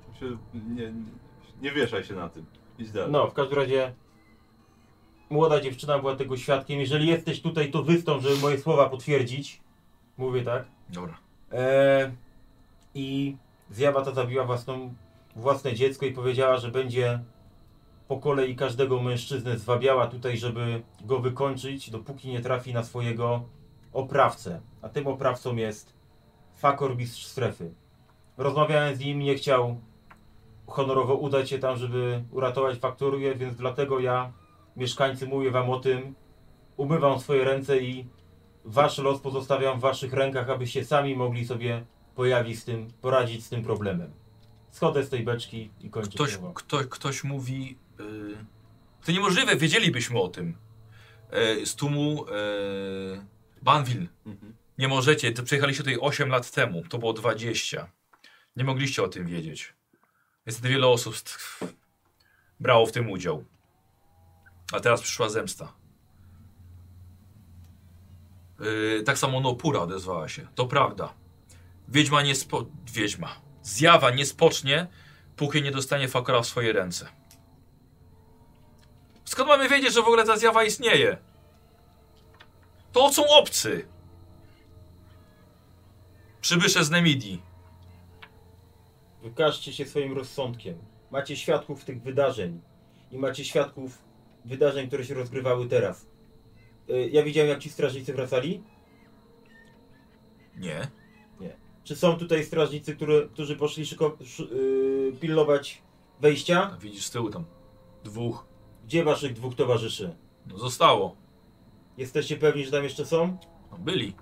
to się- Nie, nie, nie wieszaj się na tym. Idź dalej.
No, w każdym razie młoda dziewczyna była tego świadkiem. Jeżeli jesteś tutaj, to wystąp, żeby moje słowa potwierdzić. Mówię tak.
Dobra.
Eee, I zjawa ta zabiła własną, własne dziecko i powiedziała, że będzie po kolei każdego mężczyznę zwabiała tutaj, żeby go wykończyć, dopóki nie trafi na swojego oprawcę. A tym oprawcą jest Fakor Mistrz Strefy. Rozmawiałem z nim, nie chciał honorowo udać się tam, żeby uratować faktorię, więc dlatego ja, mieszkańcy, mówię wam o tym, umywam swoje ręce i wasz los pozostawiam w waszych rękach, abyście sami mogli sobie pojawić z tym, poradzić z tym problemem. Schodzę z tej beczki i kończę
Ktoś,
słowo.
ktoś, ktoś mówi. Y, to niemożliwe, wiedzielibyśmy o tym. E, z tłumu e, Banville.
Mhm.
Nie możecie, to przyjechaliście tutaj 8 lat temu, to było 20. Nie mogliście o tym wiedzieć. Niestety wiele osób st- brało w tym udział. A teraz przyszła zemsta. Yy, tak samo Nopura odezwała się. To prawda. Wiedźma nie spo... Wiedźma. Zjawa nie spocznie, póki nie dostanie Fakora w swoje ręce. Skąd mamy wiedzieć, że w ogóle ta zjawa istnieje? To są obcy. Przybysze z Nemidii.
Wykażcie się swoim rozsądkiem. Macie świadków tych wydarzeń. I macie świadków wydarzeń, które się rozgrywały teraz. Y, Ja widziałem, jak ci strażnicy wracali.
Nie.
Czy są tutaj strażnicy, które, którzy poszli szyko, szy, y, pilnować wejścia?
A Widzisz z tyłu tam dwóch.
Gdzie waszych dwóch towarzyszy?
No zostało.
Jesteście pewni, że tam jeszcze są?
No byli.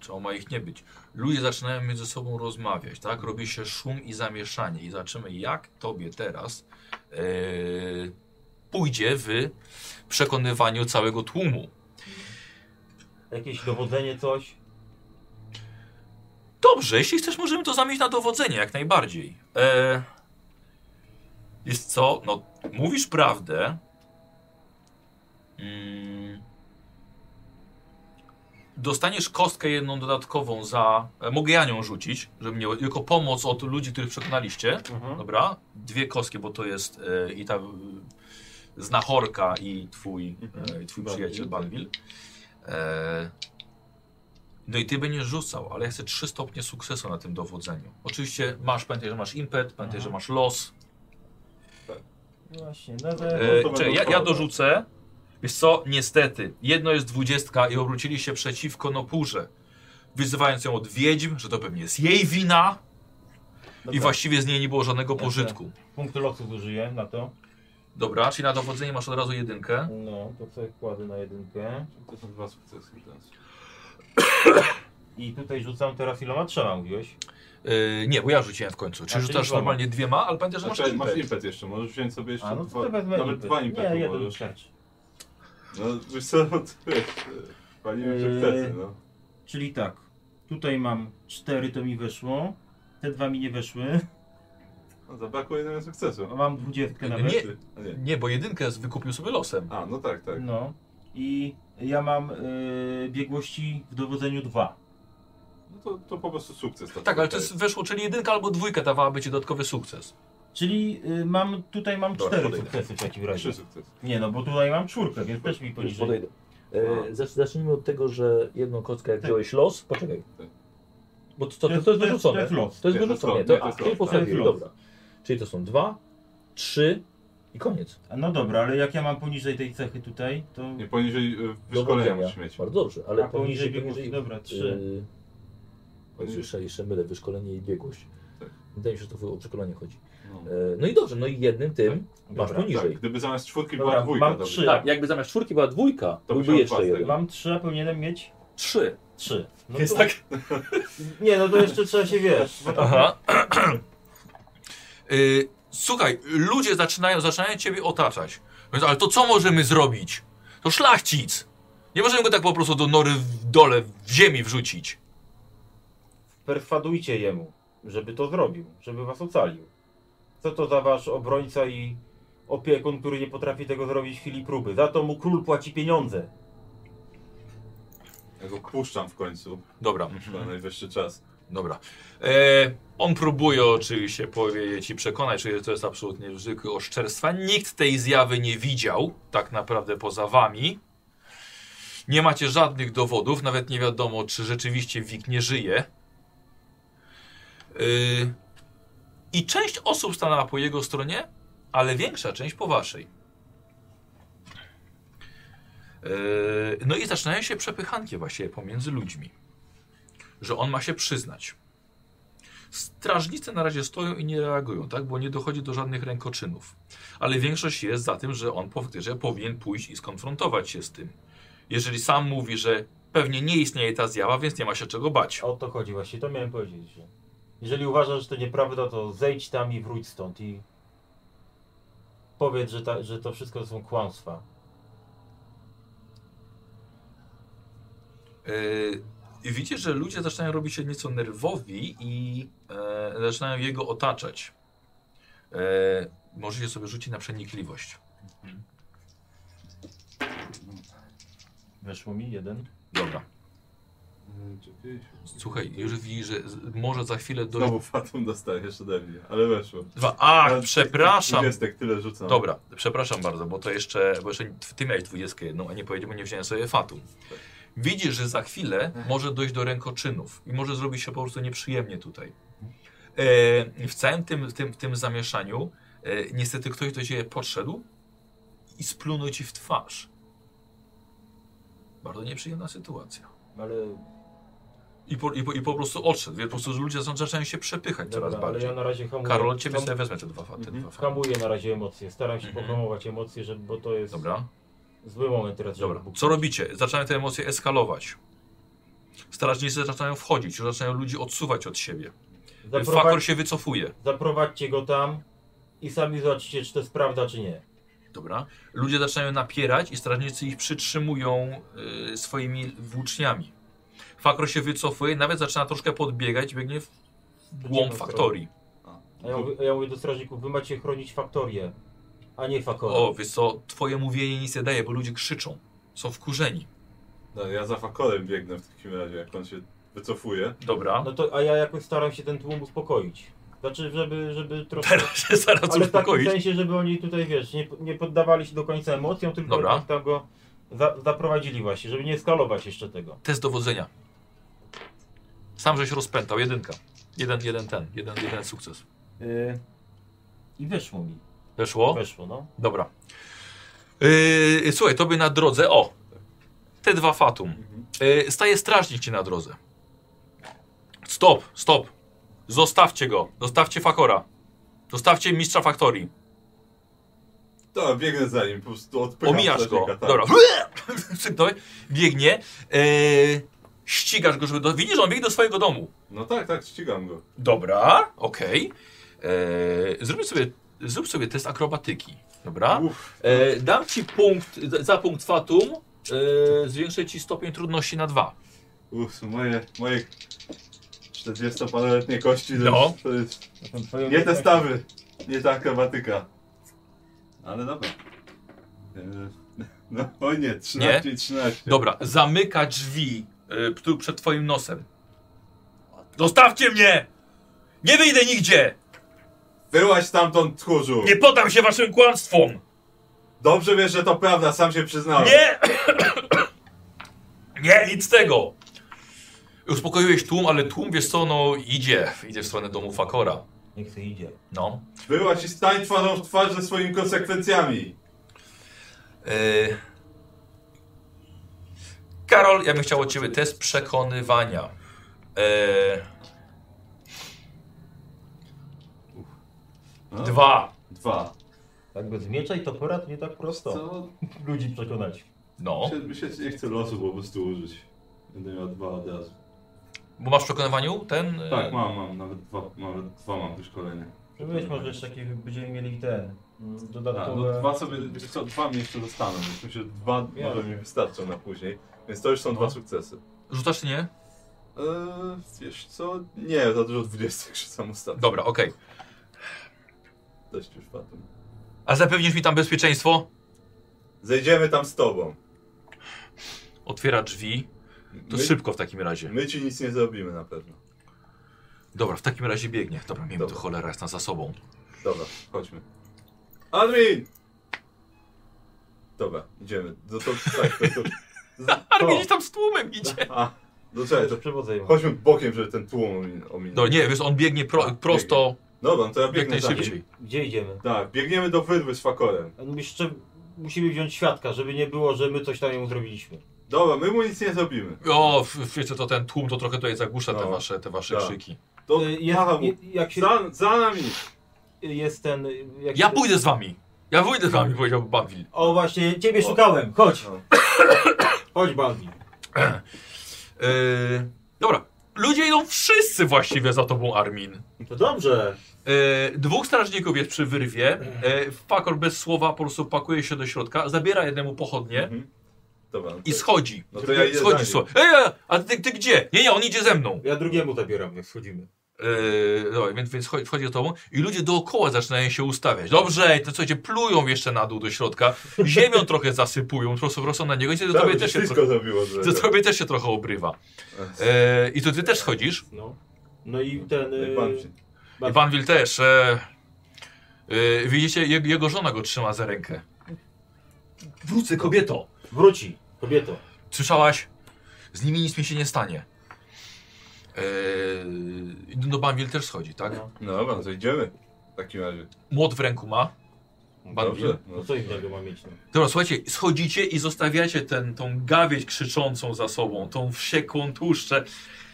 Czemu ma ich nie być? Ludzie zaczynają między sobą rozmawiać, tak? Robi się szum i zamieszanie. I zobaczymy, jak tobie teraz yy, pójdzie w przekonywaniu całego tłumu.
Jakieś dowodzenie, coś?
Dobrze, jeśli chcesz, możemy to zamieć na dowodzenie, jak najbardziej. E... Jest co? No, mówisz prawdę. Mm. Dostaniesz kostkę jedną dodatkową za. e, Mogę ja nią rzucić, żeby mnie. Jako pomoc od ludzi, których przekonaliście.
No. Mhm.
Dobra? Dwie kostki, bo to jest e, i ta e, znachorka, i twój,
Mhm.
e, i twój przyjaciel Banwil. E, no i ty będziesz rzucał, ale ja chcę trzy stopnie sukcesu na tym dowodzeniu. Oczywiście masz, pamiętaj, że masz impet, pamiętaj, że masz los.
Właśnie, no to...
E,
to będą
czekaj, ja, ja
słabe.
dorzucę. Wiesz co, niestety, jedno jest dwudziestka i obrócili się przeciwko Nopurze, wyzywając ją od wiedźm, że to pewnie jest jej wina
Dobra.
i właściwie z niej nie było żadnego
No tak. Jasne.
pożytku.
Punkt losu zużyję na to.
Dobra, czyli na dowodzenie masz od razu jedynkę.
No, to sobie kładę na jedynkę.
To są dwa sukcesy teraz.
I tutaj rzucam teraz iloma trzema, mówiłeś?
E, nie, bo ja rzuciłem w końcu. Czy
A, czyli
rzucasz
dwoma.
normalnie dwiema, ale pamiętaj, że masz
Masz, impet. masz
impet.
impet jeszcze, możesz wziąć sobie jeszcze
A, no to
dwa,
sobie wezmę
nawet
impet.
dwa
Nie,
impety
jeden
możesz.
wystarczy.
No wiesz co, no to wiesz,
E,
palimy sukcesy, no.
Czyli tak, tutaj mam cztery, to mi weszło. Te dwa mi nie weszły. [laughs]
no zabrakło jednego sukcesu.
a Mam dwudziestkę
Nie,
nawet.
A nie.
Nie, bo jedynkę z- wykupił sobie losem.
A, no tak, tak.
No. I ja mam y, biegłości w dowodzeniu dwa.
No to, to po prostu sukces.
Tak, ale to jest, weszło, czyli jedynka albo dwójka dawałaby ci dodatkowy sukces.
Czyli y, mam tutaj mam
Dobra,
cztery
podejdę.
sukcesy w takim razie.
Trzy sukcesy.
Nie no, bo tutaj mam czwórkę, więc też mi
Już
poniżej.
podejdę. E, zacz- zacznijmy od tego, że jedną kostkę jak
Tak.
wziąłeś los, poczekaj.
Tak.
Bo to, to, No to, to jest
To
wyrzucone.
jest los.
To jest
Nie, to
wyrzucone.
jest
To,
los,
a,
to
czyli
jest los,
postawiłeś,
tak.
dobra. Czyli to są dwa, trzy i koniec.
A No dobra, ale jak ja mam poniżej tej cechy tutaj, to...
Nie poniżej y, wyszkolenia
Dowodzenia.
musisz mieć.
Bardzo dobrze, ale
A poniżej biegłości,
poniżej
dobra, trzy.
Yy, jeszcze, jeszcze mylę, wyszkolenie i biegłość.
Tak.
Wydaje mi się, że to o przeszkolenie chodzi.
No.
E, No i dobrze, no i jednym tym masz
Dobra,
poniżej.
Tak, gdyby zamiast czwórki
Dobra,
była dwójka,
mam
dobrze.
trzy.
Tak, jakby zamiast czwórki była dwójka,
To
byłby
musiał
jeszcze
dwa z
jeden.
Mam trzy, a powinienem mieć
Trzy.
trzy. No
Jest
to-
tak.
Nie, no to jeszcze trzeba się wiesz.
[clears throat] Aha. Y, słuchaj, ludzie zaczynają, zaczynają ciebie otaczać. Mówią, Ale to co możemy zrobić? To szlachcic. Nie możemy go tak po prostu do nory w dole, w ziemi wrzucić.
Persuadujcie jemu, żeby to zrobił, żeby was ocalił. Co to za wasz obrońca i opiekun, który nie potrafi tego zrobić w chwili próby? Za to mu król płaci pieniądze.
Ja go puszczam w końcu,
Dobra,
na najwyższy czas.
dobra. E, on próbuje oczywiście powiedzieć i przekonać, że to jest absolutnie zwykły oszczerstwa. Nikt tej zjawy nie widział, tak naprawdę poza wami. Nie macie żadnych dowodów, nawet nie wiadomo, czy rzeczywiście Wik nie żyje. Yy, I część osób stanęła po jego stronie, ale większa część po waszej. Yy, no i zaczynają się przepychanki właściwie pomiędzy ludźmi, że on ma się przyznać. Strażnicy na razie stoją i nie reagują, tak? bo nie dochodzi do żadnych rękoczynów. Ale większość jest za tym, że on faktycznie powinien pójść i skonfrontować się z tym. Jeżeli sam mówi, że pewnie nie istnieje ta zjawa, więc nie ma się czego bać.
O to chodzi właśnie, to miałem powiedzieć. Że jeżeli uważasz, że to nieprawda, to zejdź tam i wróć stąd i powiedz, że, ta, że to wszystko są kłamstwa.
E, widzicie, że ludzie zaczynają robić się nieco nerwowi i e, zaczynają jego otaczać. E, możecie sobie rzucić na przenikliwość.
Weszło mi jeden.
Dobra. Słuchaj, już widzisz, że z- może za chwilę dojść...
Znowu fatum dostajesz ode mnie, ale weszło.
Dwa. Ach,
Ale
Tak, przepraszam.
Dwudziestek tyle
No.
rzucam.
Dobra, przepraszam bardzo, bo to jeszcze, bo jeszcze ty miałeś 21, a nie powiedziałem, nie wziąłem sobie fatum. Widzisz, że za chwilę
Tak.
może dojść do rękoczynów i może zrobić się po prostu nieprzyjemnie tutaj. E, w całym tym, w tym, w tym zamieszaniu e, niestety ktoś do ciebie podszedł i splunął ci w twarz. Bardzo nieprzyjemna sytuacja.
Ale,
I po, i po, i po prostu odszedł, więc po prostu ludzie zaczą- zaczynają się przepychać coraz
dobra, ale
bardziej.
ja na Mhm. razie hamuję.
Karol, ciebie
Ham-
sobie wezmę te dwa faty. Dwa faty.
Hamuję na razie emocje. Staram się
Mhm.
pohamować emocje, żeby, bo to jest
Dobra.
zły moment teraz. żeby
Dobra,
buknąć.
co robicie? Zaczynają te emocje eskalować. Strażnicy zaczynają wchodzić, już zaczynają ludzi odsuwać od siebie.
Zaprowadź-
Fakor się wycofuje.
Zaprowadźcie go tam i sami zobaczycie, czy to jest prawda, czy nie.
Dobra. Ludzie zaczynają napierać i strażnicy ich przytrzymują y, swoimi włóczniami. Fakor się wycofuje, nawet zaczyna troszkę podbiegać, biegnie w głąb faktorii.
A ja mówię, a ja mówię do strażników, wy macie chronić faktorię, a nie fakory.
O, wiesz co, twoje mówienie nic nie daje, bo ludzie krzyczą. Są wkurzeni.
No, ja za fakolem biegnę w takim razie, jak on się wycofuje.
Dobra.
No to, a ja jakoś staram się ten tłum uspokoić. Znaczy, żeby, żeby trochę...
Teraz się [laughs] zaraz
Ale tak, w takim
uspokoić.
sensie, żeby oni tutaj, wiesz, nie, nie poddawali się do końca emocjom, tylko
Dobra.
tak tam go za, zaprowadzili właśnie, żeby nie skalować jeszcze tego.
Test dowodzenia. Sam żeś rozpętał, jedynka. Jeden, jeden ten, jeden, jeden sukces.
Y, I weszło mi.
Weszło?
Weszło, no.
Dobra. Yy, słuchaj, tobie na drodze, o, te dwa fatum.
Mhm.
Yy, staje strażnik ci na drodze. Stop, stop. Zostawcie go, zostawcie Fakora. Zostawcie mistrza faktorii.
To biegnę za nim, po prostu odpycham
Omijasz go.
strażnika, tak.
Dobra. [laughs] Sygnałeś, biegnie. Yy, ścigasz go, żeby... Do... Widzisz, on biegnie do swojego domu.
No tak, tak, ścigam go.
Dobra, okej. Eee, Zrób sobie, zrób sobie test akrobatyki. Dobra.
Uff.
Eee, dam ci punkt, za- za punkt fatum eee, zwiększę ci stopień trudności na dwa.
Uff, moje, moje 40-paroletnie kości, to
No.
już- to jest... Nie te stawy, nie ta akrobatyka. Ale dobra. Yy, No, o nie, 13 i 13.
Dobra, zamyka drzwi eee, tu przed twoim nosem. Zostawcie mnie! Nie wyjdę nigdzie!
Wyłaź stamtąd, tchórzu!
Nie podam się waszym kłamstwom!
Dobrze wiesz, że to prawda, sam się przyznałem.
Nie! [coughs] Nie, nic z tego! Uspokoiłeś tłum, ale tłum, wiesz co, no idzie. Idzie w stronę domu Fakora.
tak- Niech se idzie.
No.
Wyłaź i stań twarzą w twarz ze swoimi konsekwencjami.
Yy. Karol, ja bym chciał od ciebie test przekonywania. Yy.
No.
Dwa.
Dwa.
Jakby z miecza i topora Tak to nie tak prosto
Co?
ludzi przekonać.
No,
Myślę, myślę, że nie chcę losu po prostu użyć. Będę miał dwa od razu.
bo masz w przekonywaniu ten. yy,
Tak, mam, mam, nawet dwa, nawet dwa mam wyszkolenia.
Czy Wiesz, może jeszcze takie będziemy mieli ten mm,
A,
dodatkowe...
no dwa sobie, wiesz co, dwa mi jeszcze zostaną, więc myślę, że dwa może mi wystarczą na później. Więc to już są dwa sukcesy.
Rzucasz czy nie?
Eee, wiesz co, nie, za dużo dwudziestek rzucam ostatnio.
Dobra, okej.
Dość już fatum.
A zapewnisz mi tam bezpieczeństwo?
Zejdziemy tam z tobą.
Otwiera drzwi. To
My-
szybko w takim razie.
My ci nic nie zrobimy na pewno.
Dobra, w takim razie biegnie. Dobra, miejmy to
Dobra.
cholera jest za sobą.
Dobra, chodźmy. Armin! Dobra, idziemy. No to tak, to... to, to.
[laughs] Armin gdzieś tam z tłumem idzie.
A, no czekaj, to
Przewodzę ją.
chodźmy bokiem, żeby ten tłum omin- ominął.
No nie, wiesz, on biegnie pro,
Tak,
prosto,
Dobra, no to ja
jak
biegnę za nim.
najszybciej.
Gdzie idziemy?
Tak, biegniemy do wyrwy z fakorem.
A no Jeszcze musimy wziąć świadka, żeby nie było, że my coś tam jemu zrobiliśmy.
Dobra, my mu nic nie zrobimy.
O, w- wiecie, to ten tłum to trochę tutaj zagłusza te
No.
wasze, te wasze
Tak.
krzyki.
To
Y, Jest,
Aha, mu-
je- jak się,
za, za nami!
jest ten... y, Jak
Ja
się-
pójdę z wami! Ja pójdę z wami, powiedział Bawil.
O właśnie, ciebie szukałem, chodź.
No.
Chodź Balbi.
Yy, dobra, ludzie idą wszyscy właściwie za tobą, Armin.
To dobrze.
Yy, dwóch strażników jest przy wyrwie. Yy, Fakor bez słowa po prostu pakuje się do środka, zabiera jednemu pochodnie.
Mhm. Dobra. no
I
to-
schodzi.
No to ja idę
Schodzi,
za nim.
słuchaj. Ej, ej, a ty, ty gdzie? Nie, nie, on idzie ze mną.
Ja drugiemu zabieram, jak schodzimy.
Yy, dobra, więc, więc chodzi, wchodzi do domu i ludzie dookoła zaczynają się ustawiać. Dobrze, to słuchajcie, plują jeszcze na dół do środka, ziemią trochę zasypują, po prostu wrosą na niego i to
Tak,
tobie
już
też się,
wszystko
tro-
zrobiło.
[laughs] to
że- tak.
tobie też się trochę obrywa.
Ech,
Yy, I to ty też schodzisz?
No. No i ten...
jak
y,
pan się-
I Van Wil też. E, e, widzicie, je, jego żona go trzyma za rękę. Wrócę, kobieto!
Wróci, kobieto.
Słyszałaś? Z nimi nic mi się nie stanie. E, no Banwil też schodzi, tak?
No.
No dobra, to idziemy. W takim razie.
Młot w ręku ma.
Dobrze.
No
No,
co innego ma mieć, no.
Dobra, słuchajcie, schodzicie i zostawiacie ten, tą gawieć krzyczącą za sobą, tą wściekłą tłuszczę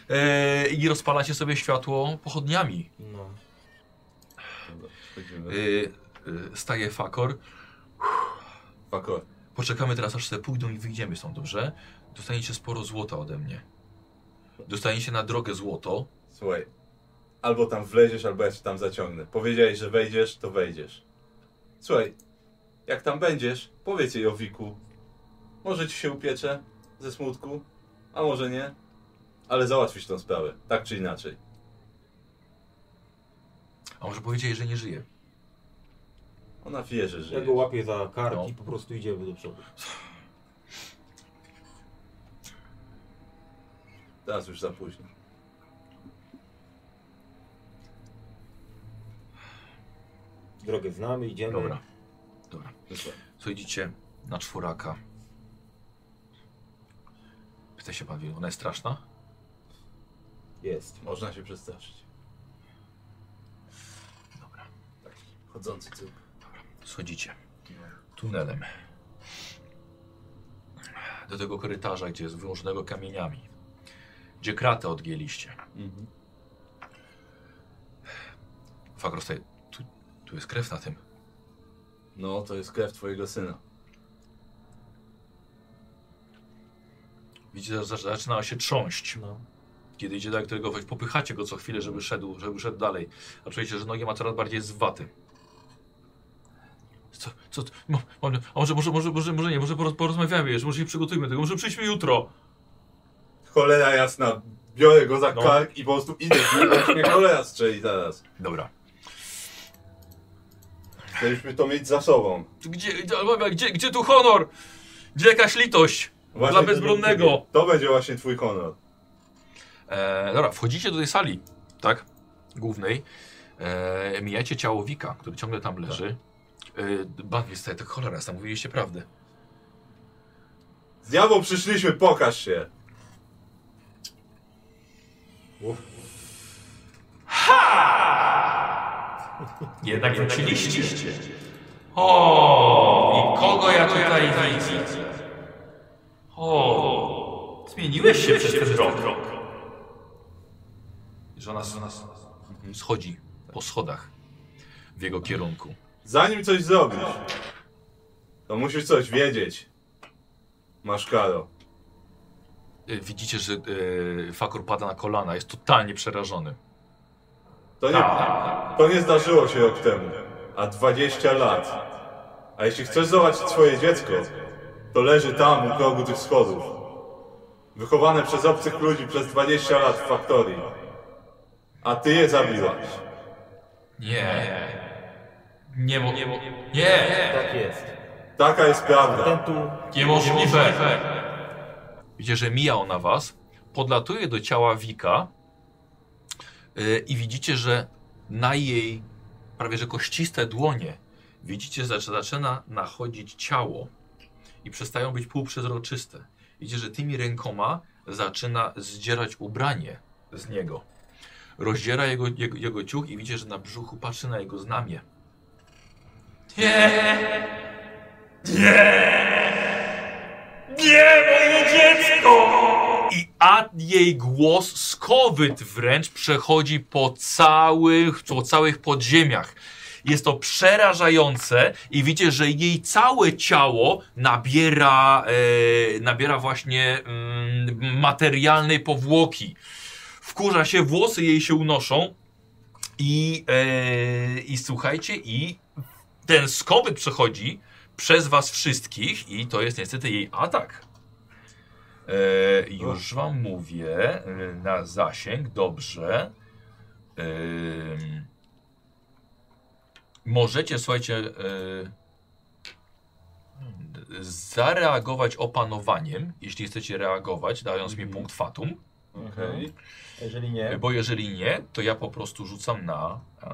e, i rozpalacie sobie światło pochodniami.
no.
dobra, wchodzimy.
E, e, staje Fakor.
Pakor.
Poczekamy teraz, aż sobie pójdą i wyjdziemy stąd, dobrze? Dostaniecie sporo złota ode mnie. Dostaniecie na drogę złoto.
Słuchaj. Albo tam wleziesz, albo ja cię tam zaciągnę. Powiedziałeś, że wejdziesz, to wejdziesz. Słuchaj, jak tam będziesz, powiedz jej o Wiku. Może ci się upiecze ze smutku, a może nie. Ale załatwisz tą sprawę, tak czy inaczej.
A może powiedzieli, że nie żyje.
Ona wierzy, że
Ja go łapię za kark
No.
i po prostu idziemy do przodu.
teraz już za późno.
Drogę znamy, idziemy.
Dobra.
Słuchaj,
Słuchajcie, na czworaka. Pyta się pan, wie, ona jest straszna?
Jest.
Można się przestraszyć.
Dobra.
Taki chodzący cyk.
Schodzicie tunelem do tego korytarza, gdzie jest wyłożonego kamieniami, gdzie kratę odgięliście.
Mhm.
Fakor staje, tu, tu jest krew na tym.
No, to jest krew twojego syna.
Widzicie, że zaczyna- zaczyna się trząść.
No.
Kiedy idzie do którego weź, popychacie go co chwilę, żeby szedł, żeby szedł dalej. A czujecie, że nogi ma coraz bardziej zwaty. Co, co, mo- mo- a może, może, może, może, może nie, może poroz- porozmawiamy jeszcze, może się przygotujmy do tego, może przyjdźmy jutro.
Cholera jasna, biorę go za
No.
kark i po prostu idę. Niech mnie cholera strzeli zaraz.
Dobra.
Chcieliśmy to mieć za sobą.
Gdzie, gdzie, gdzie, gdzie tu honor? Gdzie jakaś litość?
Właśnie
Dla bezbronnego.
To będzie właśnie twój honor.
E, dobra, wchodzicie do tej sali, tak? Głównej. E, mijacie ciało Wika, który ciągle tam leży. E, Bawi staje, tak cholera, jasna, mówiliście prawdę.
Z diabą przyszliśmy, pokaż się.
Jednak wróciliście. O, i kogo ja tutaj widzę? O, zmieniłeś się przez ten rok. Żona z nas schodzi po schodach w jego kierunku.
Zanim coś zrobisz, to musisz coś wiedzieć. Masz karo.
Y, Widzicie, że y, Fakur pada na kolana, jest totalnie przerażony.
To nie,
Tak.
to nie zdarzyło się rok temu, a 20 lat. A jeśli chcesz zobaczyć swoje dziecko, to leży tam u progu tych schodów. Wychowane przez obcych ludzi przez 20 lat w faktorii. A ty je zabiłaś.
Nie. Nie mo... Nie! mo- Nie!
Tak jest.
Taka jest prawda.
Ten tu...
Niemożliwe! Widzicie, że mija ona was, podlatuje do ciała Wika y, i widzicie, że na jej prawie że kościste dłonie widzicie, że zaczyna nachodzić ciało i przestają być półprzezroczyste. Widzicie, że tymi rękoma zaczyna zdzierać ubranie z niego. Rozdziera jego, jego, jego ciuch i widzicie, że na brzuchu patrzy na jego znamię. Nie! Nie, moje dziecko! I a jej głos skowyt wręcz przechodzi po całych, po całych podziemiach. Jest to przerażające i widzicie, że jej całe ciało nabiera, e, nabiera właśnie mm, materialnej powłoki. Wkurza się, włosy jej się unoszą i, e, i słuchajcie, i ten skowyt przechodzi przez was wszystkich i to jest niestety jej atak. E, już wam mówię e, na zasięg, dobrze. E, Ym, możecie, słuchajcie, e, d- zareagować opanowaniem, jeśli chcecie reagować, dając mi punkt fatum.
Okej.
Jeżeli nie,
Bo jeżeli nie, to ja po prostu rzucam na. e,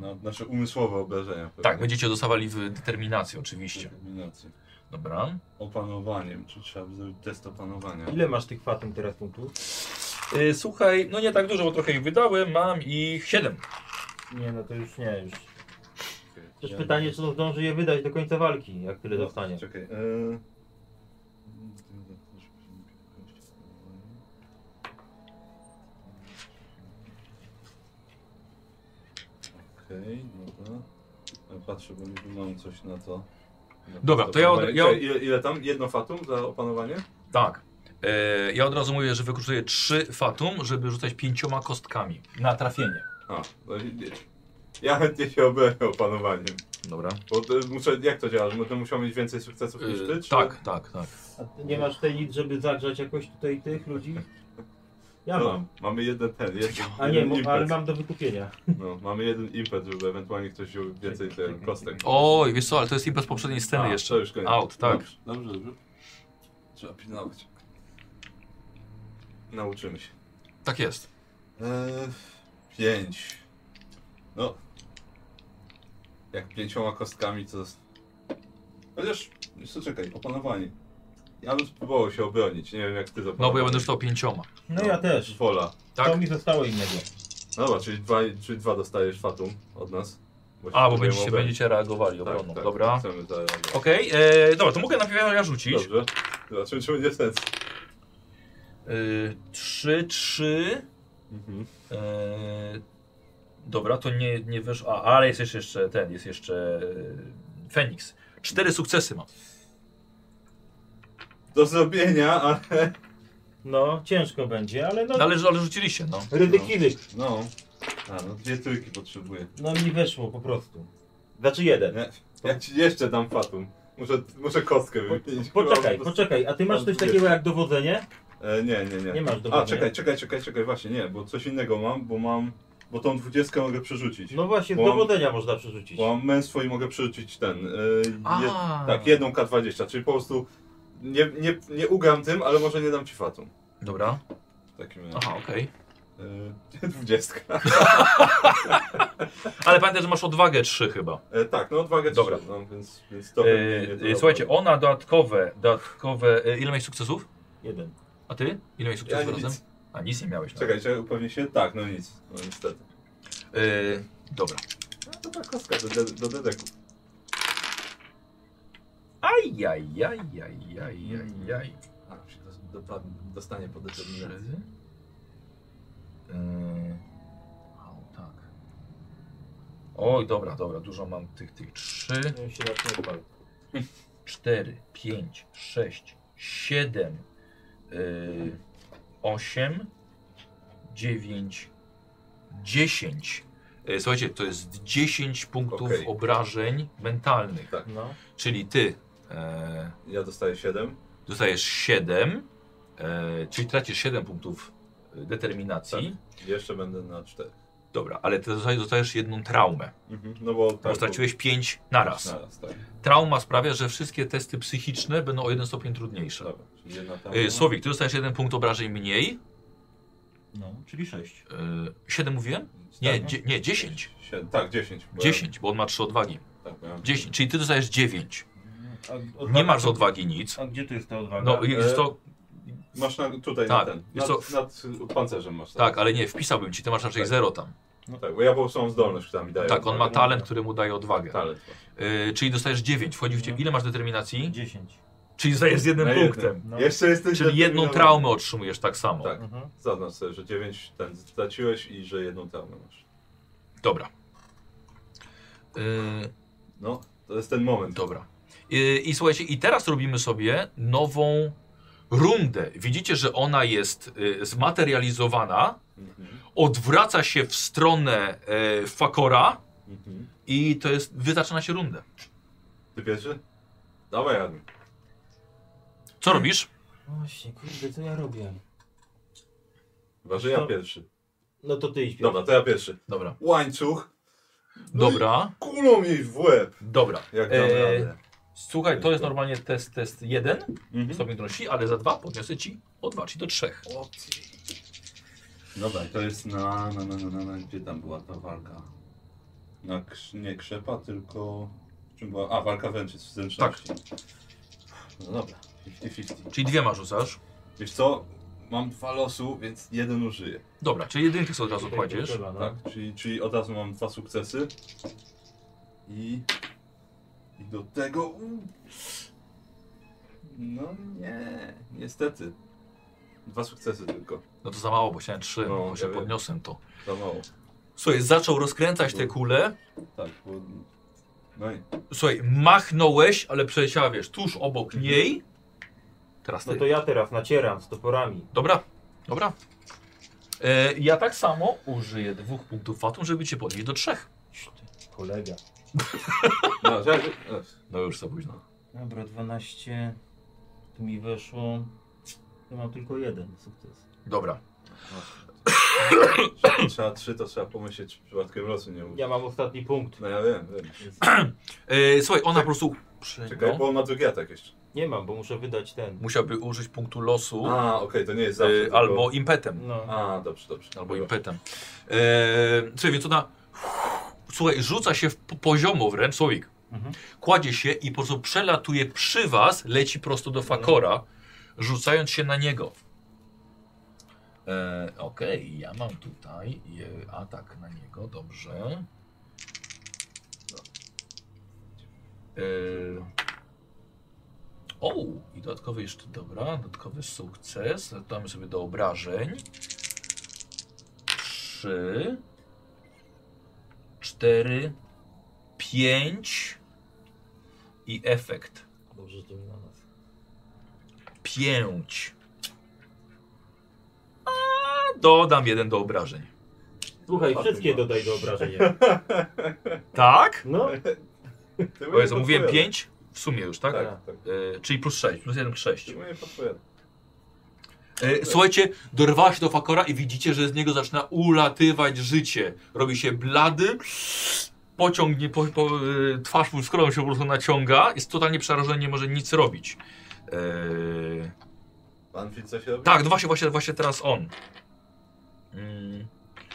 No, znaczy umysłowe obrażenia. Pewnie.
Tak, Mhm. będziecie dostawali w determinacji, oczywiście.
Determinację.
Dobra.
Opanowaniem, czy trzeba by zrobić test opanowania?
ile masz tych fatum teraz punktów?
Y, Słuchaj, no nie tak dużo, bo trochę ich wydałem. Mam ich 7.
Nie, no to już nie, już.
Okej,
Też
ja-
pytanie, czy on zdąży je wydać do końca walki, jak tyle
No,
dostanie.
Czekaj. e, Okej, dobra. Ja Patrzę, bo niby mam coś na to. Na
Dobra,
to
to ja od-
opanowanie.
ja-
Czekaj, Ile, ile tam? Jedno fatum za opanowanie?
Tak. E, ja od razu mówię, że wykorzystuję 3 fatum, żeby rzucać pięcioma kostkami na trafienie.
A, no i- ja chętnie się obronię opanowaniem.
Dobra.
Bo to muszę, jak to działa? Bo to musiał mieć więcej sukcesów niż ty?
Y,
czy-
tak, tak, tak.
A ty nie masz tej nic, żeby zagrzać jakoś tutaj tych ludzi? Ja
No,
mam.
Mamy jeden ten, jeden,
A nie,
jeden
mo- ale
impet.
mam do wykupienia.
No, mamy jeden impet, żeby ewentualnie ktoś wziął więcej ten, kostek.
Oj, wiesz co, ale to jest impet z poprzedniej sceny
A,
jeszcze.
to już koniec.
Out, tak.
Dobrze, dobrze, dobrze. Trzeba pilnować. Nauczymy się.
Tak jest.
Eee, pięć. No. Jak pięcioma kostkami to... z- Chociaż, jeszcze czekaj, opanowanie. Ja bym spróbował się obronić, nie wiem jak ty
No bo ja będę rzucał pięcioma.
No ja też.
Wola.
To
Tak?
mi zostało innego.
No Dobra, czyli dwa, czyli dwa dostajesz fatum od nas. się
A, bo
próbujemy
będziecie,
obronić.
będziecie reagowali
Tak,
obroną.
tak,
Dobra.
Chcemy zareagować.
Okej, e, dobra, to mogę na pewno ja rzucić.
Dobrze. Zobaczymy, czy będzie sens.
Y, Trzy, trzy.
Mhm.
E, dobra, to nie, nie wyszło. A, ale jest jeszcze, jeszcze ten, jest jeszcze e, Feniks. Cztery sukcesy mam.
Do zrobienia, ale...
No, ciężko będzie, ale no.
No, ale, ale rzuciliście, no.
Rydykilik.
No. A, no dwie trójki potrzebuję.
No mi weszło po prostu. Znaczy jeden.
Nie, ja ci jeszcze dam fatum. Muszę, muszę kostkę wypić.
Poczekaj, poczekaj, a ty masz coś takiego jak dowodzenie?
E, nie, nie, nie.
Nie masz dowodzenia.
A, czekaj, czekaj, czekaj, czekaj, właśnie, nie, bo coś innego mam, bo mam... Bo tą dwudziestkę mogę przerzucić.
No właśnie, z
Bo mam-
dowodzenia można przerzucić.
Bo mam męstwo i mogę przerzucić ten. e, jed,
A.
tak, jedną K20, czyli po prostu nie, nie, nie ugam tym, ale może nie dam ci fatum.
Dobra.
W takim razie.
Aha, okej.
E, [laughs] Dwudziestka.
Ale pamiętaj, że masz odwagę 3 chyba.
E, tak, no odwagę
Dobra.
trzy, No, więc, więc
E,
to pewnie nie
e,
to
słuchajcie,
robi.
ona dodatkowe, dodatkowe. E, ile miałeś sukcesów?
Jeden.
A ty? Ile miałeś
Ja
sukcesów
nie
razem?
nic.
A nic nie miałeś. no. nawet.
Czekaj, czekaj, upewnię się. Tak, no nic. No niestety.
E, dobra.
No, to ta kostka do, de- do dedeku.
Ajajajajajajaj.
A, się do, do, dostanie po
Trzy.
determinacji.
E, o, tak. Oj, dobra, dobra, dużo mam tych, tych. Trzy.
No i się właśnie odpalił.
4, 5, 6, 7, yy, 8, 9, 10. Yy, Słuchajcie, to jest 10 punktów
Okej.
obrażeń mentalnych.
Tak.
No.
Czyli ty e,
Ja dostaję 7.
dostajesz 7, e, czyli tracisz 7 punktów e,
Tak.
determinacji.
Jeszcze będę na 4.
Dobra, ale ty dostaj- dostajesz jedną traumę,
No bo tak.
bo straciłeś 5 naraz.
Naraz, tak.
Trauma sprawia, że wszystkie testy psychiczne będą o jeden stopień trudniejsze.
Dobra, czyli jedna tam.
E, Słowik, ty dostajesz jeden punkt obrażeń mniej.
No, czyli 6.
E, 7 mówiłem? Nie, dzie, nie 10.
no. Siedem- tak, 10. bo ja-
10, bo on ma 3 odwagi.
Tak, bo ja mam
10, czyli ty dostajesz 9.
A,
No
odwaga-
tak,
tak.
Nie masz odwagi nic.
A gdzie tu jest ta odwaga?
No jest to.
Masz na, tutaj
Tak,
na ten.
wiesz
Nad,
co?
nad pancerzem masz.
Tak, ale nie, wpisałbym ci, ty masz raczej
Tak.
0 tam.
No tak, bo ja po prostu mam zdolność, która mi daje.
Tak, on ma
odwagę.
talent, który mu daje odwagę.
Talent. właśnie.
E, czyli dostajesz 9. Wchodzi w ciebie. Ile masz determinacji?
10.
Czyli dostajesz z jednym
Mhm. Na jednym.
punktem.
No.
Jeszcze jesteś
Czyli jedną
zdeterminowany.
traumę otrzymujesz tak samo.
Tak.
Mhm.
Zaznacz sobie, że 9 ten straciłeś i że jedną traumę masz.
Dobra. E,
No, to jest ten moment.
Dobra. E, I, I słuchajcie, i teraz robimy sobie nową rundę. Widzicie, że ona jest y, zmaterializowana,
Mhm.
odwraca się w stronę e, Fakora
Mhm.
i to jest, wy zaczyna się rundę.
Ty pierwszy? Dawaj, Admin.
Co robisz?
Właśnie, kurde, co ja robię?
Chyba, że ja
No.
pierwszy.
No to ty idź. pierwszy.
Dobra, to ja pierwszy.
Dobra.
Łańcuch,
No Dobra,
kulą jej w łeb.
dobra.
Jak dam
Eee,
radę.
słuchaj, to jest normalnie test, test jeden
Mhm.
stopień trudności, ale za dwa podniosę ci o dwa, czyli do trzech.
Dobra, to jest na, na, na, na, na, na gdzie tam była ta walka? Na krz, nie krzepa, tylko... Czym była? A, walka wręcz jest w zręczności. Tak. No dobra, 50-50.
Czyli dwiema rzucasz.
Wiesz co? Mam dwa losu, więc jeden użyję.
Dobra, czyli jedynkę sobie od razu kładziesz.
Chyba, no.
Tak? Czyli, czyli od razu mam dwa sukcesy. I... I do tego... u, No nie, niestety. Dwa sukcesy tylko.
No to za mało, bo chciałem trzy,
No,
bo się
ja wiem.
podniosłem to.
Za mało.
Słuchaj, zaczął rozkręcać te kule.
Tak, bo... No i...
Słuchaj, machnąłeś, ale przeleciała, wiesz, tuż obok niej. Teraz ty.
No to ja teraz nacieram z toporami.
Dobra, dobra. E, ja tak samo użyję dwóch punktów fatum, żeby cię podnieść do trzech.
Kolega.
No, że... e,
No już za późno.
Dobra, 12. Tu mi weszło. Ja mam tylko jeden sukces.
Dobra.
Trzeba- Trzeba trzy, no. to trzeba pomyśleć, czy przypadkiem losu nie użyć.
Ja mam ostatni punkt.
No ja wiem, wiem.
E, słuchaj, ona po prostu... Przy,
Czekaj,
no,
bo on ma drugi atak jeszcze.
[clears throat] Nie mam, bo muszę wydać ten.
musiałby użyć punktu losu e,
A, okej, to nie jest zawsze. tylko-
albo impetem.
No.
A, dobrze, dobrze.
Albo impetem. E, słuchaj, więc ona... Słuchaj, rzuca się w po- poziomo wręcz, słowik.
Mhm.
Kładzie się i po prostu przelatuje przy was, leci prosto do Fakora, rzucając się na niego. E, Okej, ja mam tutaj e, atak na niego, dobrze. E, o, i dodatkowy jeszcze, dobra, dodatkowy sukces. Dodamy sobie do obrażeń. Trzy, cztery, pięć i efekt.
Dobrze, że to nie na nas.
Pięć. A, dodam jeden do obrażeń.
Słuchaj,
Fatum
wszystkie
ma.
dodaj do obrażenia. [laughs]
Tak?
No,
Ty
O
mnie
Jezu, mówiłem
podpowiadasz.
pięć w sumie już, tak?
Tak, tak.
E, czyli plus sześć, plus jeden, sześć.
Ty mnie podpowiadasz.
E, słuchajcie, dorwała się do Fakora i widzicie, że z niego zaczyna ulatywać życie. Robi się blady, pociągnie, po, po, e, twarz mu skórą się po prostu naciąga, jest totalnie przerażony, nie może nic robić. E,
Pan widz coś robi?
tak, no właśnie, właśnie, właśnie teraz on. Mm.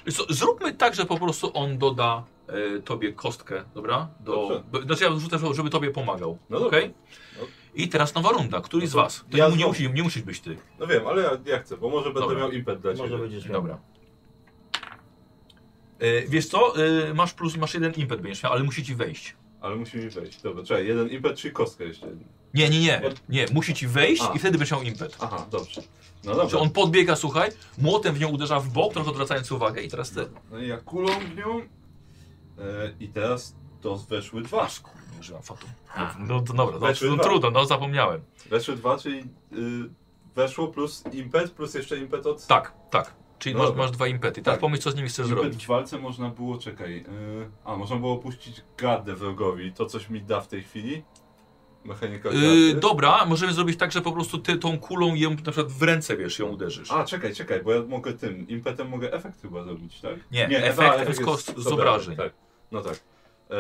Wiesz co, zróbmy tak, że po prostu on doda e, tobie kostkę, dobra? Do,
Dobrze.
do, znaczy ja rzucę, żeby tobie pomagał,
No
no
dobra.
okej?
No.
I teraz nowa runda, któryś
No
z
to
was. To
ja
nie,
znowu.
musi, nie musisz być ty.
No wiem, ale ja, ja chcę, bo może będę
Dobra.
miał impet dla ciebie.
może będziesz miał.
Dobra. E, wiesz co, e, masz plus, masz jeden impet będziesz miał, ale musi ci wejść.
Ale musi mi wejść. Dobra, czekaj, jeden impet, czy kostkę jeszcze?
Nie, nie, nie, nie, musi ci wejść
A.
i wtedy będziesz miał impet.
Aha, dobrze. No
Czy
dobra.
on podbiega, słuchaj, młotem w nią uderza w bok, trochę odwracając uwagę i teraz ty.
No i ja kulą w nią. E, I teraz to weszły dwa.
Aż kurwa, nie używam fatu. No, to dobra, no,
Weszły
no,
dwa.
trudno, no zapomniałem.
Weszły dwa, czyli y, weszło plus impet, plus jeszcze impet od...
Tak, tak, czyli
No
masz,
dobra.
masz dwa impety. Teraz
Tak.
pomyśl, co z nimi chcesz
Impet
zrobić.
w walce można było, czekaj, yy, a można było puścić gardę wrogowi, to coś mi da w tej chwili? Mechanika gardy?
Yy, dobra, możemy zrobić tak, że po prostu ty tą kulą ją na przykład w ręce, wiesz, ją uderzysz.
A, czekaj, czekaj, bo ja mogę tym, impetem mogę efekt chyba zrobić, tak?
Nie,
a,
efekt to jest kost z obrażeń.
Tak, no tak. E,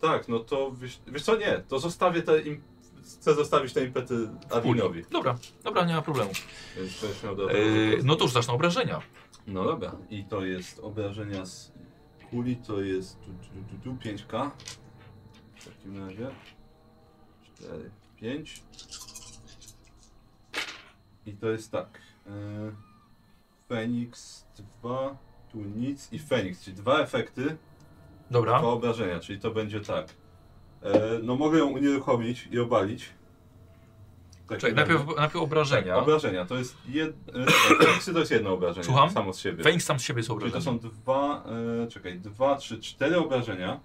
tak, no to wiesz, wiesz co, nie, to zostawię te, im, chcę zostawić te impety Adminowi.
Dobra, dobra, nie ma problemu.
Więc to już miał do-
Yy, no to już zaczną obrażenia.
No dobra. I to jest obrażenia z kuli, to jest tu, tu, tu, tu 5K. W takim razie 4, 5. I to jest tak. Yy, Feniks 2, tu nic i Feniks, czyli dwa efekty,
Dobra.
dwa obrażenia, czyli to będzie tak. E, no mogę ją unieruchomić i obalić. Tak,
Czekaj, najpierw, najpierw obrażenia.
Obrażenia, to jest jedno, [clears throat] to jest jedno obrażenie,
Słucham?
samo z siebie.
Feniks sam z siebie jest
Czyli to
obrażeniem.
są dwa, e, czekaj, dwa, trzy, cztery obrażenia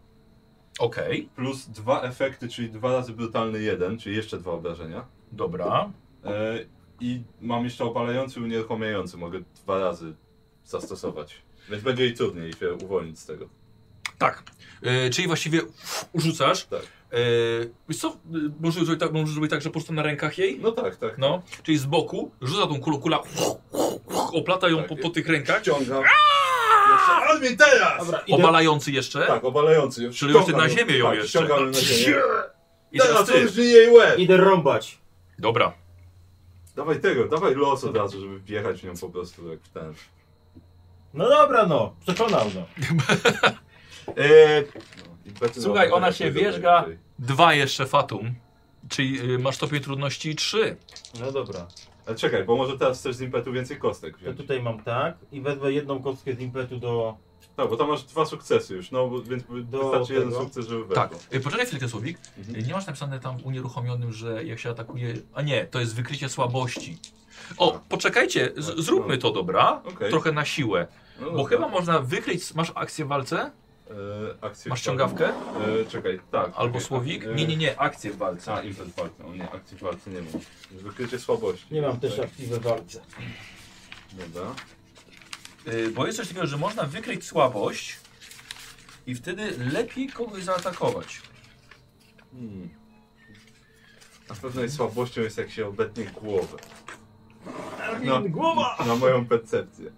Okej,
plus dwa efekty, czyli dwa razy brutalny jeden, czyli jeszcze dwa obrażenia.
dobra.
E, I mam jeszcze opalający i unieruchamiający, mogę dwa razy zastosować. Więc będzie jej trudniej się uwolnić z tego.
Tak. E, czyli właściwie uff, rzucasz.
Tak.
Yy, wiesz co, yy, możesz zrobić, tak, możesz zrobić tak, że po prostu na rękach jej,
No tak, tak.
no, czyli z boku, rzuca tą kulę, kula oplata ją
Tak,
po, po
jest.
tych rękach,
Ściągam. Jeszcze, ale mnie teraz!
Dobra, idę.
obalający jeszcze
Tak, obalający. ją
Czyli już ty
ściągam
na ziemię ją
tak,
jeszcze.
ściągam ją na ziemię.
i
Teraz
teraz
to
ty.
już nie jej łeb.
Idę rąbać.
Dobra,
Dawaj tego, dawaj los od razu, żeby wjechać w nią po prostu jak w ten.
No dobra, no. Przekonał, no.
yy,
No, i betyna
Słuchaj,
będzie
ona
jakoś
się
dobra
wierzga.
dzisiaj.
dwa jeszcze Fatum, czyli yy, masz stopień trudności trzy.
No dobra.
Ale czekaj, bo może teraz chcesz z impetu więcej kostek
To
wziąć.
tutaj mam tak i wezmę jedną kostkę z impetu do...
Tak, bo tam masz dwa sukcesy już, no bo- więc
Do
wystarczy jeden
tego?
sukces, żeby
Tak,
weszło.
yy, poczekaj chwilkę Słowik,
Mhm.
Yy, nie masz napisane tam w unieruchomionym, że jak się atakuje, a nie, to jest wykrycie słabości. O, poczekajcie, z, zróbmy to, dobra?
Tak. Okej.
Trochę na siłę,
No
bo
dobra.
chyba można wykryć, masz akcję w walce?
E, akcję
Masz
w
ciągawkę?
walce. E, czekaj, tak.
Albo
czekaj,
słowik?
tak, e,
Nie, nie, nie, akcję w walce.
A, impet walki. O nie, akcji w walce nie mam. Wykrycie słabości.
Nie mam też
Tak,
akcji we walce.
Dobra.
Y, Bo jest coś takiego, że można wykryć słabość i wtedy lepiej kogoś zaatakować.
Hmm. Na pewno jej słabością jest jak się obetnie głowę. No,
Głowa!
Na moją percepcję.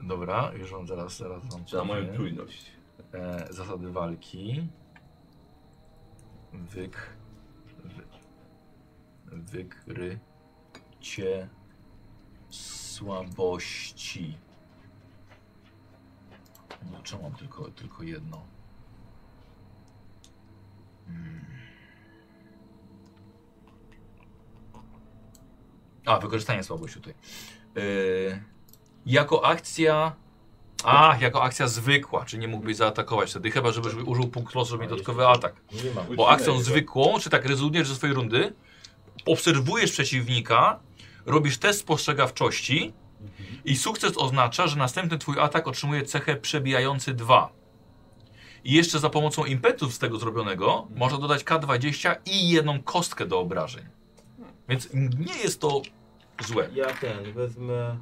Dobra, już wam zaraz, zaraz wam
Czy na moją
powiem.
czujność.
e, Zasady walki. Wyk... wy- Wykrycie słabości. No, czemu mam tylko, tylko jedno? Mm. A, wykorzystanie słabości tutaj. Yy, jako akcja. A, jako akcja zwykła, czy nie mógłbyś zaatakować wtedy, chyba żebyś użył punkt losu, żeby mieć dodatkowy atak.
Nie mam.
Bo akcją zwykłą, czy tak rezygniesz ze swojej rundy, obserwujesz przeciwnika, robisz test spostrzegawczości i sukces oznacza, że następny twój atak otrzymuje cechę przebijający 2. I jeszcze za pomocą impetów z tego zrobionego można dodać K20 i jedną kostkę do obrażeń. Więc nie jest to złe.
Ja ten, wezmę...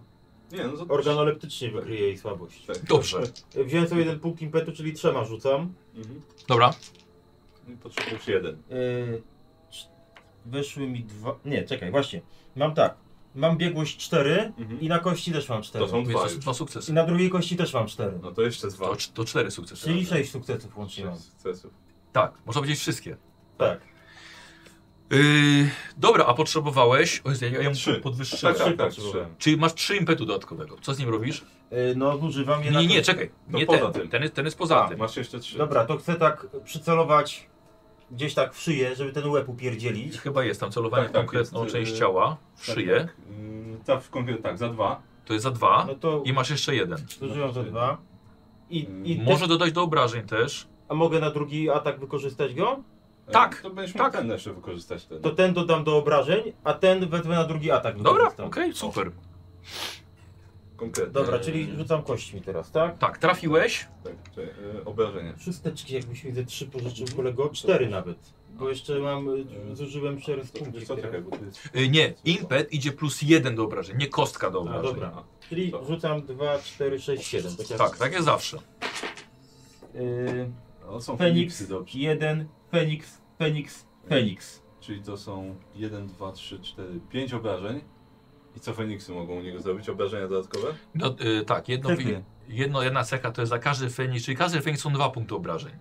Nie, no to...
Organoleptycznie wykryję jej słabość.
Tak.
Dobrze.
Wziąłem sobie jeden punkt impetu, czyli trzema rzucam.
Mhm.
Dobra.
I Potrzebujesz jeden.
Yy, cz- weszły mi dwa... Nie, czekaj, właśnie. Mam tak. Mam biegłość 4
Mhm.
i na kości też mam 4.
To są
Więc
dwa
to
już.
dwa
I
sukcesy.
na drugiej kości też mam 4.
No to jeszcze
To,
dwa.
cz- to cztery sukcesy.
Czyli 6 sukcesów łącznie mam.
Sześć sukcesów.
Tak, można powiedzieć wszystkie.
Tak.
Yy, dobra, a potrzebowałeś. O, Jezu, ja, ja ją
Trzy.
podwyższyłem.
Tak, tak, tak,
Trzy.
trzy.
Czyli masz trzy impetu dodatkowego. Co z nim robisz?
Yy, no, zużywam je
Nie,
na
nie, nie
kości.
czekaj.
No
Nie
poza
ten.
tym.
Ten, jest, ten jest poza
A,
tym.
masz jeszcze trzy.
Tak. Dobra, to chcę tak przycelować gdzieś tak w szyję, żeby ten łeb
I
upierdzielić.
Chyba jest tam celowanie
Tak,
w
tak,
konkretną
jest,
część
yy,
ciała, w
Tak,
szyję.
Tak, Yy, ta w konkret, tak, za dwa.
To jest za dwa.
No to
I masz jeszcze jeden.
zużyłem za dwa. I, i te-
Może dodać do obrażeń też.
A mogę na drugi atak wykorzystać go?
E,
Tak,
To będziesz
tak.
mógł ten jeszcze wykorzystać ten.
To ten dodam do obrażeń, a ten wezmę na drugi atak.
Dobra, okej,
wykorzystam.
super.
Konkretnie.
Dobra, czyli rzucam kośćmi teraz, tak?
Tak, trafiłeś.
Tak, czy, e, obrażenie.
Szósteczki jakbyś widzę, trzy pożyczył kolego, cztery nawet. Bo jeszcze mam, y, zużyłem cztery z
To, wiesz
punktów.
co,
teraz. Y,
czekaj, bo to jest...
Yy, nie, impet idzie plus jeden do obrażeń, nie kostka do
A,
obrażeń.
dobra. Czyli rzucam 2, 4, 6, 7. Tak, jak-
Tak, tak jest zawsze.
Y,
O, są
Feniks,
Feniksy, dobrze.
jeden, Feniks, Feniks, Feniks.
Czyli to są 1, 2, 3, 4, 5 obrażeń. I co Feniksy mogą u niego zrobić? Obrażenia dodatkowe?
No, yy, tak, jedno,
Cechy.
jedno, jedna cecha to jest za każdy feniks, czyli każdy feniks są dwa punkty obrażeń.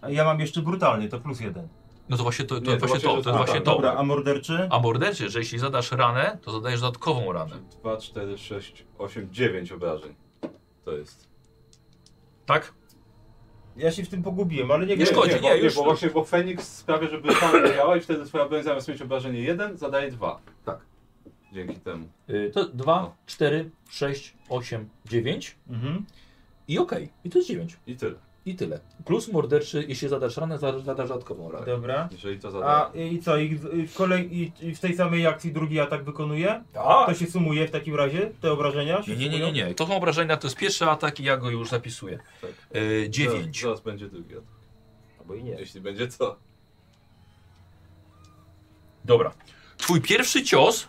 A ja mam jeszcze brutalny, to plus jeden.
No to właśnie
Nie,
to, to,
to
właśnie
właśnie,
to, to
że-
jest
a,
No właśnie
tak,
to.
Dobra, a morderczy?
A morderczy, że jeśli zadasz ranę, to zadajesz dodatkową ranę.
2, 4, 6, 8, 9 obrażeń. To jest.
Tak?
Ja się w tym pogubiłem, ale nie
Nie
wiem.
szkodzi,
bo,
nie, już-
bo właśnie, bo Feniks sprawia, żeby sam działa i wtedy twoja broń zamiast mieć obrażenie 1, zadaje 2.
Tak.
Dzięki temu.
Y, To 2, 4, 6, 8, 9
Mhm.
i okej. I to jest 9.
I tyle.
I tyle. Plus morderczy, jeśli zadasz ranę, zadasz zadasz dodatkową ranę.
Dobra.
Jeżeli to
A
zadaje.
i co, i w, i w kolej, i, i w tej samej akcji drugi atak wykonuje? To
Tak.
się sumuje w takim razie, te obrażenia? się
Nie, nie, nie,
sumują?
nie, nie. To są obrażenia, to jest pierwszy atak i ja go już zapisuję.
Tak.
E,
Tak.
dziewięć.
Zaraz, zaraz będzie drugi atak.
Albo i nie.
Jeśli będzie to.
Dobra. Twój pierwszy cios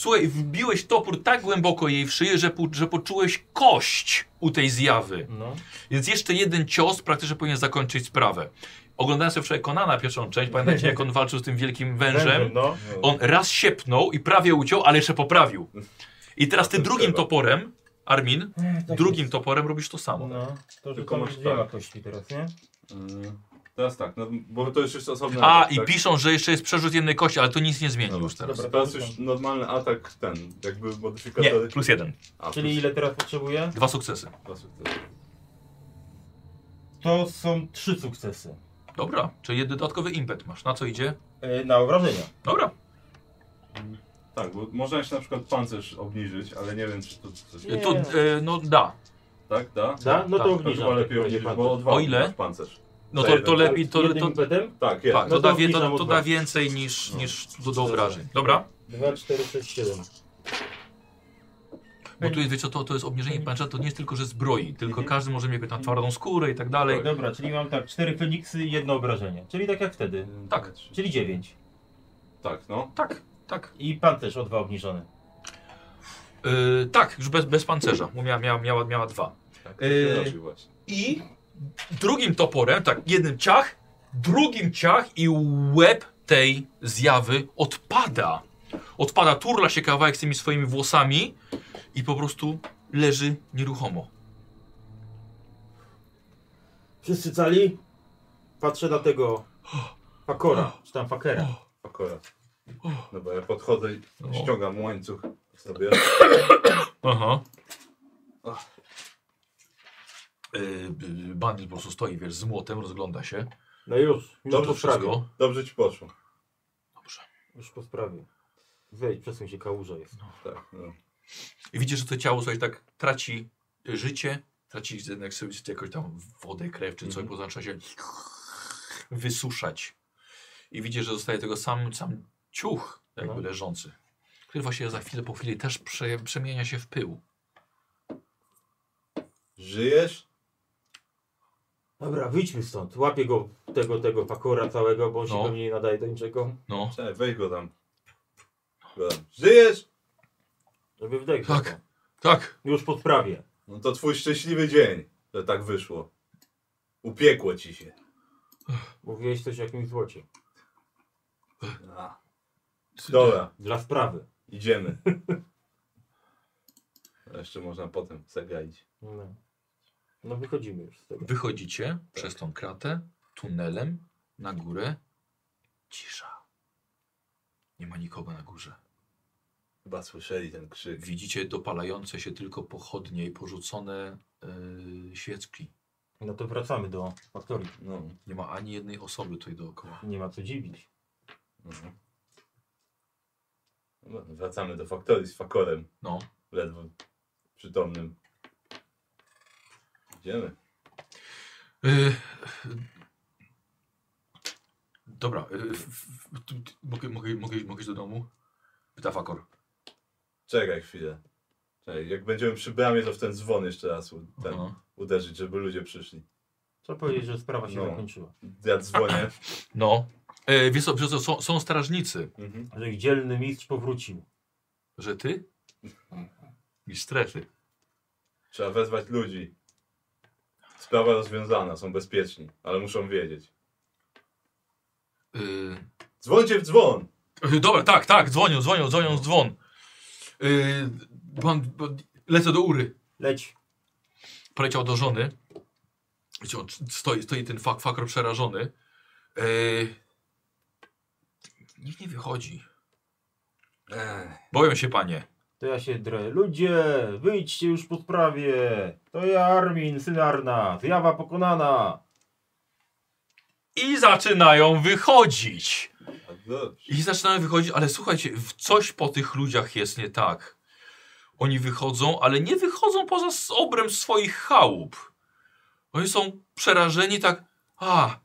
Słuchaj, wbiłeś topór tak głęboko jej w szyję, że, pu- że poczułeś kość u tej zjawy.
No.
Więc jeszcze jeden cios praktycznie powinien zakończyć sprawę. Oglądając sobie wczoraj Konana pierwszą część, pamiętacie jak on walczył z tym wielkim wężem?
no.
On raz siepnął i prawie uciął, ale jeszcze poprawił. I teraz ty
To
drugim
trzeba.
toporem, Armin,
Tak
drugim toporem robisz to samo.
No, to
Tylko
tylko masz
masz
dwiema
tak.
kości teraz, nie?
Mm, Teraz tak, no, bo to już jest osobny
A,
atak,
i
tak?
piszą, że jeszcze jest przerzut jednej kości, ale to nic nie zmieni już teraz.
Dobra,
Teraz
to
już
rzucam.
normalny atak ten, jakby
Nie,
modyfikator.
plus jeden.
A,
Czyli ile teraz potrzebuję?
Dwa sukcesy.
plus dwa sukcesy.
To są trzy sukcesy.
Dobra, czyli jeden dodatkowy impet masz. Na co idzie?
E, na obrażenia.
Dobra.
Tak, bo można się na przykład pancerz obniżyć, ale nie wiem czy to coś...
Nie.
To, e, no da.
Tak, da?
Da? No to
Tak, to
To
obniżam.
chyba lepiej obniżyć, bo o dwa
O ile?
masz pancerz.
No
Za
to, to
jeden.
lepiej, to, to,
impetem?
Tak, jest.
tak,
No
to,
to
da, wie,
obniżam o
to, to
dwa.
da więcej niż, niż do, do obrażeń. Dobra?
2, 4, 6, 7.
Bo tu jest, wiecie, co, to, to jest obniżenie pancerza, to nie jest tylko, że zbroi, tylko każdy może mieć na twardą skórę i tak dalej.
Dobra, czyli mam tak, cztery Feniksy i jedno obrażenie. Czyli tak jak wtedy.
Tak.
Czyli 9.
Tak, no.
Tak, tak.
I pancerz o 2 obniżony.
E, tak, już bez, bez pancerza, bo miała, miała, miała, miała dwa.
Tak,
Yy,
to się właśnie.
I drugim toporem, tak, jednym ciach, drugim ciach i łeb tej zjawy odpada. Odpada, turla się kawałek z tymi swoimi włosami i po prostu leży nieruchomo.
Wszyscy cali? Patrzę na tego
[gasps]
fakora, czy tam fakera.
Oh.
Akurat. No bo ja podchodzę i
No.
ściągam łańcuch sobie.
Aha.
Ach.
Yy, Bandil po prostu stoi, wiesz, z młotem, rozgląda się.
No już, już
Dobrze
po sprawie.
Wszystko.
Dobrze ci poszło.
Już po sprawie. Wejdź, przesuń się, kałuża jest.
Tak, no.
I widzisz, że to ciało słuchaj, tak traci życie, traci jednak sobie jakoś tam wodę, krew czy
Mhm.
coś, bo zaczyna się wysuszać. I widzisz, że zostaje tego sam, sam ciuch jakby
No.
leżący, który właśnie za chwilę po chwili też prze, przemienia się w pył.
Żyjesz?
Dobra, wyjdźmy stąd. Łapię go, tego, tego fakora całego, bo on się
No.
pewnie nie nadaje do niczego.
No.
Cześć, weź go tam. Go tam. Żyjesz?
Żeby wdech.
Tak.
złapał.
Tak,
Już po sprawie.
No to twój szczęśliwy dzień, że tak wyszło. Upiekło ci się.
Mówiłeś coś o jakimś złocie.
A. Dobra,
Dla sprawy.
idziemy. [laughs] Jeszcze można potem zagaić.
No. no wychodzimy już z tego.
wychodzicie przez tą kratę, tunelem na górę. Cisza. Nie ma nikogo na górze.
Chyba słyszeli ten krzyk.
Widzicie dopalające się tylko pochodnie i porzucone yy, świeczki.
No to wracamy do faktorii.
No,
Nie ma ani jednej osoby tutaj dookoła.
Nie ma co dziwić.
no. Dobra, no Wracamy do faktorii z fakorem.
No.
ledwo przytomnym. Idziemy.
Yy, dobra, yy, f- f- tu- tu- mogę, mogę, mogę, mogę iść do domu? Pyta Fakor.
Czekaj chwilę. Czekaj, jak będziemy przy bramie, to w ten dzwon jeszcze raz u, ten,
Aha.
uderzyć, żeby ludzie przyszli.
Trzeba powiedzieć, że sprawa się
No.
zakończyła.
Ja dzwonię.
No. Yy, wiesz co, wiesz co, są, są strażnicy.
Mhm.
Że ich dzielny mistrz powrócił.
Że ty? I strefy.
Trzeba wezwać ludzi. Sprawa rozwiązana, są bezpieczni, ale muszą wiedzieć.
Yy,
Dzwońcie w dzwon!
Yy, Dobra, tak, tak, dzwonią, dzwonią, dzwonią z dzwon. Yy, pan, pan, lecę do Ury.
Leć.
Poleciał do żony. Wiecie, on stoi, stoi ten fak, fakor przerażony. Yy, nikt nie wychodzi.
Ech,
Boją się panie.
To ja się drę. Ludzie, wyjdźcie już po sprawie. To ja Armin, syn Arna. Zjawa pokonana.
I zaczynają wychodzić.
a dobrze.
I zaczynają wychodzić, ale słuchajcie, w- coś po tych ludziach jest nie tak. Oni wychodzą, ale nie wychodzą poza s- obręb swoich chałup. Oni są przerażeni tak, a,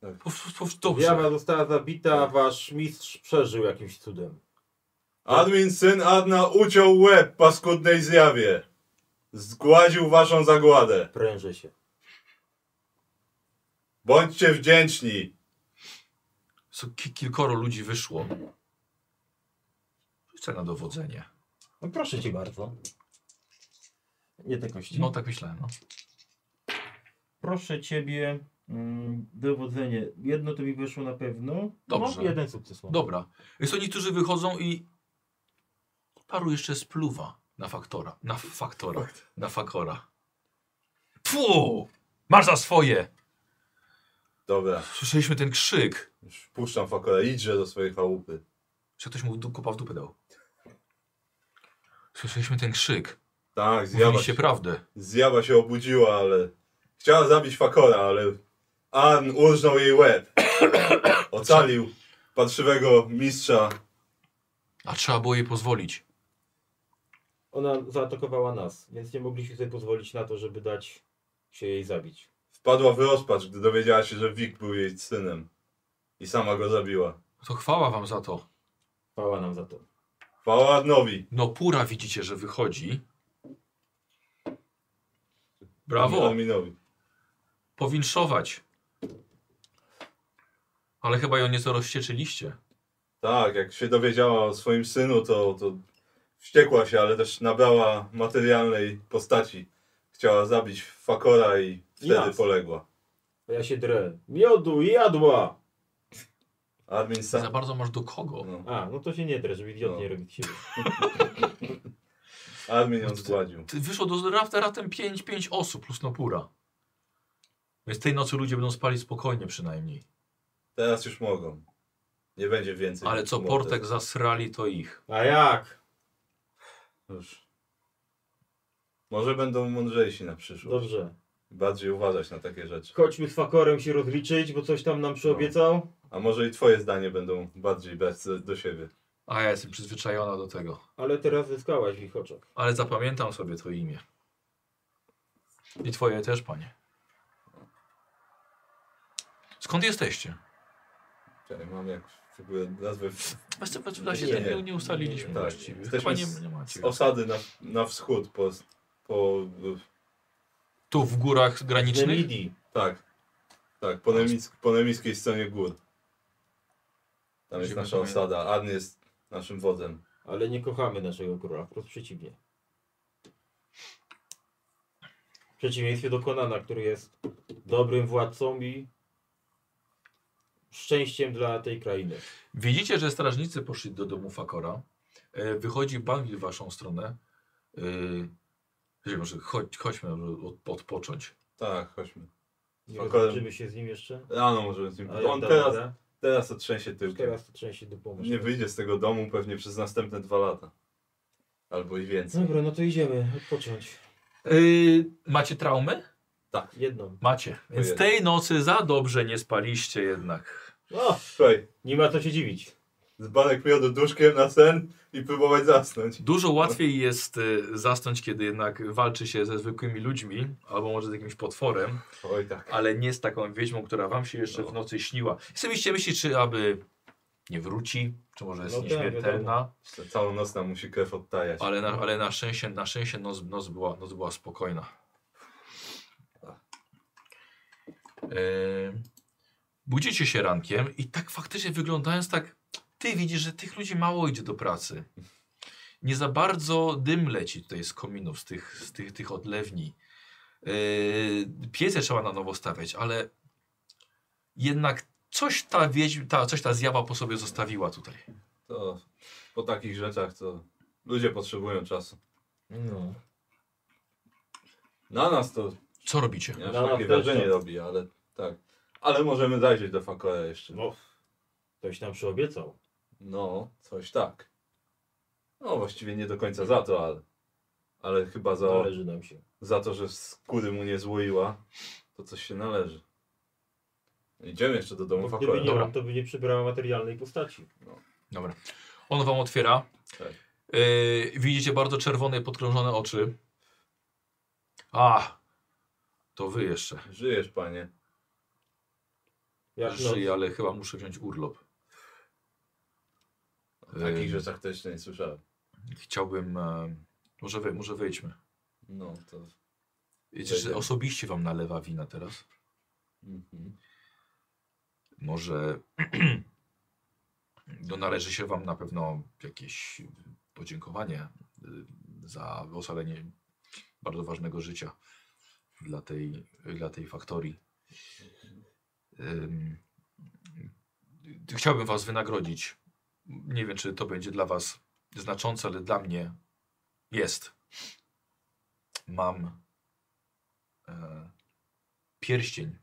Tak.
po, po, po, dobrze.
Zjawa została zabita, wasz mistrz przeżył jakimś cudem.
Admin syn Adna uciął łeb paskudnej zjawie. Zgładził waszą zagładę.
Prężę się.
Bądźcie wdzięczni.
So, ki kilkoro ludzi wyszło. Rzucę na dowodzenie.
No proszę cię bardzo.
Nie te kości.
No tak myślałem, no.
Proszę ciebie, mm, dowodzenie. Jedno to mi wyszło na pewno.
Dobrze.
No, jeden sukces mam.
Dobra. Są niektórzy wychodzą i paru jeszcze spluwa na faktora. Na faktora. Na fakora. Pfu! Masz za swoje!
Dobra,
Słyszeliśmy ten krzyk.
już puszczam fakora, idźże do swojej chałupy.
Czy ktoś mu du- kopa w dupę dał? Słyszeliśmy ten krzyk.
Tak, zjawa
Mówiliście
się,
prawdę.
zjawa się obudziła, ale... Chciała zabić fakora, ale... An urżnął jej łeb. Ocalił patrzywego mistrza.
A trzeba było jej pozwolić.
Ona zaatakowała nas, więc nie mogliśmy sobie pozwolić na to, żeby dać się jej zabić.
Wpadła w rozpacz, gdy dowiedziała się, że Wik był jej synem. I sama go zabiła.
To chwała wam za to.
Chwała nam za to.
Chwała Adnowi.
No pura widzicie, że wychodzi. Brawo.
Adminowi.
Powinszować. Ale chyba ją nieco rozścieczyliście.
Tak, jak się dowiedziała o swoim synu, to, to wściekła się, ale też nabrała materialnej postaci. Chciała zabić Fakora i wtedy
nas.
poległa.
A ja się drę. Miodu i jadła!
Admin
Za
sam...
bardzo masz do kogo.
No,
A, no to się nie drę, żeby idiot
No.
nie robić siebie.
admin ją zgładził.
Ty- Wyszło do rafta ratem 5-5 osób plus no pura. Więc tej nocy ludzie będą spali spokojnie przynajmniej.
Teraz już mogą. Nie będzie więcej.
Ale co
Mortes.
Portek zasrali to ich.
A jak?
Już. Może będą mądrzejsi na przyszłość.
Dobrze.
Bardziej uważać na takie rzeczy.
Chodźmy z Fakorem się rozliczyć, bo coś tam nam przyobiecał.
A może i twoje zdanie będą bardziej bez do siebie.
A ja jestem przyzwyczajona do tego.
Ale teraz zyskałaś w ich oczach.
Ale zapamiętam sobie twoje imię. I twoje też, panie. Skąd jesteście?
Czekaj, mam jak w ogóle nazwę w-
Właśnie, właśnie
Nie,
nie,
nie.
nie, nie ustaliliśmy
Tak.
właściwie.
Jesteśmy
Chyba nie,
z-
nie macie.
z osady na, na wschód po, po...
Tu w górach granicznych?
Nemidi.
Tak. Tak, po, nemick, po nemickiej stronie gór. Tam jest
Musimy
nasza
pamiętać.
osada. Adn jest naszym wodzem.
Ale nie kochamy naszego króla, wprost przeciwnie. W przeciwieństwie do Konana, który jest dobrym władcą i szczęściem dla tej krainy.
Widzicie, że strażnicy poszli do domu Fakora. E, Wychodzi Bangil w waszą stronę. Yy, może chodź, chodźmy żeby od, odpocząć.
Tak, chodźmy.
Nie
Fakorem.
rozliczymy się z nim jeszcze.
Rano możemy z nim...
A jak
On
da
teraz,
radę?
teraz to trzęsie
Już
tyłkiem.
teraz to trzęsie do pomysłu.
Nie wyjdzie z tego domu pewnie przez następne dwa lata. Albo i więcej.
Dobra, no to idziemy odpocząć.
Yy, macie traumy?
Jedną.
Macie. Więc
Ojej.
tej nocy za dobrze nie spaliście jednak.
O,
Słuchaj,
nie ma co się dziwić.
z banek miodu duszkiem na sen i próbować zasnąć.
Dużo łatwiej jest y, zasnąć, kiedy jednak walczy się ze zwykłymi ludźmi, albo może z jakimś potworem,
Oj tak.
ale nie z taką wiedźmą, która wam się jeszcze
No.
w nocy śniła. I sobie mieście myśli, czy aby nie wróci, czy może jest
No tak,
nieśmiertelna.
Jeszcze Całą noc nam musi krew odtajać.
Ale na, ale na szczęście, na szczęście noc, noc, była, noc była spokojna. Yy, budzicie się rankiem i tak faktycznie wyglądając tak, ty widzisz, że tych ludzi mało idzie do pracy. Nie za bardzo dym leci tutaj z kominów, z tych, z tych, tych odlewni. Yy, piece trzeba na nowo stawiać, ale jednak coś ta, wiedźm, ta, coś ta zjawa po sobie zostawiła tutaj.
To po takich rzeczach to ludzie potrzebują czasu.
No.
Na nas to
Co robicie?
nie aż
nas
takie
też
wrażenie
tak.
robi, ale tak. Ale możemy zajrzeć do Fakora jeszcze.
No. Ktoś nam przyobiecał.
No, coś tak. No właściwie nie do końca za to, ale, ale chyba za,
Należy nam się.
za to, że skóry mu nie złoiła, to coś się należy. Idziemy jeszcze do
No,
domu
Bo gdyby
Fakora.
nie
Dobra.
on, to by nie przybrała materialnej postaci.
Dobra. On wam otwiera.
Tak.
Yy, widzicie bardzo czerwone, podkrążone oczy. A, to wy jeszcze.
Żyjesz, panie.
Jak noc.
Żyję, ale chyba muszę wziąć urlop.
No,
O takich
Ym.
rzeczach też nie słyszałem.
Chciałbym. E, może, wy, może wyjdźmy.
No to.
Wiecie, że
Wejdziemy.
osobiście wam nalewa wina teraz.
Mhm.
[clears throat] Może. No należy się wam na pewno jakieś podziękowanie y, za ocalenie bardzo ważnego życia dla tej, dla tej faktorii. Ym, y, Chciałbym Was wynagrodzić. Nie wiem, czy to będzie dla Was znaczące, ale dla mnie jest. Mam e, pierścień,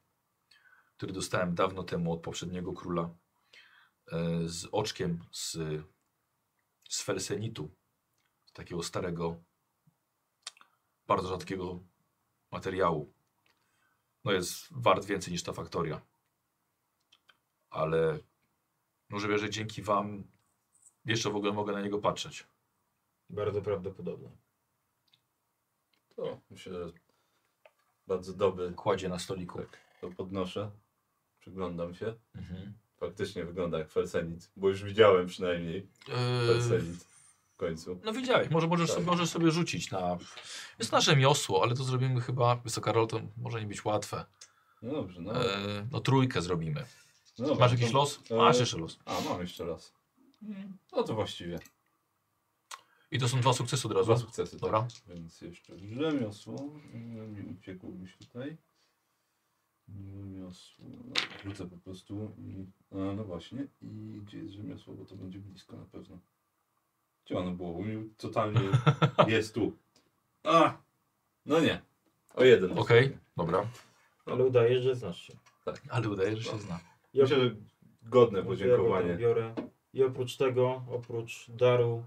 który dostałem dawno temu od poprzedniego króla e, z oczkiem z, z felsenitu, z takiego starego, bardzo rzadkiego materiału. No jest wart więcej niż ta faktoria. Ale może wierzę, że dzięki wam jeszcze w ogóle mogę na niego patrzeć.
Bardzo prawdopodobne.
No. To myślę, że bardzo dobry.
Kładzie na stoliku.
To podnoszę. Przyglądam się.
Mhm.
Faktycznie wygląda jak felsenit, bo już widziałem przynajmniej E,
Eee,
felsenit w końcu.
no widziałeś, może możesz,
Tak.
sobie, możesz sobie rzucić na... Jest nasze miosło, ale to zrobimy chyba, Wysoka Karol, to może nie być łatwe.
No dobrze, no.
Eee, no trójkę zrobimy.
no dobra,
Masz jakiś
to-
los?
e,
Masz jeszcze los.
A, mam jeszcze los. No to właściwie.
I to są dwa sukcesy od
Dwa
razu.
sukcesy. tak.
Dobra.
Więc jeszcze rzemiosło. Mm, Uciekło mi się tutaj. Rzemiosło. No, Wrzucę po prostu. I, a, no właśnie. I gdzie jest rzemiosło, bo to będzie blisko na pewno. Gdzie ono było? Bo mi totalnie
[laughs]
jest tu. A! No nie. O jeden.
Okej, dobra.
Ale udajesz, że znasz się.
Ale udaje, że się zna.
Ja-
Myślę, że godne
Może ja go tam
podziękowanie.
biorę. I oprócz tego, oprócz daru,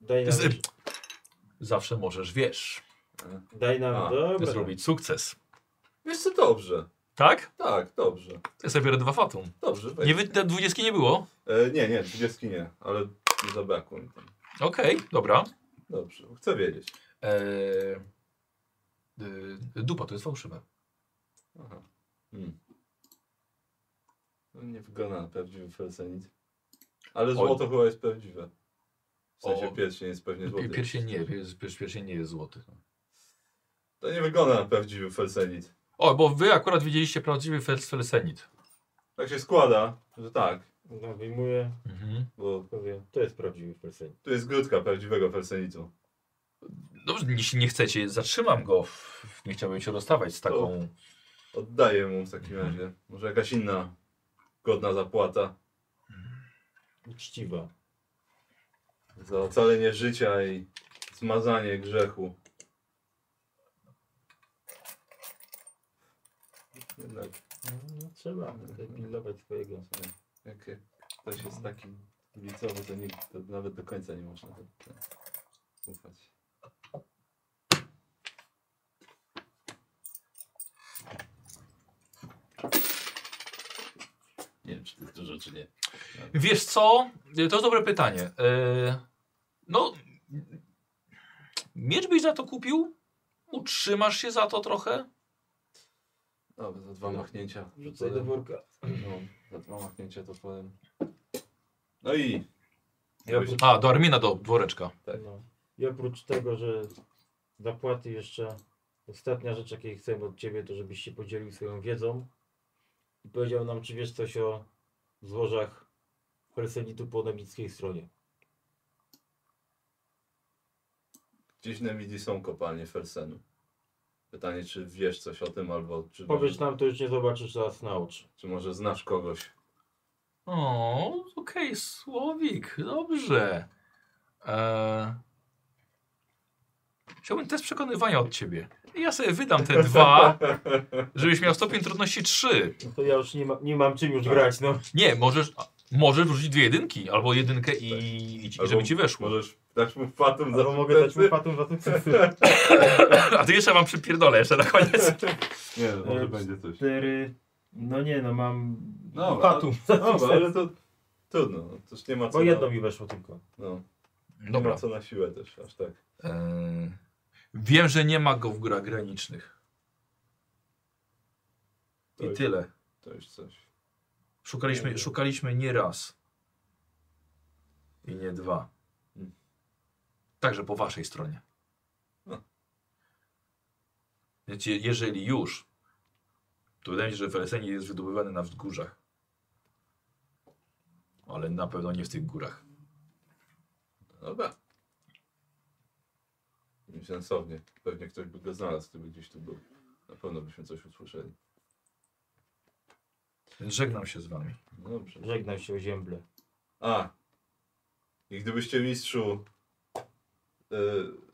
daj nam,
Z- Zawsze możesz, wiesz,
daj nam,
A,
dobra,
zrobić sukces.
Wiesz co, dobrze.
Tak?
Tak, dobrze.
Ja sobie biorę dwa fatum.
Dobrze. wejdź.
Nie, wy- te dwudziestki nie było?
E, nie, nie, 20 nie, ale zabrakło mi tam.
Okej, dobra.
Dobrze, chcę wiedzieć.
Eee, y, dupa to jest fałszywe.
Aha. Hmm. No nie wygląda na prawdziwy felsenit. Ale złoto chyba jest prawdziwe. W sensie
O.
pierścień jest pewnie
Pi-
złoty.
Pierścień nie, jest- pier- pierścień nie jest złoty.
To nie wygląda na prawdziwy felsenit.
O, bo wy akurat widzieliście prawdziwy fel- felsenit.
Tak się składa, że tak.
no, wyjmuję,
Mhm.
Bo
powiem, to jest prawdziwy persen.
tu jest grudka prawdziwego felsenitu.
Dobrze, No, jeśli nie chcecie, zatrzymam go. F- Nie chciałbym się rozstawać z taką...
Oddaję mu w takim razie. Może jakaś inna godna zapłata
Uczciwa.
za ocalenie życia i zmazanie grzechu. Jednak
No, trzeba tutaj pilnować swojego.
Jak jak ktoś jest taki ulicowy, to, nie, to nawet do końca nie można tak, tak, ufać. Nie wiem, czy to jest dużo, czy nie.
Wiesz co? To jest dobre pytanie. Eee, no... Miecz byś za to kupił? Utrzymasz się za to trochę?
Dobra, za dwa machnięcia.
Wrzucaj No, do worka.
No, za dwa machnięcia to powiem. No i...
Ja
Byś-
A, do Armina, do dworeczka.
Tak.
No. I oprócz tego, że zapłaty jeszcze, ostatnia rzecz, jakiej chcemy od Ciebie, to żebyś się podzielił swoją wiedzą i powiedział nam, czy wiesz coś o złożach persenitu po namickiej stronie.
Gdzieś na Midi są kopalnie Felsenu. Pytanie, czy wiesz coś o tym, albo czy,
Powiedz nam, to już nie zobaczysz zaraz na oczy.
czy może znasz kogoś.
O, okej, Słowik, dobrze. Eee, chciałbym test przekonywania od ciebie. Ja sobie wydam te dwa, żebyś miał stopień trudności trzy.
No to ja już nie, ma, nie mam czym już grać, no.
Nie, możesz, a, możesz wrzucić dwie jedynki, albo jedynkę i, i, i żeby
Tak. Albo
ci weszło.
Możesz dać mu fatum za
Albo mogę dać mu
sukcesy?
fatum za sukcesy.
[laughs]
[laughs]
A ty jeszcze wam przypierdolę jeszcze na
[laughs]
koniec.
Nie, no, może
E,
będzie coś.
Cztery... No nie, no mam...
No,
fatum za
Dobra,
sukces.
ale to trudno, no, też nie ma co
Bo jedno
na,
mi weszło tylko.
no, nie
Dobra.
ma co na siłę też, aż tak.
Eee, wiem, że nie ma go w grach granicznych.
To
I
już,
tyle.
To już coś.
Szukaliśmy, szukaliśmy nie raz. I nie dwa.
Mm.
Także po waszej stronie.
No.
Wiecie, jeżeli już, to wydaje mi się, że Felsenii jest wydobywany na wzgórzach. Ale na pewno nie w tych górach.
No Dobra. Brzmi Sensownie. Pewnie ktoś by go znalazł, gdyby gdzieś tu był. Na pewno byśmy coś usłyszeli.
Więc żegnam się z wami.
No dobrze.
Żegnam się o ziemble.
A. I gdybyście mistrzu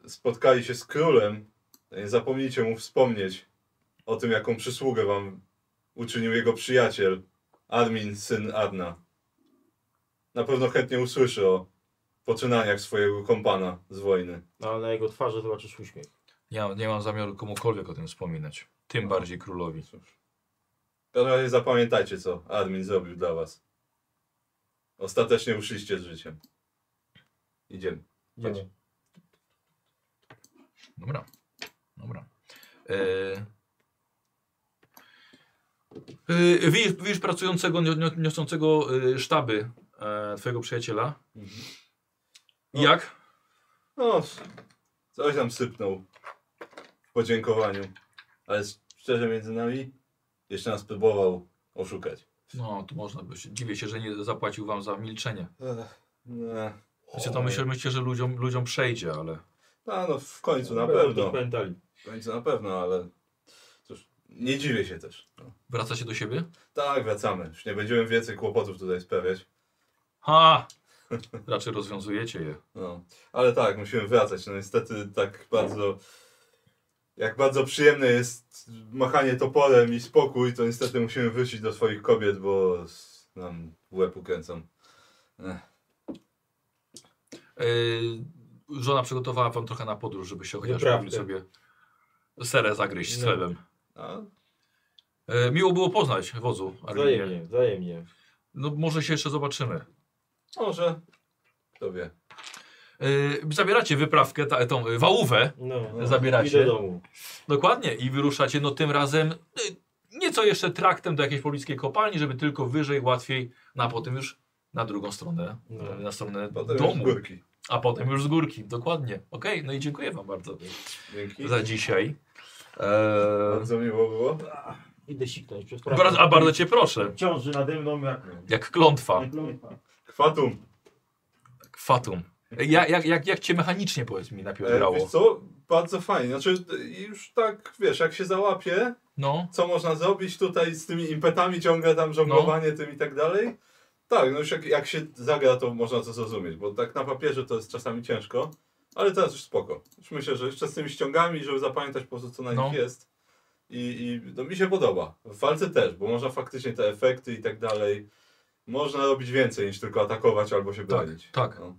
y, spotkali się z królem, to nie zapomnijcie mu wspomnieć o tym, jaką przysługę wam uczynił jego przyjaciel, Armin, syn Adna. Na pewno chętnie usłyszy o poczynaniach swojego kompana z wojny.
No, ale na jego twarzy zobaczysz uśmiech.
Ja nie mam zamiaru komukolwiek o tym wspominać. Tym bardziej królowi.
Cóż. W każdym razie zapamiętajcie, co admin zrobił dla was. Ostatecznie uszliście z życiem. Idziemy.
Idziemy.
Dobra. Dobra. E... E, widzisz, widzisz pracującego, nio- nio- niosącego e, sztaby e, twojego przyjaciela.
No.
Jak?
No, coś nam sypnął w podziękowaniu. Ale szczerze między nami, jeszcze nas próbował oszukać.
No, to można by się. Dziwię się, że nie zapłacił wam za milczenie.
Ech, nie.
Wiecie, to myślę, myślę że ludziom, ludziom przejdzie, ale.
No, no w końcu na
Będą
pewno.
pamiętali.
W końcu na pewno, ale cóż, nie dziwię się też. No.
Wracacie do [laughs] siebie?
Tak, wracamy. Już nie będziemy więcej kłopotów tutaj sprawiać.
Ha! Raczej rozwiązujecie je.
No, ale tak, musimy wracać. No niestety tak bardzo. Jak bardzo przyjemne jest machanie toporem i spokój, to niestety musimy wrócić do swoich kobiet, bo s- nam łeb ukręcą.
E, żona przygotowała wam trochę na podróż, żeby się chociaż
Wyprawkę.
mogli sobie serę zagryźć z
No.
chlebem.
A,
E, miło było poznać wodzu. Arminie.
Wzajemnie, wzajemnie.
No może się jeszcze zobaczymy.
może. Kto wie.
Yy, zabieracie wyprawkę, ta, tą y, wałówę
No, no. I do
zabieracie.
domu.
Dokładnie. I wyruszacie, no tym razem y, nieco jeszcze traktem do jakiejś pobliskiej kopalni, żeby tylko wyżej, łatwiej, no a potem już na drugą stronę,
No.
y, na stronę
Potem już
domu,
górki.
a potem już z górki. Dokładnie. Okej, no i dziękuję wam bardzo
Dzięki.
za dzisiaj. Eee,
Bardzo miło było.
Idę siknąć przez prawo.
bardzo, a bardzo cię proszę,
Ciąży nade mną jak...
No.
jak klątwa,
Mhm.
Tak,
Kwatum.
fatum. Ja, jak, jak, jak cię mechanicznie powiedz mi
E,
napiodrało?
wiesz co? Bardzo fajnie. Znaczy e, już tak, wiesz, jak się załapie,
No,
co można zrobić tutaj z tymi impetami, ciągle tam żonglowanie
No.
tym i tak dalej. Tak, no już jak, jak się zagra, to można to zrozumieć, bo tak na papierze to jest czasami ciężko, ale teraz już spoko. Już myślę, że jeszcze z tymi ściągami, żeby zapamiętać po prostu co na
No.
nich jest. I, I no mi się podoba. W walce też, bo można faktycznie te efekty i tak dalej. Można robić więcej niż tylko atakować albo się bronić.
tak.
No.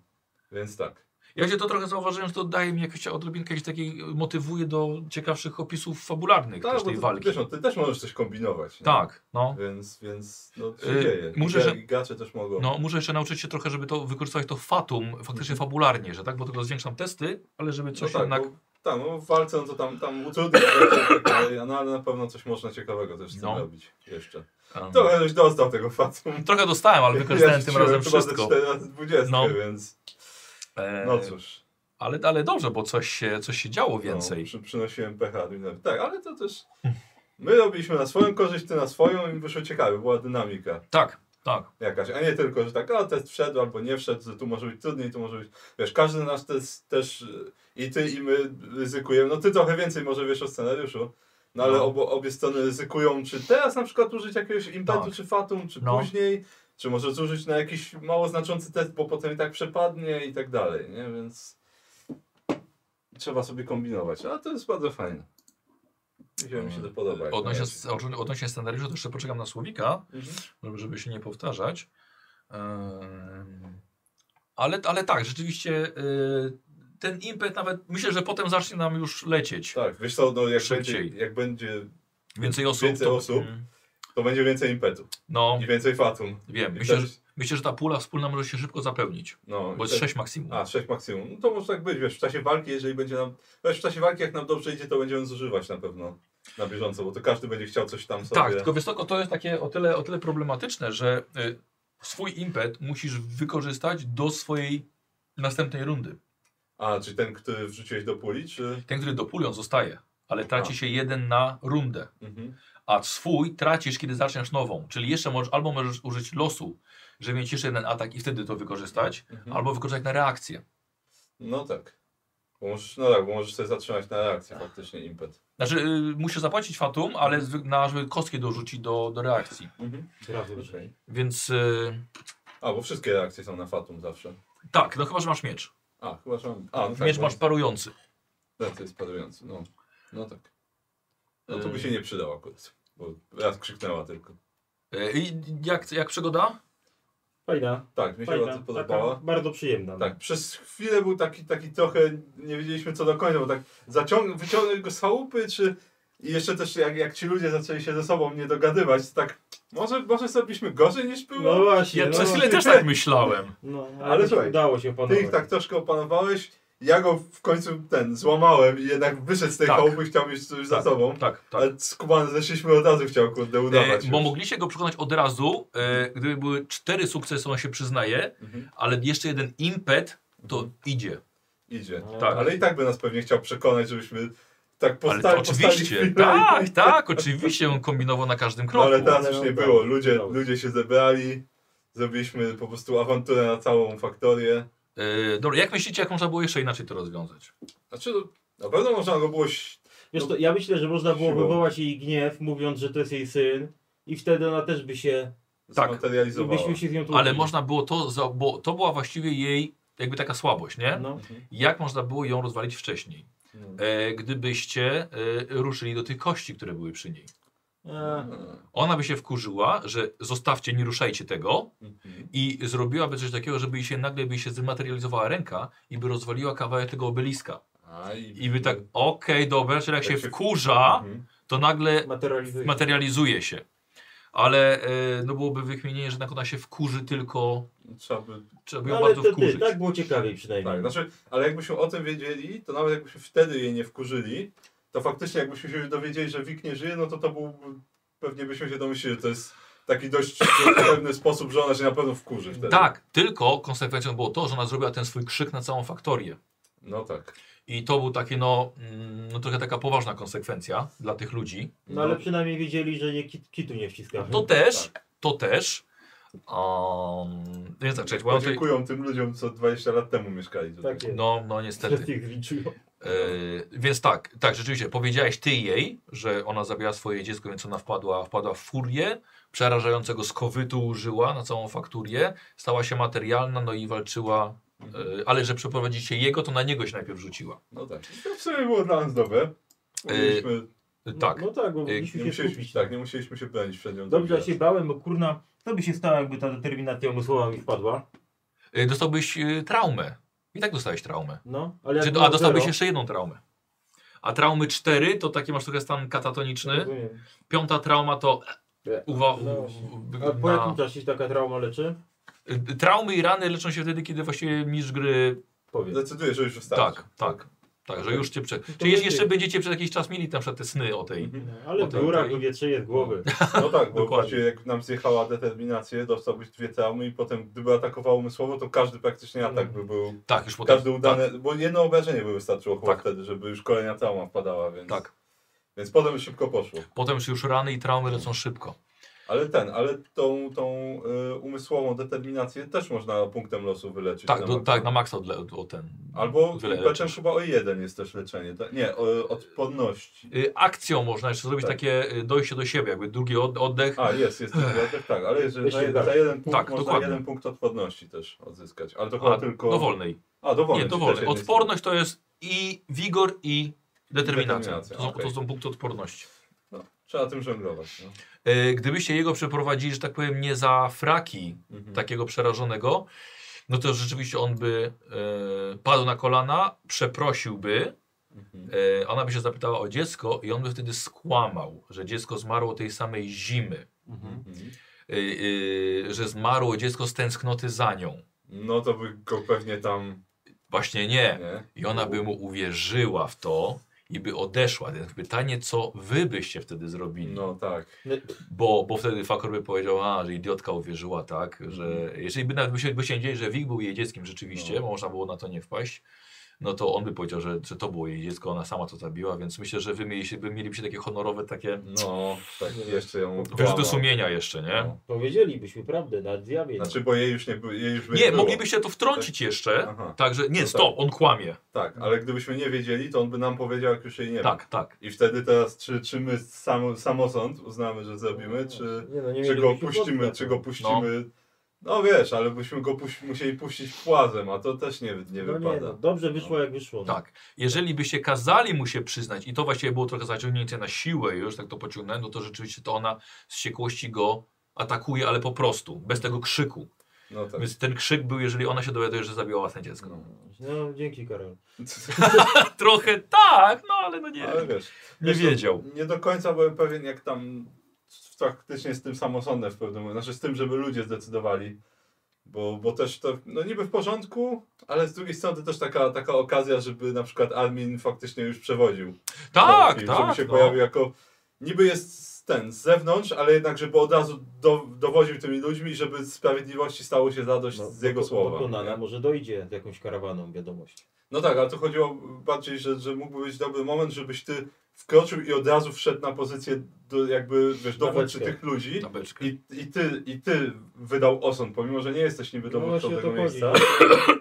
Więc tak.
Ja się to trochę zauważyłem, że to daje mi jakąś odrobinkę jakiejś takiej, motywuje do ciekawszych opisów fabularnych
Tak,
też
bo
tej
ty,
walki.
Wiesz, E, no, ty też możesz coś kombinować. nie?
tak, no.
Więc, więc no, się
Yy,
dzieje.
muszę,
Muszę,
że-
Gracze też mogą.
No, muszę jeszcze nauczyć się trochę, żeby to wykorzystać to fatum faktycznie fabularnie, że tak, bo tylko zwiększam testy, ale żeby coś
Mhm. no tak, bo,
jednak.
tak, no w walce no to tam, tam utrudnia, rzeczy, ale- no ale na pewno coś można ciekawego też z tym
No.
robić jeszcze.
em,
To już dostał tego fatum.
Trochę dostałem, ale wykorzystałem tym razem
chyba
wszystko.
Chyba 4 20,
No.
więc
E,
no cóż.
ale, ale dobrze, bo coś się, coś się działo więcej.
No, przy, przynosiłem pecha adminowi. Tak, ale to też my robiliśmy na swoją korzyść, ty na swoją i wyszło ciekawe, była dynamika
Tak, tak.
jakaś, a nie tylko, że tak, a test wszedł albo nie wszedł, że tu może być trudniej, tu może być, wiesz, każdy nasz test też y, i ty i my ryzykujemy, no ty trochę więcej może wiesz o scenariuszu, no ale
No.
Obo, obie strony ryzykują, czy teraz na przykład użyć jakiegoś impetu,
Tak.
czy fatum, czy
No.
później, czy może zużyć na jakiś mało znaczący test, bo potem i tak przepadnie i tak dalej, nie, więc trzeba sobie kombinować, a to jest bardzo fajne. Mi się, mi się to podoba. jak na
Odnośnie,
razie.
odnośnie scenariusza, to jeszcze poczekam na słowika,
Mhm.
żeby- No, żeby się nie powtarzać. Em, Ale, ale tak, rzeczywiście y, ten impet nawet, myślę, że potem zacznie nam już lecieć.
Tak, wiesz co, no jak,
Szybciej.
będzie, jak będzie
Więcej osób.
Więcej osób.
Mm,
to będzie więcej impetu
No,
i więcej fatum.
wiem.
I
Myślę, że,
też-
myślę, że ta pula wspólna może się szybko zapełnić,
no,
bo
i
jest
też-
6 maksimum.
A, 6 maksimum. No to może tak być, wiesz, w czasie walki, jeżeli będzie nam... Wiesz, w czasie walki, jak nam dobrze idzie, to będziemy zużywać na pewno na bieżąco, bo to każdy będzie chciał coś tam sobie...
Tak, tylko wysoko to jest takie o tyle, o tyle problematyczne, że y, swój impet musisz wykorzystać do swojej następnej rundy.
A, czy ten, który wrzuciłeś do puli, czy...
Ten, który do puli, on zostaje, ale traci się jeden na rundę.
Mhm.
a swój tracisz, kiedy zaczniesz nową. Czyli jeszcze możesz, albo możesz użyć losu, żeby mieć jeszcze jeden atak i wtedy to wykorzystać,
Mhm.
albo wykorzystać na reakcję.
No tak. Bo możesz, no tak, bo możesz sobie zatrzymać na reakcję faktycznie impet.
Znaczy, y, muszę zapłacić Fatum, ale zwy- na, żeby kostki dorzucić do, do reakcji.
Mhm.
Grawy
Więc y,
A, bo wszystkie reakcje są na Fatum zawsze.
tak, no chyba, że masz miecz.
A, chyba, że mam... A, no tak,
miecz
bo
masz parujący.
Ten to jest parujący, no. No tak. No
Yy.
to by się nie przydało akurat. Bo raz krzyknęła tylko.
Y, I jak, jak przygoda?
Fajna,
Tak, mi się
fajna.
bardzo
Taka
podobała.
bardzo przyjemna.
Tak, przez chwilę był taki, taki trochę, nie wiedzieliśmy co do końca, bo tak zaciąg- wyciągnąć go z chałupy, czy... I jeszcze też jak, jak ci ludzie zaczęli się ze sobą nie dogadywać, to tak, może, może zrobiliśmy gorzej niż było?
No właśnie.
Ja
no,
przez chwilę też tak myślałem.
No,
Ale
ale
słuchaj,
udało się panu.
Ty ich tak troszkę opanowałeś, ja go w końcu ten złamałem i jednak wyszedł z tej
Tak.
chałupy, chciał mieć coś za sobą.
Tak, tak.
Ale skubany zeszliśmy od razu chciał kurde
E,
udawać.
bo
już.
mogliście go przekonać od razu, e, gdyby były cztery sukcesy, on się przyznaje,
Mhm.
ale jeszcze jeden impet, to idzie.
Idzie.
No.
Tak.
Ale i tak by nas pewnie chciał przekonać, żebyśmy tak posta-
Ale
postali.
to oczywiście,
chwilę i-
tak, tak, oczywiście, on kombinował na każdym
No,
kroku.
ale teraz już nie
No, tak.
było. Ludzie, ludzie się zebrali, zrobiliśmy po prostu awanturę na całą faktorię.
E, dobra, jak myślicie, jak można było jeszcze inaczej to rozwiązać?
Znaczy, no, na pewno można go było... ś-
Wiesz to, ja myślę, że można było
Siłą.
wywołać jej gniew, mówiąc, że to jest jej syn. I wtedy ona też by się.
Tak.
I
zmaterializowała.
byśmy się z nią tłumaczyli.
Ale można było to, za- bo to była właściwie jej jakby taka słabość, nie?
No.
Mhm.
Jak można było ją rozwalić wcześniej? E, gdybyście e, ruszyli do tych kości, które były przy niej. Mhm.
E,
Mhm.
Ona by się wkurzyła, że zostawcie, nie ruszajcie tego,
Mhm.
i zrobiłaby coś takiego, żeby jej się nagle by jej się zmaterializowała ręka i by rozwaliła kawałek tego obeliska.
A,
I by
Mhm.
tak, okej, dobra, czyli jak
Tak
się
się-
wkurza,
Mhm.
to nagle
materializuje.
materializuje się. Ale e, no byłoby wychmienienie, że jednak ona się wkurzy tylko,
Trzeba by
trzeba by
No,
ją
ale
bardzo
to, ty,
wkurzyć.
tak było ciekawiej przynajmniej.
Tak, znaczy, ale jakbyśmy o tym wiedzieli, to nawet jakbyśmy wtedy jej nie wkurzyli, to faktycznie jakbyśmy się dowiedzieli, że Wik nie żyje, no to to był, pewnie byśmy się domyślili, że to jest taki dość [clears throat] pewny sposób, że ona się na pewno wkurzy wtedy.
Tak, tylko konsekwencją było to, że ona zrobiła ten swój krzyk na całą faktorię.
No tak.
I to był taki, no, mm, no trochę taka poważna konsekwencja dla tych ludzi.
No ale przynajmniej wiedzieli, że nie kit, kitu nie
No
wciskamy.
tak.
To też, to też. Um, więc tak, cześć, bo ja tutaj,
Dziękuję tym ludziom, co 20 lat temu mieszkali tutaj.
Tak jest.
no, no niestety.
Wszyscy ich zliczyło.
Yy, więc tak, tak, rzeczywiście, powiedziałeś ty jej, że ona zabiła swoje dziecko, więc ona wpadła, wpadła w furię, przerażającego skowytu użyła na całą fakturię, stała się materialna, no i walczyła, yy, ale że przeprowadzicie jego, to na niego się najpierw rzuciła.
No tak. To w sumie było dla nas dobre. Mogliśmy,
Yy,
No,
tak,
No tak, bo
nie,
mogliśmy się
musieliśmy,
skupić.
tak, nie musieliśmy się bronić przed nią.
Dobrze, ja
tak.
się bałem, bo kurna, co by się stało, jakby ta determinacja umysłowa mi wpadła?
yy, dostałbyś yy, traumę. I tak dostałeś traumę.
No, ale jak
Czy,
było
a dostałbyś
zero-
jeszcze jedną traumę. A traumy cztery, to taki masz trochę stan katatoniczny.
Rozumiem.
Piąta trauma to...
Mhm. Nie.
Uwa-
No.
u- u-
A po
na-
jakim czasie się taka trauma leczy?
Y, Traumy i rany leczą się wtedy, kiedy właściwie mistrz gry.
Powiedz.
Decydujesz, że już wystarczy.
Tak, tak. Tak, że już cię prze... Czyli
będzie-
jeszcze będziecie przez jakiś czas mieli na przykład te sny o tej.
Mhm.
No, ale
O
w
tak,
górach
tak.
powietrze jest głowy.
No tak, bo
Dokładnie.
właśnie jak nam zjechała determinację, dostałbyś dwie traumy i potem gdyby atakował umysłowo, to każdy praktycznie
Mhm.
atak by był,
Tak, już potem.
każdy udane, bo jedno obrażenie by wystarczyło chyba
Tak.
wtedy, żeby już kolejna trauma wpadała, więc,
Tak.
więc potem szybko poszło.
Potem już rany i traumy lecą szybko.
Ale ten, ale tą, tą y, umysłową determinację też można punktem losu wyleczyć.
Tak, do,
maksa.
tak na maksa odle, o ten.
Albo
Wyle-
impeczem chyba o jeden jest też leczenie, tak? nie, o, odporności.
Y, Akcją można jeszcze zrobić
Tak.
takie y, dojście do siebie, jakby drugi od- oddech.
A, jest, jest taki atak, tak, ale jeżeli
Myślę,
za,
tak.
za jeden punkt
Tak,
można
dokładnie.
jeden punkt odporności też odzyskać, ale to chyba
A,
tylko...
Dowolnej.
A, dowolny. czy
Nie,
też
dowolnej.
jeden jest-
Odporność to jest i wigor, i determinacja.
Determinacja,
To są, to
okej.
są punkty odporności.
No, trzeba tym żonglować. No.
Y, Gdybyście jego przeprowadzili, że tak powiem, nie za fraki,
Mhm,
takiego przerażonego, no to rzeczywiście on by e, padł na kolana, przeprosiłby,
Mhm.
e, ona by się zapytała o dziecko i on by wtedy skłamał, że dziecko zmarło tej samej zimy,
Mhm.
e, e, że zmarło dziecko z tęsknoty za nią.
No to by go pewnie tam.
Właśnie nie.
Nie?
I ona by mu uwierzyła w to i by odeszła. Więc pytanie, co wy byście wtedy zrobili?
No tak.
Bo, bo wtedy Fakor by powiedział, a, że idiotka uwierzyła, tak, że jeżeli by nawet by się, by się nie dzieje, że Wik był jej dzieckiem rzeczywiście,
Mhm. No.
bo można było na to nie wpaść, no to on by powiedział, że, że to było jej dziecko, ona sama to zabiła, więc myślę, że wy mieli się, by mielibyście takie honorowe takie
No, tak jeszcze ją
wyrzuty
kłamał.
sumienia jeszcze, nie?
No.
Powiedzielibyśmy prawdę na diabie.
Znaczy, bo jej już nie, by- jej już by
Nie,
było.
moglibyście to wtrącić jeszcze,
Aha,
także
No
nie, stop, on kłamie.
tak, ale gdybyśmy nie wiedzieli, to on by nam powiedział, jak już jej nie ma.
Tak, tak.
I wtedy teraz, czy, czy my sam, samosąd uznamy, że zrobimy, czy,
nie, no, nie
czy go
mielibyśmy
puścimy,
podstaw.
czy go puścimy. No wiesz, ale byśmy go puś musieli puścić płazem, a to też nie, nie
No nie, no,
wypada.
dobrze wyszło jak wyszło. no.
Tak. Jeżeli byście kazali mu się przyznać, i to właściwie było trochę zaciągnięcie na siłę, już tak to pociągnąłem, no to rzeczywiście to ona z ciekłości go atakuje, ale po prostu, bez tego krzyku.
No tak.
Więc ten krzyk był, jeżeli ona się dowiaduje, że zabiła własne dziecko.
No.
No dzięki Karol.
Trochę tak, no ale no nie.
Ale wiesz,
Nie
wiesz, to
wiedział.
Nie do końca byłem pewien, jak tam w- faktycznie z tym samosądem w pewnym momencie, znaczy z tym, żeby ludzie zdecydowali. Bo, bo też to, no niby w porządku, ale z drugiej strony też taka, taka okazja, żeby na przykład admin faktycznie już przewodził.
Tak,
Żeby
tak.
się
no.
pojawił jako. Niby jest ten z zewnątrz, ale jednak, żeby od razu do, dowodził tymi ludźmi, żeby sprawiedliwości stało się zadość
No,
z jego
doko-
słowa.
Dokonana
nie?
może dojdzie z jakąś karawaną wiadomość.
No tak, ale tu chodziło bardziej, że, że mógłby być dobry moment, żebyś ty wkroczył i od razu wszedł na pozycję, do, jakby wiesz, dowódcy
beczkę.
tych ludzi.
Na beczkę.
I, i, ty, I ty wydał osąd, pomimo że nie jesteś niby
No
dowódcą
właśnie o
tego
to chodzi.
miejsca,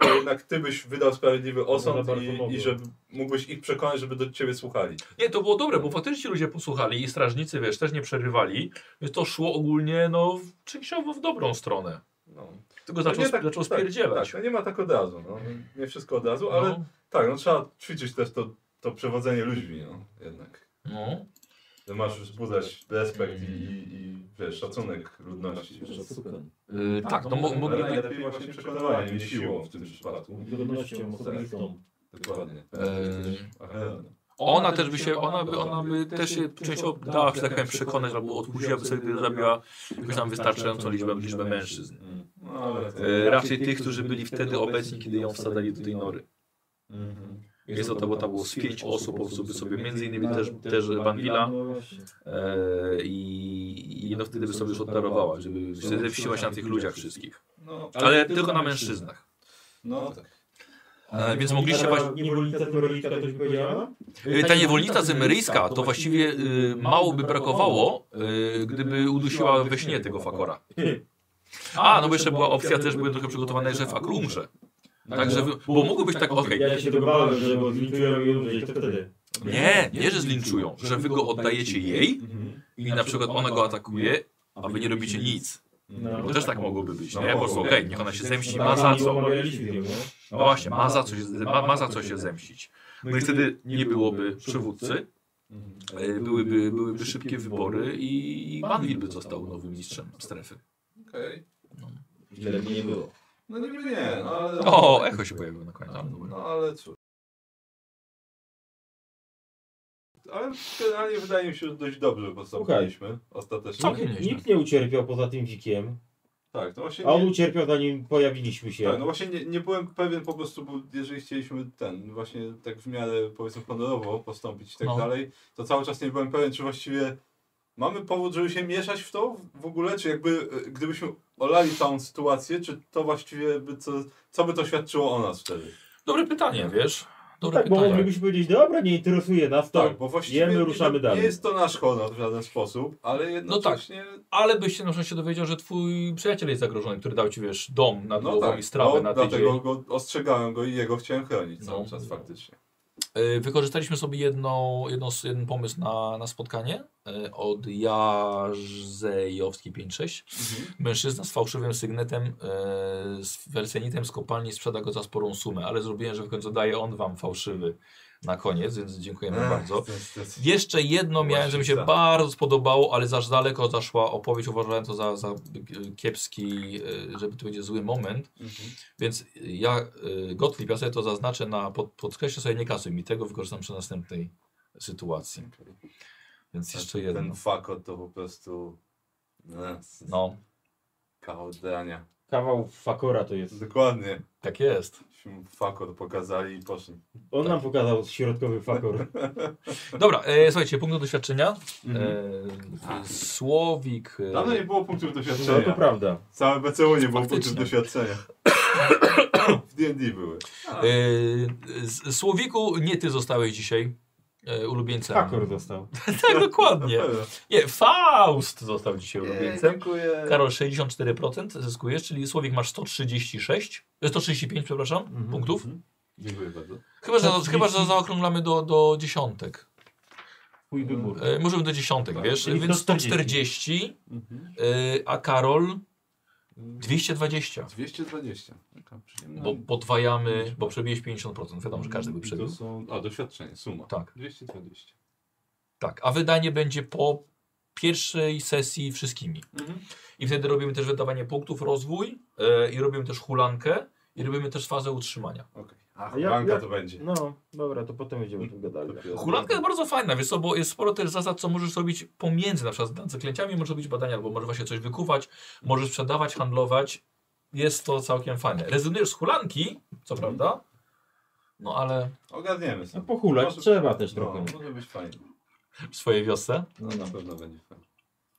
to jednak ty byś wydał sprawiedliwy osąd
bardzo
i,
mogło.
i żeby mógłbyś ich przekonać, żeby do ciebie słuchali.
Nie, to było dobre, bo faktycznie ci ludzie posłuchali i strażnicy, wiesz, też nie przerywali. Więc to szło ogólnie, no, w- częściowo w dobrą stronę.
No. To
Tylko zaczął,
nie tak-
zaczął
tak,
spierdzielać.
Tak, no nie ma tak od razu, no. nie wszystko od razu, ale
no,
tak, no, trzeba ćwiczyć też to, to przewodzenie ludźmi no, jednak.
no.
Że masz wzbudzać respekt i, i, i wiesz, szacunek ludności.
Yy, tak, no, mo-
Ale
mogliby...
najlepiej właśnie przekonywaniem, nie siłą w tym przypadku.
tak.
Godnością osobistą.
Dokładnie.
Eee.
Aha.
Ona też by się, ona by, ona by też się częściowo dała, że tak powiem, przekonać albo odpuściła, by sobie gdy zabiła jakoś tam wystarczającą liczbę, liczbę mężczyzn.
Mm. No, ale to...
E, raczej tych, którzy byli wtedy obecni, kiedy ją wsadzali do tej nory.
Mhm.
Jest to, bo tam było z pięć osób, osoby sobie między innymi też, też Banwila
No
e, i, i no wtedy by sobie już oddarowała, żeby się zemściła się na tych ludziach No, wszystkich.
No,
Ale tylko na mężczyznach.
no tak.
E, więc mogliście właśnie...
Niewolnica Tyrolika to ci powiedziała?
E, Ta niewolnica cymeryjska to właściwie e, mało by brakowało, e, gdyby udusiła we śnie tego fakora. A, no bo jeszcze była opcja też, byłem trochę przygotowany, że fak umrze. Także, wy- bo mogło być tak, okej,
Ja się tego bałem, że go zlinczują i umrzeć, to wtedy.
nie, nie, że zlinczują, że wy go oddajecie jej
Mhm.
i na przykład ona go atakuje, a wy nie robicie nic.
No.
Bo też tak mogłoby być,
No,
nie? Po prostu,
mogłoby.
okej, niech ona się zemści, ma za co.
Omawialiśmy ją, no.
No właśnie, ma za co się, ma, ma za co się zemścić. No i wtedy nie byłoby przywódcy,
Mhm.
e, byłyby, byłyby szybkie wybory i Banwil by został nowym mistrzem strefy.
Okej.
Tyle by nie było.
No niby nie, no ale...
O, echo się pojawiło na końcu. ale dobra.
No ale cóż. Ale generalnie wydaje mi się, że dość dobrze postąpiliśmy ostatecznie.
Całkiem nieźle.
Nikt nie ucierpiał poza tym wikiem,
Tak, no właśnie
a on
nie,
ucierpiał zanim pojawiliśmy
tak, no
się.
właśnie nie, nie byłem pewien po prostu, bo jeżeli chcieliśmy ten, właśnie tak w miarę powiedzmy honorowo postąpić i tak
No.
dalej, to cały czas nie byłem pewien, czy właściwie mamy powód, żeby się mieszać w to w ogóle, czy jakby e, gdybyśmy olali całą sytuację, czy to właściwie by co, co by to świadczyło o nas wtedy?
Dobre pytanie, wiesz? Dobre
Tak, bo
pytanie.
moglibyśmy powiedzieć, dobra, nie interesuje nas to.
Tak, bo właściwie
jemy,
nie-
ruszamy dalej.
nie jest to nasz honor w żaden sposób,
No
ale
tak.
jednocześnie...
Ale byś się na szczęście dowiedział, że twój przyjaciel jest zagrożony, który dał ci, wiesz, dom na
No
głową
tak,
i strawę
no,
na tydzień.
dlatego go, ostrzegałem go i jego chciałem chronić cały
No.
czas faktycznie.
E, Wykorzystaliśmy sobie jedną, jedną, s- jeden pomysł na, na spotkanie e, od Jarzejowski 56.
Mhm.
Mężczyzna z fałszywym sygnetem, e, z wersenitem z kopalni sprzeda go za sporą sumę, ale zrobiłem, że w końcu daje on wam fałszywy na koniec, więc dziękujemy
Ech,
bardzo.
to jest- to jest-
Jeszcze jedno miałem, że mi się
Właśnie, tak.
bardzo spodobało, ale zaż daleko zaszła opowieść. Uważałem to za, za e, kiepski, e, żeby to będzie zły moment.
Mhm.
Więc ja, y, Gottlieb, ja sobie to zaznaczę na pod, podkreślę sobie, nie kasuj mi tego, wykorzystam przy następnej sytuacji. Więc jeszcze
Tak, mhm. ten
jedno.
fakot to po prostu... No,
No,
kawał drania.
Kawał fakora to jest.
Dokładnie.
tak jest.
Myśmy mu Fakot pokazali i poszli.
On
Tak.
nam pokazał środkowy
[laughs]
fakor.
Dobra, e, słuchajcie, punkt doświadczenia. E, Słowik. e,
Dawno nie było punktów
No to
doświadczenia.
prawda.
Całe BCU nie było
Faktycznie.
punktów doświadczenia. w D&D były.
E, z- Słowiku, nie ty zostałeś dzisiaj e, ulubieńcem.
Tak,
Kakor dostał.
[laughs] Tak, dokładnie.
Na pewno.
Nie, Faust został dzisiaj
Jej,
ulubieńcem.
Dziękuję.
Karol 64% zyskujesz, czyli Słowik masz 136, e, 135, przepraszam, punktów.
Dziękuję bardzo.
Chyba, że, chyba, że zaokrąglamy do, do dziesiątek.
Mój wybór.
E, możemy do dziesiątek,
Tak.
wiesz?
Czyli
Więc
140.
140,
Mhm.
e, a Karol 220.
220. Taka przyjemna.
Bo podwajamy, bo przebiłeś 50%. Wiadomo, że każdy by
I Mm, to
przebił.
są... A, doświadczenie, suma.
Tak.
220.
Tak, a wydanie będzie po pierwszej sesji wszystkimi.
Mhm.
I wtedy robimy też wydawanie punktów, rozwój e, i robimy też hulankę i robimy też fazę utrzymania.
Okej. A
ja-
hulanka
ja-
to będzie.
No, dobra, to potem będziemy tu gadali.
Dopiero.
Hulanka jest bardzo fajna, wiesz co, bo jest sporo też zasad, co możesz robić pomiędzy, na przykład nad zaklęciami możesz robić badania, albo możesz właśnie coś wykuwać, możesz sprzedawać, handlować. Jest to całkiem fajne. Rezygnujesz z hulanki, co prawda, no ale
Ogarniemy
No
sobie.
pochulać
Może-
trzeba też
No,
trochę.
może być fajnie.
w swojej wiosce.
No, na pewno będzie fajnie.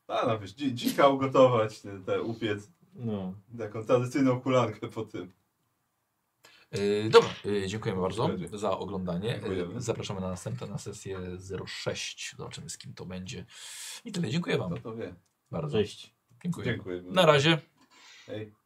A, no wiesz, dzi- dzika ugotować, te, te upiec,
No.
taką tradycyjną hulankę po tym.
Yy, dobra, yy, dziękujemy bardzo
Będzie.
za oglądanie.
Dziękujemy.
Yy, zapraszamy na następne, na sesję 06. Zobaczymy z kim to będzie. I tyle, dziękuję Wam
Kto to wie.
No,
bardzo.
Cześć.
No. Dziękuję.
Dziękuję.
Na razie.
Hej.